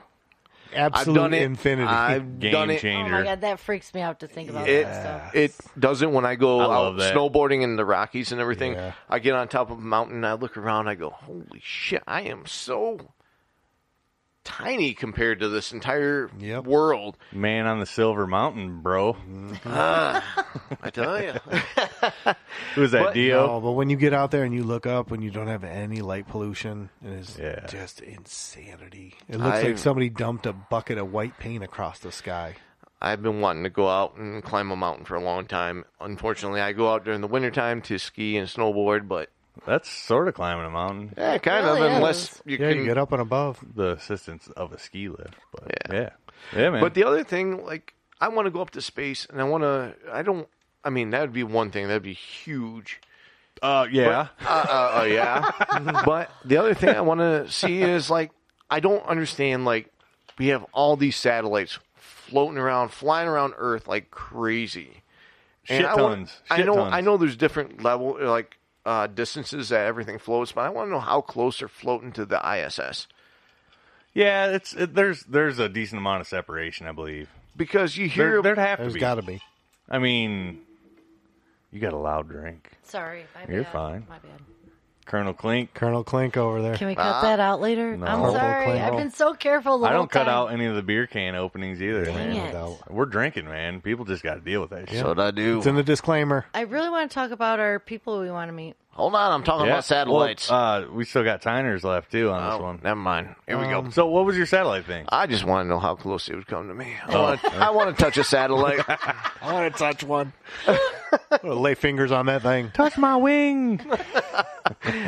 Speaker 6: I've
Speaker 3: Absolute
Speaker 6: done it.
Speaker 3: infinity.
Speaker 6: I've
Speaker 2: Game
Speaker 6: done it.
Speaker 7: Oh
Speaker 2: changer.
Speaker 7: my god, that freaks me out to think about
Speaker 6: It
Speaker 7: that stuff.
Speaker 6: it does it when I go
Speaker 2: I
Speaker 6: out
Speaker 2: love that.
Speaker 6: snowboarding in the Rockies and everything.
Speaker 3: Yeah.
Speaker 6: I get on top of a mountain, I look around, I go, "Holy shit! I am so tiny compared to this entire
Speaker 3: Yep.
Speaker 6: world."
Speaker 2: Man on the Silver Mountain, bro.
Speaker 6: I tell you,
Speaker 2: Who's that,
Speaker 6: But-
Speaker 2: Dio?
Speaker 3: No, but when you get out there and you look up when you don't have any light pollution, it is
Speaker 2: Yeah.
Speaker 3: just insanity. It looks
Speaker 6: I-
Speaker 3: like somebody dumped a bucket of white paint across the sky.
Speaker 6: I've been wanting to go out and climb a mountain for a long time. Unfortunately, I go out during the wintertime to ski and snowboard, but
Speaker 2: That's sort of climbing a mountain.
Speaker 6: yeah, kind of
Speaker 7: Really
Speaker 6: unless
Speaker 7: is.
Speaker 6: you
Speaker 3: Yeah,
Speaker 6: can
Speaker 3: you get up and above.
Speaker 2: The assistance of a ski lift. But
Speaker 6: Yeah.
Speaker 2: yeah. Yeah, man.
Speaker 6: But the other thing, like, I want to go up to space, and I want to. I don't. I mean, that would be one thing. That'd be huge.
Speaker 2: uh, oh, yeah.
Speaker 6: Uh, uh, uh, yeah. but the other thing I want to see is like, I don't understand. Like, we have all these satellites floating around, flying around Earth like crazy.
Speaker 2: Shit
Speaker 6: I wanna-
Speaker 2: tons.
Speaker 6: I
Speaker 2: Shit
Speaker 6: know.
Speaker 2: tons.
Speaker 6: I know. There's different level like uh, distances that everything floats, but I want to know how close they're floating to the ISS.
Speaker 2: yeah, it's it, there's there's a decent amount of separation, I believe.
Speaker 6: Because you hear
Speaker 2: There, there'd have to
Speaker 3: There's
Speaker 2: be.
Speaker 3: got to be.
Speaker 2: I mean, you got a loud drink.
Speaker 7: Sorry, my
Speaker 2: You're
Speaker 7: bad.
Speaker 2: fine.
Speaker 7: My bad.
Speaker 2: Colonel Clink.
Speaker 3: Colonel Clink over there.
Speaker 7: Can we cut that out later?
Speaker 2: no.
Speaker 7: I'm
Speaker 2: Purple
Speaker 7: sorry.
Speaker 3: Claymore.
Speaker 7: I've been so careful. The
Speaker 2: Ah. I
Speaker 7: whole
Speaker 2: don't cut
Speaker 7: time.
Speaker 2: out any of the beer can openings either,
Speaker 7: Dang
Speaker 2: man.
Speaker 7: it.
Speaker 3: No doubt.
Speaker 2: We're drinking, man. People just got to deal with that shit.
Speaker 6: what I do.
Speaker 3: It's in the disclaimer.
Speaker 7: I really want to talk about our people we want to meet.
Speaker 6: Hold on, I'm talking
Speaker 2: Yeah.
Speaker 6: about satellites.
Speaker 2: Well, uh, we still got Tiners left too on this
Speaker 6: Oh,
Speaker 2: one.
Speaker 6: Never mind. Here we go.
Speaker 2: So, what was your satellite thing?
Speaker 6: I just want to know how close it would come to me. I want to, I want to touch a satellite.
Speaker 3: I want to touch one. lay fingers on that thing.
Speaker 2: Touch my wing,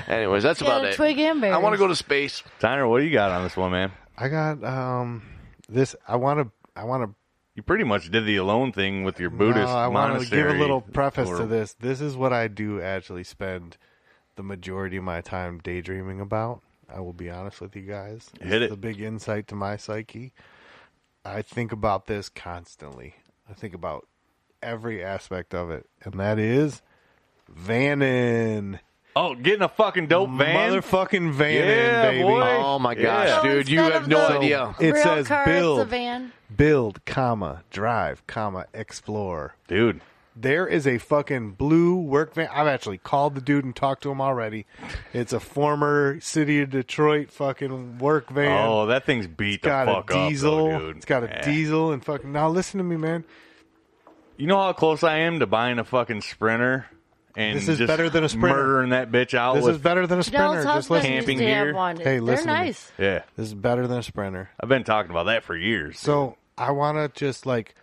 Speaker 6: Anyways, that's
Speaker 7: Got
Speaker 6: about
Speaker 7: a
Speaker 6: it.
Speaker 7: twig and
Speaker 6: I want to
Speaker 7: berries.
Speaker 6: go to space.
Speaker 2: Tiner. What do you got on this one, man?
Speaker 3: I got um this. I want to. I want to
Speaker 2: You pretty much did the alone thing with your Buddhist
Speaker 3: No, I wanna
Speaker 2: monastery.
Speaker 3: give a little preface to
Speaker 2: or-
Speaker 3: this. This is what I do actually spend the majority of my time daydreaming about. I will be honest with you guys. This
Speaker 2: Hit
Speaker 3: is
Speaker 2: it.
Speaker 3: The big insight to my psyche. I think about this constantly. I think about every aspect of it, and that is vanning,
Speaker 2: Oh, getting a fucking dope van.
Speaker 3: motherfucking vanning,
Speaker 2: Yeah,
Speaker 3: baby.
Speaker 2: boy.
Speaker 6: Oh my gosh,
Speaker 2: Yeah.
Speaker 7: So
Speaker 6: dude, you
Speaker 7: instead
Speaker 6: have
Speaker 7: of
Speaker 6: no
Speaker 7: the
Speaker 6: idea.
Speaker 3: It
Speaker 7: rail
Speaker 3: says
Speaker 7: car, it's
Speaker 3: build.
Speaker 7: a van.
Speaker 3: Build, comma, drive, comma, explore.
Speaker 2: dude.
Speaker 3: There is a fucking blue work van. I've actually called the dude and talked to him already. It's a former city of Detroit fucking work van.
Speaker 2: Oh, that thing's beat
Speaker 3: it's got
Speaker 2: the fuck
Speaker 3: a
Speaker 2: up,
Speaker 3: diesel.
Speaker 2: though, dude.
Speaker 3: It's got a
Speaker 2: Yeah.
Speaker 3: diesel and fucking. Now listen to me, man.
Speaker 2: You know how close I am to buying a fucking Sprinter, and
Speaker 3: This is
Speaker 2: just
Speaker 3: better than a Sprinter.
Speaker 2: Murdering that bitch out
Speaker 3: This
Speaker 2: with
Speaker 3: is better than a sprinter.
Speaker 7: Janelle's
Speaker 3: Just
Speaker 7: husband
Speaker 3: listen.
Speaker 7: used
Speaker 2: Camping
Speaker 7: to have
Speaker 2: gear.
Speaker 7: one.
Speaker 3: Hey, listen
Speaker 7: They're
Speaker 3: to me.
Speaker 7: nice.
Speaker 2: yeah.
Speaker 3: This is better than a sprinter.
Speaker 2: I've been talking about that for years.
Speaker 3: So I want to just like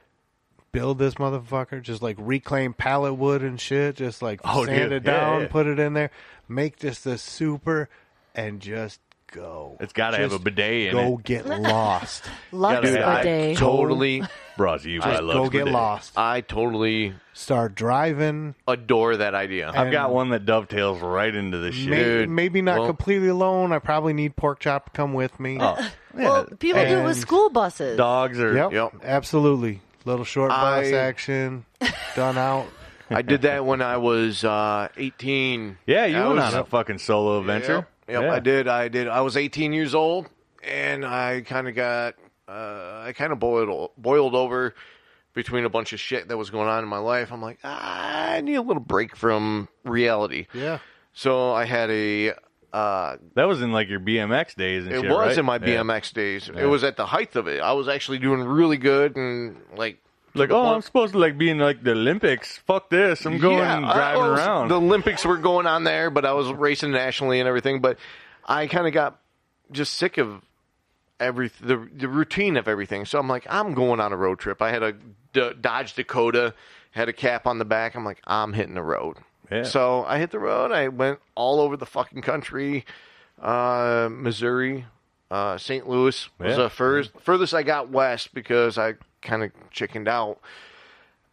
Speaker 3: build this motherfucker, just like reclaim pallet wood and shit, just like
Speaker 2: Oh,
Speaker 3: sand
Speaker 2: dude.
Speaker 3: it
Speaker 2: Yeah,
Speaker 3: down,
Speaker 2: yeah.
Speaker 3: put it in there, make this the super, and just go.
Speaker 2: It's gotta have
Speaker 3: Just
Speaker 2: a bidet in
Speaker 3: Go
Speaker 2: it.
Speaker 3: get lost.
Speaker 7: Lux
Speaker 2: Gotta have-
Speaker 7: a day.
Speaker 6: Totally,
Speaker 2: brought to Uh, you by
Speaker 3: Just
Speaker 2: Lux
Speaker 3: go get
Speaker 2: Bidet.
Speaker 3: lost.
Speaker 6: I totally
Speaker 3: Start driving.
Speaker 6: adore that idea.
Speaker 2: I've got one that dovetails right into this shit.
Speaker 3: Maybe, maybe not
Speaker 6: well-
Speaker 3: completely alone. I probably need pork chop to come with me.
Speaker 2: Oh, yeah.
Speaker 7: Well, people do it with
Speaker 3: And-
Speaker 7: school buses.
Speaker 2: dogs are
Speaker 3: yep,
Speaker 6: Yep.
Speaker 3: absolutely. Little short bus
Speaker 6: I-
Speaker 3: action. Done out.
Speaker 6: I did that when I was uh, 18.
Speaker 2: Yeah, you
Speaker 6: I
Speaker 2: went
Speaker 6: was-
Speaker 2: on a fucking solo adventure.
Speaker 6: Yep, yep,
Speaker 2: Yeah.
Speaker 6: I did. I did. I was 18 years old, and I kind of got, uh, I kind of boiled boiled over between a bunch of shit that was going on in my life. I'm like, "Ah, I need a little break from reality.
Speaker 3: Yeah.
Speaker 6: So I had a. Uh,
Speaker 2: That was in like your BMX days and
Speaker 6: it
Speaker 2: shit.
Speaker 6: was
Speaker 2: right?
Speaker 6: in my
Speaker 2: Yeah.
Speaker 6: BMX days. It was at the height of it. I was actually doing really good and like
Speaker 2: Like, oh, I'm supposed to like be in like the Olympics. Fuck this. I'm going
Speaker 6: Yeah,
Speaker 2: and
Speaker 6: I-
Speaker 2: driving
Speaker 6: well,
Speaker 2: around.
Speaker 6: The Olympics were going on there, but I was racing nationally and everything. But I kind of got just sick of every the, the routine of everything. So I'm like, I'm going on a road trip. I had a D- Dodge Dakota, had a cap on the back. I'm like, I'm hitting the road.
Speaker 2: Yeah.
Speaker 6: So I hit the road. I went all over the fucking country, uh, Missouri, uh, St. Louis was
Speaker 2: Yeah.
Speaker 6: the first furthest I got west because I kind of chickened out.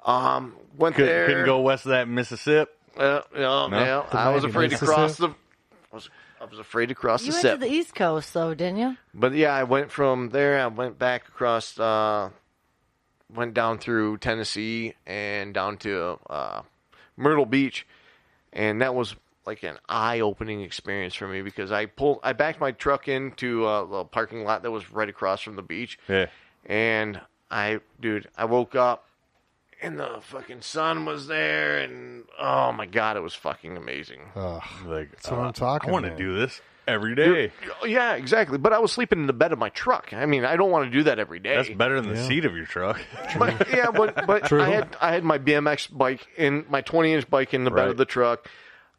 Speaker 6: Um, went
Speaker 2: Could,
Speaker 6: there.
Speaker 2: couldn't go west of that Mississippi.
Speaker 6: Uh, no,
Speaker 2: No?
Speaker 6: no, I was
Speaker 3: Maybe
Speaker 6: afraid to
Speaker 3: Mississippi.
Speaker 6: cross the. I was, I was afraid to cross
Speaker 7: you
Speaker 6: the
Speaker 7: went
Speaker 6: set.
Speaker 7: to the East Coast, though, didn't you?
Speaker 6: but yeah, I went from there. I went back across uh, went down through Tennessee and down to uh, Myrtle Beach, and that was like an eye-opening experience for me because I pulled, I backed my truck into uh, the parking lot that was right across from the beach,
Speaker 2: Yeah.
Speaker 6: and I, dude, I woke up and the fucking sun was there, and oh my god, it was fucking amazing.
Speaker 2: Like, uh,
Speaker 3: That's what I'm talking
Speaker 2: I want to
Speaker 3: about.
Speaker 2: do this every day.
Speaker 6: Oh, Yeah, exactly. But I was sleeping in the bed of my truck. I mean, I don't want to do that every day.
Speaker 2: That's better than the seat of your truck.
Speaker 6: But, yeah, but but
Speaker 3: True.
Speaker 6: I had I had my BMX bike in my 20 inch bike in the
Speaker 2: Right.
Speaker 6: bed of the truck.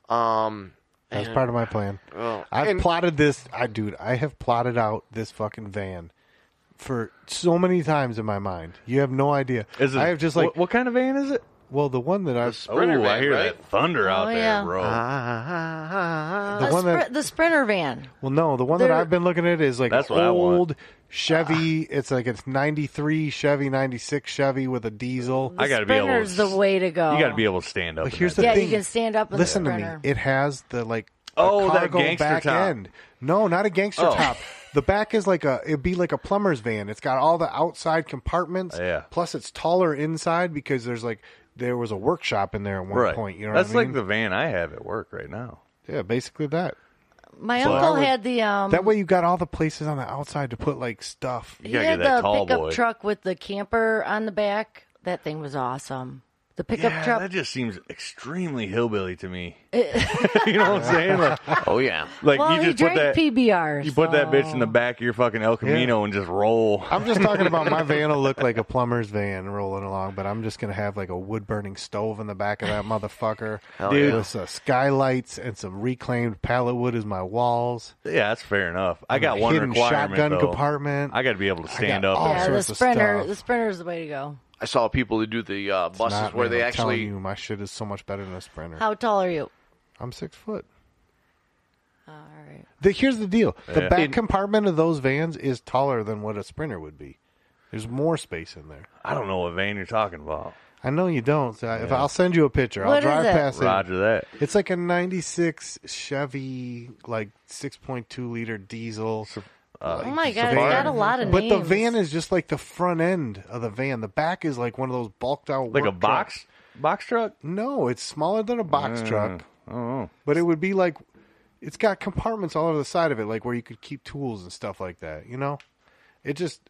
Speaker 6: Um,
Speaker 3: That's part of my plan.
Speaker 6: oh,
Speaker 3: I've
Speaker 6: and-
Speaker 3: plotted this. I dude, I have plotted out this fucking van for so many times in my mind. You have no idea.
Speaker 2: Is it,
Speaker 3: I have just like
Speaker 2: what, what kind of van is it?
Speaker 3: well, the one that I
Speaker 2: Oh,
Speaker 6: Sprinter
Speaker 2: I
Speaker 6: van,
Speaker 2: hear
Speaker 6: right?
Speaker 2: that thunder out
Speaker 7: Oh,
Speaker 2: there,
Speaker 7: yeah.
Speaker 2: bro.
Speaker 6: Ah,
Speaker 3: the
Speaker 7: The,
Speaker 3: one
Speaker 7: spri-
Speaker 3: that
Speaker 7: Uh, the sprinter van.
Speaker 3: well, no, the one that
Speaker 7: There-
Speaker 3: I've been looking at is like
Speaker 2: That's what I want.
Speaker 3: old Chevy. It's like it's '93 Chevy, '96 Chevy with a diesel.
Speaker 2: I got to be able.
Speaker 7: Sprinter's
Speaker 2: to-
Speaker 7: the way to go.
Speaker 2: You got to be able to stand up.
Speaker 3: But
Speaker 2: in
Speaker 3: here's
Speaker 2: that
Speaker 3: the
Speaker 7: Yeah,
Speaker 2: thing.
Speaker 3: thing.
Speaker 7: you can stand up in
Speaker 3: Listen
Speaker 7: the
Speaker 3: to me.
Speaker 7: sprinter.
Speaker 3: It has the like a
Speaker 2: Oh, that
Speaker 3: cargo
Speaker 2: gangster
Speaker 3: back
Speaker 2: top.
Speaker 3: end. No, not a gangster
Speaker 2: Oh.
Speaker 3: top. The back is like a it'd be like a plumber's van. It's got all the outside compartments.
Speaker 2: Yeah.
Speaker 3: Plus it's taller inside because there's like there was a workshop in there at one point. You know
Speaker 2: That's
Speaker 3: what I mean?
Speaker 2: like the van I have at work right now.
Speaker 3: yeah, basically that.
Speaker 7: My
Speaker 3: So
Speaker 7: uncle
Speaker 3: I would-
Speaker 7: had the um.
Speaker 3: That way you got all the places on the outside to put like stuff.
Speaker 7: he
Speaker 2: gotta
Speaker 7: had
Speaker 2: get that
Speaker 7: the
Speaker 2: tall
Speaker 7: pickup
Speaker 2: boy.
Speaker 7: truck with the camper on the back. That thing was awesome. The pickup
Speaker 2: Yeah,
Speaker 7: truck.
Speaker 2: that just seems extremely hillbilly to me. you know what I'm saying? Like,
Speaker 6: oh yeah.
Speaker 2: like,
Speaker 7: well,
Speaker 2: you
Speaker 7: he
Speaker 2: just put
Speaker 7: drank
Speaker 2: that
Speaker 7: PBR.
Speaker 2: you put that bitch in the
Speaker 7: so-
Speaker 2: back of your fucking El Camino and just roll.
Speaker 3: I'm just talking about my van will look like a plumber's van rolling along, but I'm just gonna have like a wood burning stove in the back of that motherfucker.
Speaker 6: Dude.
Speaker 3: with uh, skylights and some reclaimed pallet wood as my walls.
Speaker 2: Yeah, that's fair enough. I got
Speaker 3: a
Speaker 2: one
Speaker 3: hidden
Speaker 2: requirement
Speaker 3: shotgun
Speaker 2: though.
Speaker 3: compartment.
Speaker 2: I got to be able to stand
Speaker 3: got
Speaker 2: up.
Speaker 3: all
Speaker 2: in
Speaker 7: Yeah,
Speaker 2: there.
Speaker 7: the
Speaker 3: sorts of
Speaker 7: sprinter.
Speaker 3: stuff.
Speaker 7: The sprinter is the way to go.
Speaker 6: I saw people who do the uh, buses
Speaker 3: Not,
Speaker 6: where
Speaker 3: man,
Speaker 6: they
Speaker 3: I'm telling
Speaker 6: actually
Speaker 3: you, my shit is so much better than a sprinter.
Speaker 7: How tall are you?
Speaker 3: I'm six foot.
Speaker 2: Uh,
Speaker 7: All right.
Speaker 3: The, here's the deal: the
Speaker 2: Yeah.
Speaker 3: back
Speaker 6: It-
Speaker 3: compartment of those vans is taller than what a sprinter would be. There's more space in there.
Speaker 2: I don't know what van you're talking about.
Speaker 3: I know you don't. So I, if I'll send you a picture, I'll
Speaker 7: What is
Speaker 3: drive
Speaker 7: it?
Speaker 3: past it.
Speaker 2: Roger that.
Speaker 3: It's like a '96 Chevy, like 6.2 liter diesel.
Speaker 7: oh my god,
Speaker 3: van.
Speaker 7: it's got a lot of
Speaker 3: but
Speaker 7: names.
Speaker 3: the van is just like the front end of the van. The back is like one of those bulked out,
Speaker 2: Like a
Speaker 3: work
Speaker 2: box Uh.
Speaker 3: trucks.
Speaker 2: box truck.
Speaker 3: No, it's smaller than a box truck,
Speaker 2: I don't know.
Speaker 3: but it would be like it's got compartments all over the side of it, like where you could keep tools and stuff like that. You know, it just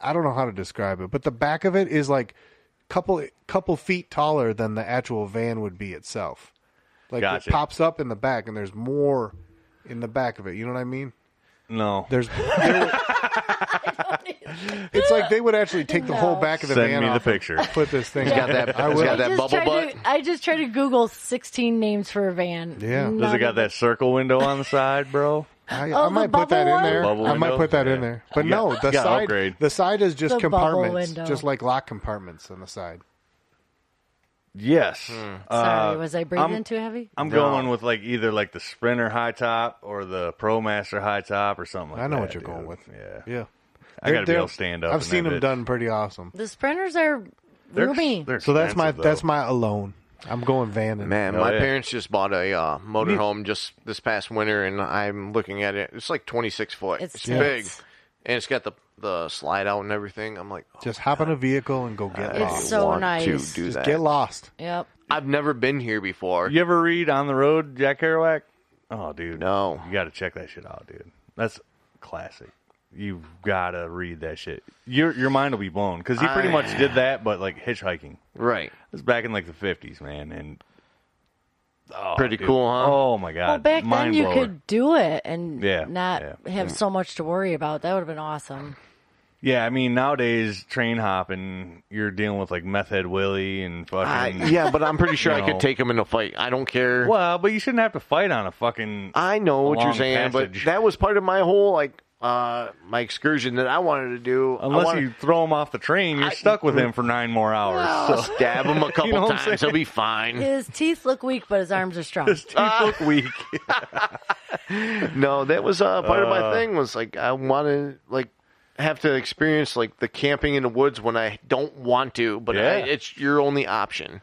Speaker 3: I don't know how to describe it, but the back of it is like couple couple feet taller than the actual van would be itself. Like
Speaker 2: Gotcha.
Speaker 3: it pops up in the back, and there's more in the back of it. You know what I mean?
Speaker 2: No.
Speaker 3: There's. there were- it's like they would actually take the whole
Speaker 7: No.
Speaker 3: back of the
Speaker 2: Send
Speaker 3: van
Speaker 2: me the
Speaker 3: off and
Speaker 2: picture.
Speaker 3: put this thing.
Speaker 6: got
Speaker 3: on.
Speaker 6: that-
Speaker 3: I
Speaker 6: it's
Speaker 3: will.
Speaker 6: got
Speaker 7: I
Speaker 6: that
Speaker 7: just
Speaker 6: bubble
Speaker 7: tried
Speaker 6: butt.
Speaker 7: To, I just tried to Google 16 names for a van.
Speaker 3: Yeah. Does it
Speaker 2: Does it
Speaker 7: None
Speaker 2: got
Speaker 7: of them-
Speaker 2: that circle window on the side, bro?
Speaker 3: I,
Speaker 7: Oh,
Speaker 3: I
Speaker 7: the
Speaker 3: might put that
Speaker 7: bubble
Speaker 3: in
Speaker 7: one?
Speaker 3: there.
Speaker 2: Bubble
Speaker 3: I might
Speaker 2: window?
Speaker 3: put that in
Speaker 2: Yeah.
Speaker 3: there. But
Speaker 2: You
Speaker 3: no,
Speaker 2: got-
Speaker 3: the
Speaker 2: you gotta
Speaker 3: side
Speaker 2: upgrade.
Speaker 3: the side is just
Speaker 7: The bubble
Speaker 3: compartments,
Speaker 7: window.
Speaker 3: just like lock compartments on the side.
Speaker 2: Yes.
Speaker 7: Sorry, was I breathing
Speaker 2: uh, I'm-
Speaker 7: too heavy?
Speaker 2: I'm going with like either like the Sprinter high top or the ProMaster high top or something like that.
Speaker 3: I know what you're going
Speaker 2: dude.
Speaker 3: with.
Speaker 2: Yeah.
Speaker 3: Yeah,
Speaker 2: I got to be
Speaker 3: They're-
Speaker 2: able to stand up.
Speaker 3: I've
Speaker 2: in
Speaker 3: seen
Speaker 2: that
Speaker 3: them
Speaker 2: bitch.
Speaker 3: done pretty awesome.
Speaker 7: The sprinters are
Speaker 2: They're-
Speaker 7: roomy.
Speaker 2: they're
Speaker 3: So that's my
Speaker 2: expensive,
Speaker 3: that's
Speaker 2: though.
Speaker 3: my alone. I'm going van and
Speaker 6: Man,
Speaker 2: Oh,
Speaker 6: my
Speaker 2: yeah.
Speaker 6: parents just bought a uh, motorhome just this past winter, and I'm looking at it. It's like 26 foot.
Speaker 7: It's
Speaker 6: It's,
Speaker 7: nuts.
Speaker 6: big, and it's got the the slide out and everything. I'm like, oh,
Speaker 3: just hop in a vehicle and go get
Speaker 6: I
Speaker 3: lost.
Speaker 7: so
Speaker 6: want
Speaker 7: nice.
Speaker 6: To do
Speaker 3: just
Speaker 6: that.
Speaker 3: get lost.
Speaker 7: Yep.
Speaker 6: I've never been here before.
Speaker 2: You ever read On the Road, Jack Kerouac? Oh, dude.
Speaker 6: No.
Speaker 2: You got to check that shit out, dude. That's classic. You've got to read that shit. Your your mind will be blown because he pretty
Speaker 6: I-
Speaker 2: much did that, but like hitchhiking.
Speaker 6: Right.
Speaker 2: It was back in like the 50s, man. And oh,
Speaker 6: Pretty
Speaker 2: dude.
Speaker 6: cool, huh?
Speaker 2: Oh, my God.
Speaker 7: Well, back
Speaker 2: mind
Speaker 7: then you
Speaker 2: blower.
Speaker 7: could do it and
Speaker 2: Yeah,
Speaker 7: not
Speaker 2: yeah.
Speaker 7: have so much to worry about. That would have been awesome.
Speaker 2: Yeah, I mean nowadays train hopping, you're dealing with like meth head Willie and
Speaker 6: I,
Speaker 2: fucking.
Speaker 6: yeah, but I'm pretty sure I
Speaker 2: No.
Speaker 6: could take him in a fight. I don't care.
Speaker 2: Well, but you shouldn't have to fight on a fucking.
Speaker 6: I know what you're
Speaker 2: Long
Speaker 6: saying,
Speaker 2: passage.
Speaker 6: but that was part of my whole like uh my excursion that I wanted to do. I
Speaker 2: Unless
Speaker 6: wanted-
Speaker 2: you throw him off the train, you're stuck with him for nine more hours.
Speaker 6: I'll
Speaker 2: So
Speaker 6: stab him a couple
Speaker 2: know what I'm
Speaker 6: times, he'll
Speaker 2: saying?
Speaker 6: be fine.
Speaker 7: His teeth look weak, but his arms are strong.
Speaker 2: his teeth look weak.
Speaker 6: No, that was uh part of my thing was like I wanted like have to experience like the camping in the woods when I don't want to, but I-
Speaker 2: Yeah.
Speaker 6: it's your only option.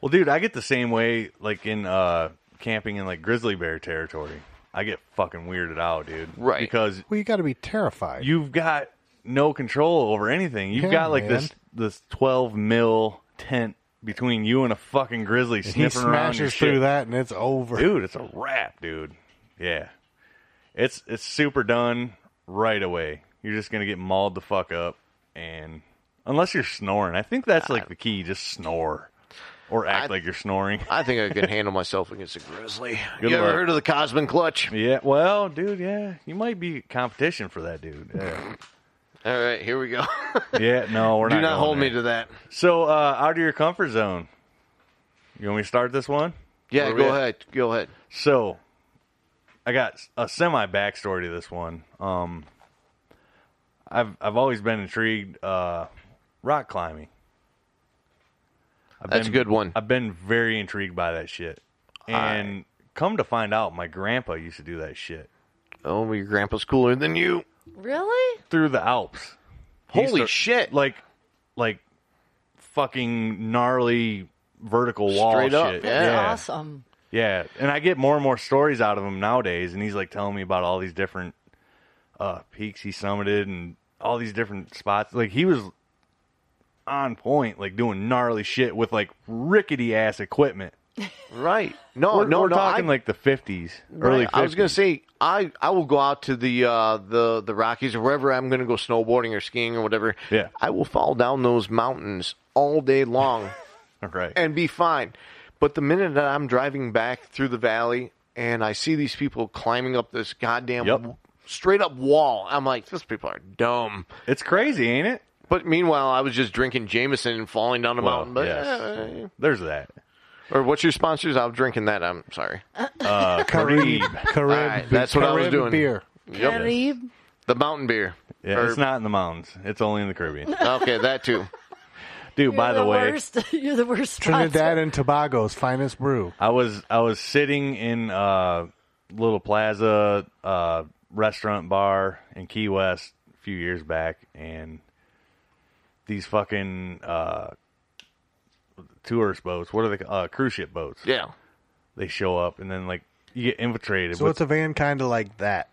Speaker 2: Well, dude, I get the same way like in uh camping in like grizzly bear territory. I get fucking weirded out, dude.
Speaker 6: Right.
Speaker 2: Because
Speaker 3: Well, you got to be terrified.
Speaker 2: you've got no control over anything. You've
Speaker 3: Yeah,
Speaker 2: got like
Speaker 3: man.
Speaker 2: this this twelve mil tent between you and a fucking grizzly
Speaker 3: He
Speaker 2: sniffing around your
Speaker 3: smashes
Speaker 2: shit.
Speaker 3: through that and it's over.
Speaker 2: dude. It's a wrap, dude. Yeah, it's it's super done right away. You're just gonna get mauled the fuck up, and unless you're snoring, I think that's like the key. Just snore or
Speaker 6: I-
Speaker 2: act like you're snoring.
Speaker 6: I think I can handle myself against a grizzly.
Speaker 2: Good
Speaker 6: you ever
Speaker 2: luck.
Speaker 6: heard of the Cosman Clutch?
Speaker 2: Yeah, well, dude, yeah, you might be competition for that dude. Yeah,
Speaker 6: All right, here we go.
Speaker 2: yeah no, we're
Speaker 6: Do
Speaker 2: not.
Speaker 6: not
Speaker 2: going
Speaker 6: hold me
Speaker 2: there.
Speaker 6: to that.
Speaker 2: So uh, out of your comfort zone. You want me to start this one?
Speaker 6: Yeah,
Speaker 2: Where we
Speaker 6: go
Speaker 2: at?
Speaker 6: ahead. Go ahead.
Speaker 2: So, I got a semi backstory to this one. Um, I've I've always been intrigued uh, rock climbing. I've
Speaker 6: That's a good one.
Speaker 2: I've been very intrigued by that shit, and come to find out, my grandpa used to do that shit
Speaker 6: Oh, your grandpa's cooler than you.
Speaker 7: Really?
Speaker 2: through the Alps. He used
Speaker 6: Holy
Speaker 2: to-
Speaker 6: shit!
Speaker 2: Like, like, fucking gnarly vertical wall
Speaker 6: Straight up,
Speaker 2: shit.
Speaker 6: yeah.
Speaker 7: Awesome.
Speaker 2: Yeah, and I get more and more stories out of him nowadays, and he's like telling me about all these different uh, peaks he summited and all these different spots. Like he was on point, like doing gnarly shit with like rickety ass equipment.
Speaker 6: right? No,
Speaker 2: We're,
Speaker 6: Oh, no,
Speaker 2: we're
Speaker 6: no.
Speaker 2: talking
Speaker 6: I,
Speaker 2: like the fifties,
Speaker 6: Right.
Speaker 2: early. 50s.
Speaker 6: I was gonna say I, I will go out to the uh, the the Rockies or wherever I'm gonna go snowboarding or skiing or whatever.
Speaker 2: Yeah.
Speaker 6: I will fall down those mountains all day long
Speaker 2: right?
Speaker 6: and be fine. But the minute that I'm driving back through the valley and I see these people climbing up this goddamn
Speaker 2: Yep.
Speaker 6: straight up wall, I'm like, these people are dumb.
Speaker 2: it's crazy, ain't it?
Speaker 6: But meanwhile, I was just drinking Jameson and falling down a
Speaker 2: Well,
Speaker 6: mountain. But
Speaker 2: yes.
Speaker 6: eh,
Speaker 2: There's that.
Speaker 6: or what's your sponsors? I'm drinking that. I'm sorry.
Speaker 2: Uh, Carib.
Speaker 3: Carib,
Speaker 6: All right, that's what I was
Speaker 3: Carib
Speaker 6: doing.
Speaker 3: Beer.
Speaker 6: Yep.
Speaker 7: Carib.
Speaker 6: The mountain beer.
Speaker 2: Yeah,
Speaker 6: Or-
Speaker 2: it's not in the mountains. It's only in the Caribbean.
Speaker 6: Okay, that too.
Speaker 2: Dude,
Speaker 7: You're
Speaker 2: by the, way,
Speaker 7: worst. you're the worst.
Speaker 3: Trinidad
Speaker 7: sponsor.
Speaker 3: and Tobago's finest brew.
Speaker 2: I was I was sitting in uh little plaza uh restaurant bar in Key West a few years back and these fucking uh tourist boats, what are they ca- uh cruise ship boats.
Speaker 6: Yeah.
Speaker 2: They show up and then like you get infiltrated
Speaker 3: So
Speaker 2: with
Speaker 3: it's a van kind of like that.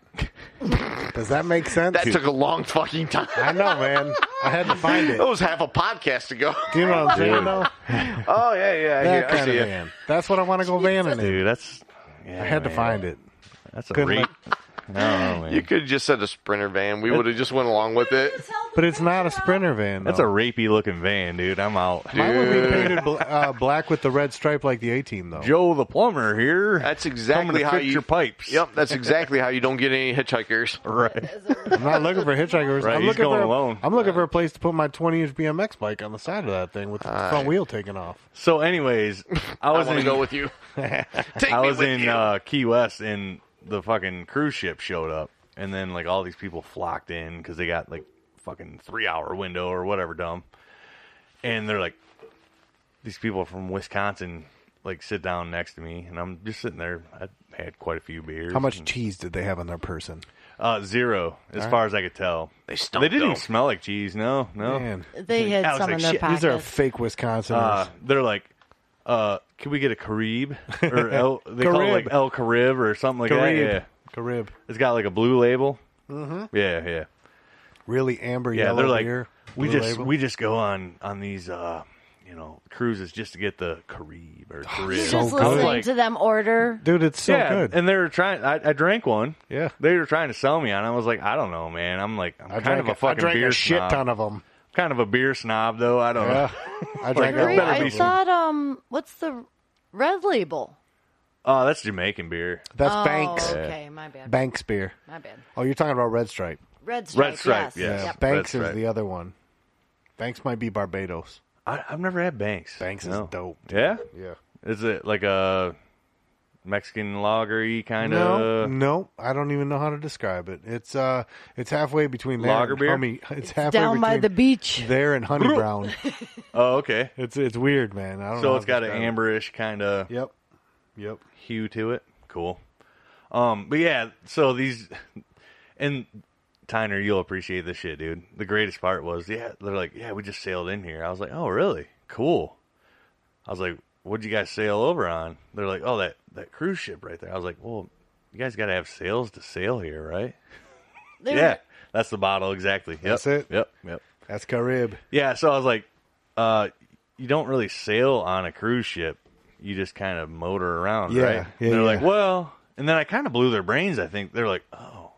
Speaker 3: Does that make sense?
Speaker 6: That took a long fucking time.
Speaker 3: I know, man. I had to find it.
Speaker 6: That was half a podcast ago.
Speaker 3: Do you know what I'm saying, though?
Speaker 6: Oh yeah, yeah. I hear-
Speaker 3: That
Speaker 6: I
Speaker 3: kind
Speaker 6: see
Speaker 3: of
Speaker 6: ya.
Speaker 3: van. That's what I want to go vanning in.
Speaker 2: dude, that's yeah,
Speaker 3: I had to
Speaker 2: man.
Speaker 3: find it.
Speaker 2: that's a
Speaker 3: Good
Speaker 2: rate.
Speaker 3: luck.
Speaker 2: I don't know, man.
Speaker 6: You could have just said a sprinter van. We would have just went along with it.
Speaker 3: But it's not a sprinter van.
Speaker 2: That's a
Speaker 3: though.
Speaker 2: rapey looking van, dude. I'm out.
Speaker 3: Mine would be painted bl- uh, black with the red stripe like the A team, though.
Speaker 2: Joe the plumber here.
Speaker 6: That's
Speaker 2: coming
Speaker 6: exactly
Speaker 2: to
Speaker 6: how
Speaker 2: fix
Speaker 6: you.
Speaker 2: your pipes.
Speaker 6: Yep, that's exactly how you don't get any hitchhikers.
Speaker 2: Right.
Speaker 3: I'm not looking for hitchhikers.
Speaker 2: Right,
Speaker 3: I'm
Speaker 2: he's
Speaker 3: looking
Speaker 2: going
Speaker 3: for a,
Speaker 2: alone.
Speaker 3: I'm looking for a place to put my 20 inch BMX bike on the side of that thing with the front wheel taken off.
Speaker 2: So, anyways, I
Speaker 6: I
Speaker 2: was
Speaker 6: want to
Speaker 2: in
Speaker 6: go with you. Take
Speaker 2: I
Speaker 6: me
Speaker 2: was
Speaker 6: with
Speaker 2: in
Speaker 6: you.
Speaker 2: uh, Key West, and the fucking cruise ship showed up, and then like all these people flocked in because they got like fucking three hour window or whatever dumb, and they're like, these people from Wisconsin like sit down next to me, and I'm just sitting there. I had quite a few beers.
Speaker 3: How much
Speaker 2: and-
Speaker 3: cheese did they have on their person?
Speaker 2: uh, zero, as far as I could tell.
Speaker 6: They
Speaker 2: They
Speaker 6: stunk.
Speaker 2: didn't even
Speaker 6: though.
Speaker 2: smell like cheese. No, no.
Speaker 3: Man,
Speaker 7: They had
Speaker 2: I was
Speaker 7: some
Speaker 2: like,
Speaker 7: in their
Speaker 2: shit,
Speaker 7: pockets.
Speaker 3: these are fake Wisconsiners.
Speaker 2: Uh, they're like, uh, can we get a Carib or El, they call it
Speaker 3: Carib.
Speaker 2: like El Carib or something like
Speaker 3: Carib.
Speaker 2: that. Yeah.
Speaker 3: Carib.
Speaker 2: It's got like a blue label. Mm-hmm. Yeah, yeah,
Speaker 3: Really amber
Speaker 2: yeah.
Speaker 3: yellow
Speaker 2: they're like,
Speaker 3: beer.
Speaker 2: we
Speaker 3: Blue
Speaker 2: just
Speaker 3: label.
Speaker 2: we just go on on these uh you know cruises just to get the Carib or Carib.
Speaker 7: You're
Speaker 3: Oh, So
Speaker 7: just
Speaker 3: good.
Speaker 7: listening
Speaker 2: Like-
Speaker 7: to them order.
Speaker 3: Dude, it's so
Speaker 2: yeah,
Speaker 3: good.
Speaker 2: and they were trying. I, I drank one.
Speaker 3: Yeah.
Speaker 2: they were trying to sell me on. it. I was like, I don't know, man. I'm like, I'm
Speaker 3: I
Speaker 2: kind
Speaker 3: drank,
Speaker 2: of a
Speaker 3: a, I
Speaker 2: fucking
Speaker 3: drank
Speaker 2: beer
Speaker 3: a shit
Speaker 2: snob.
Speaker 3: ton of them.
Speaker 2: Kind of a beer snob, though. I don't know.
Speaker 3: Yeah. I drank a
Speaker 2: There
Speaker 7: Great.
Speaker 3: lot
Speaker 2: better
Speaker 7: I
Speaker 2: be
Speaker 3: of them.
Speaker 7: thought, um, what's the red label?
Speaker 2: Oh, that's Jamaican beer.
Speaker 3: That's
Speaker 7: oh,
Speaker 3: Banks.
Speaker 7: Okay, my bad.
Speaker 3: Banks beer.
Speaker 7: My bad.
Speaker 3: Oh, you're talking about Red Stripe.
Speaker 7: Red stripe.
Speaker 2: Red Stripe,
Speaker 7: Yes.
Speaker 2: yes.
Speaker 3: Yeah,
Speaker 7: Yep.
Speaker 3: Banks
Speaker 2: Red
Speaker 3: is
Speaker 2: Stripe.
Speaker 3: the other one. Banks might be Barbados.
Speaker 2: I, I've never had Banks.
Speaker 3: Banks is
Speaker 2: No.
Speaker 3: dope.
Speaker 2: Yeah,
Speaker 3: Yeah.
Speaker 2: is it like a Mexican lagery kind
Speaker 3: No,
Speaker 2: of?
Speaker 3: no, I don't even know how to describe it. It's uh, it's halfway between there
Speaker 2: Lager
Speaker 3: and
Speaker 2: beer?
Speaker 3: Honey, it's halfway
Speaker 7: Down by the
Speaker 3: between
Speaker 7: beach.
Speaker 3: there and honey brown.
Speaker 2: Oh, okay.
Speaker 3: It's it's weird, man. I don't know.
Speaker 2: So
Speaker 3: how
Speaker 2: it's
Speaker 3: to
Speaker 2: got an
Speaker 3: describe it.
Speaker 2: amberish kind of
Speaker 3: Yep, yep.
Speaker 2: hue to it. Cool. Um, but yeah, so these and Tyner, you'll appreciate this shit, dude. The greatest part was, yeah, they're like, yeah, we just sailed in here. I was like, oh, really? Cool. I was like, what'd you guys sail over on? They're like, oh, that that cruise ship right there. I was like, well, you guys got to have sails to sail here, right?
Speaker 7: They were-
Speaker 2: Yeah, that's the bottle exactly. Yep.
Speaker 3: That's it?
Speaker 2: Yep. Yep.
Speaker 3: That's Carib.
Speaker 2: Yeah, so I was like, uh, you don't really sail on a cruise ship. You just kind of motor around,
Speaker 3: Yeah,
Speaker 2: right?
Speaker 3: yeah,
Speaker 2: And they're
Speaker 3: yeah.
Speaker 2: like, well, and then I kind of blew their brains. I think they're like, oh,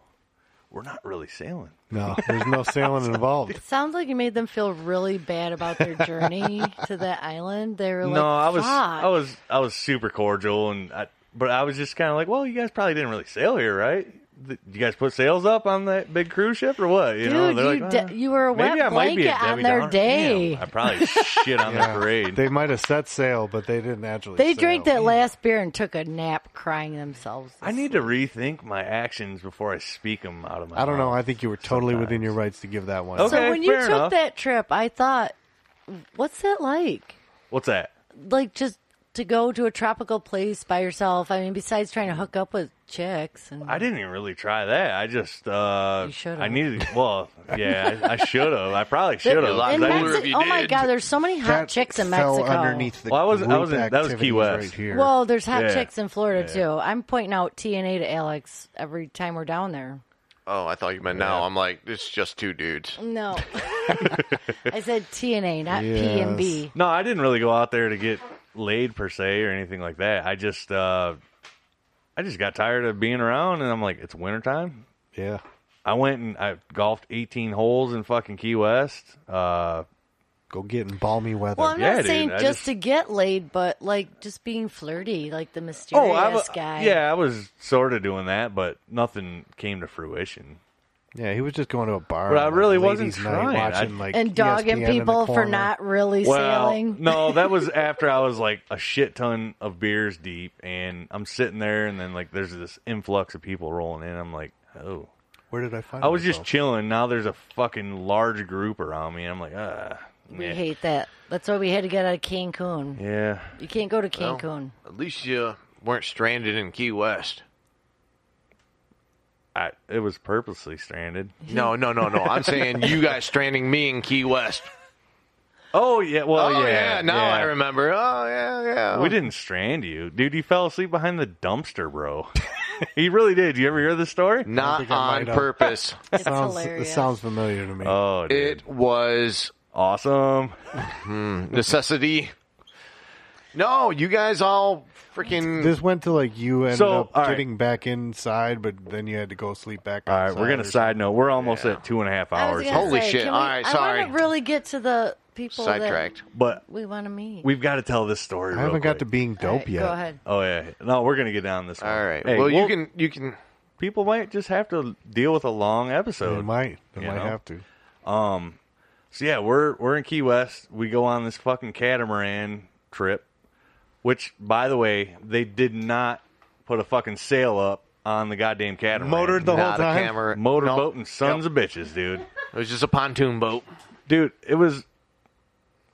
Speaker 2: we're not really sailing.
Speaker 3: No, there's no sailing involved.
Speaker 7: Sounds like you made them feel really bad about their journey to that island. They were like,
Speaker 2: no, I was,
Speaker 7: Fuck.
Speaker 2: I was, I was super cordial, and I, but I was just kind of like, well, you guys probably didn't really sail here, right? Th- You guys put sails up on that big cruise ship or what? You
Speaker 7: Dude,
Speaker 2: know, they're
Speaker 7: you,
Speaker 2: like,
Speaker 7: de-
Speaker 2: "Ah,
Speaker 7: you were a wet
Speaker 2: maybe I might be
Speaker 7: blanket
Speaker 2: a
Speaker 7: on
Speaker 2: Debbie
Speaker 7: their
Speaker 2: Downer."
Speaker 7: day.
Speaker 2: Damn, I probably shit on
Speaker 3: Yeah.
Speaker 2: their parade.
Speaker 3: They might have set sail, but they didn't actually.
Speaker 7: They
Speaker 3: sail.
Speaker 7: drank that last beer and took a nap crying themselves.
Speaker 2: I need to rethink my actions before I speak them out of my.
Speaker 3: I don't know. I
Speaker 2: mouth.
Speaker 3: think you were totally within your rights to give that one.
Speaker 2: Okay.
Speaker 7: so when you
Speaker 2: fair
Speaker 7: took
Speaker 2: enough.
Speaker 7: that trip, I thought, what's that like?
Speaker 2: What's that?
Speaker 7: Like just to go to a tropical place by yourself. I mean, besides trying to hook up with chicks and
Speaker 2: I didn't even really try that. I just uh,
Speaker 7: You should've.
Speaker 2: I needed. Well, yeah, I, I should have. I probably should have.
Speaker 6: lot
Speaker 7: In
Speaker 6: cooler
Speaker 7: Mexi-
Speaker 6: if you
Speaker 7: oh my
Speaker 6: did.
Speaker 7: god, there's so many hot
Speaker 3: That
Speaker 7: chicks in
Speaker 3: fell
Speaker 7: Mexico.
Speaker 3: underneath the
Speaker 2: Well, I was- I
Speaker 3: group
Speaker 2: was in- that was Key
Speaker 3: activities
Speaker 2: West.
Speaker 3: right here.
Speaker 7: Well, there's hot
Speaker 2: Yeah.
Speaker 7: chicks in Florida too. I'm pointing out TNA to Alex every time we're down there.
Speaker 6: Oh, I thought you meant now. I'm like, it's just two dudes.
Speaker 7: No, I said TNA, not P and B.
Speaker 2: No, I didn't really go out there to get laid per se or anything like that. I just uh, I just got tired of being around, and I'm like, it's wintertime.
Speaker 3: yeah,
Speaker 2: I went and I golfed 18 holes in fucking Key West. Uh,
Speaker 3: go get in balmy weather.
Speaker 7: Well, I'm
Speaker 2: Yeah,
Speaker 7: not
Speaker 2: dude,
Speaker 7: saying
Speaker 2: I
Speaker 7: just,
Speaker 2: just-
Speaker 7: to get laid, but like just being flirty, like the mysterious
Speaker 2: oh, I wa-
Speaker 7: guy.
Speaker 2: uh, yeah, I was sort of doing that, but nothing came to fruition.
Speaker 3: yeah, he was just going to a bar.
Speaker 2: But I
Speaker 3: on a
Speaker 2: really wasn't
Speaker 3: ladies' night,
Speaker 2: trying. I-
Speaker 3: watching, like, E
Speaker 7: and dogging
Speaker 3: ESPN in the
Speaker 7: people for
Speaker 3: corner.
Speaker 7: not really
Speaker 2: Well,
Speaker 7: sailing.
Speaker 2: no, that was after I was like a shit ton of beers deep, and I'm sitting there, and then like there's this influx of people rolling in. I'm like, oh,
Speaker 3: Where did I find?
Speaker 2: I was just
Speaker 3: myself?
Speaker 2: chilling. Now there's a fucking large group around me, and I'm like, ah,
Speaker 7: we
Speaker 2: meh.
Speaker 7: hate that. That's why we had to get out of Cancun.
Speaker 2: yeah.
Speaker 7: You can't go to
Speaker 6: Well,
Speaker 7: Cancun.
Speaker 6: at least you weren't stranded in Key West.
Speaker 2: I, it was purposely stranded.
Speaker 6: No, no, no, no. I'm saying you guys stranding me in Key West.
Speaker 2: Oh yeah, well
Speaker 6: Oh,
Speaker 2: yeah,
Speaker 6: yeah. Now I remember. Oh, yeah, yeah.
Speaker 2: We didn't strand you, dude. You fell asleep behind the dumpster, bro. he really did. You ever hear this story?
Speaker 6: Not
Speaker 3: think I
Speaker 6: on
Speaker 3: might have.
Speaker 6: purpose.
Speaker 7: It's
Speaker 3: Sounds, it
Speaker 7: hilarious.
Speaker 3: sounds familiar to me.
Speaker 2: Oh, dude.
Speaker 6: it was
Speaker 2: awesome.
Speaker 6: necessity. No, you guys all freaking.
Speaker 3: this went to like you ended
Speaker 2: So,
Speaker 3: up
Speaker 2: all right.
Speaker 3: getting back inside, but then you had to go sleep back.
Speaker 2: All right, we're gonna side note. We're almost at two and a half
Speaker 7: I
Speaker 2: hours,
Speaker 7: was gonna
Speaker 2: here,
Speaker 6: Holy
Speaker 7: say,
Speaker 6: shit.
Speaker 7: can
Speaker 6: All
Speaker 7: we-
Speaker 6: right,
Speaker 7: I
Speaker 6: sorry.
Speaker 7: want to really get to the people that
Speaker 6: sidetracked.
Speaker 2: but
Speaker 7: we want to meet.
Speaker 2: we've got to tell this story.
Speaker 3: I
Speaker 2: real
Speaker 3: haven't got to
Speaker 2: quick.
Speaker 3: being
Speaker 7: All
Speaker 3: dope
Speaker 7: right,
Speaker 3: yet.
Speaker 7: Go ahead.
Speaker 2: Oh yeah, no, we're gonna get down this.
Speaker 6: All right.
Speaker 2: Hey,
Speaker 6: well, you
Speaker 2: we'll-
Speaker 6: can. You can.
Speaker 2: People might just have to deal with a long
Speaker 3: They
Speaker 2: episode.
Speaker 3: might. They
Speaker 2: You
Speaker 3: might
Speaker 2: know?
Speaker 3: have to.
Speaker 2: So yeah, we're we're in Key West. We go on this fucking catamaran trip, which by the way, they did not put a fucking sail up on the goddamn catamaran.
Speaker 3: Motored the whole
Speaker 6: Not a
Speaker 3: time.
Speaker 6: camera.
Speaker 2: motorboat and sons of bitches, dude.
Speaker 6: It was just a pontoon boat.
Speaker 2: Dude, it was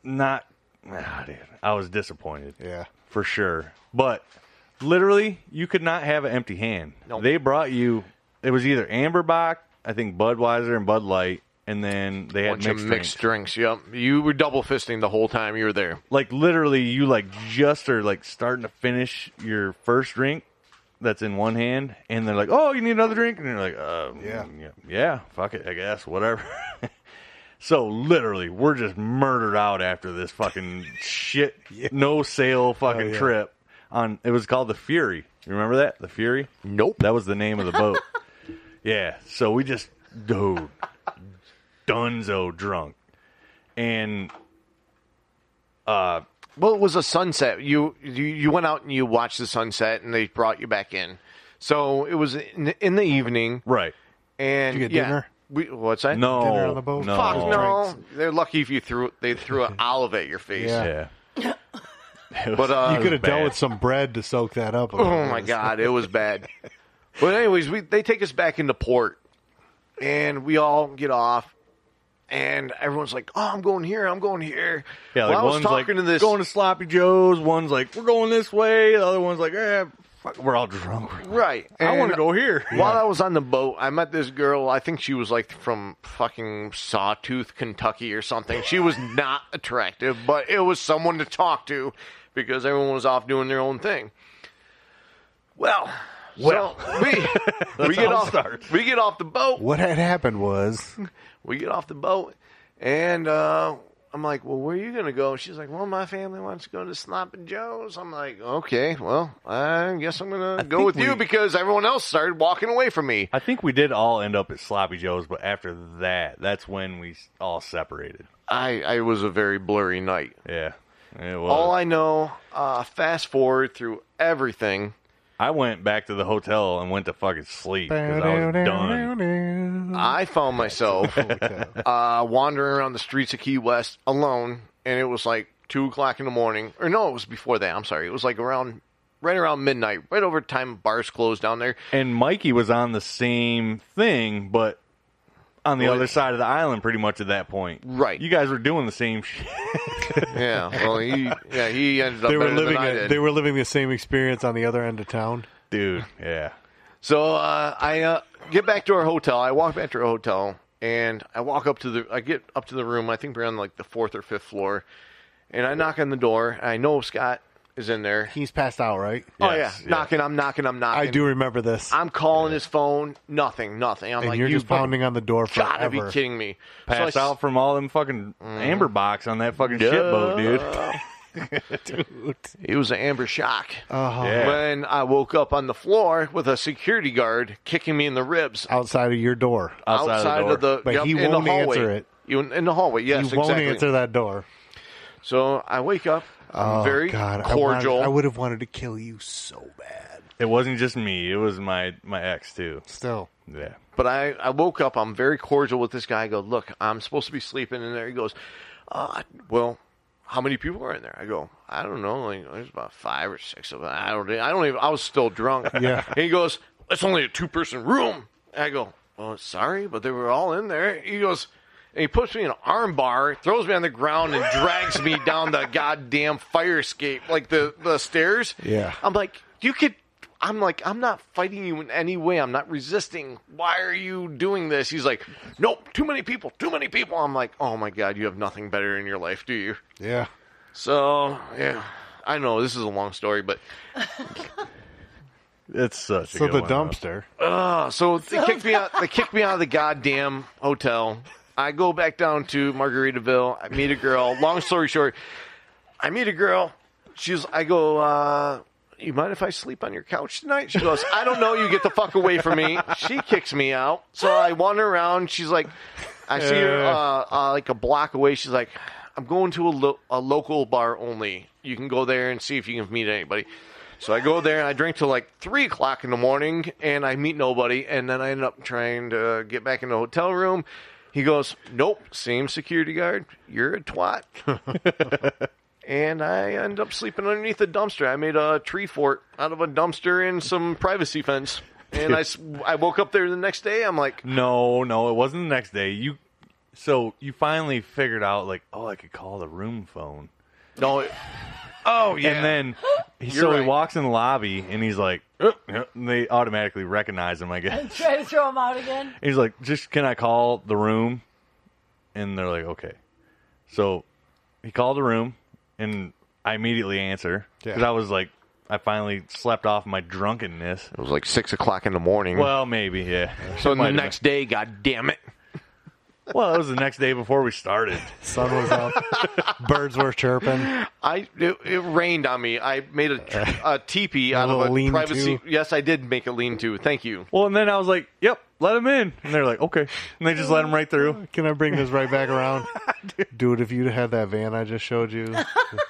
Speaker 2: not. Ah, dude, I was disappointed.
Speaker 3: Yeah.
Speaker 2: for sure. But literally, you could not have an empty hand.
Speaker 6: Nope.
Speaker 2: They brought you. It was either Amberbach, I think Budweiser and Bud Light, and then they had
Speaker 6: Bunch
Speaker 2: mixed,
Speaker 6: of mixed
Speaker 2: drinks.
Speaker 6: drinks. Yep. You were double fisting the whole time you were there.
Speaker 2: Like literally, you like just are like starting to finish your first drink that's in one hand, and they're like, "Oh, you need another drink," and you're like, uh,
Speaker 3: Yeah.
Speaker 2: yeah, yeah, fuck it, I guess, whatever." So literally, we're just murdered out after this fucking shit, no sail fucking
Speaker 3: Oh, yeah.
Speaker 2: trip. On it was called the Fury. You remember that? The Fury.
Speaker 6: Nope.
Speaker 2: That was the name of the boat. yeah. So we just, dude, dunzo drunk. And
Speaker 6: Well, it was a sunset. You you, you went out and you watched the sunset, and they brought you back in. So it was in, in the evening,
Speaker 2: right.
Speaker 6: and
Speaker 3: Did you get
Speaker 6: yeah,
Speaker 3: dinner?
Speaker 6: We, what's that?
Speaker 2: No.
Speaker 3: Dinner on the boat?
Speaker 2: No.
Speaker 6: fuck no.
Speaker 3: Drinks.
Speaker 6: They're lucky if you threw they threw an olive at your face.
Speaker 3: Yeah.
Speaker 2: Yeah.
Speaker 6: But uh,
Speaker 2: It
Speaker 3: You
Speaker 2: was
Speaker 3: could have dealt
Speaker 2: bad.
Speaker 3: with some bread to soak that up. a
Speaker 6: oh
Speaker 3: little.
Speaker 6: my god, it was bad. but anyways, we they take us back into port, and we all get off. And everyone's like, "Oh, I'm going here. I'm going here."
Speaker 2: Yeah, like
Speaker 6: well, I was
Speaker 2: one's
Speaker 6: talking
Speaker 2: like
Speaker 6: to this.
Speaker 2: going to Sloppy Joe's. One's like we're going this way. The other one's like, eh, fuck, we're all drunk.
Speaker 6: right,
Speaker 2: I want
Speaker 6: and-
Speaker 2: to go here.
Speaker 6: While I was on the boat, I met this girl. I think she was like from fucking Sawtooth, Kentucky or something. She was not attractive, but it was someone to talk to because everyone was off doing their own thing. Well, well, we, we get
Speaker 2: how it
Speaker 6: off
Speaker 2: starts.
Speaker 6: we get off the boat.
Speaker 3: What had happened was
Speaker 6: We get off the boat and uh, I'm like, well, where are you going to go? She's like, well, my family wants to go to Sloppy Joe's. I'm like, okay, well, I guess I'm going to go
Speaker 2: think
Speaker 6: with you
Speaker 2: we-
Speaker 6: because everyone else started walking away from me.
Speaker 2: I think we did all end up at Sloppy Joe's, but after that, that's when we s- all separated.
Speaker 6: I, I was a very blurry night.
Speaker 2: Yeah, it was.
Speaker 6: All I know, uh, fast forward through everything.
Speaker 2: I went back to the hotel and went to fucking sleep because I was done.
Speaker 6: I found myself
Speaker 2: Oh,
Speaker 6: uh, wandering around the streets of Key West alone, and it was like two o'clock in the morning. Or no, it was before that. I'm sorry. It was like around, right around midnight, right over time bars closed down there.
Speaker 2: And Mikey was on the same thing, but on the
Speaker 6: Well,
Speaker 2: other
Speaker 6: it-
Speaker 2: side of the island, pretty much at that point.
Speaker 6: Right.
Speaker 2: You guys were doing the same shit.
Speaker 6: Yeah. Well, he yeah he ended up
Speaker 3: They were
Speaker 6: better
Speaker 3: living.
Speaker 6: than I
Speaker 3: it-
Speaker 6: did.
Speaker 3: they were living the same experience on the other end of town.
Speaker 2: Dude, yeah.
Speaker 6: So uh, I uh, get back to our hotel. I walk back to our hotel, and I walk up to the. I get up to the room. I think we're on like the fourth or fifth floor, and I knock on the door. I know Scott is in there.
Speaker 3: He's passed out, right?
Speaker 6: oh yeah,
Speaker 2: Yes,
Speaker 6: knocking. I'm knocking. I'm
Speaker 3: I
Speaker 6: knocking.
Speaker 3: do remember this.
Speaker 6: I'm calling his phone. Nothing. Nothing. I'm
Speaker 3: and
Speaker 6: like,
Speaker 3: you're
Speaker 6: you
Speaker 3: just pounding on the door forever.
Speaker 6: gotta be kidding me. So I
Speaker 2: Passed
Speaker 6: s- Mm-hmm.
Speaker 2: out from all them fucking amber box on that fucking shitboat, dude.
Speaker 6: It was an amber shock.
Speaker 3: Uh-huh.
Speaker 2: Yeah.
Speaker 6: When I woke up on the floor with a security guard kicking me in the ribs
Speaker 3: Outside of your door,
Speaker 2: Outside,
Speaker 6: outside,
Speaker 2: of
Speaker 6: of
Speaker 2: door.
Speaker 6: the
Speaker 3: But
Speaker 6: yep,
Speaker 3: he
Speaker 6: in the
Speaker 3: won't
Speaker 6: hallway.
Speaker 3: answer it.
Speaker 6: You in the hallway?
Speaker 3: you
Speaker 6: Yes,
Speaker 3: won't
Speaker 6: exactly.
Speaker 3: answer that door.
Speaker 6: So I wake up. I'm
Speaker 3: Oh,
Speaker 6: very
Speaker 3: God, I wanted-
Speaker 6: cordial.
Speaker 3: I, would have wanted to kill you so bad.
Speaker 2: It wasn't just me; it was my my ex too.
Speaker 3: Still,
Speaker 2: Yeah.
Speaker 6: But I, I woke up. I'm very cordial with this guy. I go, look, I'm supposed to be sleeping in there. He goes, uh, well, how many people are in there? I go, I don't know. Like, there's about five or six of them. I don't. e, I don't even. I was still drunk.
Speaker 3: Yeah.
Speaker 6: And he goes, it's only a two person room. And I go, well, sorry, but they were all in there. He goes. And he puts me in an arm bar, throws me on the ground, and drags me down the goddamn fire escape, like the, the stairs.
Speaker 3: Yeah.
Speaker 6: I'm like, you could. I'm like, I'm not fighting you in any way. I'm not resisting. Why are you doing this? He's like, nope, too many people, too many people. I'm like, oh my god, you have nothing better in your life, do you?
Speaker 3: yeah.
Speaker 6: So yeah, I know this is a long story, but
Speaker 2: It's such.
Speaker 3: So
Speaker 2: a good
Speaker 3: the
Speaker 2: one, though.
Speaker 3: dumpster.
Speaker 6: uh, so they kicked me out. They kicked me out of the goddamn hotel. I go back down to Margaritaville. I meet a girl. Long story short, I meet a girl. She's. I go. uh you mind if I sleep on your couch tonight? She goes, I don't know. You get the fuck away from me. She kicks me out. So I wander around. She's like, I see her uh, uh, like a block away. She's like, I'm going to a, lo- a local bar only. You can go there and see if you can meet anybody. So I go there and I drink till like three o'clock in the morning, and I meet nobody. And then I end up trying to get back in the hotel room. He goes, "Nope, same security guard. You're a twat." and I end up sleeping underneath a dumpster. I made a tree fort out of a dumpster and some privacy fence. And I, s- I woke up there the next day. I'm like,
Speaker 2: No, no, it wasn't the next day. You, so you finally figured out like, oh, I could call the room phone,
Speaker 6: no. it- Oh yeah.
Speaker 2: and then he,
Speaker 6: You're
Speaker 2: so he
Speaker 6: right.
Speaker 2: walks in the lobby and he's like, "Uh, uh," and they automatically recognize him. I guess
Speaker 7: Try to throw him out again.
Speaker 2: he's like, just can I call the room? And they're like, okay. So he called the room, and I immediately answer because
Speaker 3: Yeah.
Speaker 2: I was like, I finally slept off my drunkenness.
Speaker 6: it was like six o'clock in the morning.
Speaker 2: Well, maybe, yeah.
Speaker 6: so
Speaker 2: might
Speaker 6: the
Speaker 2: have
Speaker 6: next day, god damn it.
Speaker 2: been. Well, it was the next day before we started.
Speaker 3: Sun was up. Birds were chirping.
Speaker 6: I it, it rained on me. I made a, tr- a teepee out of
Speaker 3: little
Speaker 6: a
Speaker 3: lean-to.
Speaker 6: privacy. Yes, I did make a lean-to. Thank you.
Speaker 2: Well, and then I was like, "Yep, let him in," and they're like, "Okay," and they just let him right through.
Speaker 3: Can I bring this right back around? Dude, if you'd had that van I just showed you,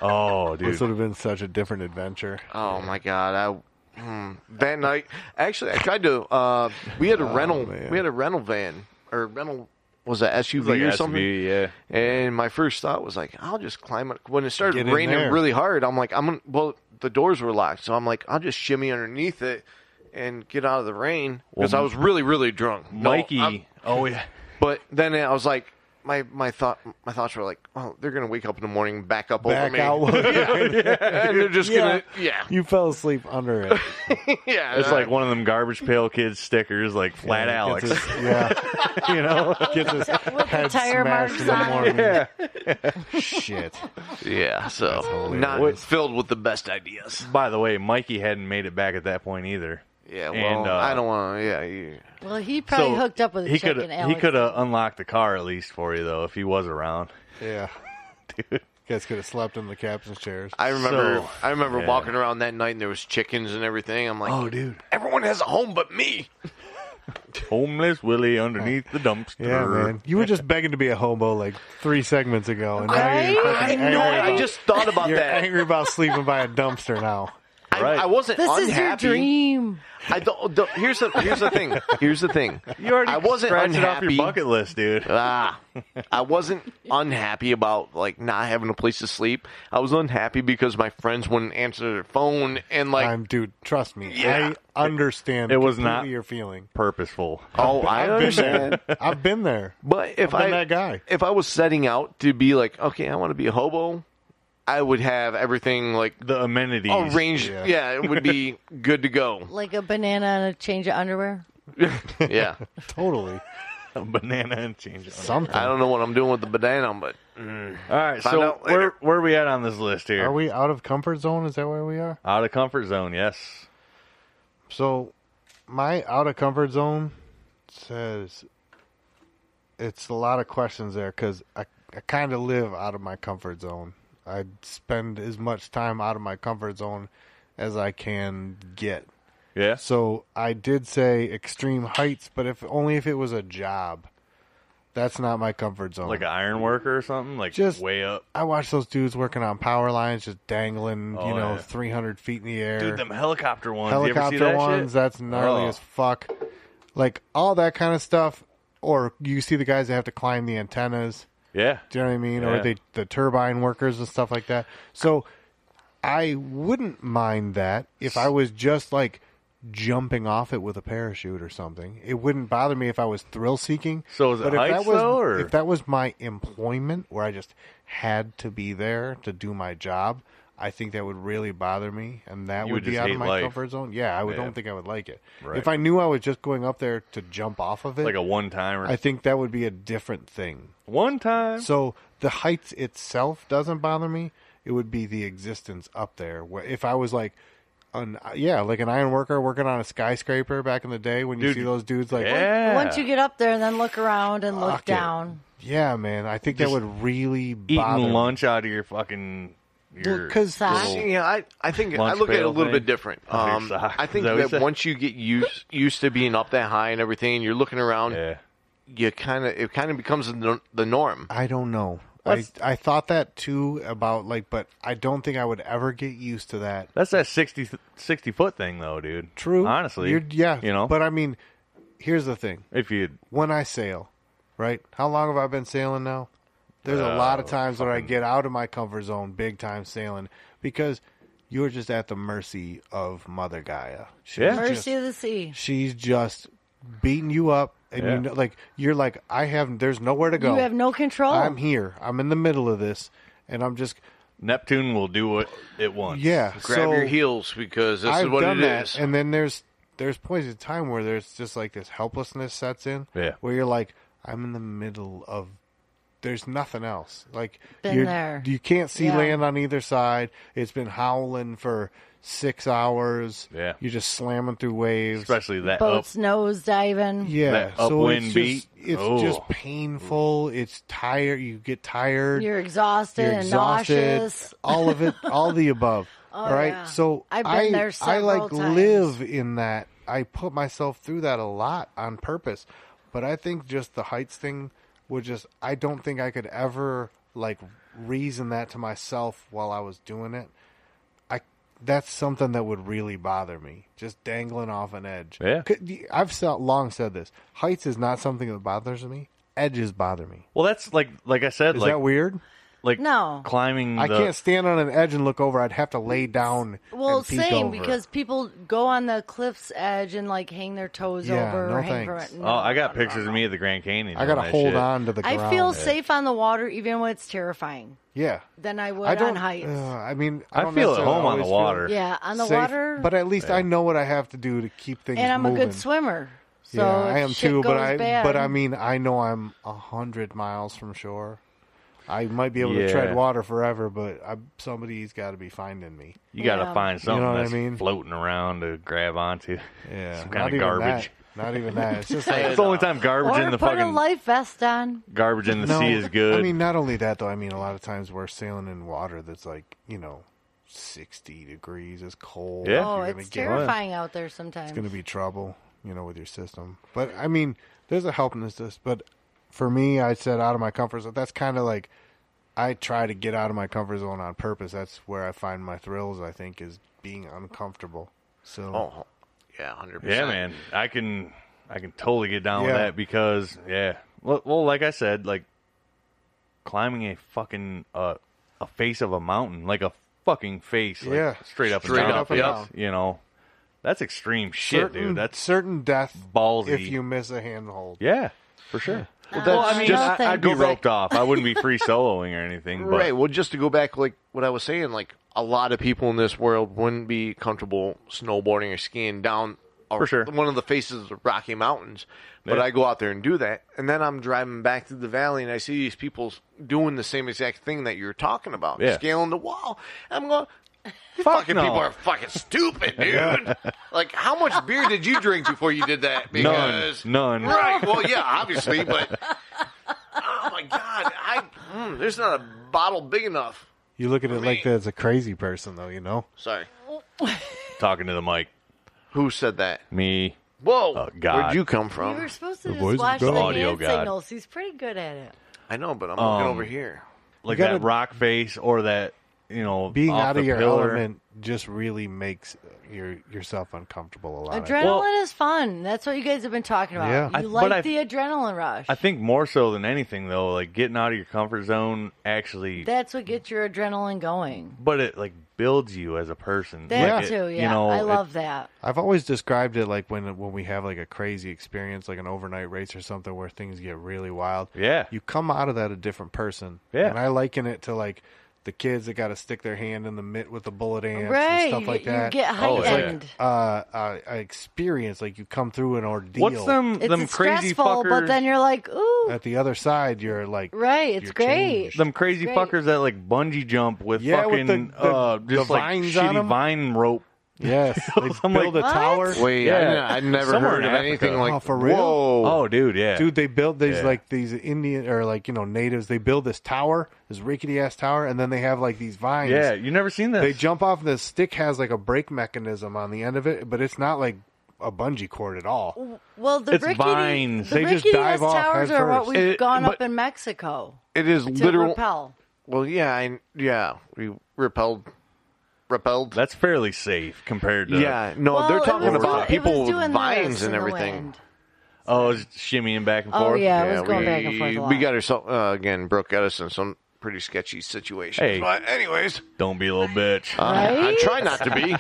Speaker 2: Oh, dude,
Speaker 3: this would have been such a different adventure.
Speaker 6: Oh my god! I hmm. that night. Actually, I tried to. Uh, we had a rental.
Speaker 3: man.
Speaker 6: We had a rental van or rental was that SUV
Speaker 2: like
Speaker 6: or
Speaker 2: SUV,
Speaker 6: something.
Speaker 2: yeah.
Speaker 6: And my first thought was like, I'll just climb it. When it started
Speaker 3: Get in
Speaker 6: raining
Speaker 3: there.
Speaker 6: really hard, I'm like, I'm gonna. Well, the doors were locked, so I'm like, I'll just shimmy underneath it and get out of the rain because I was really, really drunk. No,
Speaker 2: Mikey.
Speaker 6: I'm-
Speaker 2: oh yeah,
Speaker 6: But then I was like, my my thought my thoughts were like, well, they're gonna wake up in the morning, back up over
Speaker 3: Back
Speaker 6: me,
Speaker 3: out.
Speaker 6: and they're just gonna, yeah,
Speaker 3: You fell asleep under it.
Speaker 6: yeah.
Speaker 2: it's like one of them garbage pail kids stickers, like flat Alex.
Speaker 3: Gets his- yeah.
Speaker 2: you know,
Speaker 3: Gets his head
Speaker 7: tire
Speaker 3: smashed
Speaker 7: marks
Speaker 3: in the
Speaker 7: on it.
Speaker 3: morning. Shit.
Speaker 6: yeah. So not filled with the best ideas.
Speaker 2: by the way, Mikey hadn't made it back at that point either.
Speaker 6: Yeah. Well,
Speaker 2: And, uh,
Speaker 6: I don't want to. Yeah. You,
Speaker 7: Well, he probably hooked up with a
Speaker 2: he
Speaker 7: chick
Speaker 2: could
Speaker 7: and
Speaker 2: he
Speaker 7: Alex.
Speaker 2: could have unlocked the car at least for you though if he was around.
Speaker 3: Yeah.
Speaker 2: dude.
Speaker 3: You guys could have slept in the captain's chairs.
Speaker 6: I remember,
Speaker 2: So-
Speaker 6: I remember
Speaker 2: yeah.
Speaker 6: walking around that night and there was chickens and everything. I'm
Speaker 3: Oh,
Speaker 6: like,
Speaker 2: Oh, dude.
Speaker 6: everyone has a home but me.
Speaker 2: Homeless Willie underneath the dumpster.
Speaker 3: yeah, man. You were just begging to be a hobo like three segments ago, and now
Speaker 7: Right?
Speaker 3: you're
Speaker 7: I
Speaker 3: fucking
Speaker 7: know,
Speaker 3: angry.
Speaker 6: I
Speaker 3: about-
Speaker 6: just thought about
Speaker 3: you're
Speaker 6: that.
Speaker 3: angry about sleeping by a dumpster now.
Speaker 6: I-
Speaker 2: Right.
Speaker 6: I, wasn't
Speaker 7: This is your
Speaker 6: unhappy.
Speaker 7: dream.
Speaker 6: I don't, don't- here's the here's the thing. Here's the thing.
Speaker 2: You already
Speaker 6: I wasn't
Speaker 2: scratched
Speaker 6: unhappy.
Speaker 2: it off your bucket list, dude.
Speaker 6: Ah, I wasn't unhappy about like not having a place to sleep. I was unhappy because my friends wouldn't answer their phone and like
Speaker 3: I'm, dude. Trust me,
Speaker 6: Yeah.
Speaker 3: I understand.
Speaker 2: It was
Speaker 3: completely
Speaker 2: not-
Speaker 3: your feeling.
Speaker 2: Purposeful.
Speaker 6: oh I
Speaker 3: I've been
Speaker 6: understand.
Speaker 3: there. I've been there.
Speaker 6: But if
Speaker 3: I've
Speaker 6: I
Speaker 3: been that guy.
Speaker 6: if I was setting out to be like okay, I want to be a hobo, I would have everything like
Speaker 2: The amenities.
Speaker 6: arranged. Yeah.
Speaker 3: Yeah.
Speaker 6: it would be good to go.
Speaker 7: Like a banana and a change of underwear.
Speaker 6: Yeah,
Speaker 3: Totally.
Speaker 2: banana and change. it.
Speaker 3: Something.
Speaker 6: I don't know what I'm doing with the banana, but
Speaker 2: All
Speaker 6: Find
Speaker 2: right, so
Speaker 6: out later.
Speaker 2: where where are we at on this list here?
Speaker 3: Are we out of comfort zone? Is that where we are?
Speaker 2: out of comfort zone? Yes.
Speaker 3: So, my out of comfort zone says it's a lot of questions there because I, I kind of live out of my comfort zone. I spend as much time out of my comfort zone as I can get.
Speaker 2: Yes.
Speaker 3: So, I did say extreme heights, but if only if it was a job. That's not my comfort zone.
Speaker 2: Like an iron worker or something, like
Speaker 3: Just-
Speaker 2: way up.
Speaker 3: I watch those dudes working on power lines, just dangling,
Speaker 2: Oh,
Speaker 3: you know,
Speaker 2: yeah.
Speaker 3: 300 feet in the air
Speaker 2: Dude, them helicopter ones.
Speaker 3: helicopter
Speaker 2: you ever see that
Speaker 3: ones.
Speaker 2: Shit?
Speaker 3: That's gnarly
Speaker 2: Oh.
Speaker 3: as fuck. Like all that kind of stuff. Or you see the guys that have to climb the antennas.
Speaker 2: yeah.
Speaker 3: Do you know what I mean?
Speaker 2: Yeah.
Speaker 3: Or they the turbine workers and stuff like that. So I wouldn't mind that if I was just like jumping off it with a parachute or something. It wouldn't bother me if I was thrill seeking.
Speaker 2: So is it
Speaker 3: but if that
Speaker 2: heights,
Speaker 3: was
Speaker 2: though, or-
Speaker 3: if that was my employment where I just had to be there to do my job, I think that would really bother me and that would
Speaker 2: You would
Speaker 3: be
Speaker 2: just
Speaker 3: out of
Speaker 2: hate
Speaker 3: my
Speaker 2: life.
Speaker 3: comfort zone. Yeah, I would,
Speaker 2: Yeah.
Speaker 3: don't think I would like it.
Speaker 2: Right.
Speaker 3: If I knew I was just going up there to jump off of it,
Speaker 2: Like
Speaker 3: I
Speaker 2: a one timer.
Speaker 3: think that would be a different thing.
Speaker 2: one time.
Speaker 3: So the heights itself doesn't bother me. It would be the existence up there. Wh- If I was like, an, yeah, like an iron worker working on a skyscraper back in the day when you
Speaker 2: Dude,
Speaker 3: see those dudes like,
Speaker 2: yeah.
Speaker 7: Once you get up there and then look around and look
Speaker 3: Fuck it.
Speaker 7: down.
Speaker 3: yeah, man, I think that would really bother
Speaker 2: eating
Speaker 3: me.
Speaker 2: lunch out of your fucking your
Speaker 3: Because
Speaker 7: Sock.
Speaker 2: little-
Speaker 6: yeah, I, I think I
Speaker 2: Lunch
Speaker 6: look at it a
Speaker 2: pail
Speaker 6: little
Speaker 2: thing.
Speaker 6: bit different.
Speaker 2: your
Speaker 6: Um,
Speaker 2: sock.
Speaker 6: I think
Speaker 2: Is that what you
Speaker 6: that,
Speaker 2: said?
Speaker 6: once you get used used to being up that high and everything, you're looking around.
Speaker 2: yeah.
Speaker 6: You kind of it kind of becomes the, nor- the norm.
Speaker 3: I don't know. I,
Speaker 2: What's-
Speaker 3: I thought that too about like, but I don't think I would ever get used to that.
Speaker 2: That's that 60, 60 foot thing though, dude.
Speaker 3: True.
Speaker 2: Honestly.
Speaker 3: You're, yeah,
Speaker 2: You know,
Speaker 3: But I mean, here's the thing:
Speaker 2: if you
Speaker 3: when I sail, right? How long have I been sailing now? There's
Speaker 2: Uh,
Speaker 3: a lot of times where I get out of my comfort zone big time sailing because you're just at the mercy of Mother Gaia. She's
Speaker 2: Yeah.
Speaker 3: just-
Speaker 7: Mercy of the sea.
Speaker 3: she's just beating you up and
Speaker 2: Yeah.
Speaker 3: you know, like you're like I have there's nowhere to go.
Speaker 7: You have no control.
Speaker 3: I'm here. I'm in the middle of this and I'm just
Speaker 2: Neptune will do what it wants.
Speaker 3: yeah,
Speaker 6: Grab
Speaker 3: so
Speaker 6: your heels because this
Speaker 3: I've
Speaker 6: is what
Speaker 3: done
Speaker 6: it
Speaker 3: that,
Speaker 6: is.
Speaker 3: and then there's there's points in time where there's just like this helplessness sets in.
Speaker 2: Yeah.
Speaker 3: Where you're like, I'm in the middle of. There's nothing else. Like
Speaker 7: Been
Speaker 3: you're-
Speaker 7: there.
Speaker 3: you can't see
Speaker 7: Yeah.
Speaker 3: land on either side. It's been howling for six hours.
Speaker 2: Yeah.
Speaker 3: You're just slamming through waves.
Speaker 2: Especially that up
Speaker 7: Boats nose diving.
Speaker 3: yeah.
Speaker 2: that
Speaker 3: so
Speaker 2: upwind
Speaker 3: it's just,
Speaker 2: beat.
Speaker 3: It's
Speaker 2: Oh.
Speaker 3: just painful. It's tired. You get tired.
Speaker 7: You're exhausted
Speaker 3: You're
Speaker 7: and
Speaker 3: exhausted,
Speaker 7: nauseous. Oh,
Speaker 3: all of it, all the above. all right.
Speaker 7: yeah.
Speaker 3: So
Speaker 7: I've been
Speaker 3: I,
Speaker 7: there
Speaker 3: I like
Speaker 7: several times.
Speaker 3: live in that. I put myself through that a lot on purpose. But I think just the heights thing would just, I don't think I could ever like reason that to myself while I was doing it. I, that's something that would really bother me. Just dangling off an edge.
Speaker 2: Yeah.
Speaker 3: Could- I've so- long said this. Heights is not something that bothers me. Edges bother me.
Speaker 2: Well, that's like like I said,
Speaker 3: Is
Speaker 2: like
Speaker 3: that weird?
Speaker 2: like
Speaker 7: No.
Speaker 2: climbing.
Speaker 3: I
Speaker 2: the-
Speaker 3: can't stand on an edge and look over. I'd have to lay down.
Speaker 7: Well,
Speaker 3: and peek
Speaker 7: same
Speaker 3: over.
Speaker 7: because people go on the cliff's edge and like hang their toes
Speaker 3: Yeah,
Speaker 7: over
Speaker 3: no
Speaker 7: or hang from
Speaker 3: thanks.
Speaker 7: it. No,
Speaker 2: Oh, I got
Speaker 7: no, no,
Speaker 2: pictures
Speaker 7: no.
Speaker 2: of me at the Grand Canyon.
Speaker 3: I gotta
Speaker 2: doing that
Speaker 3: hold
Speaker 2: shit.
Speaker 3: on to the ground.
Speaker 7: I feel safe on the water even when it's terrifying
Speaker 3: Yeah,
Speaker 7: than I would
Speaker 3: I
Speaker 7: on
Speaker 3: don't.
Speaker 7: heights.
Speaker 3: uh, I mean, I,
Speaker 2: I
Speaker 3: don't
Speaker 2: feel at
Speaker 3: necessarily
Speaker 2: home on the
Speaker 3: always
Speaker 2: water.
Speaker 3: feel
Speaker 7: yeah, on the
Speaker 3: safe,
Speaker 7: water.
Speaker 3: but at least I know what I have to do to keep things.
Speaker 7: and I'm
Speaker 3: moving.
Speaker 7: a good swimmer. So
Speaker 3: yeah,
Speaker 7: if
Speaker 3: I am
Speaker 7: shit
Speaker 3: too. But
Speaker 7: goes
Speaker 3: I,
Speaker 7: bad,
Speaker 3: but I mean, I know I'm a hundred miles from shore. I might be able
Speaker 2: Yeah.
Speaker 3: to tread water forever, but I, somebody's got to be finding me.
Speaker 2: You gotta
Speaker 7: Yeah.
Speaker 2: find something
Speaker 3: what I
Speaker 2: that's
Speaker 3: mean?
Speaker 2: floating around to grab onto.
Speaker 3: Yeah,
Speaker 2: some
Speaker 3: not
Speaker 2: kind
Speaker 3: even
Speaker 2: of garbage.
Speaker 3: that. Not even that. It's just like
Speaker 2: It's the only time garbage
Speaker 7: Or
Speaker 2: in the
Speaker 7: put a
Speaker 2: fucking
Speaker 7: life vest on.
Speaker 2: garbage in the
Speaker 3: No,
Speaker 2: sea is good.
Speaker 3: I mean, not only that though. I mean, a lot of times we're sailing in water that's like you know, sixty degrees. It's cold.
Speaker 2: Yeah.
Speaker 7: Oh,
Speaker 3: You're gonna
Speaker 7: it's
Speaker 3: get-
Speaker 7: terrifying out there sometimes.
Speaker 3: It's gonna be trouble, you know, with your system. But I mean, there's a helpness to this. But for me, I said out of my comfort zone. That's kind of like I try to get out of my comfort zone on purpose. That's where I find my thrills. I think is being uncomfortable. So
Speaker 6: Oh, yeah, hundred
Speaker 2: Yeah,
Speaker 6: percent.
Speaker 2: man, I can I can totally get down with
Speaker 3: Yeah.
Speaker 2: that because yeah, well, well, like I said, like climbing a fucking uh, a face of a mountain, like a fucking face, like,
Speaker 3: Yeah.
Speaker 2: straight up
Speaker 6: Straight
Speaker 2: and down,
Speaker 6: up and
Speaker 2: face,
Speaker 3: down.
Speaker 2: you know, that's extreme shit,
Speaker 3: certain,
Speaker 2: dude. That's
Speaker 3: certain death
Speaker 2: ballsy.
Speaker 3: if you miss a handhold.
Speaker 2: yeah, for sure.
Speaker 7: Well,
Speaker 6: that's just-
Speaker 7: no,
Speaker 2: I,
Speaker 7: thank
Speaker 2: would be
Speaker 7: you.
Speaker 2: roped off. I wouldn't be free soloing or anything, but
Speaker 6: Right. Well, just to go back, like what I was saying, like a lot of people in this world wouldn't be comfortable snowboarding or skiing down a-
Speaker 2: For sure.
Speaker 6: one of the faces of the Rocky Mountains. But
Speaker 2: Yeah.
Speaker 6: I go out there and do that, and then I'm driving back through the valley, and I see these people doing the same exact thing that you're talking about,
Speaker 2: Yeah.
Speaker 6: scaling the wall. I'm going. fucking
Speaker 2: no.
Speaker 6: people are fucking stupid, dude. like, how much beer did you drink before you did that?
Speaker 2: none,
Speaker 6: Because
Speaker 2: none.
Speaker 6: Right. Well, yeah, obviously, but oh my god, I mm, there's not a bottle big enough.
Speaker 3: You look at it like
Speaker 6: me.
Speaker 3: that's a crazy person, though. You know,
Speaker 6: Sorry,
Speaker 2: Talking to the mic,
Speaker 6: who said that?
Speaker 2: me.
Speaker 6: Whoa,
Speaker 2: Oh, God.
Speaker 6: where'd you come
Speaker 7: You were
Speaker 6: from?
Speaker 7: supposed to
Speaker 3: voice
Speaker 7: just
Speaker 3: of
Speaker 7: watch the
Speaker 3: God.
Speaker 2: Audio
Speaker 7: hand
Speaker 2: God.
Speaker 7: signals. He's pretty good at it.
Speaker 6: I know, but I'm
Speaker 2: Um,
Speaker 6: looking over here.
Speaker 2: Like
Speaker 3: You gotta-
Speaker 2: that rock face or that, you know,
Speaker 3: being
Speaker 2: off
Speaker 3: out
Speaker 2: the
Speaker 3: of your
Speaker 2: pillar.
Speaker 3: element just really makes uh, your yourself uncomfortable a lot. I
Speaker 7: Adrenaline is fun. That's what you guys have been talking about.
Speaker 3: Yeah.
Speaker 2: I-
Speaker 7: You
Speaker 2: but
Speaker 7: like
Speaker 2: I-
Speaker 7: the adrenaline rush.
Speaker 2: I think more so than anything, though, like getting out of your comfort zone actually,
Speaker 7: That's what gets your adrenaline going.
Speaker 2: but it like builds you as a person.
Speaker 7: That
Speaker 2: Like, it-
Speaker 7: too, yeah.
Speaker 2: You know,
Speaker 7: I
Speaker 2: it-
Speaker 7: love that.
Speaker 3: I've always described it like when when we have like a crazy experience, like an overnight race or something, where things get really wild.
Speaker 2: Yeah.
Speaker 3: you come out of that a different person.
Speaker 2: Yeah.
Speaker 3: and I liken it to like the kids that got to stick their hand in the mitt with the bullet ants
Speaker 7: right.
Speaker 3: and stuff
Speaker 7: you,
Speaker 3: like
Speaker 7: get-
Speaker 3: that.
Speaker 7: You get
Speaker 2: Oh, yeah.
Speaker 7: heightened.
Speaker 3: uh, uh, experience like you come through an ordeal.
Speaker 2: What's them
Speaker 7: It's
Speaker 2: them crazy
Speaker 7: stressful,
Speaker 2: fuckers?
Speaker 7: but then you're like, ooh,
Speaker 3: at the other side? You're like
Speaker 7: right. It's
Speaker 3: you're
Speaker 7: great.
Speaker 3: changed.
Speaker 2: them crazy
Speaker 7: Great.
Speaker 2: fuckers that like bungee jump with
Speaker 3: Yeah, with
Speaker 2: fucking
Speaker 3: the- the-
Speaker 2: uh,
Speaker 3: the
Speaker 2: just like
Speaker 3: vines on
Speaker 2: shitty
Speaker 3: 'em.
Speaker 2: vine rope.
Speaker 3: yes, they build
Speaker 2: I'm like,
Speaker 3: a
Speaker 7: "What?"
Speaker 3: tower.
Speaker 6: Wait,
Speaker 2: Yeah.
Speaker 6: I, I never
Speaker 2: Somewhere
Speaker 6: heard
Speaker 2: in
Speaker 6: of
Speaker 2: Africa.
Speaker 6: anything like.
Speaker 3: Oh, for real?
Speaker 6: Whoa.
Speaker 2: Oh, dude, yeah,
Speaker 3: Dude, they build these
Speaker 2: Yeah.
Speaker 3: like these Indian or like you know natives. They build this tower, this rickety ass tower, and then they have like these vines.
Speaker 2: yeah. You never seen this?
Speaker 3: they jump off. The stick has like a brake mechanism on the end of it, but it's not like a bungee cord at all.
Speaker 7: well, the
Speaker 2: it's
Speaker 7: rickety,
Speaker 2: vines.
Speaker 7: The
Speaker 3: They just
Speaker 7: rickety
Speaker 3: dive off
Speaker 7: towers
Speaker 3: head
Speaker 7: are what
Speaker 3: first.
Speaker 7: we've
Speaker 6: It-
Speaker 7: gone
Speaker 6: but-
Speaker 7: up in Mexico
Speaker 6: It is
Speaker 7: to
Speaker 6: literal.
Speaker 7: repel.
Speaker 6: Well, yeah, I, yeah, we repelled, repelled.
Speaker 2: That's fairly safe compared to
Speaker 6: yeah, no,
Speaker 7: Well,
Speaker 6: they're
Speaker 7: it
Speaker 6: talking
Speaker 7: was
Speaker 6: about
Speaker 7: do- it was
Speaker 6: people with
Speaker 7: doing
Speaker 6: vines
Speaker 7: this
Speaker 6: and
Speaker 7: in the
Speaker 6: everything.
Speaker 7: wind.
Speaker 2: oh, it's shimmying back and
Speaker 7: Oh,
Speaker 2: forth.
Speaker 7: yeah. it was going
Speaker 6: we,
Speaker 7: back and forth a
Speaker 6: We
Speaker 7: lot.
Speaker 6: got ourselves uh, again. Brooke got us in some pretty sketchy situation.
Speaker 2: Hey.
Speaker 6: But anyways,
Speaker 2: Don't be a little bitch.
Speaker 6: I
Speaker 7: Right?
Speaker 6: try not to be.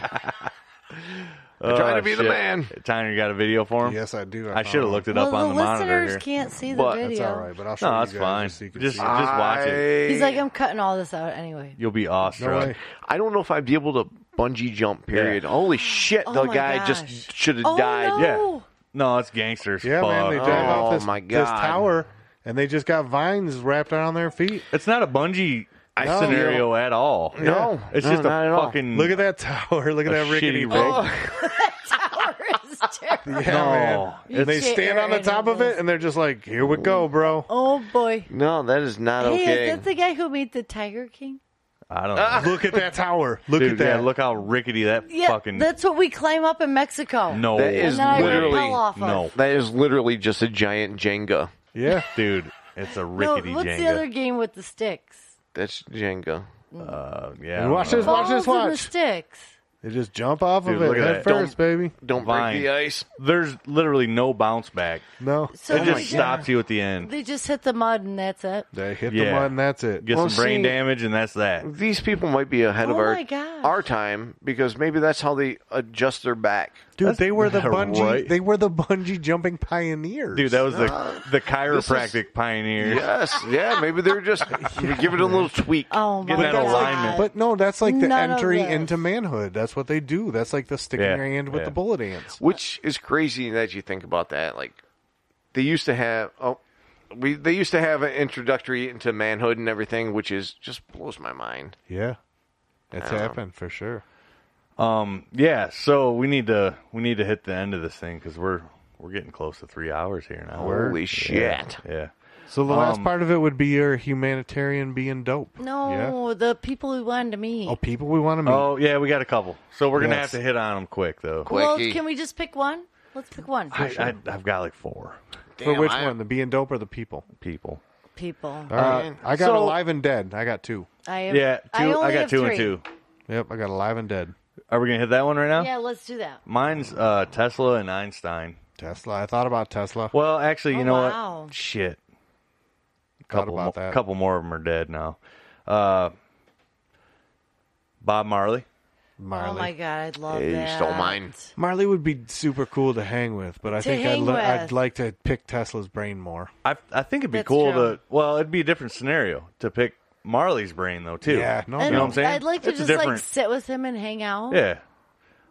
Speaker 6: I try to be the man.
Speaker 2: Oh, Tyner, you got a video for him?
Speaker 3: Yes, I do.
Speaker 2: I should have looked it up
Speaker 7: well,
Speaker 2: on
Speaker 7: the,
Speaker 2: the, monitor.
Speaker 7: listeners
Speaker 2: Here.
Speaker 7: can't see the
Speaker 6: But-
Speaker 7: video.
Speaker 3: That's all right, but I'll show
Speaker 2: No,
Speaker 3: you
Speaker 2: that's
Speaker 3: guys
Speaker 2: fine.
Speaker 3: so you can
Speaker 2: Just, just
Speaker 3: see it.
Speaker 2: watch it.
Speaker 7: He's like, I'm cutting all this out anyway.
Speaker 2: You'll be
Speaker 3: no
Speaker 2: awestruck.
Speaker 3: way.
Speaker 6: I don't know if I'd be able to bungee jump. Period. Holy shit!
Speaker 7: Oh
Speaker 6: the
Speaker 7: my
Speaker 6: guy just
Speaker 7: gosh.
Speaker 6: should have
Speaker 7: Oh,
Speaker 6: died.
Speaker 7: no.
Speaker 2: No, it's gangsters.
Speaker 3: Yeah, man, they
Speaker 2: fuck.
Speaker 3: dive
Speaker 6: Oh,
Speaker 3: off this,
Speaker 6: my
Speaker 3: this
Speaker 6: God.
Speaker 3: tower, and they just got vines wrapped around their feet.
Speaker 2: It's not a bungee
Speaker 6: No.
Speaker 2: scenario at all.
Speaker 6: No,
Speaker 2: It's
Speaker 6: no,
Speaker 2: just a
Speaker 6: not at all.
Speaker 2: fucking
Speaker 3: Look at that tower. Look at
Speaker 2: Mm. a
Speaker 3: that rickety
Speaker 2: shitty
Speaker 3: thing.
Speaker 2: rope.
Speaker 7: Tower is terrible.
Speaker 3: Yeah,
Speaker 2: No.
Speaker 3: man.
Speaker 2: It's-
Speaker 3: And they stand on the top of it, and they're just like, "Here we go, bro."
Speaker 7: Oh boy.
Speaker 6: No, that is not
Speaker 7: Hey,
Speaker 6: okay.
Speaker 7: is that the guy who made the Tiger King?
Speaker 2: I don't know.
Speaker 3: Look at that tower. Look
Speaker 2: Dude,
Speaker 3: at that.
Speaker 2: yeah, look how rickety that
Speaker 7: Yeah,
Speaker 2: fucking
Speaker 7: that's what we climb up in Mexico.
Speaker 2: no.
Speaker 6: That
Speaker 7: and
Speaker 6: is
Speaker 7: then I
Speaker 6: literally-
Speaker 7: rappel off of.
Speaker 2: no,
Speaker 6: that is literally just a giant Jenga.
Speaker 3: Yeah.
Speaker 2: dude. It's a
Speaker 7: No,
Speaker 2: rickety
Speaker 7: what's
Speaker 2: Jenga.
Speaker 7: the other game with the sticks?
Speaker 6: That's Jenga.
Speaker 2: Uh, yeah, I
Speaker 3: And
Speaker 2: don't
Speaker 3: watch
Speaker 2: know.
Speaker 3: this. Watch
Speaker 7: Balls
Speaker 3: this.
Speaker 7: and the
Speaker 3: Watch.
Speaker 7: sticks.
Speaker 3: They just jump off
Speaker 2: Dude,
Speaker 3: of it
Speaker 2: look at
Speaker 3: head
Speaker 2: that.
Speaker 3: first, baby.
Speaker 6: Don't
Speaker 2: Vine.
Speaker 6: break the ice.
Speaker 2: There's literally no bounce back.
Speaker 3: No.
Speaker 6: Oh
Speaker 7: So
Speaker 2: it
Speaker 7: they
Speaker 2: just stops you at the end.
Speaker 7: They just hit the mud and that's it.
Speaker 3: They hit
Speaker 2: Yeah.
Speaker 3: the mud, and that's it.
Speaker 2: Get
Speaker 6: Well,
Speaker 2: some brain
Speaker 6: see-
Speaker 2: damage, and that's that.
Speaker 6: These people might be ahead of
Speaker 7: Oh
Speaker 6: our
Speaker 7: my gosh.
Speaker 6: our time because maybe that's how they adjust their back.
Speaker 3: Dude, they were the
Speaker 2: not
Speaker 3: bungee.
Speaker 2: right.
Speaker 3: They were the bungee jumping pioneers.
Speaker 2: Dude, that was the the chiropractic pioneer.
Speaker 6: Yes, yeah, maybe they're just give it a little tweak.
Speaker 7: Oh my
Speaker 2: Getting that
Speaker 7: god.
Speaker 2: alignment.
Speaker 3: But no, that's like the
Speaker 7: None of
Speaker 3: entry
Speaker 7: this.
Speaker 3: into manhood. That's what they do. That's like the sticking
Speaker 2: Yeah,
Speaker 3: your hand with
Speaker 2: yeah.
Speaker 3: the bullet ants.
Speaker 6: Which is crazy that you think about that. Like they used to have oh we they used to have an introductory into manhood and everything, which is just blows my mind.
Speaker 3: Yeah, it's happened for sure.
Speaker 2: Yeah, so we need to we need to hit the end of this thing because we're We're getting close to three hours here now.
Speaker 6: Holy
Speaker 2: Yeah,
Speaker 6: shit.
Speaker 2: Yeah.
Speaker 3: So the last
Speaker 2: Um,
Speaker 3: part of it would be your humanitarian being dope.
Speaker 7: No, the people who wanted to meet.
Speaker 3: Oh, people we want to meet.
Speaker 2: Oh yeah, we got a couple. So we're gonna
Speaker 3: Yes.
Speaker 2: have to hit on them quick though.
Speaker 7: well,
Speaker 6: Quickie.
Speaker 7: can we just pick one? Let's pick one.
Speaker 2: I, I, I've got like four
Speaker 3: For
Speaker 6: Damn,
Speaker 3: which
Speaker 6: I-
Speaker 3: one? The being dope or the people?
Speaker 2: people.
Speaker 7: people.
Speaker 3: All right. I got
Speaker 2: Uh, so-
Speaker 3: alive and dead. I got two.
Speaker 7: I have,
Speaker 2: Yeah, two.
Speaker 7: I, only
Speaker 2: got
Speaker 7: have
Speaker 2: two
Speaker 7: three.
Speaker 2: and two.
Speaker 3: Yep, I got alive and dead.
Speaker 2: Are we gonna hit that one right now?
Speaker 7: Yeah, let's do that.
Speaker 2: Mine's uh, Tesla and Einstein.
Speaker 3: Tesla. I thought about Tesla.
Speaker 2: Well, actually, you
Speaker 7: Oh,
Speaker 2: know
Speaker 7: wow.
Speaker 2: what? Shit.
Speaker 3: Thought
Speaker 2: Couple
Speaker 3: about
Speaker 2: mo-
Speaker 3: that.
Speaker 2: couple more of them are dead now. Uh, Bob Marley.
Speaker 3: Marley.
Speaker 7: Oh my god, I'd love
Speaker 6: Hey, you
Speaker 7: that.
Speaker 6: stole mine.
Speaker 3: Marley would be super cool to hang with, but I
Speaker 7: To
Speaker 3: think I'd,
Speaker 7: hang
Speaker 3: li- I'd
Speaker 7: with.
Speaker 3: like to pick Tesla's brain more.
Speaker 2: I I think it'd be
Speaker 7: That's
Speaker 2: cool
Speaker 7: true.
Speaker 2: to. Well, it'd be a different scenario to pick Marley's brain though too.
Speaker 3: Yeah, no,
Speaker 7: And
Speaker 2: Oh, You know what I'm saying?
Speaker 7: I'd like to
Speaker 2: It's a
Speaker 7: just like
Speaker 2: different-
Speaker 7: sit with him and hang out.
Speaker 2: Yeah.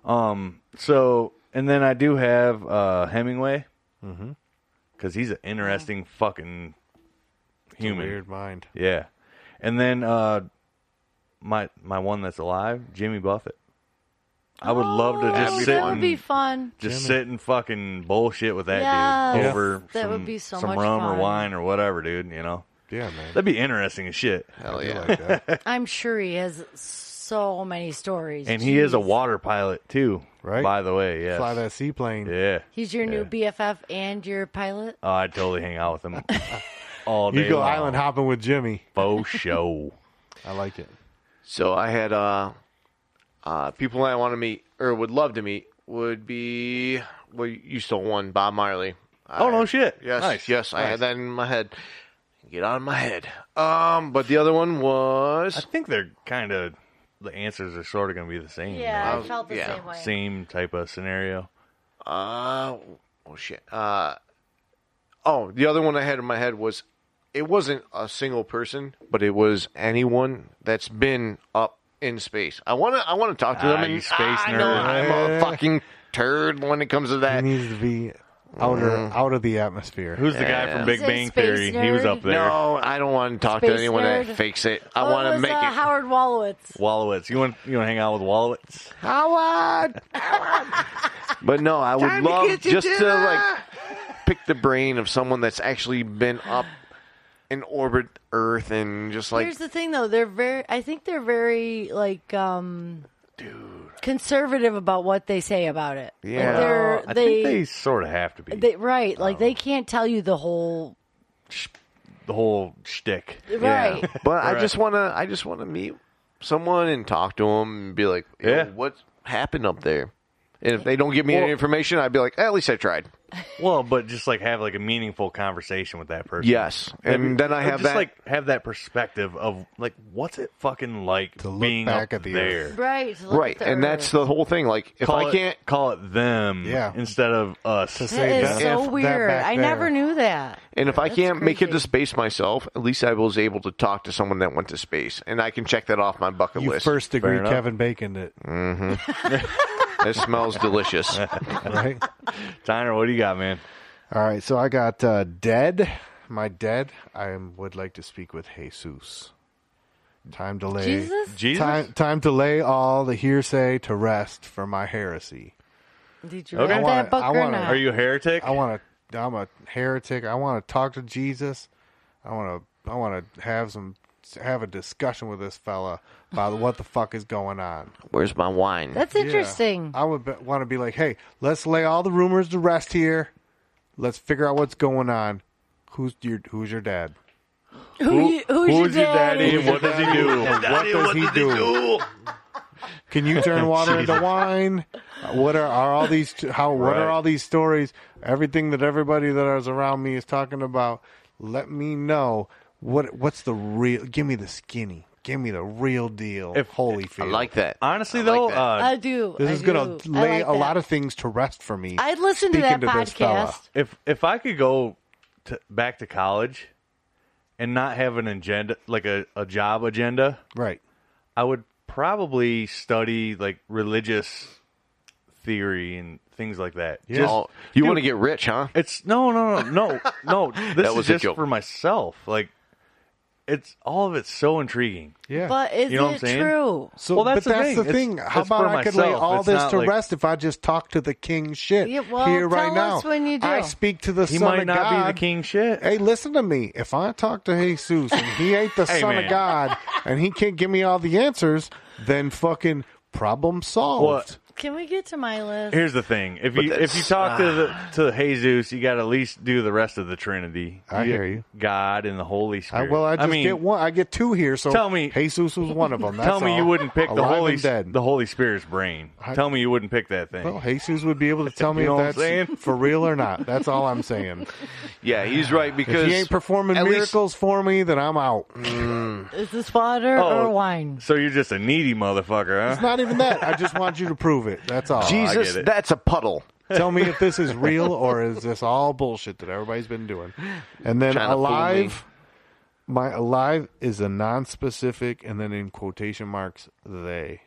Speaker 2: Um. So, and then I do have uh, Hemingway,
Speaker 3: Mm-hmm.
Speaker 2: because he's an interesting fucking human.
Speaker 3: Weird mind.
Speaker 2: Yeah. And then uh, my my one that's alive, Jimmy Buffett. I would love to
Speaker 7: Oh,
Speaker 2: just
Speaker 6: That'd be
Speaker 2: sit
Speaker 7: that would
Speaker 2: and
Speaker 7: be fun.
Speaker 2: just sit and fucking bullshit with that dude
Speaker 7: Yes. Yeah.
Speaker 2: over
Speaker 7: That
Speaker 2: some,
Speaker 7: would be so
Speaker 2: some
Speaker 7: much
Speaker 2: rum
Speaker 7: fun.
Speaker 2: or wine or whatever, dude. You know,
Speaker 3: Yeah, man.
Speaker 2: that'd be interesting as shit.
Speaker 6: Hell
Speaker 3: I
Speaker 6: yeah.
Speaker 3: like that.
Speaker 7: I'm sure he has so many stories.
Speaker 2: And he is a
Speaker 7: Jeez.
Speaker 2: water pilot too,
Speaker 3: Right.
Speaker 2: By the way, yes.
Speaker 3: Fly that seaplane.
Speaker 2: Yeah.
Speaker 7: He's your new BFF and your pilot.
Speaker 2: Oh, I totally hang out with him all day.
Speaker 3: You go
Speaker 2: long.
Speaker 3: island hopping with Jimmy.
Speaker 2: faux show.
Speaker 3: I like it.
Speaker 6: So I had uh, uh, people I want to meet or would love to meet would be well, you stole one, Bob Marley.
Speaker 2: Oh, no
Speaker 6: I-
Speaker 2: shit.
Speaker 6: Yes,
Speaker 2: Nice,
Speaker 6: yes, I
Speaker 2: nice.
Speaker 6: had that in my head. Get out of my head. Um, but the other one
Speaker 2: I
Speaker 6: was
Speaker 2: think they're kind of the answers are sort of going to be the same.
Speaker 7: Yeah,
Speaker 6: Wow.
Speaker 7: I felt the
Speaker 6: Yeah.
Speaker 7: same way.
Speaker 2: Same type of scenario.
Speaker 6: uh, oh shit. Uh, oh, the other one I had in my head was it wasn't a single person, but it was anyone that's been up in space. I wanna I wanna talk to them.
Speaker 2: Ah,
Speaker 6: and
Speaker 2: you space
Speaker 6: I know
Speaker 2: nerd.
Speaker 6: I'm a fucking turd when it comes to
Speaker 3: He
Speaker 6: that.
Speaker 3: needs to be outer, out of the atmosphere.
Speaker 2: Who's the guy from Big
Speaker 7: He's a
Speaker 2: Bang Theory?
Speaker 7: space
Speaker 2: He was
Speaker 7: nerd.
Speaker 2: up there.
Speaker 6: No, I don't want to talk to
Speaker 7: Space
Speaker 6: anyone that
Speaker 7: nerd.
Speaker 6: fakes it. I
Speaker 7: Oh, it
Speaker 6: want to
Speaker 7: was,
Speaker 6: make
Speaker 7: uh,
Speaker 6: it.
Speaker 7: Howard Wallowitz.
Speaker 2: Wallowitz. You want you want to hang out with Wallowitz?
Speaker 6: Howard. but no, I would love just to like pick the brain of someone that's actually been up in orbit Earth and just like
Speaker 7: Here's the thing, though. They're very. I think they're very like. um Dude. Conservative about what they say about it. Like,
Speaker 6: Yeah.
Speaker 7: they're-
Speaker 2: I
Speaker 7: they,
Speaker 2: think they sort of have to be
Speaker 7: they- right. Like they can't tell you the whole.
Speaker 2: the whole shtick.
Speaker 7: Right.
Speaker 6: But I just want to I just want to meet someone and talk to them and be like, "Yo,
Speaker 2: Yeah.
Speaker 6: what happened up there? And if they don't give me any
Speaker 2: Well-
Speaker 6: information, I'd be like, at least I tried.
Speaker 2: Well, but just like have like a meaningful conversation with that person.
Speaker 6: Yes, and
Speaker 2: Maybe-
Speaker 6: then I
Speaker 2: or
Speaker 6: have
Speaker 2: just
Speaker 6: that.
Speaker 2: like have that perspective of like what's it fucking like
Speaker 3: To look
Speaker 2: being
Speaker 3: back
Speaker 2: up
Speaker 3: at the
Speaker 2: there.
Speaker 3: Earth.
Speaker 7: Right. to look
Speaker 6: Right,
Speaker 7: at the
Speaker 6: and that's
Speaker 7: earth.
Speaker 6: the whole thing. Like, if
Speaker 2: Call
Speaker 6: I
Speaker 2: it-
Speaker 6: can't,
Speaker 2: call it them
Speaker 3: Yeah.
Speaker 2: instead of us.
Speaker 3: To
Speaker 7: That
Speaker 3: say
Speaker 7: is
Speaker 3: that.
Speaker 7: so
Speaker 3: If that
Speaker 7: weird.
Speaker 3: back
Speaker 7: I
Speaker 3: there-
Speaker 7: never knew that.
Speaker 6: And if I can't make it to
Speaker 7: crazy.
Speaker 6: space myself, at least I was able to talk to someone that went to space, and I can check that off my bucket
Speaker 3: You
Speaker 6: list.
Speaker 3: first degree
Speaker 2: enough.
Speaker 3: Kevin Bacon it,
Speaker 6: It smells delicious.
Speaker 3: right?
Speaker 2: Tyner, what do you got, man?
Speaker 3: All right, so I got uh, dead. My dead. I am- would like to speak with Jesus. Time to lay.
Speaker 7: Jesus?
Speaker 2: Jesus?
Speaker 3: Time, time to lay all the hearsay to rest for my heresy.
Speaker 7: Did you
Speaker 2: Okay.
Speaker 7: read
Speaker 2: I
Speaker 7: that
Speaker 3: wanna-
Speaker 7: book
Speaker 3: I
Speaker 7: or
Speaker 3: wanna-
Speaker 7: not?
Speaker 2: Are you a heretic?
Speaker 3: I want to. I'm a heretic. I want to talk to Jesus. I want to. I want to have some. Have a discussion with this fella about what the fuck is going on.
Speaker 6: Where's my wine?
Speaker 7: That's interesting.
Speaker 3: I would be, want to be like, hey, let's lay all the rumors to rest here. Let's figure out what's going on. Who's your Who's your dad?
Speaker 7: Who, you-
Speaker 2: Who's
Speaker 7: who's, your
Speaker 2: your
Speaker 7: daddy?
Speaker 2: daddy? And what does he do?
Speaker 3: And what does he do? Can you turn water into wine? What are, are all these? How? What
Speaker 2: Right.
Speaker 3: are all these stories? Everything that everybody that is around me is talking about. Let me know what. What's the real? Give me the skinny. Give me the real deal.
Speaker 2: If-
Speaker 3: Holyfield.
Speaker 6: I like that.
Speaker 2: Honestly,
Speaker 6: I like
Speaker 2: though,
Speaker 6: that.
Speaker 2: uh,
Speaker 7: I do.
Speaker 3: This
Speaker 7: I
Speaker 3: is going to
Speaker 7: do. I
Speaker 3: lay
Speaker 7: like
Speaker 3: a
Speaker 7: that.
Speaker 3: lot of things to rest for me.
Speaker 7: I'd listen to that
Speaker 3: speaking to this fella.
Speaker 7: podcast.
Speaker 2: if if I could go to, back to college and not have an agenda, like a, a job agenda,
Speaker 3: right.
Speaker 2: I would probably study like religious theory and things like that.
Speaker 3: Yeah.
Speaker 2: Just-
Speaker 6: Oh, you
Speaker 2: dude,
Speaker 6: want to get rich, huh?
Speaker 2: It's no, no, no, no, no. This
Speaker 6: was
Speaker 2: is
Speaker 6: a
Speaker 2: just
Speaker 6: joke.
Speaker 2: for myself. Like, it's all of it's so intriguing.
Speaker 3: Yeah.
Speaker 7: But is
Speaker 2: You know what I'm
Speaker 7: it
Speaker 2: saying?
Speaker 7: true?
Speaker 3: so,
Speaker 2: Well, that's
Speaker 3: but
Speaker 2: the
Speaker 3: that's
Speaker 2: thing.
Speaker 3: the
Speaker 2: It's-
Speaker 3: thing. How
Speaker 2: it's
Speaker 3: about
Speaker 2: for
Speaker 3: I could lay
Speaker 2: myself.
Speaker 3: all
Speaker 2: It's
Speaker 3: this
Speaker 2: not
Speaker 3: to
Speaker 2: like-
Speaker 3: rest if I just talk to the king shit
Speaker 7: Yeah, well,
Speaker 3: here right
Speaker 7: tell
Speaker 3: now?
Speaker 7: us when you
Speaker 3: I
Speaker 7: do.
Speaker 3: speak to the
Speaker 2: He
Speaker 3: son
Speaker 2: might
Speaker 3: of
Speaker 2: not
Speaker 3: God.
Speaker 2: be the king shit.
Speaker 3: Hey, listen to me. If I talk to Jesus and he ain't the
Speaker 2: Hey,
Speaker 3: son
Speaker 2: man.
Speaker 3: of God and he can't give me all the answers, then fucking problem solved.
Speaker 2: What?
Speaker 7: Can we get to my list?
Speaker 2: Here's the thing: if you if you talk to
Speaker 6: ah.
Speaker 2: the to Jesus, you got to at least do the rest of the Trinity.
Speaker 3: I
Speaker 2: get
Speaker 3: hear you.
Speaker 2: God and the Holy
Speaker 3: I,
Speaker 2: Spirit.
Speaker 3: well, I just
Speaker 2: mean,
Speaker 3: get one. I get two here. So
Speaker 2: Tell me-
Speaker 3: Jesus was one of them. That's
Speaker 2: tell me
Speaker 3: all.
Speaker 2: you wouldn't pick the
Speaker 3: Alive
Speaker 2: Holy
Speaker 3: and dead.
Speaker 2: the Holy Spirit's brain.
Speaker 3: I-
Speaker 2: tell me you wouldn't pick that thing.
Speaker 3: well, Jesus would be able to tell me
Speaker 2: know what I'm
Speaker 3: if
Speaker 2: saying?
Speaker 3: that's for real or not. That's all I'm saying.
Speaker 6: Yeah, he's right because
Speaker 3: If he ain't performing
Speaker 6: at least-
Speaker 3: miracles for me, then I'm out.
Speaker 7: Is this water
Speaker 2: Oh.
Speaker 7: or wine?
Speaker 2: so you're just a needy motherfucker,
Speaker 3: It's
Speaker 2: huh?
Speaker 3: not even that. I just want you to prove it. That's all.
Speaker 6: Jesus,
Speaker 2: get it.
Speaker 6: that's a puddle.
Speaker 3: Tell me if this is real or is this all bullshit that everybody's been doing. And then
Speaker 6: Trying to fool
Speaker 3: alive, my alive is a non-specific, and then in quotation marks they,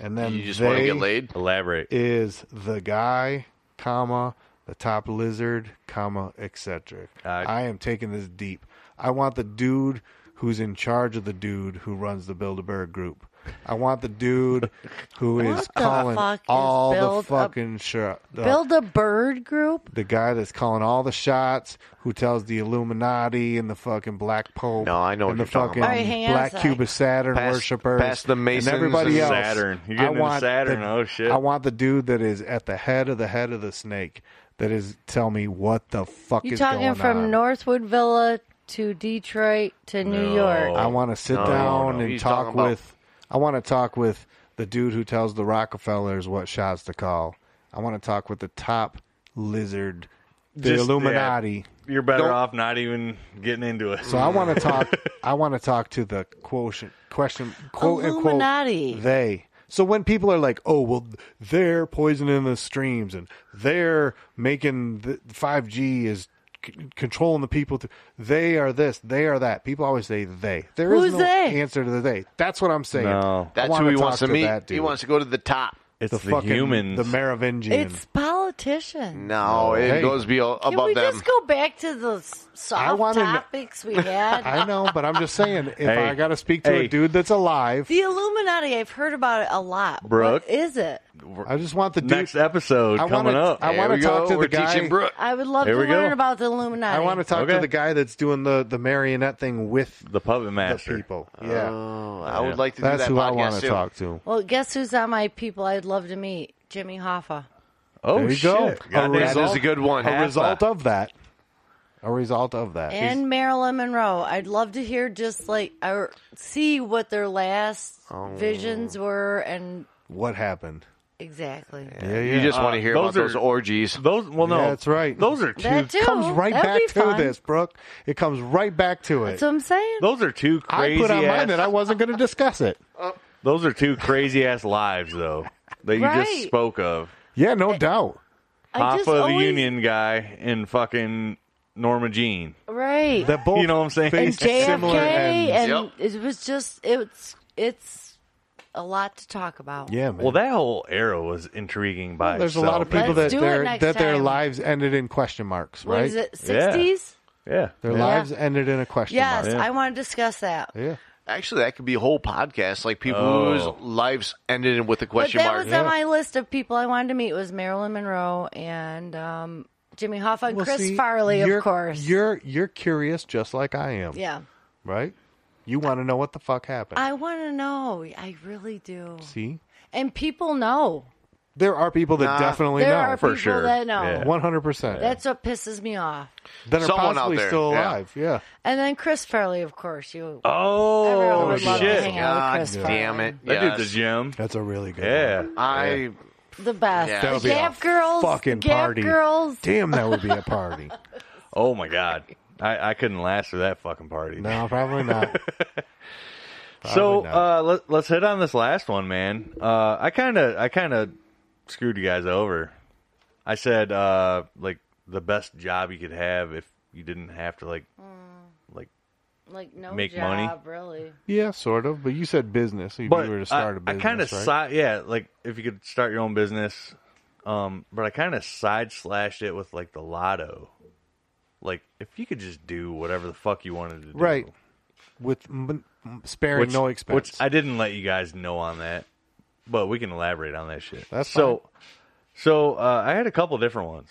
Speaker 3: and then
Speaker 6: You just want to
Speaker 3: they
Speaker 6: get laid.
Speaker 2: Elaborate.
Speaker 3: is the guy, comma the top lizard, comma etc.
Speaker 2: I-
Speaker 3: I am taking this deep. I want the dude who's in charge of the dude who runs the Bilderberg Group. I want the dude who is
Speaker 7: What the
Speaker 3: calling
Speaker 7: fuck is
Speaker 3: all the
Speaker 7: Build a-
Speaker 3: fucking shit.
Speaker 7: Build a bird group.
Speaker 3: The guy that's calling all the shots, who tells the Illuminati and the fucking Black Pope,
Speaker 6: No, I know what
Speaker 3: and the
Speaker 6: you're
Speaker 3: fucking
Speaker 6: talking about.
Speaker 7: All right, hang on a
Speaker 3: Black
Speaker 7: sec.
Speaker 3: Cuba Saturn
Speaker 6: Past-
Speaker 3: worshippers,
Speaker 6: past the Masons
Speaker 3: and everybody
Speaker 6: and
Speaker 3: else.
Speaker 2: Saturn. You're getting
Speaker 3: I
Speaker 2: into
Speaker 3: want
Speaker 2: Saturn.
Speaker 3: the-
Speaker 2: Oh, shit.
Speaker 3: I want the dude that is at the head of the head of the snake. That is tell me what the fuck
Speaker 7: You're
Speaker 3: is
Speaker 7: talking
Speaker 3: going
Speaker 7: from
Speaker 3: on.
Speaker 7: Northwood Villa to Detroit to New York.
Speaker 3: I want to sit
Speaker 6: No,
Speaker 3: down
Speaker 6: no.
Speaker 3: and
Speaker 6: He's
Speaker 3: talk
Speaker 6: talking about-
Speaker 3: with. I want to talk with the dude who tells the Rockefellers what shots to call. I want to talk with the top lizard, the
Speaker 2: Just-
Speaker 3: Illuminati.
Speaker 2: You're better
Speaker 6: Nope.
Speaker 2: off not even getting into it.
Speaker 3: So I want to talk. I want to talk to the quotient question quote
Speaker 7: Illuminati.
Speaker 3: unquote they. So when people are like, "Oh, well, they're poisoning the streams and they're making the five G is c- controlling the people," to, they are this, they are that. People always say they. There is
Speaker 7: Who's
Speaker 3: no
Speaker 7: they?
Speaker 3: answer to the they. That's what I'm saying.
Speaker 2: No.
Speaker 3: I
Speaker 6: That's
Speaker 3: wanna
Speaker 6: who he
Speaker 3: talk
Speaker 6: wants to meet.
Speaker 3: That dude.
Speaker 6: He wants to go to the top.
Speaker 2: it's
Speaker 3: the,
Speaker 2: the,
Speaker 3: fucking
Speaker 2: humans.
Speaker 3: the Merovingian.
Speaker 7: It's politicians.
Speaker 6: No, it
Speaker 3: Hey.
Speaker 6: goes be all-
Speaker 7: Can
Speaker 6: above
Speaker 7: we
Speaker 6: them.
Speaker 7: just go back to the s-
Speaker 3: I
Speaker 7: soft
Speaker 3: wanna kn-
Speaker 7: topics we had?
Speaker 3: I know, but I'm just saying, if
Speaker 2: Hey.
Speaker 3: I got to speak to
Speaker 2: Hey.
Speaker 3: a dude that's alive,
Speaker 7: the Illuminati. I've heard about it a lot.
Speaker 2: Brooke?
Speaker 7: What is it?
Speaker 3: I just want the dude.
Speaker 2: Next episode
Speaker 3: I
Speaker 2: coming
Speaker 3: wanna-
Speaker 2: up.
Speaker 3: I
Speaker 6: There
Speaker 3: wanna
Speaker 6: we
Speaker 3: talk
Speaker 6: go.
Speaker 3: to the
Speaker 6: We're
Speaker 3: guy-
Speaker 6: teaching Brooke.
Speaker 7: I would love
Speaker 2: Here
Speaker 7: to
Speaker 2: we go.
Speaker 7: learn about the Illuminati.
Speaker 3: I want to talk to
Speaker 2: Okay.
Speaker 3: the guy that's doing the, the marionette thing with
Speaker 2: the puppet
Speaker 3: the
Speaker 2: master.
Speaker 3: people. Yeah,
Speaker 6: Oh, I would like to do
Speaker 3: that's
Speaker 6: that
Speaker 3: who I
Speaker 6: podcast
Speaker 3: want to
Speaker 6: too.
Speaker 3: talk to.
Speaker 7: Well, guess who's on my people? I'd love to meet Jimmy Hoffa.
Speaker 2: Oh
Speaker 3: There you
Speaker 2: shit!
Speaker 3: go.
Speaker 2: Goddamn.
Speaker 3: A
Speaker 6: That is a good one.
Speaker 3: A result of that. A result of that.
Speaker 7: and Marilyn Monroe. I'd love to hear just like or see what their last
Speaker 3: Oh.
Speaker 7: visions were, and
Speaker 3: what happened?
Speaker 7: exactly
Speaker 3: Yeah, yeah.
Speaker 6: You just want to hear about
Speaker 2: those
Speaker 6: those
Speaker 2: are-
Speaker 6: orgies.
Speaker 2: Those well, no,
Speaker 3: Yeah, that's right.
Speaker 2: Those are two.
Speaker 7: that too
Speaker 3: comes right
Speaker 7: That'd
Speaker 3: back
Speaker 7: be
Speaker 3: to
Speaker 7: fun.
Speaker 3: this, Brooke. It comes right back to it.
Speaker 7: That's what I'm saying.
Speaker 2: Those are two crazy.
Speaker 3: I put on
Speaker 2: ass,
Speaker 3: mine that I wasn't going to discuss it.
Speaker 2: Those are two crazy ass lives, though, that you
Speaker 7: Right.
Speaker 2: just spoke of.
Speaker 3: Yeah, no doubt.
Speaker 7: I
Speaker 2: Hoffa,
Speaker 7: just
Speaker 2: the
Speaker 7: always-
Speaker 2: union guy, and fucking Norma Jean.
Speaker 7: right?
Speaker 3: That both
Speaker 2: You know what I'm saying?
Speaker 7: and
Speaker 3: faced
Speaker 7: JFK,
Speaker 3: similar ends.
Speaker 7: and
Speaker 6: Yep.
Speaker 7: it was just it's it's a lot to talk about.
Speaker 3: yeah, man.
Speaker 2: Well, that whole era was intriguing by
Speaker 3: there's a
Speaker 2: itself.
Speaker 3: lot of people
Speaker 7: Let's
Speaker 3: that
Speaker 7: do it
Speaker 3: their
Speaker 7: next
Speaker 3: that their
Speaker 7: time.
Speaker 3: lives ended in question marks,
Speaker 7: What
Speaker 3: right?
Speaker 7: is it?
Speaker 2: Yeah.
Speaker 7: Sixties?
Speaker 2: Yeah,
Speaker 3: Their
Speaker 2: yeah.
Speaker 3: lives ended in a question
Speaker 7: Yes,
Speaker 3: mark.
Speaker 2: Yeah.
Speaker 7: I want to discuss that.
Speaker 3: Yeah.
Speaker 6: Actually, that could be a whole podcast, like people
Speaker 2: Oh.
Speaker 6: whose lives ended with a
Speaker 7: But
Speaker 6: question
Speaker 7: that
Speaker 6: mark.
Speaker 7: was on my list of people I wanted to meet was Marilyn Monroe and um, Jimmy Hoffa and
Speaker 3: Well,
Speaker 7: Chris
Speaker 3: see,
Speaker 7: Farley, of
Speaker 3: you're-
Speaker 7: course.
Speaker 3: You're you're curious just like I am.
Speaker 7: yeah.
Speaker 3: Right? You want to know what the fuck happened.
Speaker 7: I want to know. I really do.
Speaker 3: See?
Speaker 7: And people know.
Speaker 3: There are people that
Speaker 6: Nah.
Speaker 3: definitely
Speaker 7: there
Speaker 3: know.
Speaker 7: are
Speaker 2: for
Speaker 7: people
Speaker 2: sure.
Speaker 7: that know.
Speaker 2: Yeah.
Speaker 3: One hundred percent.
Speaker 7: That's what pisses me off.
Speaker 3: That are
Speaker 6: Someone out
Speaker 3: possibly
Speaker 6: there,
Speaker 3: still
Speaker 6: yeah.
Speaker 3: alive. Yeah.
Speaker 7: And then Chris Farley, of course. You. Everyone
Speaker 2: Oh
Speaker 7: would love to
Speaker 2: shit!
Speaker 7: hang out.
Speaker 6: God
Speaker 7: Chris
Speaker 6: damn
Speaker 7: Farley.
Speaker 6: it!
Speaker 2: That
Speaker 6: yes.
Speaker 2: dude's a gem.
Speaker 3: That's a really good.
Speaker 2: Yeah.
Speaker 6: I
Speaker 7: The best.
Speaker 6: Yeah.
Speaker 3: That would
Speaker 7: The
Speaker 3: be a
Speaker 7: Gap Girls.
Speaker 3: fucking
Speaker 7: Gap
Speaker 3: party.
Speaker 7: Girls.
Speaker 3: Damn, that would be a party.
Speaker 2: Oh my god. I, I couldn't last through that fucking party.
Speaker 3: no, probably not.
Speaker 2: So
Speaker 3: Probably
Speaker 2: uh, let, let's hit on this last one, man. Uh, I kind of I kind of screwed you guys over. I said uh, like the best job you could have if you didn't have to like
Speaker 7: Mm.
Speaker 2: like.
Speaker 7: Like, no
Speaker 2: Make
Speaker 7: job,
Speaker 2: money.
Speaker 7: really.
Speaker 3: Yeah, sort of. But you said business. If
Speaker 2: But
Speaker 3: you were to start
Speaker 2: I,
Speaker 3: a business,
Speaker 2: kind of
Speaker 3: right?
Speaker 2: side yeah like if you could start your own business. Um, but I kind of side slashed it with like the lotto. Like if you could just do whatever the fuck you wanted to do,
Speaker 3: Right. with m- m- sparing
Speaker 2: Which-
Speaker 3: no expense.
Speaker 2: Which I didn't let you guys know on that, but we can elaborate on that shit.
Speaker 3: That's
Speaker 2: so. So uh, I had a couple different ones,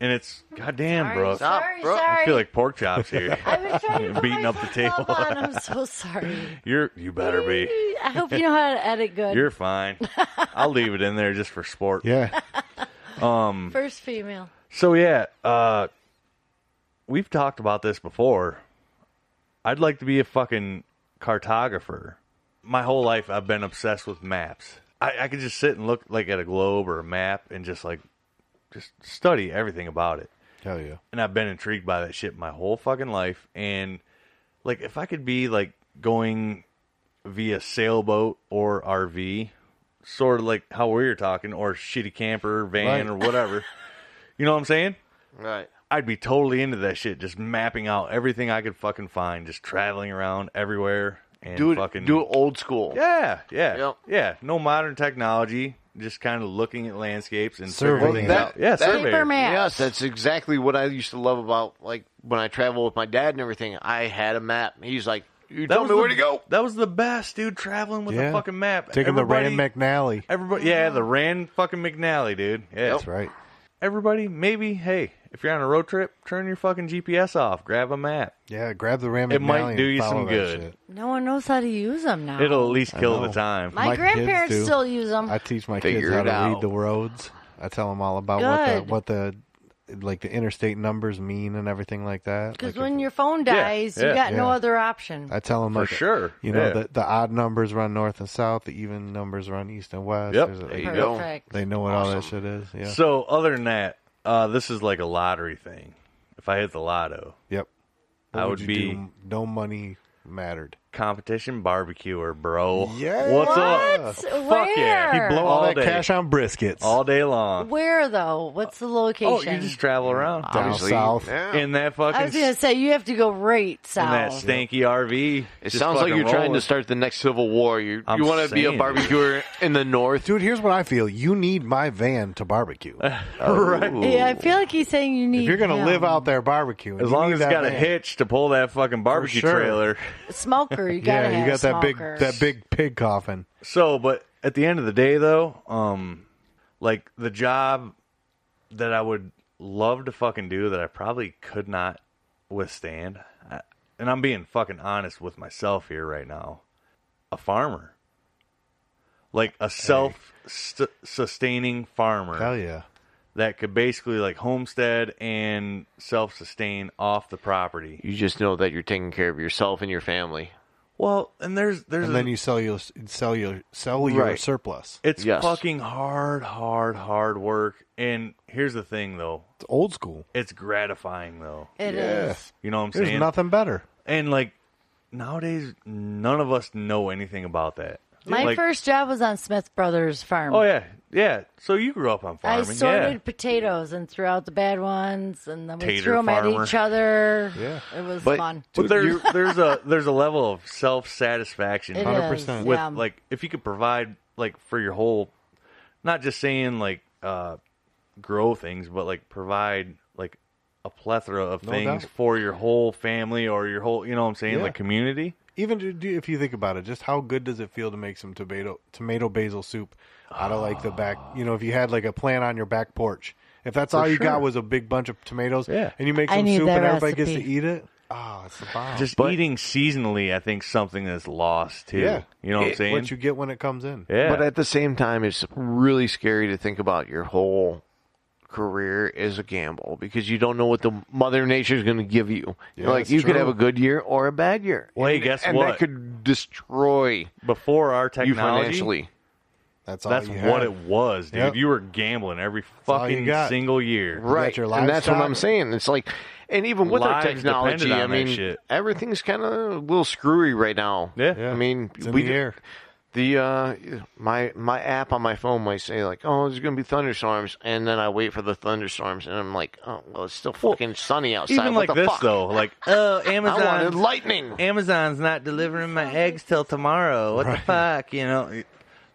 Speaker 2: and it's goddamn, bro.
Speaker 7: sorry, sorry,
Speaker 6: bro.
Speaker 7: sorry.
Speaker 2: I feel like pork chops here.
Speaker 7: I was trying to put
Speaker 2: beating
Speaker 7: my
Speaker 2: up the
Speaker 7: foot
Speaker 2: table.
Speaker 7: on. I'm so sorry.
Speaker 2: You're you better be.
Speaker 7: I hope you know how to edit good.
Speaker 2: You're fine. I'll leave it in there just for sport.
Speaker 3: yeah,
Speaker 7: First female.
Speaker 2: So yeah, uh, we've talked about this before. I'd like to be a fucking cartographer. My whole life, I've been obsessed with maps. I, I could just sit and look like at a globe or a map and just like just study everything about it.
Speaker 3: hell yeah.
Speaker 2: And I've been intrigued by that shit my whole fucking life. And like, if I could be like going via sailboat or RV, sort of like how we were talking, or shitty camper
Speaker 3: Right.
Speaker 2: van or whatever. you know what I'm saying?
Speaker 6: Right.
Speaker 2: I'd be totally into that shit, just mapping out everything I could fucking find, just traveling around everywhere and
Speaker 6: Do it.
Speaker 2: fucking
Speaker 6: Do it old school.
Speaker 2: Yeah, yeah,
Speaker 6: Yep.
Speaker 2: yeah. No modern technology, just kind of looking at landscapes and
Speaker 3: Surveying.
Speaker 2: figuring
Speaker 3: Well,
Speaker 2: it out.
Speaker 6: that-
Speaker 2: Yeah,
Speaker 6: that-
Speaker 2: surveying.
Speaker 7: Paper map.
Speaker 6: Yes, that's exactly what I used to love about like when I travel with my dad and everything. I had a map. He's like, "You
Speaker 2: That
Speaker 6: tell
Speaker 2: was
Speaker 6: me
Speaker 2: the-
Speaker 6: where to go."
Speaker 2: That was the best, dude. Traveling with
Speaker 3: Yeah.
Speaker 2: a fucking map,
Speaker 3: Taking
Speaker 2: Everybody-
Speaker 3: the Rand McNally.
Speaker 2: Everybody, yeah,
Speaker 6: Mm-hmm.
Speaker 2: the Rand fucking McNally, dude. Yeah,
Speaker 3: That's right.
Speaker 2: everybody. Maybe, hey, if you're on a road trip, turn your fucking GPS off. Grab a map.
Speaker 3: Yeah, grab the Rand McNally.
Speaker 2: It might
Speaker 3: and
Speaker 2: do you
Speaker 3: follow
Speaker 2: some
Speaker 3: that
Speaker 2: good.
Speaker 3: shit.
Speaker 7: No one knows how to use them now.
Speaker 6: Oh.
Speaker 2: It'll at least kill
Speaker 3: know.
Speaker 2: the time.
Speaker 7: my,
Speaker 3: my kids
Speaker 7: grandparents
Speaker 3: do.
Speaker 7: still use them.
Speaker 3: I teach my
Speaker 6: Figure
Speaker 3: kids how
Speaker 6: it
Speaker 3: to
Speaker 6: out.
Speaker 3: read the roads. I tell them all about what the what the like the interstate numbers mean and everything like that.
Speaker 7: Because
Speaker 3: Like,
Speaker 7: when
Speaker 3: if-
Speaker 7: your phone dies,
Speaker 2: yeah,
Speaker 7: you got no
Speaker 3: yeah.
Speaker 7: other option.
Speaker 3: I tell them
Speaker 2: For
Speaker 3: like,
Speaker 2: sure,
Speaker 3: you know
Speaker 2: yeah.
Speaker 3: the, the odd numbers run north and south, the even numbers run east and west.
Speaker 2: Yep.
Speaker 3: There's a-
Speaker 2: There you go.
Speaker 7: Perfect.
Speaker 3: They know what all that shit is. Yeah.
Speaker 2: So other than that, uh, this is like a lottery thing. If I hit the lotto,
Speaker 3: yep.
Speaker 2: I would
Speaker 3: you
Speaker 2: be-
Speaker 3: do? no money mattered.
Speaker 2: competition barbecuer, bro.
Speaker 3: Yeah.
Speaker 2: What's up?
Speaker 7: What?
Speaker 2: Fuck yeah.
Speaker 7: Where?
Speaker 2: He blow
Speaker 3: All,
Speaker 2: all,
Speaker 3: that
Speaker 2: day,
Speaker 3: cash on briskets.
Speaker 2: all day long.
Speaker 7: Where though? What's the
Speaker 2: Oh,
Speaker 7: location?
Speaker 2: you just travel around
Speaker 3: down
Speaker 6: Obviously,
Speaker 3: south.
Speaker 6: yeah.
Speaker 2: in that fucking
Speaker 7: I was gonna say you have to go right
Speaker 2: in that
Speaker 7: south.
Speaker 2: stanky RV.
Speaker 6: It
Speaker 2: just
Speaker 6: sounds like
Speaker 2: fucking
Speaker 6: you're trying
Speaker 2: rolling.
Speaker 6: to start the next Civil War. You
Speaker 2: I'm
Speaker 6: you want to be a
Speaker 2: saying, dude.
Speaker 6: barbecuer in the North?
Speaker 3: Dude, here's what I feel. You need my van to barbecue. if
Speaker 7: yeah, I feel like he's saying you need.
Speaker 3: you're going to
Speaker 7: him.
Speaker 3: live out there barbecuing, you
Speaker 2: As long
Speaker 3: need
Speaker 2: as it's
Speaker 3: that
Speaker 2: got a
Speaker 3: van.
Speaker 2: hitch to pull that fucking barbecue
Speaker 3: sure.
Speaker 2: trailer.
Speaker 7: smoker, you gotta
Speaker 3: Yeah, you got
Speaker 7: have
Speaker 3: that big
Speaker 7: smoker.
Speaker 3: that big pig coffin.
Speaker 2: So, but at the end of the day, though, um, like the job that I would love to fucking do that I probably could not withstand, I, and I'm being fucking honest with myself here right now, a farmer, like a self-sustaining farmer
Speaker 3: Hell yeah.
Speaker 2: that could basically like homestead and self-sustain off the property.
Speaker 6: You just know that you're taking care of yourself and your family.
Speaker 2: Well, and there's there's
Speaker 3: And
Speaker 2: a-
Speaker 3: then you sell your sell your sell your
Speaker 6: Right.
Speaker 3: surplus.
Speaker 2: It's
Speaker 6: Yes.
Speaker 2: fucking hard, hard, hard work. And here's the thing, though.
Speaker 3: It's old school.
Speaker 2: It's gratifying, though.
Speaker 7: It is.
Speaker 2: You know what I'm
Speaker 3: There's
Speaker 2: saying?
Speaker 3: nothing better.
Speaker 2: And like nowadays, none of us know anything about that.
Speaker 7: My
Speaker 2: Like,
Speaker 7: first job was on Smith Brothers Farm.
Speaker 2: Oh yeah, yeah. So you grew up on
Speaker 7: I
Speaker 2: farming,
Speaker 7: sorted
Speaker 2: yeah?
Speaker 7: potatoes and threw out the bad ones, and then we
Speaker 2: Tater
Speaker 7: threw them
Speaker 2: farmer.
Speaker 7: at each other.
Speaker 3: Yeah.
Speaker 7: it was
Speaker 6: But-
Speaker 7: fun.
Speaker 2: But there's there's a there's a level of self satisfaction
Speaker 7: It
Speaker 3: 100%.
Speaker 7: is,
Speaker 2: with
Speaker 7: yeah.
Speaker 2: like if you could provide like for your whole not just saying like uh grow things but like provide like a plethora of
Speaker 3: No
Speaker 2: things
Speaker 3: doubt.
Speaker 2: for your whole family or your whole you know what I'm saying
Speaker 3: Yeah.
Speaker 2: like community
Speaker 3: Even to do- if you think about it, just how good does it feel to make some tomato tomato basil soup out of like the back? You know, if you had like a plant on your back porch, if that's all you
Speaker 2: sure.
Speaker 3: got was a big bunch of tomatoes,
Speaker 2: Yeah.
Speaker 3: and you make
Speaker 7: I
Speaker 3: some
Speaker 7: need
Speaker 3: soup
Speaker 7: that
Speaker 3: and everybody gets to
Speaker 7: recipe.
Speaker 3: eat it. Ah, it's the bomb.
Speaker 2: just
Speaker 6: But-
Speaker 2: eating seasonally I think something that's lost too
Speaker 3: Yeah.
Speaker 2: you know what I'm
Speaker 6: It-
Speaker 2: saying
Speaker 3: what you get when it comes in.
Speaker 2: yeah
Speaker 6: But at the same time, it's really scary to think about your whole career is a gamble because you don't know what the mother nature is going to give you. like
Speaker 3: that's
Speaker 6: you could
Speaker 3: true.
Speaker 6: have a good year or a bad year.
Speaker 2: Well, hey,
Speaker 6: and,
Speaker 2: guess
Speaker 6: and
Speaker 2: what?
Speaker 6: that could destroy
Speaker 2: before our
Speaker 6: you
Speaker 2: technology
Speaker 6: financially.
Speaker 3: That's all.
Speaker 2: that's
Speaker 3: you had.
Speaker 2: what it was dude
Speaker 3: Oh, Yep.
Speaker 2: you were gambling every
Speaker 3: all you
Speaker 2: fucking
Speaker 3: got.
Speaker 2: single year
Speaker 3: got
Speaker 6: Right.
Speaker 3: your
Speaker 6: and that's what
Speaker 3: livestock.
Speaker 6: I'm saying. It's like and even with our
Speaker 2: Lives depended
Speaker 6: technology,
Speaker 2: on
Speaker 6: I
Speaker 2: that
Speaker 6: mean
Speaker 2: shit.
Speaker 6: everything's kind of a little screwy right now.
Speaker 2: Yeah.
Speaker 3: Yeah.
Speaker 6: I mean,
Speaker 3: It's in
Speaker 6: we
Speaker 3: the
Speaker 6: d-
Speaker 3: air.
Speaker 6: the uh, my my app on my phone might say like, "Oh, there's gonna be thunderstorms," and then I wait for the thunderstorms, and I'm like, "Oh, well, it's still fucking sunny outside."
Speaker 2: even
Speaker 6: what
Speaker 2: like
Speaker 6: the
Speaker 2: this
Speaker 6: fuck?
Speaker 2: though like oh
Speaker 6: I
Speaker 2: Amazon
Speaker 6: wanted lightning.
Speaker 2: Amazon's not delivering my eggs till tomorrow. What the fuck, you know?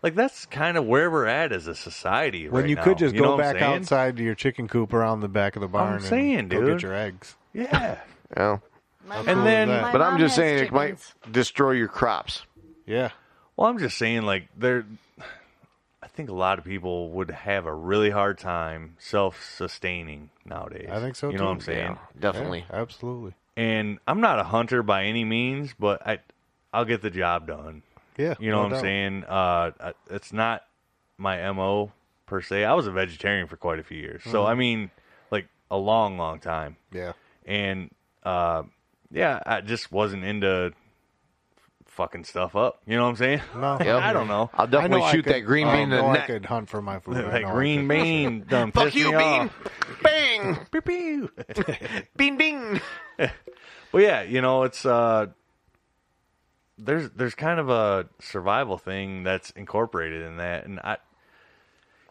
Speaker 2: Like that's kind of where we're at as a society.
Speaker 3: When
Speaker 2: right
Speaker 3: you
Speaker 2: now.
Speaker 3: could just
Speaker 2: You know
Speaker 3: go
Speaker 2: what I'm
Speaker 3: back
Speaker 2: saying?
Speaker 3: outside to your chicken coop around the back of the barn and
Speaker 2: saying,
Speaker 3: go
Speaker 2: dude.
Speaker 3: get your eggs.
Speaker 2: Yeah,
Speaker 6: Yeah.
Speaker 7: My
Speaker 3: cool
Speaker 7: mom-
Speaker 3: is
Speaker 6: And then,
Speaker 3: that?
Speaker 7: my
Speaker 6: but I'm
Speaker 7: mom
Speaker 6: just
Speaker 7: has
Speaker 6: saying it might
Speaker 7: chickens.
Speaker 6: destroy your crops.
Speaker 3: Yeah.
Speaker 2: Well, I'm just saying, like, there. I think a lot of people would have a really hard time self-sustaining nowadays.
Speaker 3: I think so,
Speaker 2: You know what
Speaker 3: too.
Speaker 2: I'm saying?
Speaker 6: Definitely.
Speaker 3: Yeah, absolutely.
Speaker 2: And I'm not a hunter by any means, but I, I'll get the job done.
Speaker 3: Yeah.
Speaker 2: You
Speaker 3: no
Speaker 2: know what I'm
Speaker 3: doubt.
Speaker 2: saying? Uh, I- it's not my mo per se. I was a vegetarian for quite a few years,
Speaker 3: Mm-hmm.
Speaker 2: so I mean, like a long, long time.
Speaker 3: Yeah.
Speaker 2: And uh, yeah, I just wasn't into fucking stuff up. You know what I'm saying?
Speaker 3: No.
Speaker 6: Yep.
Speaker 2: I don't know.
Speaker 6: I'll
Speaker 3: I know
Speaker 6: definitely
Speaker 3: I
Speaker 6: shoot
Speaker 3: could-
Speaker 6: that green
Speaker 3: I
Speaker 6: bean in
Speaker 3: know
Speaker 6: the
Speaker 3: I
Speaker 6: neck.
Speaker 3: could hunt for my food. I
Speaker 2: that
Speaker 3: know I could.
Speaker 2: green bean done
Speaker 6: Fuck
Speaker 2: pissed
Speaker 6: you,
Speaker 2: me
Speaker 6: bean!
Speaker 2: off.
Speaker 6: Bang! Pew pew! bean bean!
Speaker 2: Well, yeah, you know, it's uh, there's there's kind of a survival thing that's incorporated in that, and I,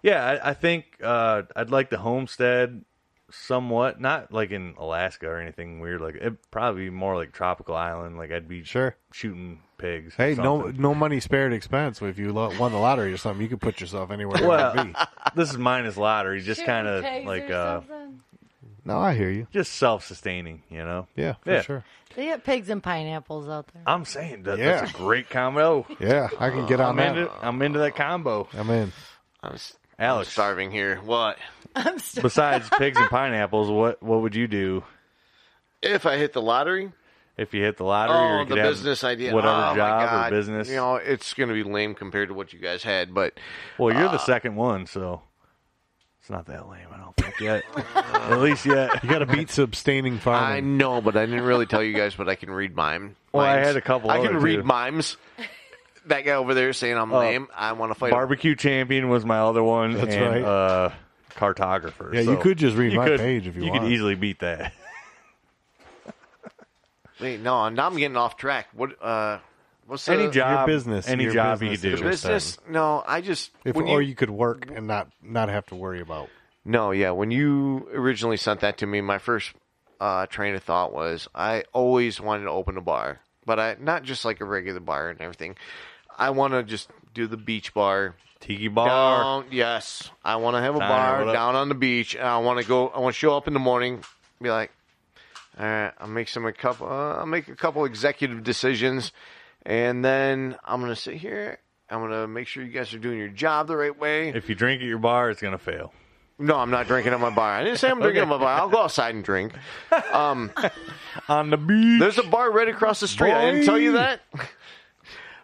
Speaker 2: yeah, I, I think uh, I'd like to homestead somewhat, not like in Alaska or anything weird. Like it'd probably be more like tropical island. Like I'd be
Speaker 3: Sure.
Speaker 2: shooting pigs. or
Speaker 3: Hey, no,
Speaker 2: something.
Speaker 3: no money spared expense. If you lo- won the lottery or something, you could put yourself anywhere. you want to
Speaker 2: Well,
Speaker 3: be.
Speaker 2: this is minus lottery, just
Speaker 7: Shooting
Speaker 2: kind of
Speaker 7: pigs
Speaker 2: like
Speaker 7: or
Speaker 2: uh,
Speaker 7: something.
Speaker 3: no, I hear you.
Speaker 2: just self-sustaining. You know.
Speaker 3: Yeah, for
Speaker 2: Yeah.
Speaker 3: sure.
Speaker 7: They got pigs and pineapples out there.
Speaker 2: I'm saying that, that's a
Speaker 3: Yeah.
Speaker 2: great combo.
Speaker 3: Yeah, I can get on
Speaker 2: I'm
Speaker 3: that.
Speaker 2: into, I'm into that combo.
Speaker 3: I'm in.
Speaker 6: I'm, s- I'm
Speaker 2: Alex,
Speaker 6: starving here. What?
Speaker 7: I'm still
Speaker 2: besides pigs and pineapples, what what would you do
Speaker 6: If I hit the lottery,
Speaker 2: if you hit the lottery? or
Speaker 6: oh,
Speaker 2: you
Speaker 6: the
Speaker 2: could have
Speaker 6: business idea.
Speaker 2: whatever
Speaker 6: Oh, my
Speaker 2: job or
Speaker 6: God.
Speaker 2: business.
Speaker 6: You know, it's going to be lame compared to what you guys had, but
Speaker 2: well, you're
Speaker 6: uh,
Speaker 2: the second one, so it's not that lame. I don't think yet, at least yet.
Speaker 3: You got to beat substaining
Speaker 6: I
Speaker 3: farming.
Speaker 6: know, but I didn't really tell you guys, but I can read mime.
Speaker 2: Well, I
Speaker 6: mimes.
Speaker 2: had a couple
Speaker 6: I can
Speaker 2: other,
Speaker 6: read
Speaker 2: too. Oh,
Speaker 6: mimes. That guy over there saying I'm lame. I want to fight. him.
Speaker 2: Barbecue champion was my other one.
Speaker 3: That's
Speaker 2: and,
Speaker 3: right.
Speaker 2: Uh, cartographer.
Speaker 3: Yeah, you
Speaker 2: so
Speaker 3: could just read
Speaker 2: you
Speaker 3: my
Speaker 2: could-
Speaker 3: page if you
Speaker 2: You
Speaker 3: want.
Speaker 2: could easily beat that.
Speaker 6: Wait, no, now I'm getting off track. What? uh What's the,
Speaker 2: any job,
Speaker 3: business,
Speaker 2: any
Speaker 3: your
Speaker 2: job
Speaker 3: business
Speaker 2: you
Speaker 3: is
Speaker 2: could
Speaker 6: the
Speaker 2: do.
Speaker 3: your
Speaker 6: business? No, I just
Speaker 3: If,
Speaker 6: when
Speaker 3: or you could work and not not have to worry about.
Speaker 6: No, yeah. When you originally sent that to me, my first uh, train of thought was I always wanted to open a bar, but I not just like a regular bar and everything. I want to just do the beach bar.
Speaker 2: Tiki bar.
Speaker 6: Down, yes, I want to have a
Speaker 2: Down,
Speaker 6: bar
Speaker 2: what up?
Speaker 6: down on the beach. And I want to go. I want to show up in the morning, be like, all right, I'll make some a couple. Uh, I'll make a couple executive decisions, and then I'm gonna sit here. I'm gonna make sure you guys are doing your job the right way.
Speaker 2: If you drink at your bar, it's gonna fail.
Speaker 6: No, I'm not drinking at my bar. I didn't say I'm drinking at my bar. I'll go outside and drink.
Speaker 2: On the beach.
Speaker 6: There's a bar right across the street. I didn't tell you that.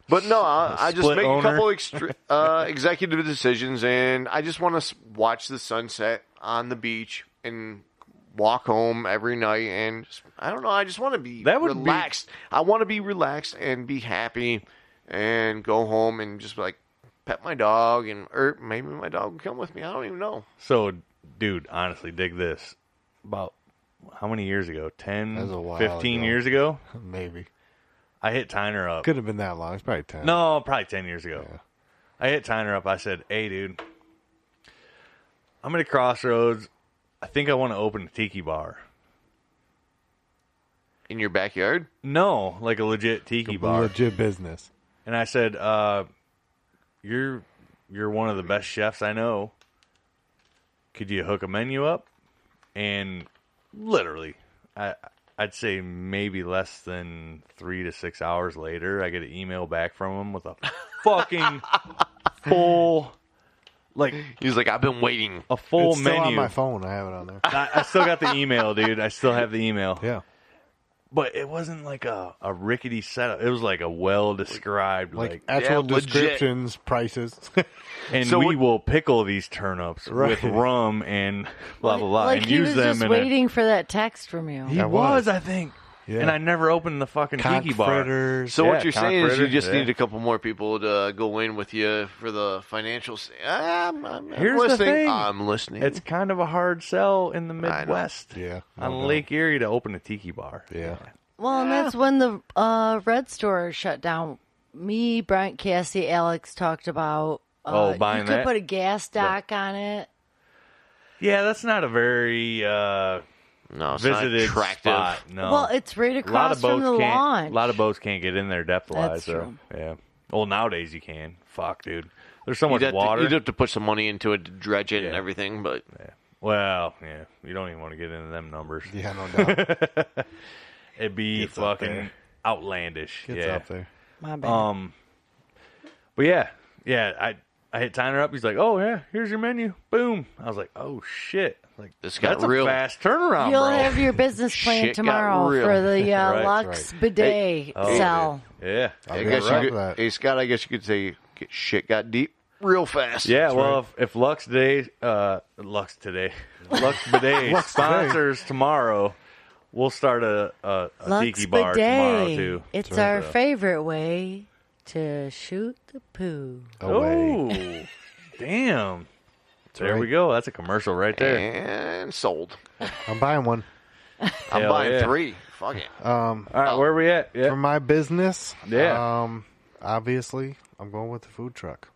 Speaker 6: But no, I, I just
Speaker 2: Split
Speaker 6: make
Speaker 2: owner.
Speaker 6: a couple extre- uh, executive decisions, and I just want to watch the sunset on the beach and walk home every night. And just- I don't know. I just want to be
Speaker 2: That would be-
Speaker 6: relaxed. I want to be relaxed and be happy, and go home and just like pet my dog, and or maybe my dog will come with me. I don't even know.
Speaker 2: So, dude, honestly, dig this. About how many years ago? 10,
Speaker 3: That was a while
Speaker 2: 15
Speaker 3: ago.
Speaker 2: years ago?
Speaker 3: Maybe
Speaker 2: I hit Tyner up.
Speaker 3: could have been that long. It's probably ten.
Speaker 2: No, probably 10 years ago. I hit Tyner up. I said, hey, dude, I'm at a crossroads. I think I want to open a tiki bar.
Speaker 6: In your backyard.
Speaker 2: No, like a legit tiki bar.
Speaker 3: legit business.
Speaker 2: and I said, uh, "You're you're one of the best chefs I know. Could you hook a menu up?" And literally, I I'd say maybe less than three to six hours later, I get an email back from him with a fucking full, like
Speaker 6: He's like, I've been waiting.
Speaker 2: a full
Speaker 3: it's
Speaker 2: menu. Ah,
Speaker 3: still on my phone. I have it on there.
Speaker 2: I, I still got the email, dude. I still have the email.
Speaker 3: Yeah,
Speaker 2: But it wasn't like a, a rickety setup. It was like a well described,
Speaker 3: like,
Speaker 2: like
Speaker 3: actual
Speaker 6: yeah, legit.
Speaker 3: descriptions, prices.
Speaker 2: and
Speaker 6: So
Speaker 2: we
Speaker 6: what-
Speaker 2: will pickle these turnips
Speaker 3: Right.
Speaker 2: with rum and blah blah blah,
Speaker 7: like
Speaker 2: and
Speaker 7: he
Speaker 2: use
Speaker 7: was
Speaker 2: them.
Speaker 7: just
Speaker 2: in a-
Speaker 7: waiting for that text from you.
Speaker 2: he
Speaker 3: I
Speaker 2: was,
Speaker 3: was.
Speaker 2: I think,
Speaker 3: Yeah.
Speaker 2: and I never opened the fucking
Speaker 3: Cock
Speaker 2: tiki bar.
Speaker 3: fritters.
Speaker 6: So
Speaker 2: Yeah,
Speaker 6: what you're saying is you
Speaker 2: Cockbreeder,
Speaker 6: just
Speaker 2: yeah.
Speaker 6: need a couple more people to uh, go in with you for the financial. s- I'm, I'm, I'm
Speaker 2: Here's the
Speaker 6: listening.
Speaker 2: thing.
Speaker 6: I'm listening.
Speaker 2: It's kind of a hard sell in the
Speaker 6: know.
Speaker 2: Midwest,
Speaker 3: Yeah, no
Speaker 2: on
Speaker 3: doubt.
Speaker 2: Lake Erie to open a tiki bar.
Speaker 3: Yeah,
Speaker 7: Well, and that's when the uh, red store shut down. Me, Brent, Cassie, Alex talked about.
Speaker 2: Oh,
Speaker 7: Uh,
Speaker 2: buying
Speaker 7: you could
Speaker 2: that?
Speaker 7: put a gas dock on it.
Speaker 2: yeah, that's not a very uh,
Speaker 6: no, it's
Speaker 2: visited
Speaker 6: not attractive.
Speaker 2: spot. No,
Speaker 7: Well, it's right
Speaker 2: Um, a lot
Speaker 7: across
Speaker 2: of
Speaker 7: from
Speaker 2: boats
Speaker 7: the
Speaker 2: can't.
Speaker 7: lawn.
Speaker 2: A lot of boats can't get in there depth wise.
Speaker 7: That's
Speaker 2: So
Speaker 7: true.
Speaker 2: yeah, well nowadays you can. Fuck, dude. There's so
Speaker 6: You'd
Speaker 2: much
Speaker 6: have, to,
Speaker 2: water.
Speaker 6: you'd have to put some money into it to dredge it and
Speaker 2: Yeah.
Speaker 6: everything, but
Speaker 2: Well, yeah, you don't even want to get into them numbers.
Speaker 3: yeah, no doubt.
Speaker 2: It'd be
Speaker 3: Gets up
Speaker 2: fucking
Speaker 3: there.
Speaker 2: outlandish.
Speaker 3: Gets
Speaker 2: yeah.
Speaker 3: up there.
Speaker 7: My bad.
Speaker 2: Um, but yeah, yeah, I I hit Tyner up. He's like, "Oh yeah, here's your menu." Boom. I was like, "Oh shit!" Like
Speaker 6: This got
Speaker 2: that's
Speaker 6: real.
Speaker 2: a fast turnaround,
Speaker 7: You'll
Speaker 2: bro.
Speaker 7: have your business plan
Speaker 6: Shit got
Speaker 7: tomorrow
Speaker 6: real.
Speaker 7: for the uh,
Speaker 2: Right,
Speaker 7: Lux bidet
Speaker 2: Oh,
Speaker 7: cell.
Speaker 2: yeah,
Speaker 3: I'll
Speaker 6: I
Speaker 3: be right
Speaker 6: guess you
Speaker 3: for
Speaker 6: could,
Speaker 3: that.
Speaker 6: hey, Scott, I guess you could say get, shit got deep real fast.
Speaker 2: yeah. Well, if, if Lux today, uh, Lux today, Lux bidet sponsors tomorrow, we'll start a a, a
Speaker 7: Lux
Speaker 2: tiki bar tomorrow
Speaker 7: bidet.
Speaker 2: too.
Speaker 7: It's
Speaker 2: So-
Speaker 7: our favorite way to shoot the poo.
Speaker 3: Away.
Speaker 2: Oh, damn. there we go. That's a commercial right there.
Speaker 6: And sold.
Speaker 3: I'm buying one.
Speaker 6: I'm
Speaker 2: Hell
Speaker 6: buying
Speaker 2: yeah. Uh,
Speaker 6: three. Fuck it.
Speaker 2: All
Speaker 3: oh.
Speaker 2: right, where are we at? Yeah.
Speaker 3: For my business,
Speaker 2: Yeah.
Speaker 3: um, obviously, I'm going with the food truck.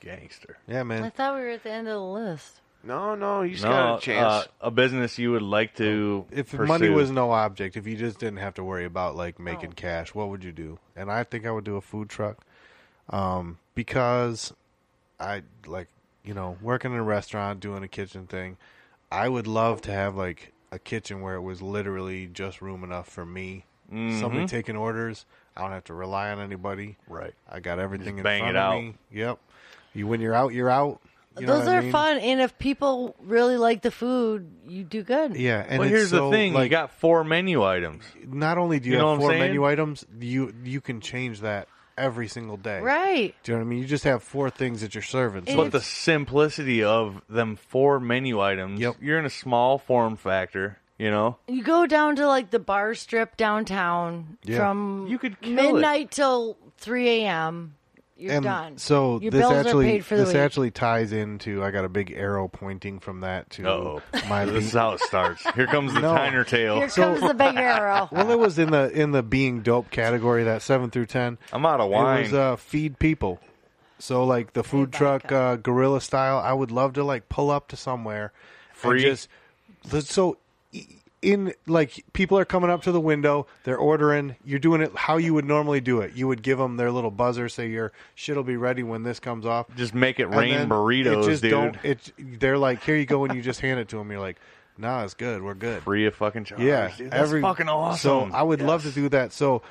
Speaker 2: Gangster.
Speaker 3: Yeah,
Speaker 7: I
Speaker 3: man.
Speaker 7: thought we were at the end of the list.
Speaker 6: no, no, he's
Speaker 2: No,
Speaker 6: got a chance.
Speaker 2: uh, a business you would like to.
Speaker 3: If
Speaker 2: pursue.
Speaker 3: money was no object, if you just didn't have to worry about like making cash, what would you do? And I think I would do a food truck, um, because I like you know working in a restaurant, doing a kitchen thing. I would love to have like a kitchen where it was literally just room enough for me. Somebody taking orders. I don't have to rely on anybody.
Speaker 2: Mm-hmm. Right.
Speaker 3: I got everything in
Speaker 2: bang
Speaker 3: front
Speaker 2: it
Speaker 3: of
Speaker 2: out.
Speaker 3: me. Yep. You when you're out, you're out. You know
Speaker 7: Those
Speaker 3: what I
Speaker 7: are
Speaker 3: mean?
Speaker 7: fun, and if people really like the food, you do good.
Speaker 3: Yeah, and
Speaker 2: well,
Speaker 3: it's
Speaker 2: here's
Speaker 3: so,
Speaker 2: the thing:
Speaker 3: Like,
Speaker 2: you got four menu items.
Speaker 3: not only do you,
Speaker 2: You know what
Speaker 3: have
Speaker 2: I'm
Speaker 3: four
Speaker 2: saying?
Speaker 3: menu items, you you can change that every single day.
Speaker 7: Right.
Speaker 3: Do you know what I mean? You just have four things that you're serving.
Speaker 7: And
Speaker 2: But the simplicity of them four menu items.
Speaker 3: Yep.
Speaker 2: You're in a small form factor. You know,
Speaker 7: You go down to like the bar strip downtown
Speaker 3: Yeah.
Speaker 7: from
Speaker 2: You could kill it.
Speaker 7: midnight till three a.m. You're
Speaker 3: and
Speaker 7: done.
Speaker 3: so
Speaker 7: Your
Speaker 3: this
Speaker 7: bills
Speaker 3: actually
Speaker 7: are paid for the
Speaker 3: this
Speaker 7: week.
Speaker 3: actually ties into I got a big arrow pointing from that to
Speaker 2: Uh-oh.
Speaker 3: my
Speaker 2: this is
Speaker 3: being,
Speaker 2: how it starts. Here comes the
Speaker 3: No.
Speaker 2: Tyner tail.
Speaker 7: Here comes the big arrow.
Speaker 3: well it was in the in the being dope category that 7 through 10.
Speaker 2: I'm out of
Speaker 3: It
Speaker 2: wine.
Speaker 3: was uh, feed people. So like the food truck uh, gorilla style, I would love to like pull up to somewhere
Speaker 2: Free?
Speaker 3: and just the- so e- in like people are coming up to the window, they're ordering, you're doing it how you would normally do it. You would give them their little buzzer say your shit'll be ready when this comes off.
Speaker 2: Just make it
Speaker 3: And
Speaker 2: rain
Speaker 3: then
Speaker 2: burritos,
Speaker 3: it just
Speaker 2: dude.
Speaker 3: Don't, it they're like here you go and you just hand it to them. You're like, "Nah, it's good. We're good."
Speaker 2: Free of fucking charge.
Speaker 3: Yeah,
Speaker 2: dude. that's fucking
Speaker 3: So
Speaker 2: awesome.
Speaker 3: I would love to do that. So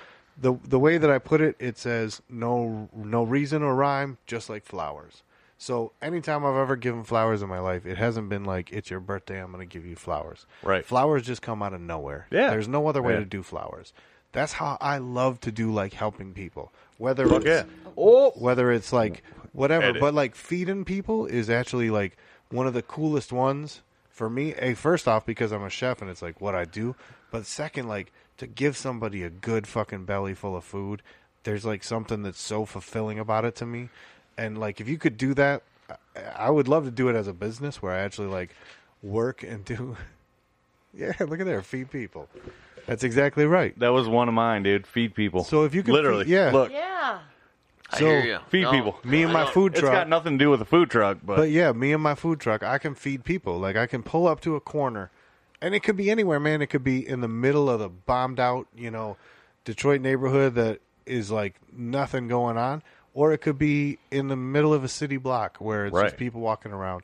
Speaker 3: the the way that I put it, it says no no reason or rhyme, just like flowers. So anytime I've ever given flowers in my life, it hasn't been like it's your birthday, I'm going to give you flowers.
Speaker 2: Right.
Speaker 3: Flowers just come out of nowhere.
Speaker 2: Yeah.
Speaker 3: There's no other way
Speaker 2: Yeah.
Speaker 3: to do flowers. That's how I love to do like helping people. Whether it's
Speaker 2: Fuck yeah.
Speaker 3: oh, whether it's like whatever,
Speaker 2: Edit.
Speaker 3: but like feeding people is actually like one of the coolest ones for me. Hey, first off, because I'm a chef and it's like what I do, but second, like to give somebody a good fucking belly full of food, there's like something that's so fulfilling about it to me. And like if you could do that, I, I would love to do it as a business where I actually like work and do. yeah, look at there, feed people. That's exactly right.
Speaker 2: That was one of mine, dude. Feed people.
Speaker 3: So if you could
Speaker 2: literally,
Speaker 3: feed- yeah.
Speaker 2: look,
Speaker 7: yeah.
Speaker 6: I
Speaker 3: so,
Speaker 6: hear you.
Speaker 2: feed people.
Speaker 3: Me and my food
Speaker 2: It's
Speaker 3: truck.
Speaker 2: got nothing to do with a food truck, but,
Speaker 3: But yeah, me and my food truck, I can feed people. Like I can pull up to a corner, and it could be anywhere, man. It could be in the middle of the bombed out, you know, Detroit neighborhood that is like nothing going on, or it could be in the middle of a city block where it's
Speaker 2: Right.
Speaker 3: just people walking around.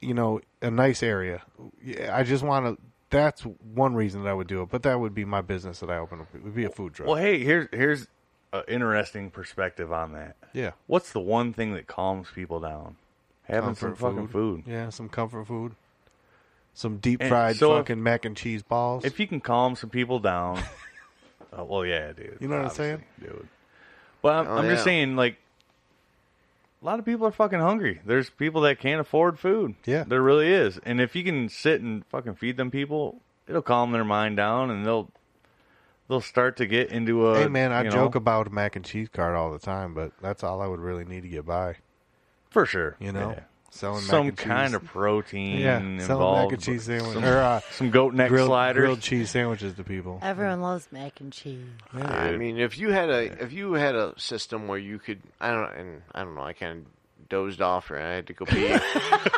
Speaker 3: You know, a nice area. Yeah, I just want to. That's one reason that I would do it, but that would be my business that I open up. It would be a food truck.
Speaker 2: well, hey, here's here's an interesting perspective on that.
Speaker 3: Yeah.
Speaker 2: What's the one thing that calms people down? Having some fucking food.
Speaker 3: Yeah, some comfort food. Some deep
Speaker 2: And
Speaker 3: fried
Speaker 2: so if-
Speaker 3: fucking mac and cheese balls.
Speaker 2: If you can calm some people down, uh, well, yeah, dude.
Speaker 3: You know what I'm
Speaker 2: obviously,
Speaker 3: saying?
Speaker 2: dude? But I'm,
Speaker 6: Oh,
Speaker 2: I'm just
Speaker 6: yeah.
Speaker 2: saying, like, a lot of people are fucking hungry. There's people that can't afford food.
Speaker 3: Yeah.
Speaker 2: there really is. And if you can sit and fucking feed them people, it'll calm their mind down, and they'll they'll start to get into a.
Speaker 3: Hey man, I
Speaker 2: you know,
Speaker 3: joke about mac and cheese cart all the time, but that's all I would really need to get by.
Speaker 2: for sure.
Speaker 3: You know,
Speaker 2: Yeah.
Speaker 3: selling mac
Speaker 2: some
Speaker 3: and cheese.
Speaker 2: kind of protein.
Speaker 3: yeah, selling mac
Speaker 2: involved,
Speaker 3: and cheese
Speaker 2: but
Speaker 3: sandwiches or uh,
Speaker 2: Some goat neck
Speaker 3: grilled,
Speaker 2: sliders.
Speaker 3: grilled cheese sandwiches to people.
Speaker 7: Everyone loves mac and cheese.
Speaker 6: I mean, if you had a if you had a system where you could, I don't, and I don't know, I kind of dozed off or I had to go pee.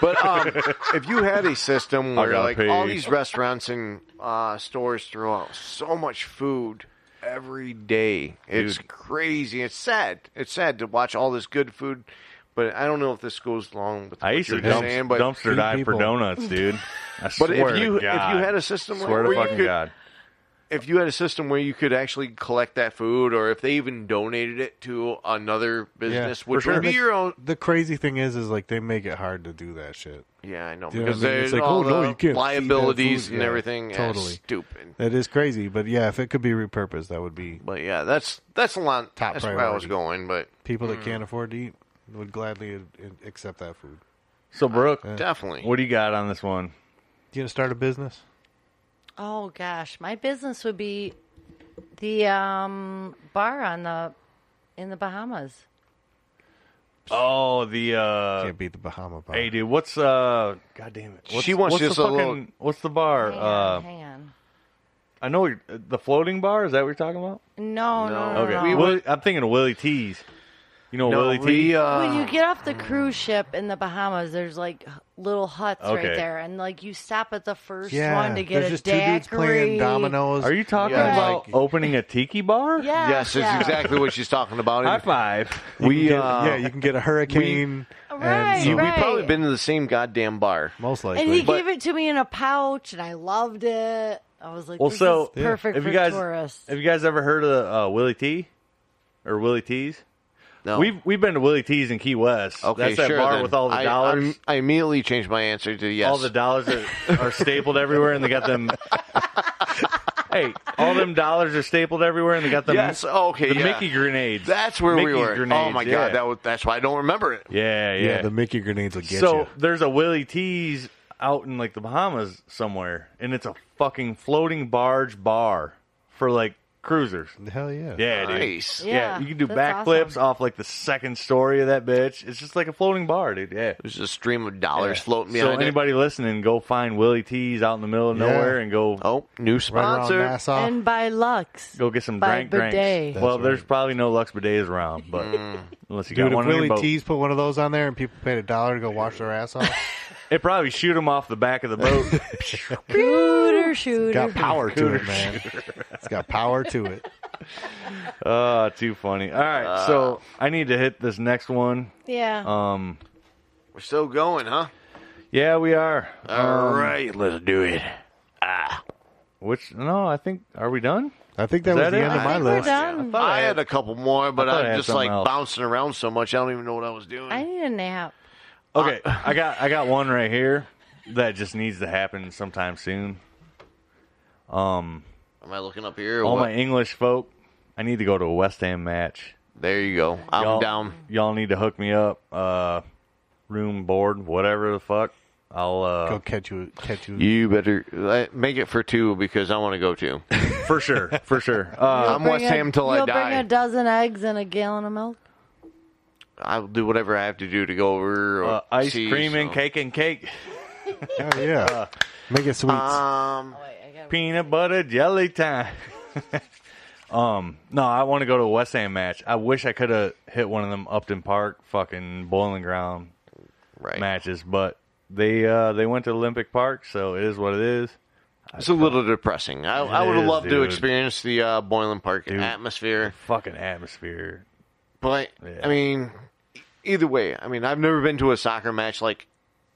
Speaker 6: but um, if you had a system where
Speaker 2: gotta
Speaker 6: like all
Speaker 2: pee.
Speaker 6: these restaurants and uh, stores throw out so much food every day, it's crazy. It's sad. It's sad to watch all this good food. But I don't know if this goes along with
Speaker 2: I
Speaker 6: what
Speaker 2: used to
Speaker 6: you're
Speaker 2: dump,
Speaker 6: saying, but
Speaker 2: dumpster
Speaker 3: feed
Speaker 2: dive for
Speaker 3: people.
Speaker 2: donuts, dude. I
Speaker 6: But
Speaker 2: swear
Speaker 6: if
Speaker 2: to
Speaker 6: you if you
Speaker 2: God.
Speaker 6: had a system
Speaker 2: swear
Speaker 6: where
Speaker 2: to
Speaker 6: you
Speaker 2: fucking
Speaker 6: could,
Speaker 2: God,
Speaker 6: if you had a system where you could actually collect that food, or if they even donated it to another business, which would be your own.
Speaker 3: The crazy thing is, is like they make it hard to do that shit.
Speaker 6: Yeah, I know
Speaker 3: Do you know
Speaker 6: because
Speaker 3: what I mean? It's
Speaker 6: there's
Speaker 3: like,
Speaker 6: all
Speaker 3: oh, no, you
Speaker 6: the
Speaker 3: can't feed that
Speaker 6: liabilities
Speaker 3: food.
Speaker 6: and
Speaker 3: Yeah,
Speaker 6: everything. Yeah,
Speaker 3: totally.
Speaker 6: stupid.
Speaker 3: That is crazy, but yeah, if it could be repurposed, that would be
Speaker 6: But yeah, that's that's a lot.
Speaker 3: Top
Speaker 6: that's where I
Speaker 3: priority.
Speaker 6: was going, but
Speaker 3: people
Speaker 6: Mm.
Speaker 3: that can't afford to eat would gladly uh, accept that food.
Speaker 2: So Brooke,
Speaker 6: definitely.
Speaker 2: what do you got on this one?
Speaker 3: You gonna start a business?
Speaker 7: Oh gosh, my business would be the um, bar on the in the Bahamas.
Speaker 2: Oh, the uh,
Speaker 3: Can't beat the Bahama bar.
Speaker 2: hey dude, what's uh, god damn it, what's,
Speaker 6: She wants
Speaker 2: what's
Speaker 6: just a
Speaker 2: the
Speaker 6: little-
Speaker 2: what's the bar?
Speaker 7: Hang on,
Speaker 2: Uh,
Speaker 7: hang on.
Speaker 2: I know you're- the floating bar. Is that what you're talking about?
Speaker 7: No, no, no.
Speaker 6: No.
Speaker 2: Okay,
Speaker 7: no.
Speaker 6: We
Speaker 2: Willie- I'm thinking of Willie T's. You know
Speaker 6: No,
Speaker 2: Willie
Speaker 6: we,
Speaker 2: T.
Speaker 6: uh,
Speaker 7: when you get off the cruise ship in the Bahamas, there's like h- little huts
Speaker 2: Okay.
Speaker 7: right there, and like you stop at the first
Speaker 3: yeah,
Speaker 7: one to get
Speaker 3: there's
Speaker 7: a
Speaker 3: just two
Speaker 7: daiquiri.
Speaker 3: dudes playing dominoes.
Speaker 2: Are you talking
Speaker 6: Yeah.
Speaker 2: about Oh,
Speaker 3: Like-
Speaker 2: opening a tiki bar?
Speaker 7: Yeah,
Speaker 6: yes,
Speaker 7: yeah.
Speaker 6: is exactly what she's talking about.
Speaker 2: High
Speaker 6: And
Speaker 2: five.
Speaker 3: You
Speaker 6: we
Speaker 3: can get-
Speaker 6: uh,
Speaker 3: yeah, you can get a hurricane. and
Speaker 7: Right,
Speaker 3: some-
Speaker 7: right.
Speaker 6: we've probably been to the same goddamn bar.
Speaker 3: Most likely.
Speaker 7: And he
Speaker 6: But-
Speaker 7: gave it to me in a pouch, and I loved it. I was like,
Speaker 2: Well,
Speaker 7: this
Speaker 2: so
Speaker 7: is perfect
Speaker 2: if
Speaker 7: for
Speaker 2: you guys
Speaker 7: tourists.
Speaker 2: have you guys ever heard of uh, Willie T or Willie T's?
Speaker 6: No.
Speaker 2: We've we've been to Willie T's in Key West.
Speaker 6: Okay,
Speaker 2: That's that
Speaker 6: sure.
Speaker 2: bar
Speaker 6: then.
Speaker 2: with all the
Speaker 6: I-
Speaker 2: dollars.
Speaker 6: I'm- I, immediately changed my answer to yes.
Speaker 2: All the dollars that are stapled everywhere, and they got them. hey, all them dollars are stapled everywhere, and they got them.
Speaker 6: Yes, okay,
Speaker 2: the
Speaker 6: yeah.
Speaker 2: Mickey grenades.
Speaker 6: That's where we
Speaker 2: Mickey's
Speaker 6: were. oh
Speaker 2: grenades,
Speaker 6: my
Speaker 2: yeah.
Speaker 6: god, that was, that's why I don't remember it.
Speaker 2: yeah, yeah.
Speaker 3: yeah, the Mickey grenades will get
Speaker 2: so
Speaker 3: you.
Speaker 2: there's a Willie T's out in like the Bahamas somewhere, and it's a fucking floating barge bar for like cruisers.
Speaker 3: Hell yeah.
Speaker 2: Yeah, dude.
Speaker 6: Nice.
Speaker 7: Yeah.
Speaker 2: Yeah, you can do
Speaker 7: that's
Speaker 2: backflips
Speaker 7: awesome.
Speaker 2: off like the second story of that bitch. It's just like a floating bar, dude. Yeah.
Speaker 6: There's a stream of dollars floating
Speaker 2: so
Speaker 6: behind it.
Speaker 2: anybody listening, go find Willie T's out in the middle of
Speaker 3: Yeah.
Speaker 2: nowhere and go
Speaker 6: Oh, new
Speaker 3: Right around
Speaker 6: sponsor.
Speaker 3: Nassau.
Speaker 6: Ah.
Speaker 7: and by Lux.
Speaker 2: go get some
Speaker 7: By
Speaker 2: drank
Speaker 7: bidet.
Speaker 2: drinks.
Speaker 7: That's
Speaker 2: Well, there's probably no Lux bidets around, but
Speaker 6: Mm.
Speaker 2: unless you
Speaker 3: Dude,
Speaker 2: got
Speaker 3: if
Speaker 2: one in your
Speaker 3: Willie
Speaker 2: boat,
Speaker 3: T's put one of those on there and people paid a dollar to go wash their ass off,
Speaker 2: it probably shoot them off the back of the boat.
Speaker 7: Shooter,
Speaker 3: it's
Speaker 7: shooter.
Speaker 3: got power to it, man. It's got power to it.
Speaker 2: Ah, too funny. All right, so
Speaker 6: Ah.
Speaker 2: I need to hit this next one.
Speaker 7: Yeah.
Speaker 2: Um,
Speaker 6: We're still going, huh?
Speaker 2: yeah, we are.
Speaker 6: All
Speaker 2: Um,
Speaker 6: right, let's do it. Ah.
Speaker 2: Which no, I think are we done?
Speaker 3: I think that
Speaker 2: Is
Speaker 3: was
Speaker 2: that
Speaker 3: the
Speaker 2: it?
Speaker 3: end of
Speaker 2: I
Speaker 3: my
Speaker 7: think we're
Speaker 3: list.
Speaker 7: done.
Speaker 2: I
Speaker 6: I
Speaker 2: had-
Speaker 6: had a couple more, but
Speaker 2: I thought I had
Speaker 6: I'm just like
Speaker 2: something else.
Speaker 6: bouncing around so much. I don't even know what I was doing.
Speaker 7: I need a nap.
Speaker 2: Okay, I got I got one right here that just needs to happen sometime soon.
Speaker 6: Am I looking up here? Or
Speaker 2: All
Speaker 6: what?
Speaker 2: my English folk, I need to go to a West Ham match.
Speaker 6: There you go. I'm
Speaker 2: y'all,
Speaker 6: down.
Speaker 2: Y'all need to hook me up. Uh, room, board, whatever the fuck. I'll
Speaker 3: Go
Speaker 2: uh,
Speaker 3: catch you, catch you.
Speaker 6: You better uh, make it for two because I want to go too.
Speaker 2: for sure, for sure. Uh,
Speaker 6: I'm West
Speaker 7: Bring a-
Speaker 6: Ham till I
Speaker 7: you'll Bring
Speaker 6: die.
Speaker 7: a dozen eggs and a gallon of milk.
Speaker 6: I'll do whatever I have to do to go over. Or
Speaker 2: uh, ice
Speaker 6: see,
Speaker 2: cream
Speaker 6: so.
Speaker 2: and cake and cake,
Speaker 3: Hell
Speaker 2: Uh,
Speaker 3: yeah. Make it sweets.
Speaker 6: Um,
Speaker 2: peanut butter jelly time. um, no, I want to go to a West Ham match. I wish I could have hit one of them Upton Park, fucking Bowling Ground
Speaker 6: right.
Speaker 2: matches, but they uh, they went to Olympic Park, so it is what it is.
Speaker 6: It's a little depressing. I, I
Speaker 2: uh, It
Speaker 6: would have
Speaker 2: is,
Speaker 6: loved to
Speaker 2: dude.
Speaker 6: experience the uh, Boylan Park
Speaker 2: Dude.
Speaker 6: atmosphere,
Speaker 2: Fucking atmosphere.
Speaker 6: but
Speaker 2: Yeah.
Speaker 6: I mean, e-, either way, I mean, I've never been to a soccer match like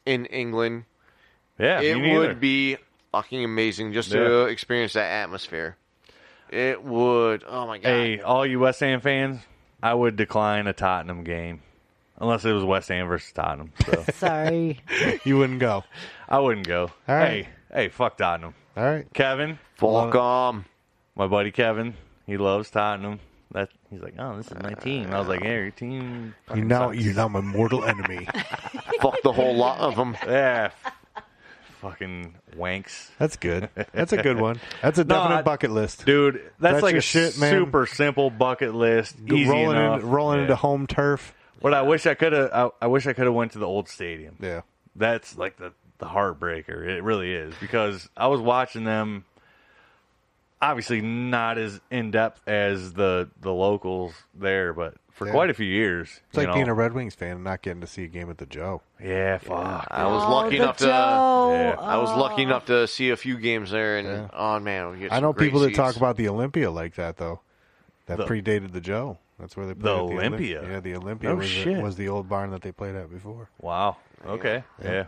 Speaker 6: in England.
Speaker 2: Yeah, me
Speaker 6: it
Speaker 2: neither.
Speaker 6: would be fucking amazing just
Speaker 2: Yeah.
Speaker 6: to experience that atmosphere. It would. Oh my god.
Speaker 2: Hey, all you West Ham fans, I would decline a Tottenham game unless it was West Ham versus Tottenham. So
Speaker 7: Sorry.
Speaker 3: you wouldn't go.
Speaker 2: I wouldn't go.
Speaker 3: right.
Speaker 2: Hey, hey, fuck Tottenham.
Speaker 3: All right.
Speaker 2: Kevin, uh,
Speaker 6: Volcom.
Speaker 2: my buddy Kevin, he loves Tottenham. That he's like, oh, this is my team. I was like, yeah, your team.
Speaker 3: You
Speaker 2: fucking
Speaker 3: now,
Speaker 2: sucks."
Speaker 3: you're now my mortal enemy.
Speaker 6: Fuck the whole lot of them.
Speaker 2: yeah, fucking wanks,
Speaker 3: That's good. That's a good one. That's a
Speaker 2: No,
Speaker 3: definite
Speaker 2: I-
Speaker 3: bucket list.
Speaker 2: dude. That's,
Speaker 3: That's
Speaker 2: like
Speaker 3: your
Speaker 2: a
Speaker 3: shit, man.
Speaker 2: super simple bucket list.
Speaker 3: Go
Speaker 2: Easy
Speaker 3: rolling
Speaker 2: enough.
Speaker 3: in, rolling
Speaker 2: Yeah.
Speaker 3: into home turf.
Speaker 2: But I wish I could have. I, I wish I could have went to the old stadium.
Speaker 3: Yeah.
Speaker 2: that's like the the heartbreaker. It really is because I was watching them. Obviously, not as in depth as the the locals there, but for
Speaker 3: Yeah.
Speaker 2: quite a few years,
Speaker 3: It's like
Speaker 2: you know.
Speaker 3: being a Red Wings fan and not getting to see a game at the Joe.
Speaker 2: yeah, fuck.
Speaker 6: I was
Speaker 7: Oh,
Speaker 6: lucky
Speaker 7: the
Speaker 6: enough to. uh,
Speaker 7: dough. Oh,
Speaker 2: Yeah.
Speaker 6: I was lucky enough to see a few games there, and oh man, we get
Speaker 3: I
Speaker 6: some
Speaker 3: know
Speaker 6: great
Speaker 3: people that talk
Speaker 6: seats.
Speaker 3: about the Olympia like that though. That
Speaker 2: The-
Speaker 3: predated the Joe. That's where they played
Speaker 2: The
Speaker 3: at Olymp-
Speaker 2: Olympia?
Speaker 3: yeah, the Olympia
Speaker 2: No
Speaker 3: was, the-
Speaker 2: shit.
Speaker 3: was the old barn that they played at before,
Speaker 2: Wow. Okay. Yeah.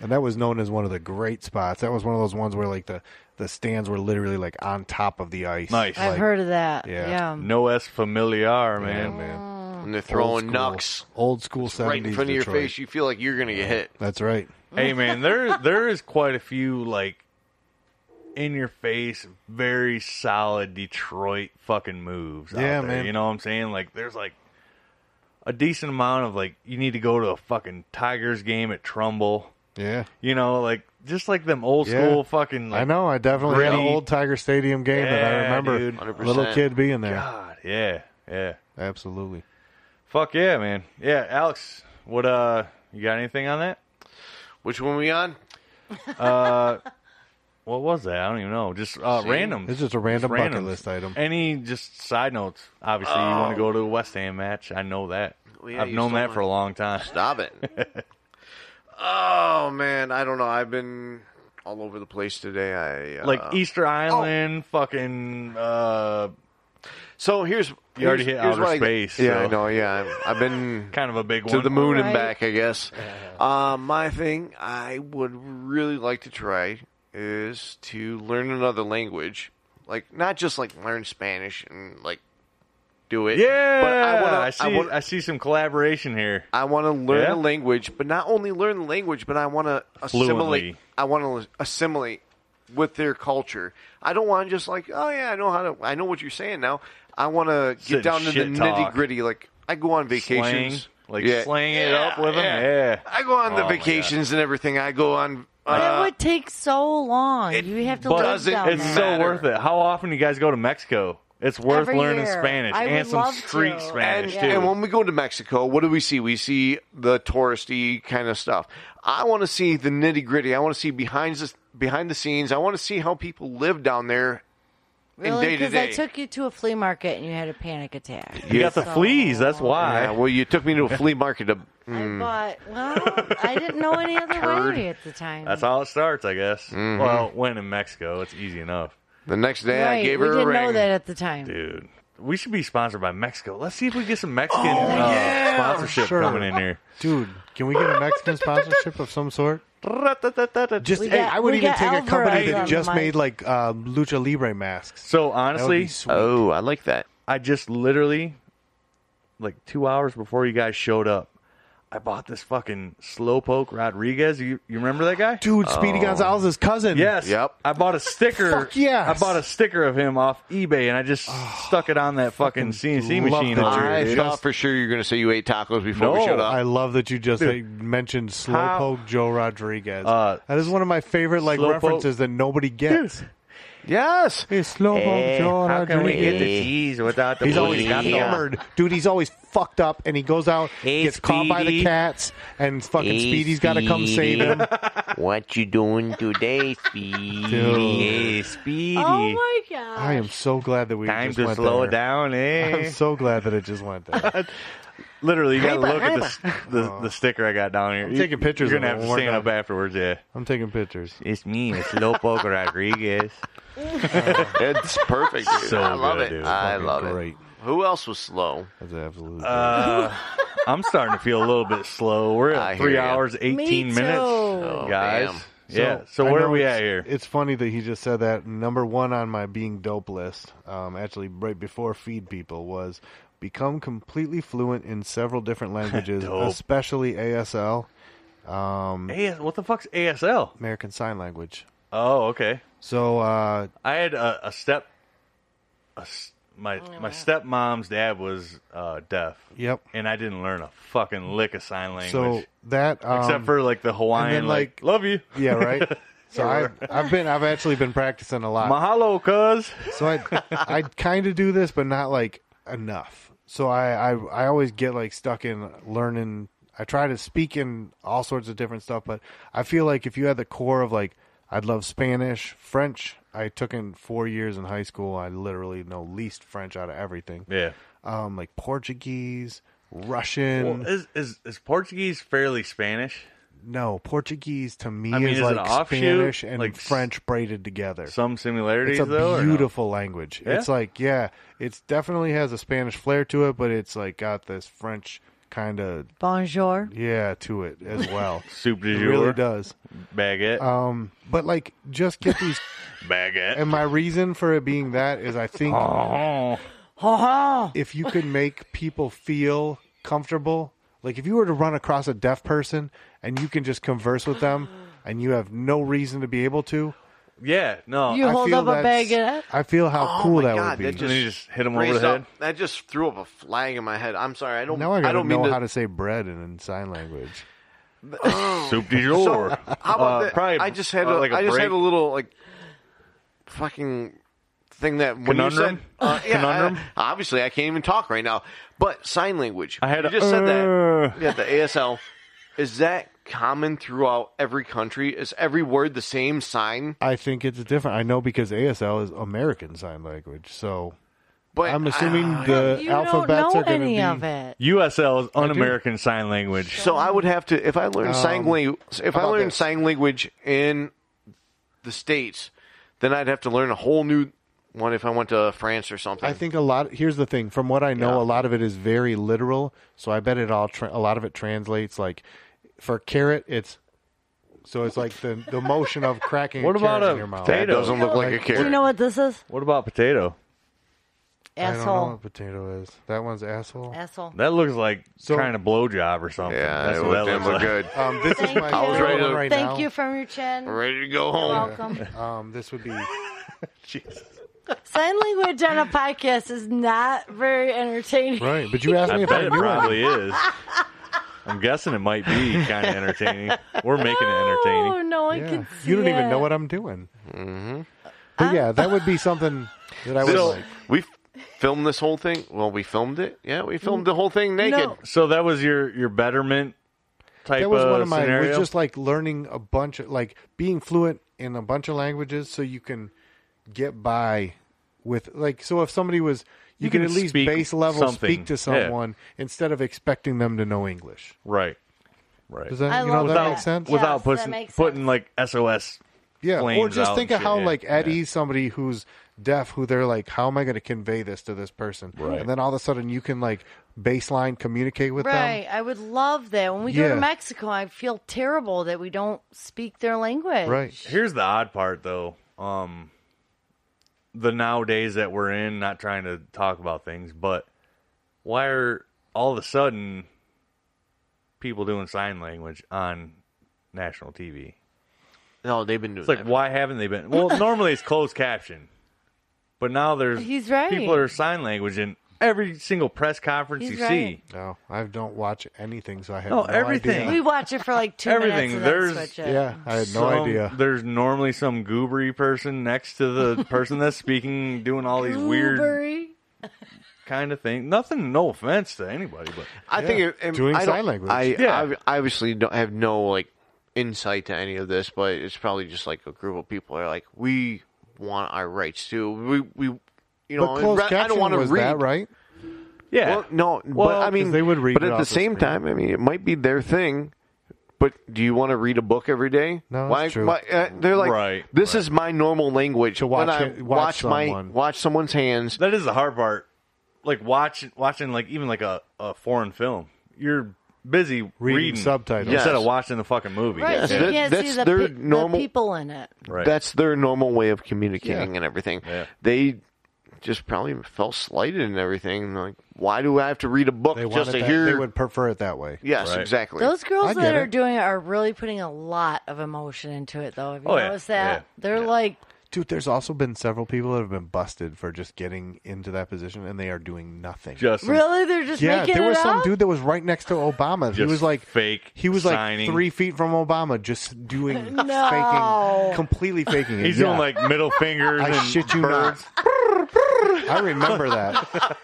Speaker 3: and that was known as one of the great spots. That was one of those ones where like the the stands were literally like on top of the ice.
Speaker 2: Nice.
Speaker 7: I've
Speaker 3: Like,
Speaker 7: heard of that.
Speaker 3: yeah.
Speaker 7: Yeah.
Speaker 2: No S familiar,
Speaker 3: yeah,
Speaker 2: man.
Speaker 3: man.
Speaker 6: And they're
Speaker 3: Old
Speaker 6: throwing
Speaker 3: school-
Speaker 6: knucks
Speaker 3: Old school
Speaker 6: right in
Speaker 3: 70s
Speaker 6: front of your
Speaker 3: Detroit.
Speaker 6: face. You feel like you're going to get hit.
Speaker 3: That's right.
Speaker 2: hey, man, there there is quite a few like in your face, very solid Detroit fucking moves. out
Speaker 3: Yeah,
Speaker 2: there,
Speaker 3: man.
Speaker 2: You know what I'm saying? Like, there's like a decent amount of like you need to go to a fucking Tigers game at Trumbull.
Speaker 3: Yeah.
Speaker 2: You know, like just like them old
Speaker 3: Yeah.
Speaker 2: school fucking. Like,
Speaker 3: I know. I definitely had an
Speaker 2: gritty-
Speaker 3: old Tiger Stadium game that I
Speaker 2: Yeah,
Speaker 3: remember.
Speaker 2: dude.
Speaker 3: Little
Speaker 6: 100%.
Speaker 3: kid being there.
Speaker 2: God, yeah, yeah.
Speaker 3: Absolutely.
Speaker 2: Fuck yeah, man. Yeah, Alex, what uh, you got anything on that?
Speaker 6: Which one we on?
Speaker 2: What was that? I don't even know. Just uh, random.
Speaker 3: It's just a random bucket list item.
Speaker 2: Any just side notes? Obviously, you want
Speaker 6: Oh.
Speaker 2: to go to a West Ham match. I know that.
Speaker 6: Well, yeah,
Speaker 2: I've
Speaker 6: you
Speaker 2: known
Speaker 6: stole
Speaker 2: that
Speaker 6: my-
Speaker 2: for a long time.
Speaker 6: Stop it. oh man, I don't know. I've been all over the place today. I uh,
Speaker 2: Like Easter Island, fucking. Uh,
Speaker 6: So here's
Speaker 2: You already
Speaker 6: here's-
Speaker 2: hit
Speaker 6: here's
Speaker 2: outer
Speaker 6: what I-
Speaker 2: space,
Speaker 6: yeah,
Speaker 2: so.
Speaker 6: I know. Yeah, I've been
Speaker 2: Kind of a big
Speaker 6: to
Speaker 2: one.
Speaker 6: the moon
Speaker 7: Right.
Speaker 6: and back, I guess. Uh, my thing I would really like to try is to learn another language, like not just like learn Spanish and like do it.
Speaker 2: Yeah,
Speaker 6: but I want to.
Speaker 2: I see. I,
Speaker 6: wanna,
Speaker 2: see some collaboration here.
Speaker 6: I want to learn a
Speaker 2: Yeah.
Speaker 6: language, but not only learn the language, but I want to assimilate.
Speaker 2: Fluently.
Speaker 6: I want to assimilate with their culture. I don't want to just like, oh yeah, I know how to. I know what you're saying now. I want to
Speaker 2: Sit
Speaker 6: get
Speaker 2: and
Speaker 6: down to the
Speaker 2: shit talk.
Speaker 6: nitty gritty. Like I go on vacations,
Speaker 2: Slang, like
Speaker 6: Yeah.
Speaker 2: slang it up with them. Yeah.
Speaker 6: I go on
Speaker 2: Oh,
Speaker 6: the
Speaker 2: my God.
Speaker 6: vacations and everything. I go on.
Speaker 7: But
Speaker 6: Uh,
Speaker 7: it would take so long.
Speaker 6: it
Speaker 7: you have to
Speaker 2: but
Speaker 7: live
Speaker 6: doesn't-
Speaker 7: down
Speaker 2: It's
Speaker 7: there.
Speaker 2: so
Speaker 6: matter.
Speaker 2: worth it. How often you guys go to Mexico? It's worth
Speaker 7: Every
Speaker 2: learning
Speaker 7: year.
Speaker 2: Spanish
Speaker 7: I
Speaker 2: and
Speaker 7: would
Speaker 2: some
Speaker 7: love
Speaker 2: street
Speaker 7: to.
Speaker 2: Spanish
Speaker 7: And-
Speaker 2: too.
Speaker 6: And when we go to Mexico, what do we see? We see the touristy kind of stuff. I want to see the nitty gritty. I want to see behind the behind the scenes. I want to see how people live down there in
Speaker 7: Really?
Speaker 6: day to
Speaker 7: 'Cause
Speaker 6: day.
Speaker 7: I took you to a flea market and you had a panic attack.
Speaker 2: you got the
Speaker 7: So-
Speaker 2: fleas. That's why.
Speaker 6: Yeah, well, you took me to a flea market. To,
Speaker 7: I bought. Well, I didn't know any other
Speaker 6: Turd.
Speaker 7: way at the time.
Speaker 2: That's how it starts, I guess.
Speaker 3: Mm-hmm.
Speaker 2: Well, when in Mexico, it's easy enough,
Speaker 6: the next day,
Speaker 7: right.
Speaker 6: I gave
Speaker 7: we
Speaker 6: her a
Speaker 7: didn't
Speaker 6: ring.
Speaker 7: know that at the time.
Speaker 2: dude. We should be sponsored by Mexico. Let's see if we get some Mexican uh,
Speaker 6: yeah,
Speaker 2: sponsorship
Speaker 3: Oh, sure.
Speaker 2: coming in here.
Speaker 3: Dude, can we get a Mexican sponsorship of some sort? Just
Speaker 7: We
Speaker 3: hey,
Speaker 7: got-
Speaker 3: I would
Speaker 7: we
Speaker 3: even
Speaker 7: got
Speaker 3: take a company
Speaker 7: Alvarez
Speaker 3: that
Speaker 7: on
Speaker 3: just
Speaker 7: the mic.
Speaker 3: made like uh, lucha libre masks.
Speaker 2: So
Speaker 3: That would be
Speaker 2: honestly,
Speaker 3: sweet.
Speaker 6: Oh, I like that.
Speaker 2: I just literally, like two hours before you guys showed up, I bought this fucking slowpoke Rodriguez. You you remember that guy?
Speaker 3: dude, Speedy Gonzalez's cousin.
Speaker 2: Yes.
Speaker 6: Yep.
Speaker 2: I bought a sticker.
Speaker 3: Fuck yes. Oh,
Speaker 2: I bought a sticker of him off eBay, and I just stuck it on that fucking CNC
Speaker 3: love
Speaker 2: machine.
Speaker 3: that
Speaker 2: over
Speaker 3: you're
Speaker 2: here,
Speaker 6: I
Speaker 2: dude.
Speaker 6: thought for sure you were going to say you ate tacos before we
Speaker 2: No,
Speaker 6: showed up.
Speaker 3: I love that you just
Speaker 2: Dude.
Speaker 3: uh, mentioned
Speaker 2: How-
Speaker 3: Slowpoke Joe Rodriguez.
Speaker 2: Uh,
Speaker 3: that is one of my favorite like
Speaker 2: Slowpoke-
Speaker 3: references that nobody gets.
Speaker 6: yes.
Speaker 3: Hey, Slowpoke
Speaker 7: Eh,
Speaker 3: Joe Rodriguez.
Speaker 2: cheese without the
Speaker 3: He's always hammered, dude. He's always fucked up, and he goes out,
Speaker 8: Hey,
Speaker 3: gets caught by the
Speaker 8: Speedy.
Speaker 3: cats, and fucking
Speaker 8: Hey,
Speaker 3: Speedy's got to come save him.
Speaker 8: What you doing today, Speedy?
Speaker 3: Dude.
Speaker 8: Speedy.
Speaker 7: Oh my god!
Speaker 3: I am so glad that we
Speaker 2: Time
Speaker 3: just
Speaker 2: to
Speaker 3: went
Speaker 2: slow
Speaker 3: there.
Speaker 2: down, eh?
Speaker 3: I'm so glad that it just went there.
Speaker 2: Literally, you gotta look at the, s- the the sticker I got down here. You-
Speaker 3: taking pictures
Speaker 2: You're
Speaker 3: of
Speaker 2: gonna
Speaker 3: it when
Speaker 2: have to
Speaker 3: we're
Speaker 2: stand
Speaker 3: done.
Speaker 2: up afterwards. Yeah,
Speaker 3: I'm taking pictures.
Speaker 2: it's me, it's Lopo Rodriguez.
Speaker 6: It's perfect. dude.
Speaker 2: So
Speaker 6: I love
Speaker 2: good,
Speaker 6: it.
Speaker 2: dude.
Speaker 6: I
Speaker 3: Fucking
Speaker 6: love
Speaker 3: great.
Speaker 6: it. Who else was slow?
Speaker 3: That's absolutely.
Speaker 2: Uh, I'm starting to feel a little bit slow. We're
Speaker 6: I
Speaker 2: at
Speaker 6: hear
Speaker 2: three
Speaker 6: ya.
Speaker 2: hours, eighteen
Speaker 7: Me
Speaker 2: minutes,
Speaker 8: Oh,
Speaker 2: Oh.
Speaker 7: too.
Speaker 2: guys.
Speaker 6: damn.
Speaker 2: Yeah. So
Speaker 3: I
Speaker 2: where
Speaker 3: know
Speaker 2: are we
Speaker 3: it's-
Speaker 2: at here?
Speaker 3: It's funny that he just said that. Number one on my being dope list, um, actually right before Feed People, was become completely fluent in several different languages,
Speaker 2: Dope.
Speaker 3: especially ASL,
Speaker 2: AS, what the fuck's ASL?
Speaker 3: American Sign Language.
Speaker 2: Oh, okay.
Speaker 3: So, uh,
Speaker 2: I had a, a step. A, s- my
Speaker 6: Oh,
Speaker 2: my stepmom's dad was uh, deaf.
Speaker 3: Yep.
Speaker 2: And I didn't learn a fucking lick of sign language.
Speaker 3: so that um,
Speaker 2: except for like the Hawaiian,
Speaker 3: and then,
Speaker 2: like,
Speaker 3: like-
Speaker 2: love you,
Speaker 3: yeah, right. So I, I've been, I've actually been practicing a lot.
Speaker 2: mahalo, cuz.
Speaker 3: So I I kind of do this, but not like enough. So I, I I always get like stuck in learning. I try to speak in all sorts of different stuff, but I feel like if you had the core of like I'd love Spanish, French. I took in four years in high school. I literally know least French out of everything.
Speaker 2: Yeah.
Speaker 3: Um, like Portuguese, Russian.
Speaker 2: Well, is, is is Portuguese fairly Spanish?
Speaker 3: no, Portuguese to me
Speaker 2: I mean,
Speaker 3: is,
Speaker 2: is it
Speaker 3: like
Speaker 2: an offshoot?
Speaker 3: Spanish and
Speaker 2: Like s-
Speaker 3: French braided together.
Speaker 2: Some similarities
Speaker 3: it's a
Speaker 2: though. or no?
Speaker 3: beautiful language.
Speaker 2: Yeah?
Speaker 3: It's like yeah, it's definitely has a Spanish flair to it, but it's like got this French kind of
Speaker 7: Bonjour.
Speaker 3: yeah to it as well.
Speaker 2: Soup
Speaker 3: it
Speaker 2: du jour.
Speaker 3: really does.
Speaker 2: Baguette.
Speaker 3: Um, but like, just get these.
Speaker 2: baguette.
Speaker 3: and my reason for it being that is I think
Speaker 2: Oh,
Speaker 3: if you could make people feel comfortable, like if you were to run across a deaf person and you can just converse with them and you have no reason to be able to,
Speaker 2: yeah. No.
Speaker 7: You
Speaker 3: I
Speaker 7: hold
Speaker 3: feel
Speaker 7: up a
Speaker 3: that's-
Speaker 7: baguette.
Speaker 3: I feel how
Speaker 6: Oh
Speaker 3: cool
Speaker 6: my
Speaker 3: that
Speaker 6: God,
Speaker 3: would be.
Speaker 6: that
Speaker 2: and then you just hit him over
Speaker 6: Raised
Speaker 2: the head.
Speaker 6: up. That just threw up a flag in my head. I'm sorry. I don't.
Speaker 3: now I
Speaker 6: I
Speaker 3: gotta
Speaker 6: don't
Speaker 3: know
Speaker 6: mean to.
Speaker 3: how to say bread in, in sign language.
Speaker 2: Soup du jour.
Speaker 6: How about
Speaker 2: Uh,
Speaker 6: that?
Speaker 2: probably,
Speaker 6: I just had
Speaker 2: uh,
Speaker 6: a,
Speaker 2: like a
Speaker 6: I just had
Speaker 2: break.
Speaker 6: a little like fucking thing that when
Speaker 2: Conundrum?
Speaker 6: you said uh, yeah,
Speaker 2: Conundrum?
Speaker 6: I- obviously I can't even talk right now. But sign language.
Speaker 2: I had
Speaker 6: you
Speaker 2: a,
Speaker 6: just said
Speaker 2: uh.
Speaker 6: that. Yeah, the ASL. Is that common throughout every country? Is every word the same sign?
Speaker 3: I think it's different. I know because ASL is American Sign Language, so
Speaker 6: But
Speaker 3: I'm
Speaker 6: I-
Speaker 3: assuming the
Speaker 7: you don't
Speaker 3: alphabets
Speaker 7: know
Speaker 3: are going to
Speaker 7: any
Speaker 3: be.
Speaker 7: of it.
Speaker 2: USL is un-American sign language.
Speaker 6: So I would have to if I
Speaker 2: Um,
Speaker 6: learned sign language if I
Speaker 3: about
Speaker 6: learned
Speaker 3: this?
Speaker 6: sign language in the states, then I'd have to learn a whole new one if I went to France or something.
Speaker 3: I think a lot. Here's the thing: from what I know, a lot of it is very literal. So I bet it all. Tra- a lot of it translates like for carrot, it's so it's like the the motion of cracking.
Speaker 2: What
Speaker 3: a
Speaker 2: about
Speaker 3: carrot
Speaker 2: a
Speaker 3: in your mouth?
Speaker 6: that
Speaker 2: potato?
Speaker 6: doesn't look like a
Speaker 7: Do you
Speaker 6: carrot.
Speaker 7: know what this is?
Speaker 2: What about potato?
Speaker 3: I don't know
Speaker 7: Asshole.
Speaker 3: what potato is. That one's asshole.
Speaker 7: Asshole.
Speaker 2: That looks like
Speaker 3: So-
Speaker 2: trying to blowjob or something.
Speaker 6: Yeah,
Speaker 2: That's
Speaker 6: it
Speaker 2: what that
Speaker 6: didn't
Speaker 2: looks
Speaker 6: look
Speaker 2: like.
Speaker 6: good.
Speaker 3: Um, this is
Speaker 7: Thank
Speaker 3: my
Speaker 7: you. I was
Speaker 6: ready to-
Speaker 3: right
Speaker 7: Thank
Speaker 3: now.
Speaker 7: you from your chin.
Speaker 6: I'm ready to go home.
Speaker 7: Welcome.
Speaker 3: Um, this would be.
Speaker 7: Sign language on a podcast is not very entertaining.
Speaker 3: Right, but you asked me
Speaker 2: I
Speaker 3: if I
Speaker 2: bet it
Speaker 3: knew it.
Speaker 2: probably is. I'm guessing it might be kind of entertaining. We're making it
Speaker 7: Oh,
Speaker 2: entertaining.
Speaker 7: no one
Speaker 3: Yeah.
Speaker 7: can see
Speaker 3: You don't even
Speaker 7: it. Um,
Speaker 3: know what I'm doing. Mm-hmm. But yeah, that would be something that I would
Speaker 6: So
Speaker 3: like.
Speaker 6: we filmed this whole thing. Well, we filmed it. Yeah, we filmed the whole thing naked.
Speaker 7: No.
Speaker 2: So that was your your betterment type
Speaker 3: That was
Speaker 2: of
Speaker 3: one of my. it
Speaker 2: scenario.
Speaker 3: Was just like learning a bunch of like being fluent in a bunch of languages, so you can get by with like. So if somebody was, you,
Speaker 2: You
Speaker 3: could
Speaker 2: can
Speaker 3: at least
Speaker 2: speak
Speaker 3: base level
Speaker 2: something,
Speaker 3: speak
Speaker 2: yeah.
Speaker 3: to someone instead of expecting them to know English.
Speaker 2: right, right.
Speaker 3: Does that
Speaker 7: I
Speaker 3: you know
Speaker 7: love
Speaker 3: that,
Speaker 2: without
Speaker 3: make sense?
Speaker 7: Yeah.
Speaker 2: without
Speaker 7: Yes, that
Speaker 2: putting
Speaker 7: makes
Speaker 2: putting
Speaker 7: sense.
Speaker 2: like SOS.
Speaker 3: Yeah, or
Speaker 2: flames
Speaker 3: just
Speaker 2: out
Speaker 3: think
Speaker 2: and
Speaker 3: of
Speaker 2: shit,
Speaker 3: how
Speaker 2: yeah,
Speaker 3: like at
Speaker 2: yeah.
Speaker 3: ease somebody who's deaf who they're like, how am I going to convey this to this person?
Speaker 2: Right.
Speaker 3: And then all of a sudden you can like baseline communicate with
Speaker 7: Right.
Speaker 3: them.
Speaker 7: I would love that. When we go
Speaker 3: Yeah.
Speaker 7: to Mexico, I feel terrible that we don't speak their language.
Speaker 3: Right.
Speaker 2: Here's the odd part though. Um, the nowadays that we're in, not trying to talk about things, but why are all of a sudden people doing sign language on national TV?
Speaker 6: No, they've been doing
Speaker 2: It's like,
Speaker 6: that.
Speaker 2: why haven't they been? Well, normally it's closed caption, but now there's
Speaker 7: He's right.
Speaker 2: people are sign language in every single press conference
Speaker 7: He's
Speaker 2: you
Speaker 7: right.
Speaker 2: see.
Speaker 3: No, I don't watch anything, so I have
Speaker 2: No,
Speaker 3: no,
Speaker 2: everything.
Speaker 3: idea.
Speaker 7: We watch it for like two
Speaker 2: Everything.
Speaker 7: minutes. and then
Speaker 2: There's-
Speaker 7: switch it.
Speaker 3: Yeah, I had no
Speaker 2: Some-
Speaker 3: idea.
Speaker 2: There's normally some goobery person next to the person that's speaking, doing all these weird
Speaker 7: Blueberry.
Speaker 2: kind of things. Nothing, no offense to anybody, but
Speaker 6: I think it, and
Speaker 3: Doing
Speaker 6: I don't-
Speaker 3: sign language.
Speaker 6: I,
Speaker 2: Yeah.
Speaker 6: I obviously don't have no like insight to any of this, but it's probably just like a group of people are like, we want our rights too. We we you know,
Speaker 3: but
Speaker 6: and
Speaker 3: closed
Speaker 6: re- I
Speaker 3: caption
Speaker 6: don't want to
Speaker 3: was
Speaker 6: read.
Speaker 3: that, right?
Speaker 2: yeah,
Speaker 6: Well, no,
Speaker 2: Well,
Speaker 6: but I
Speaker 3: 'cause
Speaker 6: mean
Speaker 3: they would read
Speaker 6: But
Speaker 3: it
Speaker 6: at
Speaker 3: off
Speaker 6: the
Speaker 3: the
Speaker 6: same
Speaker 3: screen.
Speaker 6: time, I mean, it might be their thing. But do you want to read a book every day?
Speaker 3: No,
Speaker 6: Why-
Speaker 3: that's true.
Speaker 6: why- uh, they're like,
Speaker 2: Right,
Speaker 6: this
Speaker 2: right.
Speaker 6: is my normal language.
Speaker 3: To watch
Speaker 6: when I
Speaker 3: it- watch
Speaker 6: my
Speaker 3: someone.
Speaker 6: watch someone's hands.
Speaker 2: that is the hard part. Like watch, watching like even like a, a foreign film, you're busy reading,
Speaker 3: subtitles.
Speaker 2: instead
Speaker 6: Yes.
Speaker 2: of watching the fucking movie.
Speaker 7: Right.
Speaker 6: Yes,
Speaker 7: so
Speaker 6: that-
Speaker 7: you can't
Speaker 6: that's
Speaker 7: see the,
Speaker 6: their
Speaker 7: pe-
Speaker 6: normal-
Speaker 7: the people in it.
Speaker 2: Right.
Speaker 6: That's their normal way of communicating and everything.
Speaker 2: Yeah.
Speaker 6: They just probably felt slighted and everything. Like, why do I have to read a book
Speaker 3: They
Speaker 6: just
Speaker 3: wanted
Speaker 6: to
Speaker 3: that.
Speaker 6: hear?
Speaker 3: They would prefer it that way.
Speaker 6: Yes,
Speaker 2: Right.
Speaker 6: exactly.
Speaker 7: Those
Speaker 3: I
Speaker 7: girls
Speaker 3: get
Speaker 7: that are
Speaker 3: it.
Speaker 7: doing it are really putting a lot of emotion into it, though. Have you
Speaker 2: Oh, yeah.
Speaker 7: noticed that?
Speaker 2: Yeah.
Speaker 7: They're like,
Speaker 3: Dude, there's also been several people that have been busted for just getting into that position, and they are doing nothing.
Speaker 2: just
Speaker 7: really? They're just
Speaker 3: yeah,
Speaker 7: making
Speaker 3: there
Speaker 7: it
Speaker 3: was some
Speaker 7: up?
Speaker 3: dude that was right next to Obama. he
Speaker 2: Just
Speaker 3: was like
Speaker 2: fake
Speaker 3: He was
Speaker 2: signing.
Speaker 3: like three feet from Obama, just doing
Speaker 7: No.
Speaker 3: faking, completely faking it.
Speaker 2: He's
Speaker 3: Yeah.
Speaker 2: doing like middle fingers.
Speaker 3: I
Speaker 2: and
Speaker 3: shit you
Speaker 2: birds.
Speaker 3: not. I remember that.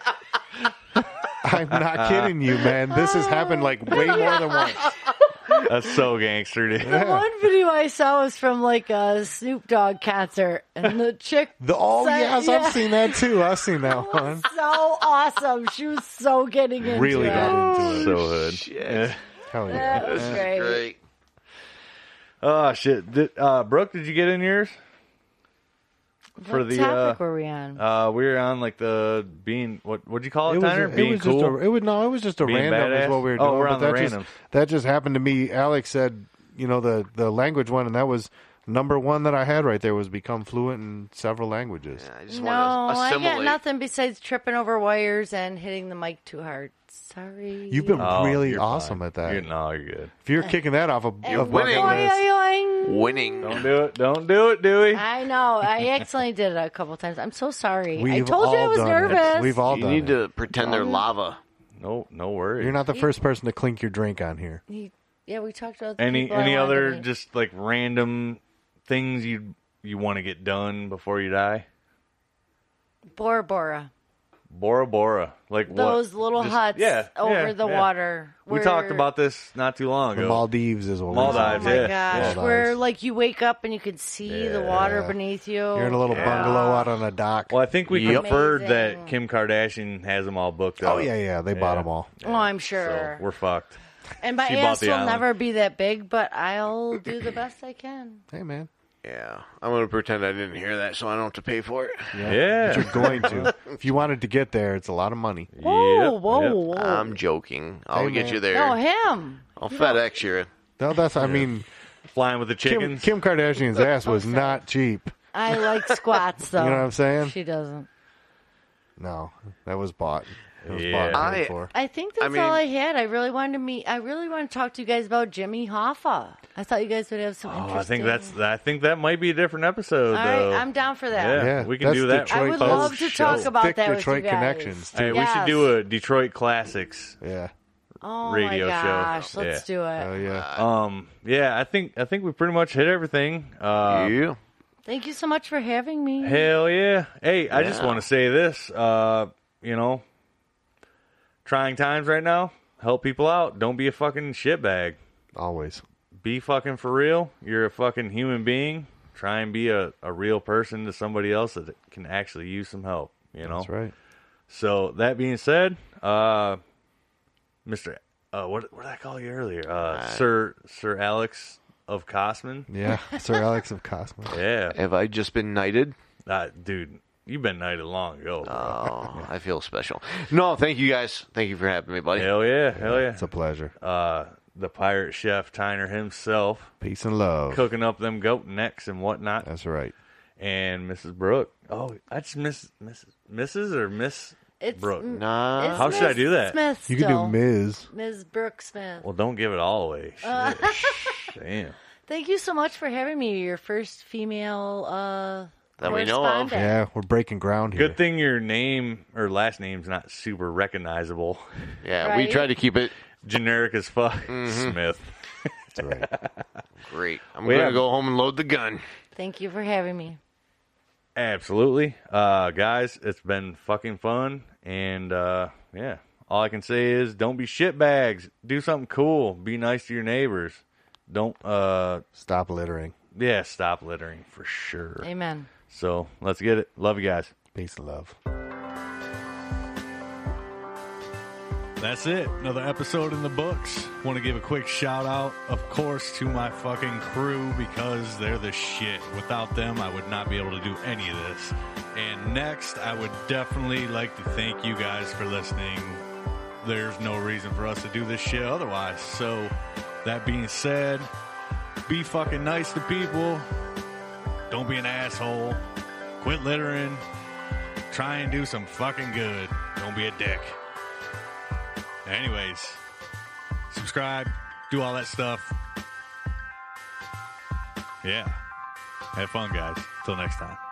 Speaker 3: I'm not kidding you, man. This has happened like way more than once.
Speaker 2: That's so gangster, dude.
Speaker 7: The one video I saw was from like a Snoop Dogg concert, and the chick.
Speaker 3: The oh
Speaker 7: said-
Speaker 3: yes,
Speaker 7: yeah,
Speaker 3: I've seen that too. I've seen that
Speaker 7: it was
Speaker 3: one.
Speaker 7: so awesome. She was so getting into
Speaker 3: Really
Speaker 7: it.
Speaker 3: got into it. Oh,
Speaker 2: so hood. Yeah.
Speaker 3: Hell yeah.
Speaker 7: That was great.
Speaker 6: Great.
Speaker 2: Oh shit! Did, uh, Brooke, did you get in yours? for
Speaker 7: what
Speaker 2: the
Speaker 7: topic
Speaker 2: uh,
Speaker 7: were we on?
Speaker 2: uh, we were on like the being what what'd you call it,
Speaker 3: It was,
Speaker 2: Tyner?
Speaker 3: it
Speaker 2: being
Speaker 3: was
Speaker 2: cool.
Speaker 3: just a, it was no, it was just a
Speaker 2: Being
Speaker 3: random
Speaker 2: badass?
Speaker 3: is what we were
Speaker 2: Oh,
Speaker 3: doing.
Speaker 2: we're
Speaker 3: but
Speaker 2: on the
Speaker 3: that just,
Speaker 2: randoms.
Speaker 3: that just happened to me. Alex said, you know, the the language one, and that was number one that I had right there was become fluent in several languages.
Speaker 6: I just
Speaker 7: No,
Speaker 6: want to
Speaker 7: I
Speaker 6: assimilate.
Speaker 7: got nothing besides tripping over wires and hitting the mic too hard. Sorry.
Speaker 3: You've been
Speaker 2: Oh,
Speaker 3: really
Speaker 2: you're
Speaker 3: awesome
Speaker 2: fine.
Speaker 3: at that.
Speaker 2: You're, no, you're good.
Speaker 3: if you're kicking that off of,
Speaker 7: And
Speaker 3: of
Speaker 6: winning.
Speaker 3: bucket
Speaker 7: boing,
Speaker 3: list-
Speaker 7: boing.
Speaker 8: Winning.
Speaker 2: Don't do it. Don't do it, Dewey.
Speaker 7: I know. I accidentally did it a couple times. I'm so sorry. I
Speaker 3: we've
Speaker 7: told you I
Speaker 3: all
Speaker 7: was
Speaker 3: done it.
Speaker 7: nervous.
Speaker 3: We've all
Speaker 6: You
Speaker 3: done
Speaker 6: need
Speaker 3: it.
Speaker 6: to pretend they're lava.
Speaker 2: No, no worries.
Speaker 3: You're not the first person to clink your drink on here.
Speaker 7: He- yeah, we talked about the
Speaker 2: any
Speaker 7: people I
Speaker 2: any
Speaker 7: wanted
Speaker 2: other
Speaker 7: to meet.
Speaker 2: just like random things you you want to get done before you die?
Speaker 7: Bora Bora.
Speaker 2: Bora Bora, like what?
Speaker 7: Those little
Speaker 2: Just-
Speaker 7: huts
Speaker 2: yeah,
Speaker 7: over
Speaker 2: yeah,
Speaker 7: the
Speaker 2: yeah.
Speaker 7: water.
Speaker 2: We
Speaker 7: where-
Speaker 2: talked about this not too long
Speaker 3: The
Speaker 2: ago.
Speaker 3: Maldives is what
Speaker 7: Oh
Speaker 2: Maldives,
Speaker 3: we're
Speaker 7: my
Speaker 3: doing.
Speaker 2: yeah.
Speaker 7: gosh,
Speaker 3: Yeah.
Speaker 7: where like you wake up and you can see the water
Speaker 3: Yeah.
Speaker 7: beneath you.
Speaker 3: You're in a little bungalow out on a dock.
Speaker 2: well, I think we
Speaker 7: Yep.
Speaker 2: confirred that
Speaker 7: Amazing.
Speaker 2: Kim Kardashian has them all booked up.
Speaker 3: Oh yeah, yeah, they bought them all.
Speaker 7: Oh, I'm
Speaker 2: So
Speaker 7: sure.
Speaker 2: we're fucked.
Speaker 7: and my
Speaker 2: she bought
Speaker 7: ass
Speaker 2: the
Speaker 7: will
Speaker 2: island.
Speaker 7: never be that big, but I'll do the best I can.
Speaker 3: Hey man,
Speaker 6: Yeah, I'm gonna pretend I didn't hear that, so I don't have to pay for it.
Speaker 2: Yeah.
Speaker 3: you're going to. if you wanted to get there, it's a lot of money.
Speaker 7: Whoa, whoa,
Speaker 2: yep. Ah,
Speaker 7: whoa!
Speaker 6: I'm joking. I'll
Speaker 3: Hey,
Speaker 6: get
Speaker 3: man.
Speaker 6: you there.
Speaker 7: no, him.
Speaker 6: I'll FedEx you.
Speaker 3: No, that's. I mean,
Speaker 2: Flying with the
Speaker 3: Kim,
Speaker 2: chickens.
Speaker 3: Kim Kardashian's ass was not cheap.
Speaker 7: I like squats though.
Speaker 3: You know what I'm saying?
Speaker 7: She doesn't.
Speaker 3: No, that was bought. It was
Speaker 2: Yeah.
Speaker 3: bought. and
Speaker 6: I-
Speaker 3: paid for.
Speaker 7: I think that's
Speaker 6: I mean-
Speaker 7: all I had. I really wanted to meet. I really want to talk to you guys about Jimmy Hoffa. I thought you guys would have some.
Speaker 2: Oh,
Speaker 7: interesting...
Speaker 2: I think that's. I think that might be a different episode.
Speaker 7: All
Speaker 2: though.
Speaker 7: right, I'm down for that.
Speaker 2: Yeah,
Speaker 3: Yeah,
Speaker 2: we can
Speaker 3: that's
Speaker 2: do that.
Speaker 3: Detroit
Speaker 7: I would
Speaker 3: folks.
Speaker 7: love to talk about
Speaker 3: Thick
Speaker 7: that with
Speaker 3: Detroit
Speaker 7: you guys.
Speaker 3: connections. Too.
Speaker 2: Hey, we should
Speaker 7: Yes.
Speaker 2: do a Detroit classics.
Speaker 3: Yeah.
Speaker 7: Oh
Speaker 2: radio show.
Speaker 7: my gosh, let's
Speaker 2: Yeah.
Speaker 7: do it.
Speaker 3: Oh yeah.
Speaker 2: Um, yeah, I think I think we pretty much hit everything. Uh,
Speaker 6: you.
Speaker 7: Thank you so much for having me.
Speaker 2: Hell yeah! Hey, I just want to say this. Uh, you know, trying times right now. Help people out. Don't be a fucking shitbag.
Speaker 3: Always.
Speaker 2: Be fucking for real. You're a fucking human being. Try and be a, a real person to somebody else that can actually use some help. You know.
Speaker 3: That's right.
Speaker 2: So that being said, uh, Mister, uh, what what did I call you earlier? Uh, Sir Sir Alex of Cosman.
Speaker 3: Yeah. Sir Alex of Cosmo.
Speaker 2: Yeah,
Speaker 6: Have I just been knighted?
Speaker 2: Uh, dude, you've been knighted long ago.
Speaker 3: Uh,
Speaker 2: bro.
Speaker 6: Oh, I feel special. No, thank you guys. Thank you for having me, buddy.
Speaker 2: hell yeah, hell yeah.
Speaker 3: It's a pleasure.
Speaker 2: uh, the pirate chef Tyner himself
Speaker 3: Peace and love.
Speaker 2: cooking up them goat necks and whatnot,
Speaker 3: That's right.
Speaker 2: and Mrs. Brooke. Oh, I just miss Mrs. Mrs. or Miss
Speaker 7: It's
Speaker 2: Brooke.
Speaker 7: m-
Speaker 6: Nah.
Speaker 7: it's
Speaker 2: How should I
Speaker 7: Miss
Speaker 2: do that?
Speaker 7: Smith
Speaker 3: You can do
Speaker 7: still.
Speaker 3: Ms.
Speaker 7: Ms. Brooke Smith.
Speaker 2: Well, don't give it all away. Shit. Damn.
Speaker 7: Thank you so much for having me. Your first female uh,
Speaker 6: That we know of.
Speaker 7: correspondent.
Speaker 3: Yeah, we're breaking ground here.
Speaker 2: Good thing your name or last name's not super recognizable.
Speaker 6: yeah, we
Speaker 7: Right?
Speaker 6: tried to keep it
Speaker 2: Generic as fuck.
Speaker 3: Mm-hmm.
Speaker 2: Smith.
Speaker 3: That's right.
Speaker 6: great. I'm
Speaker 2: Well,
Speaker 6: gonna
Speaker 2: yeah.
Speaker 6: go home and load the gun.
Speaker 7: Thank you for having me.
Speaker 2: Absolutely. Uh guys, it's been fucking fun and uh yeah. All I can say is don't be shitbags. Do something cool. Be nice to your neighbors. Don't uh
Speaker 3: Stop littering.
Speaker 2: yeah, stop littering for sure.
Speaker 7: Amen.
Speaker 2: So, let's get it. Love you guys.
Speaker 3: Peace and love.
Speaker 2: That's it. Another episode in the books. Want to give a quick shout out, of course, to my fucking crew because they're the shit. Without them, I would not be able to do any of this. And next, I would definitely like to thank you guys for listening. There's no reason for us to do this shit otherwise. So, that being said, be fucking nice to people. Don't be an asshole. Quit littering. Try and do some fucking good. Don't be a dick. Anyways, subscribe, do all that stuff. Yeah. Have fun, guys. Till next time.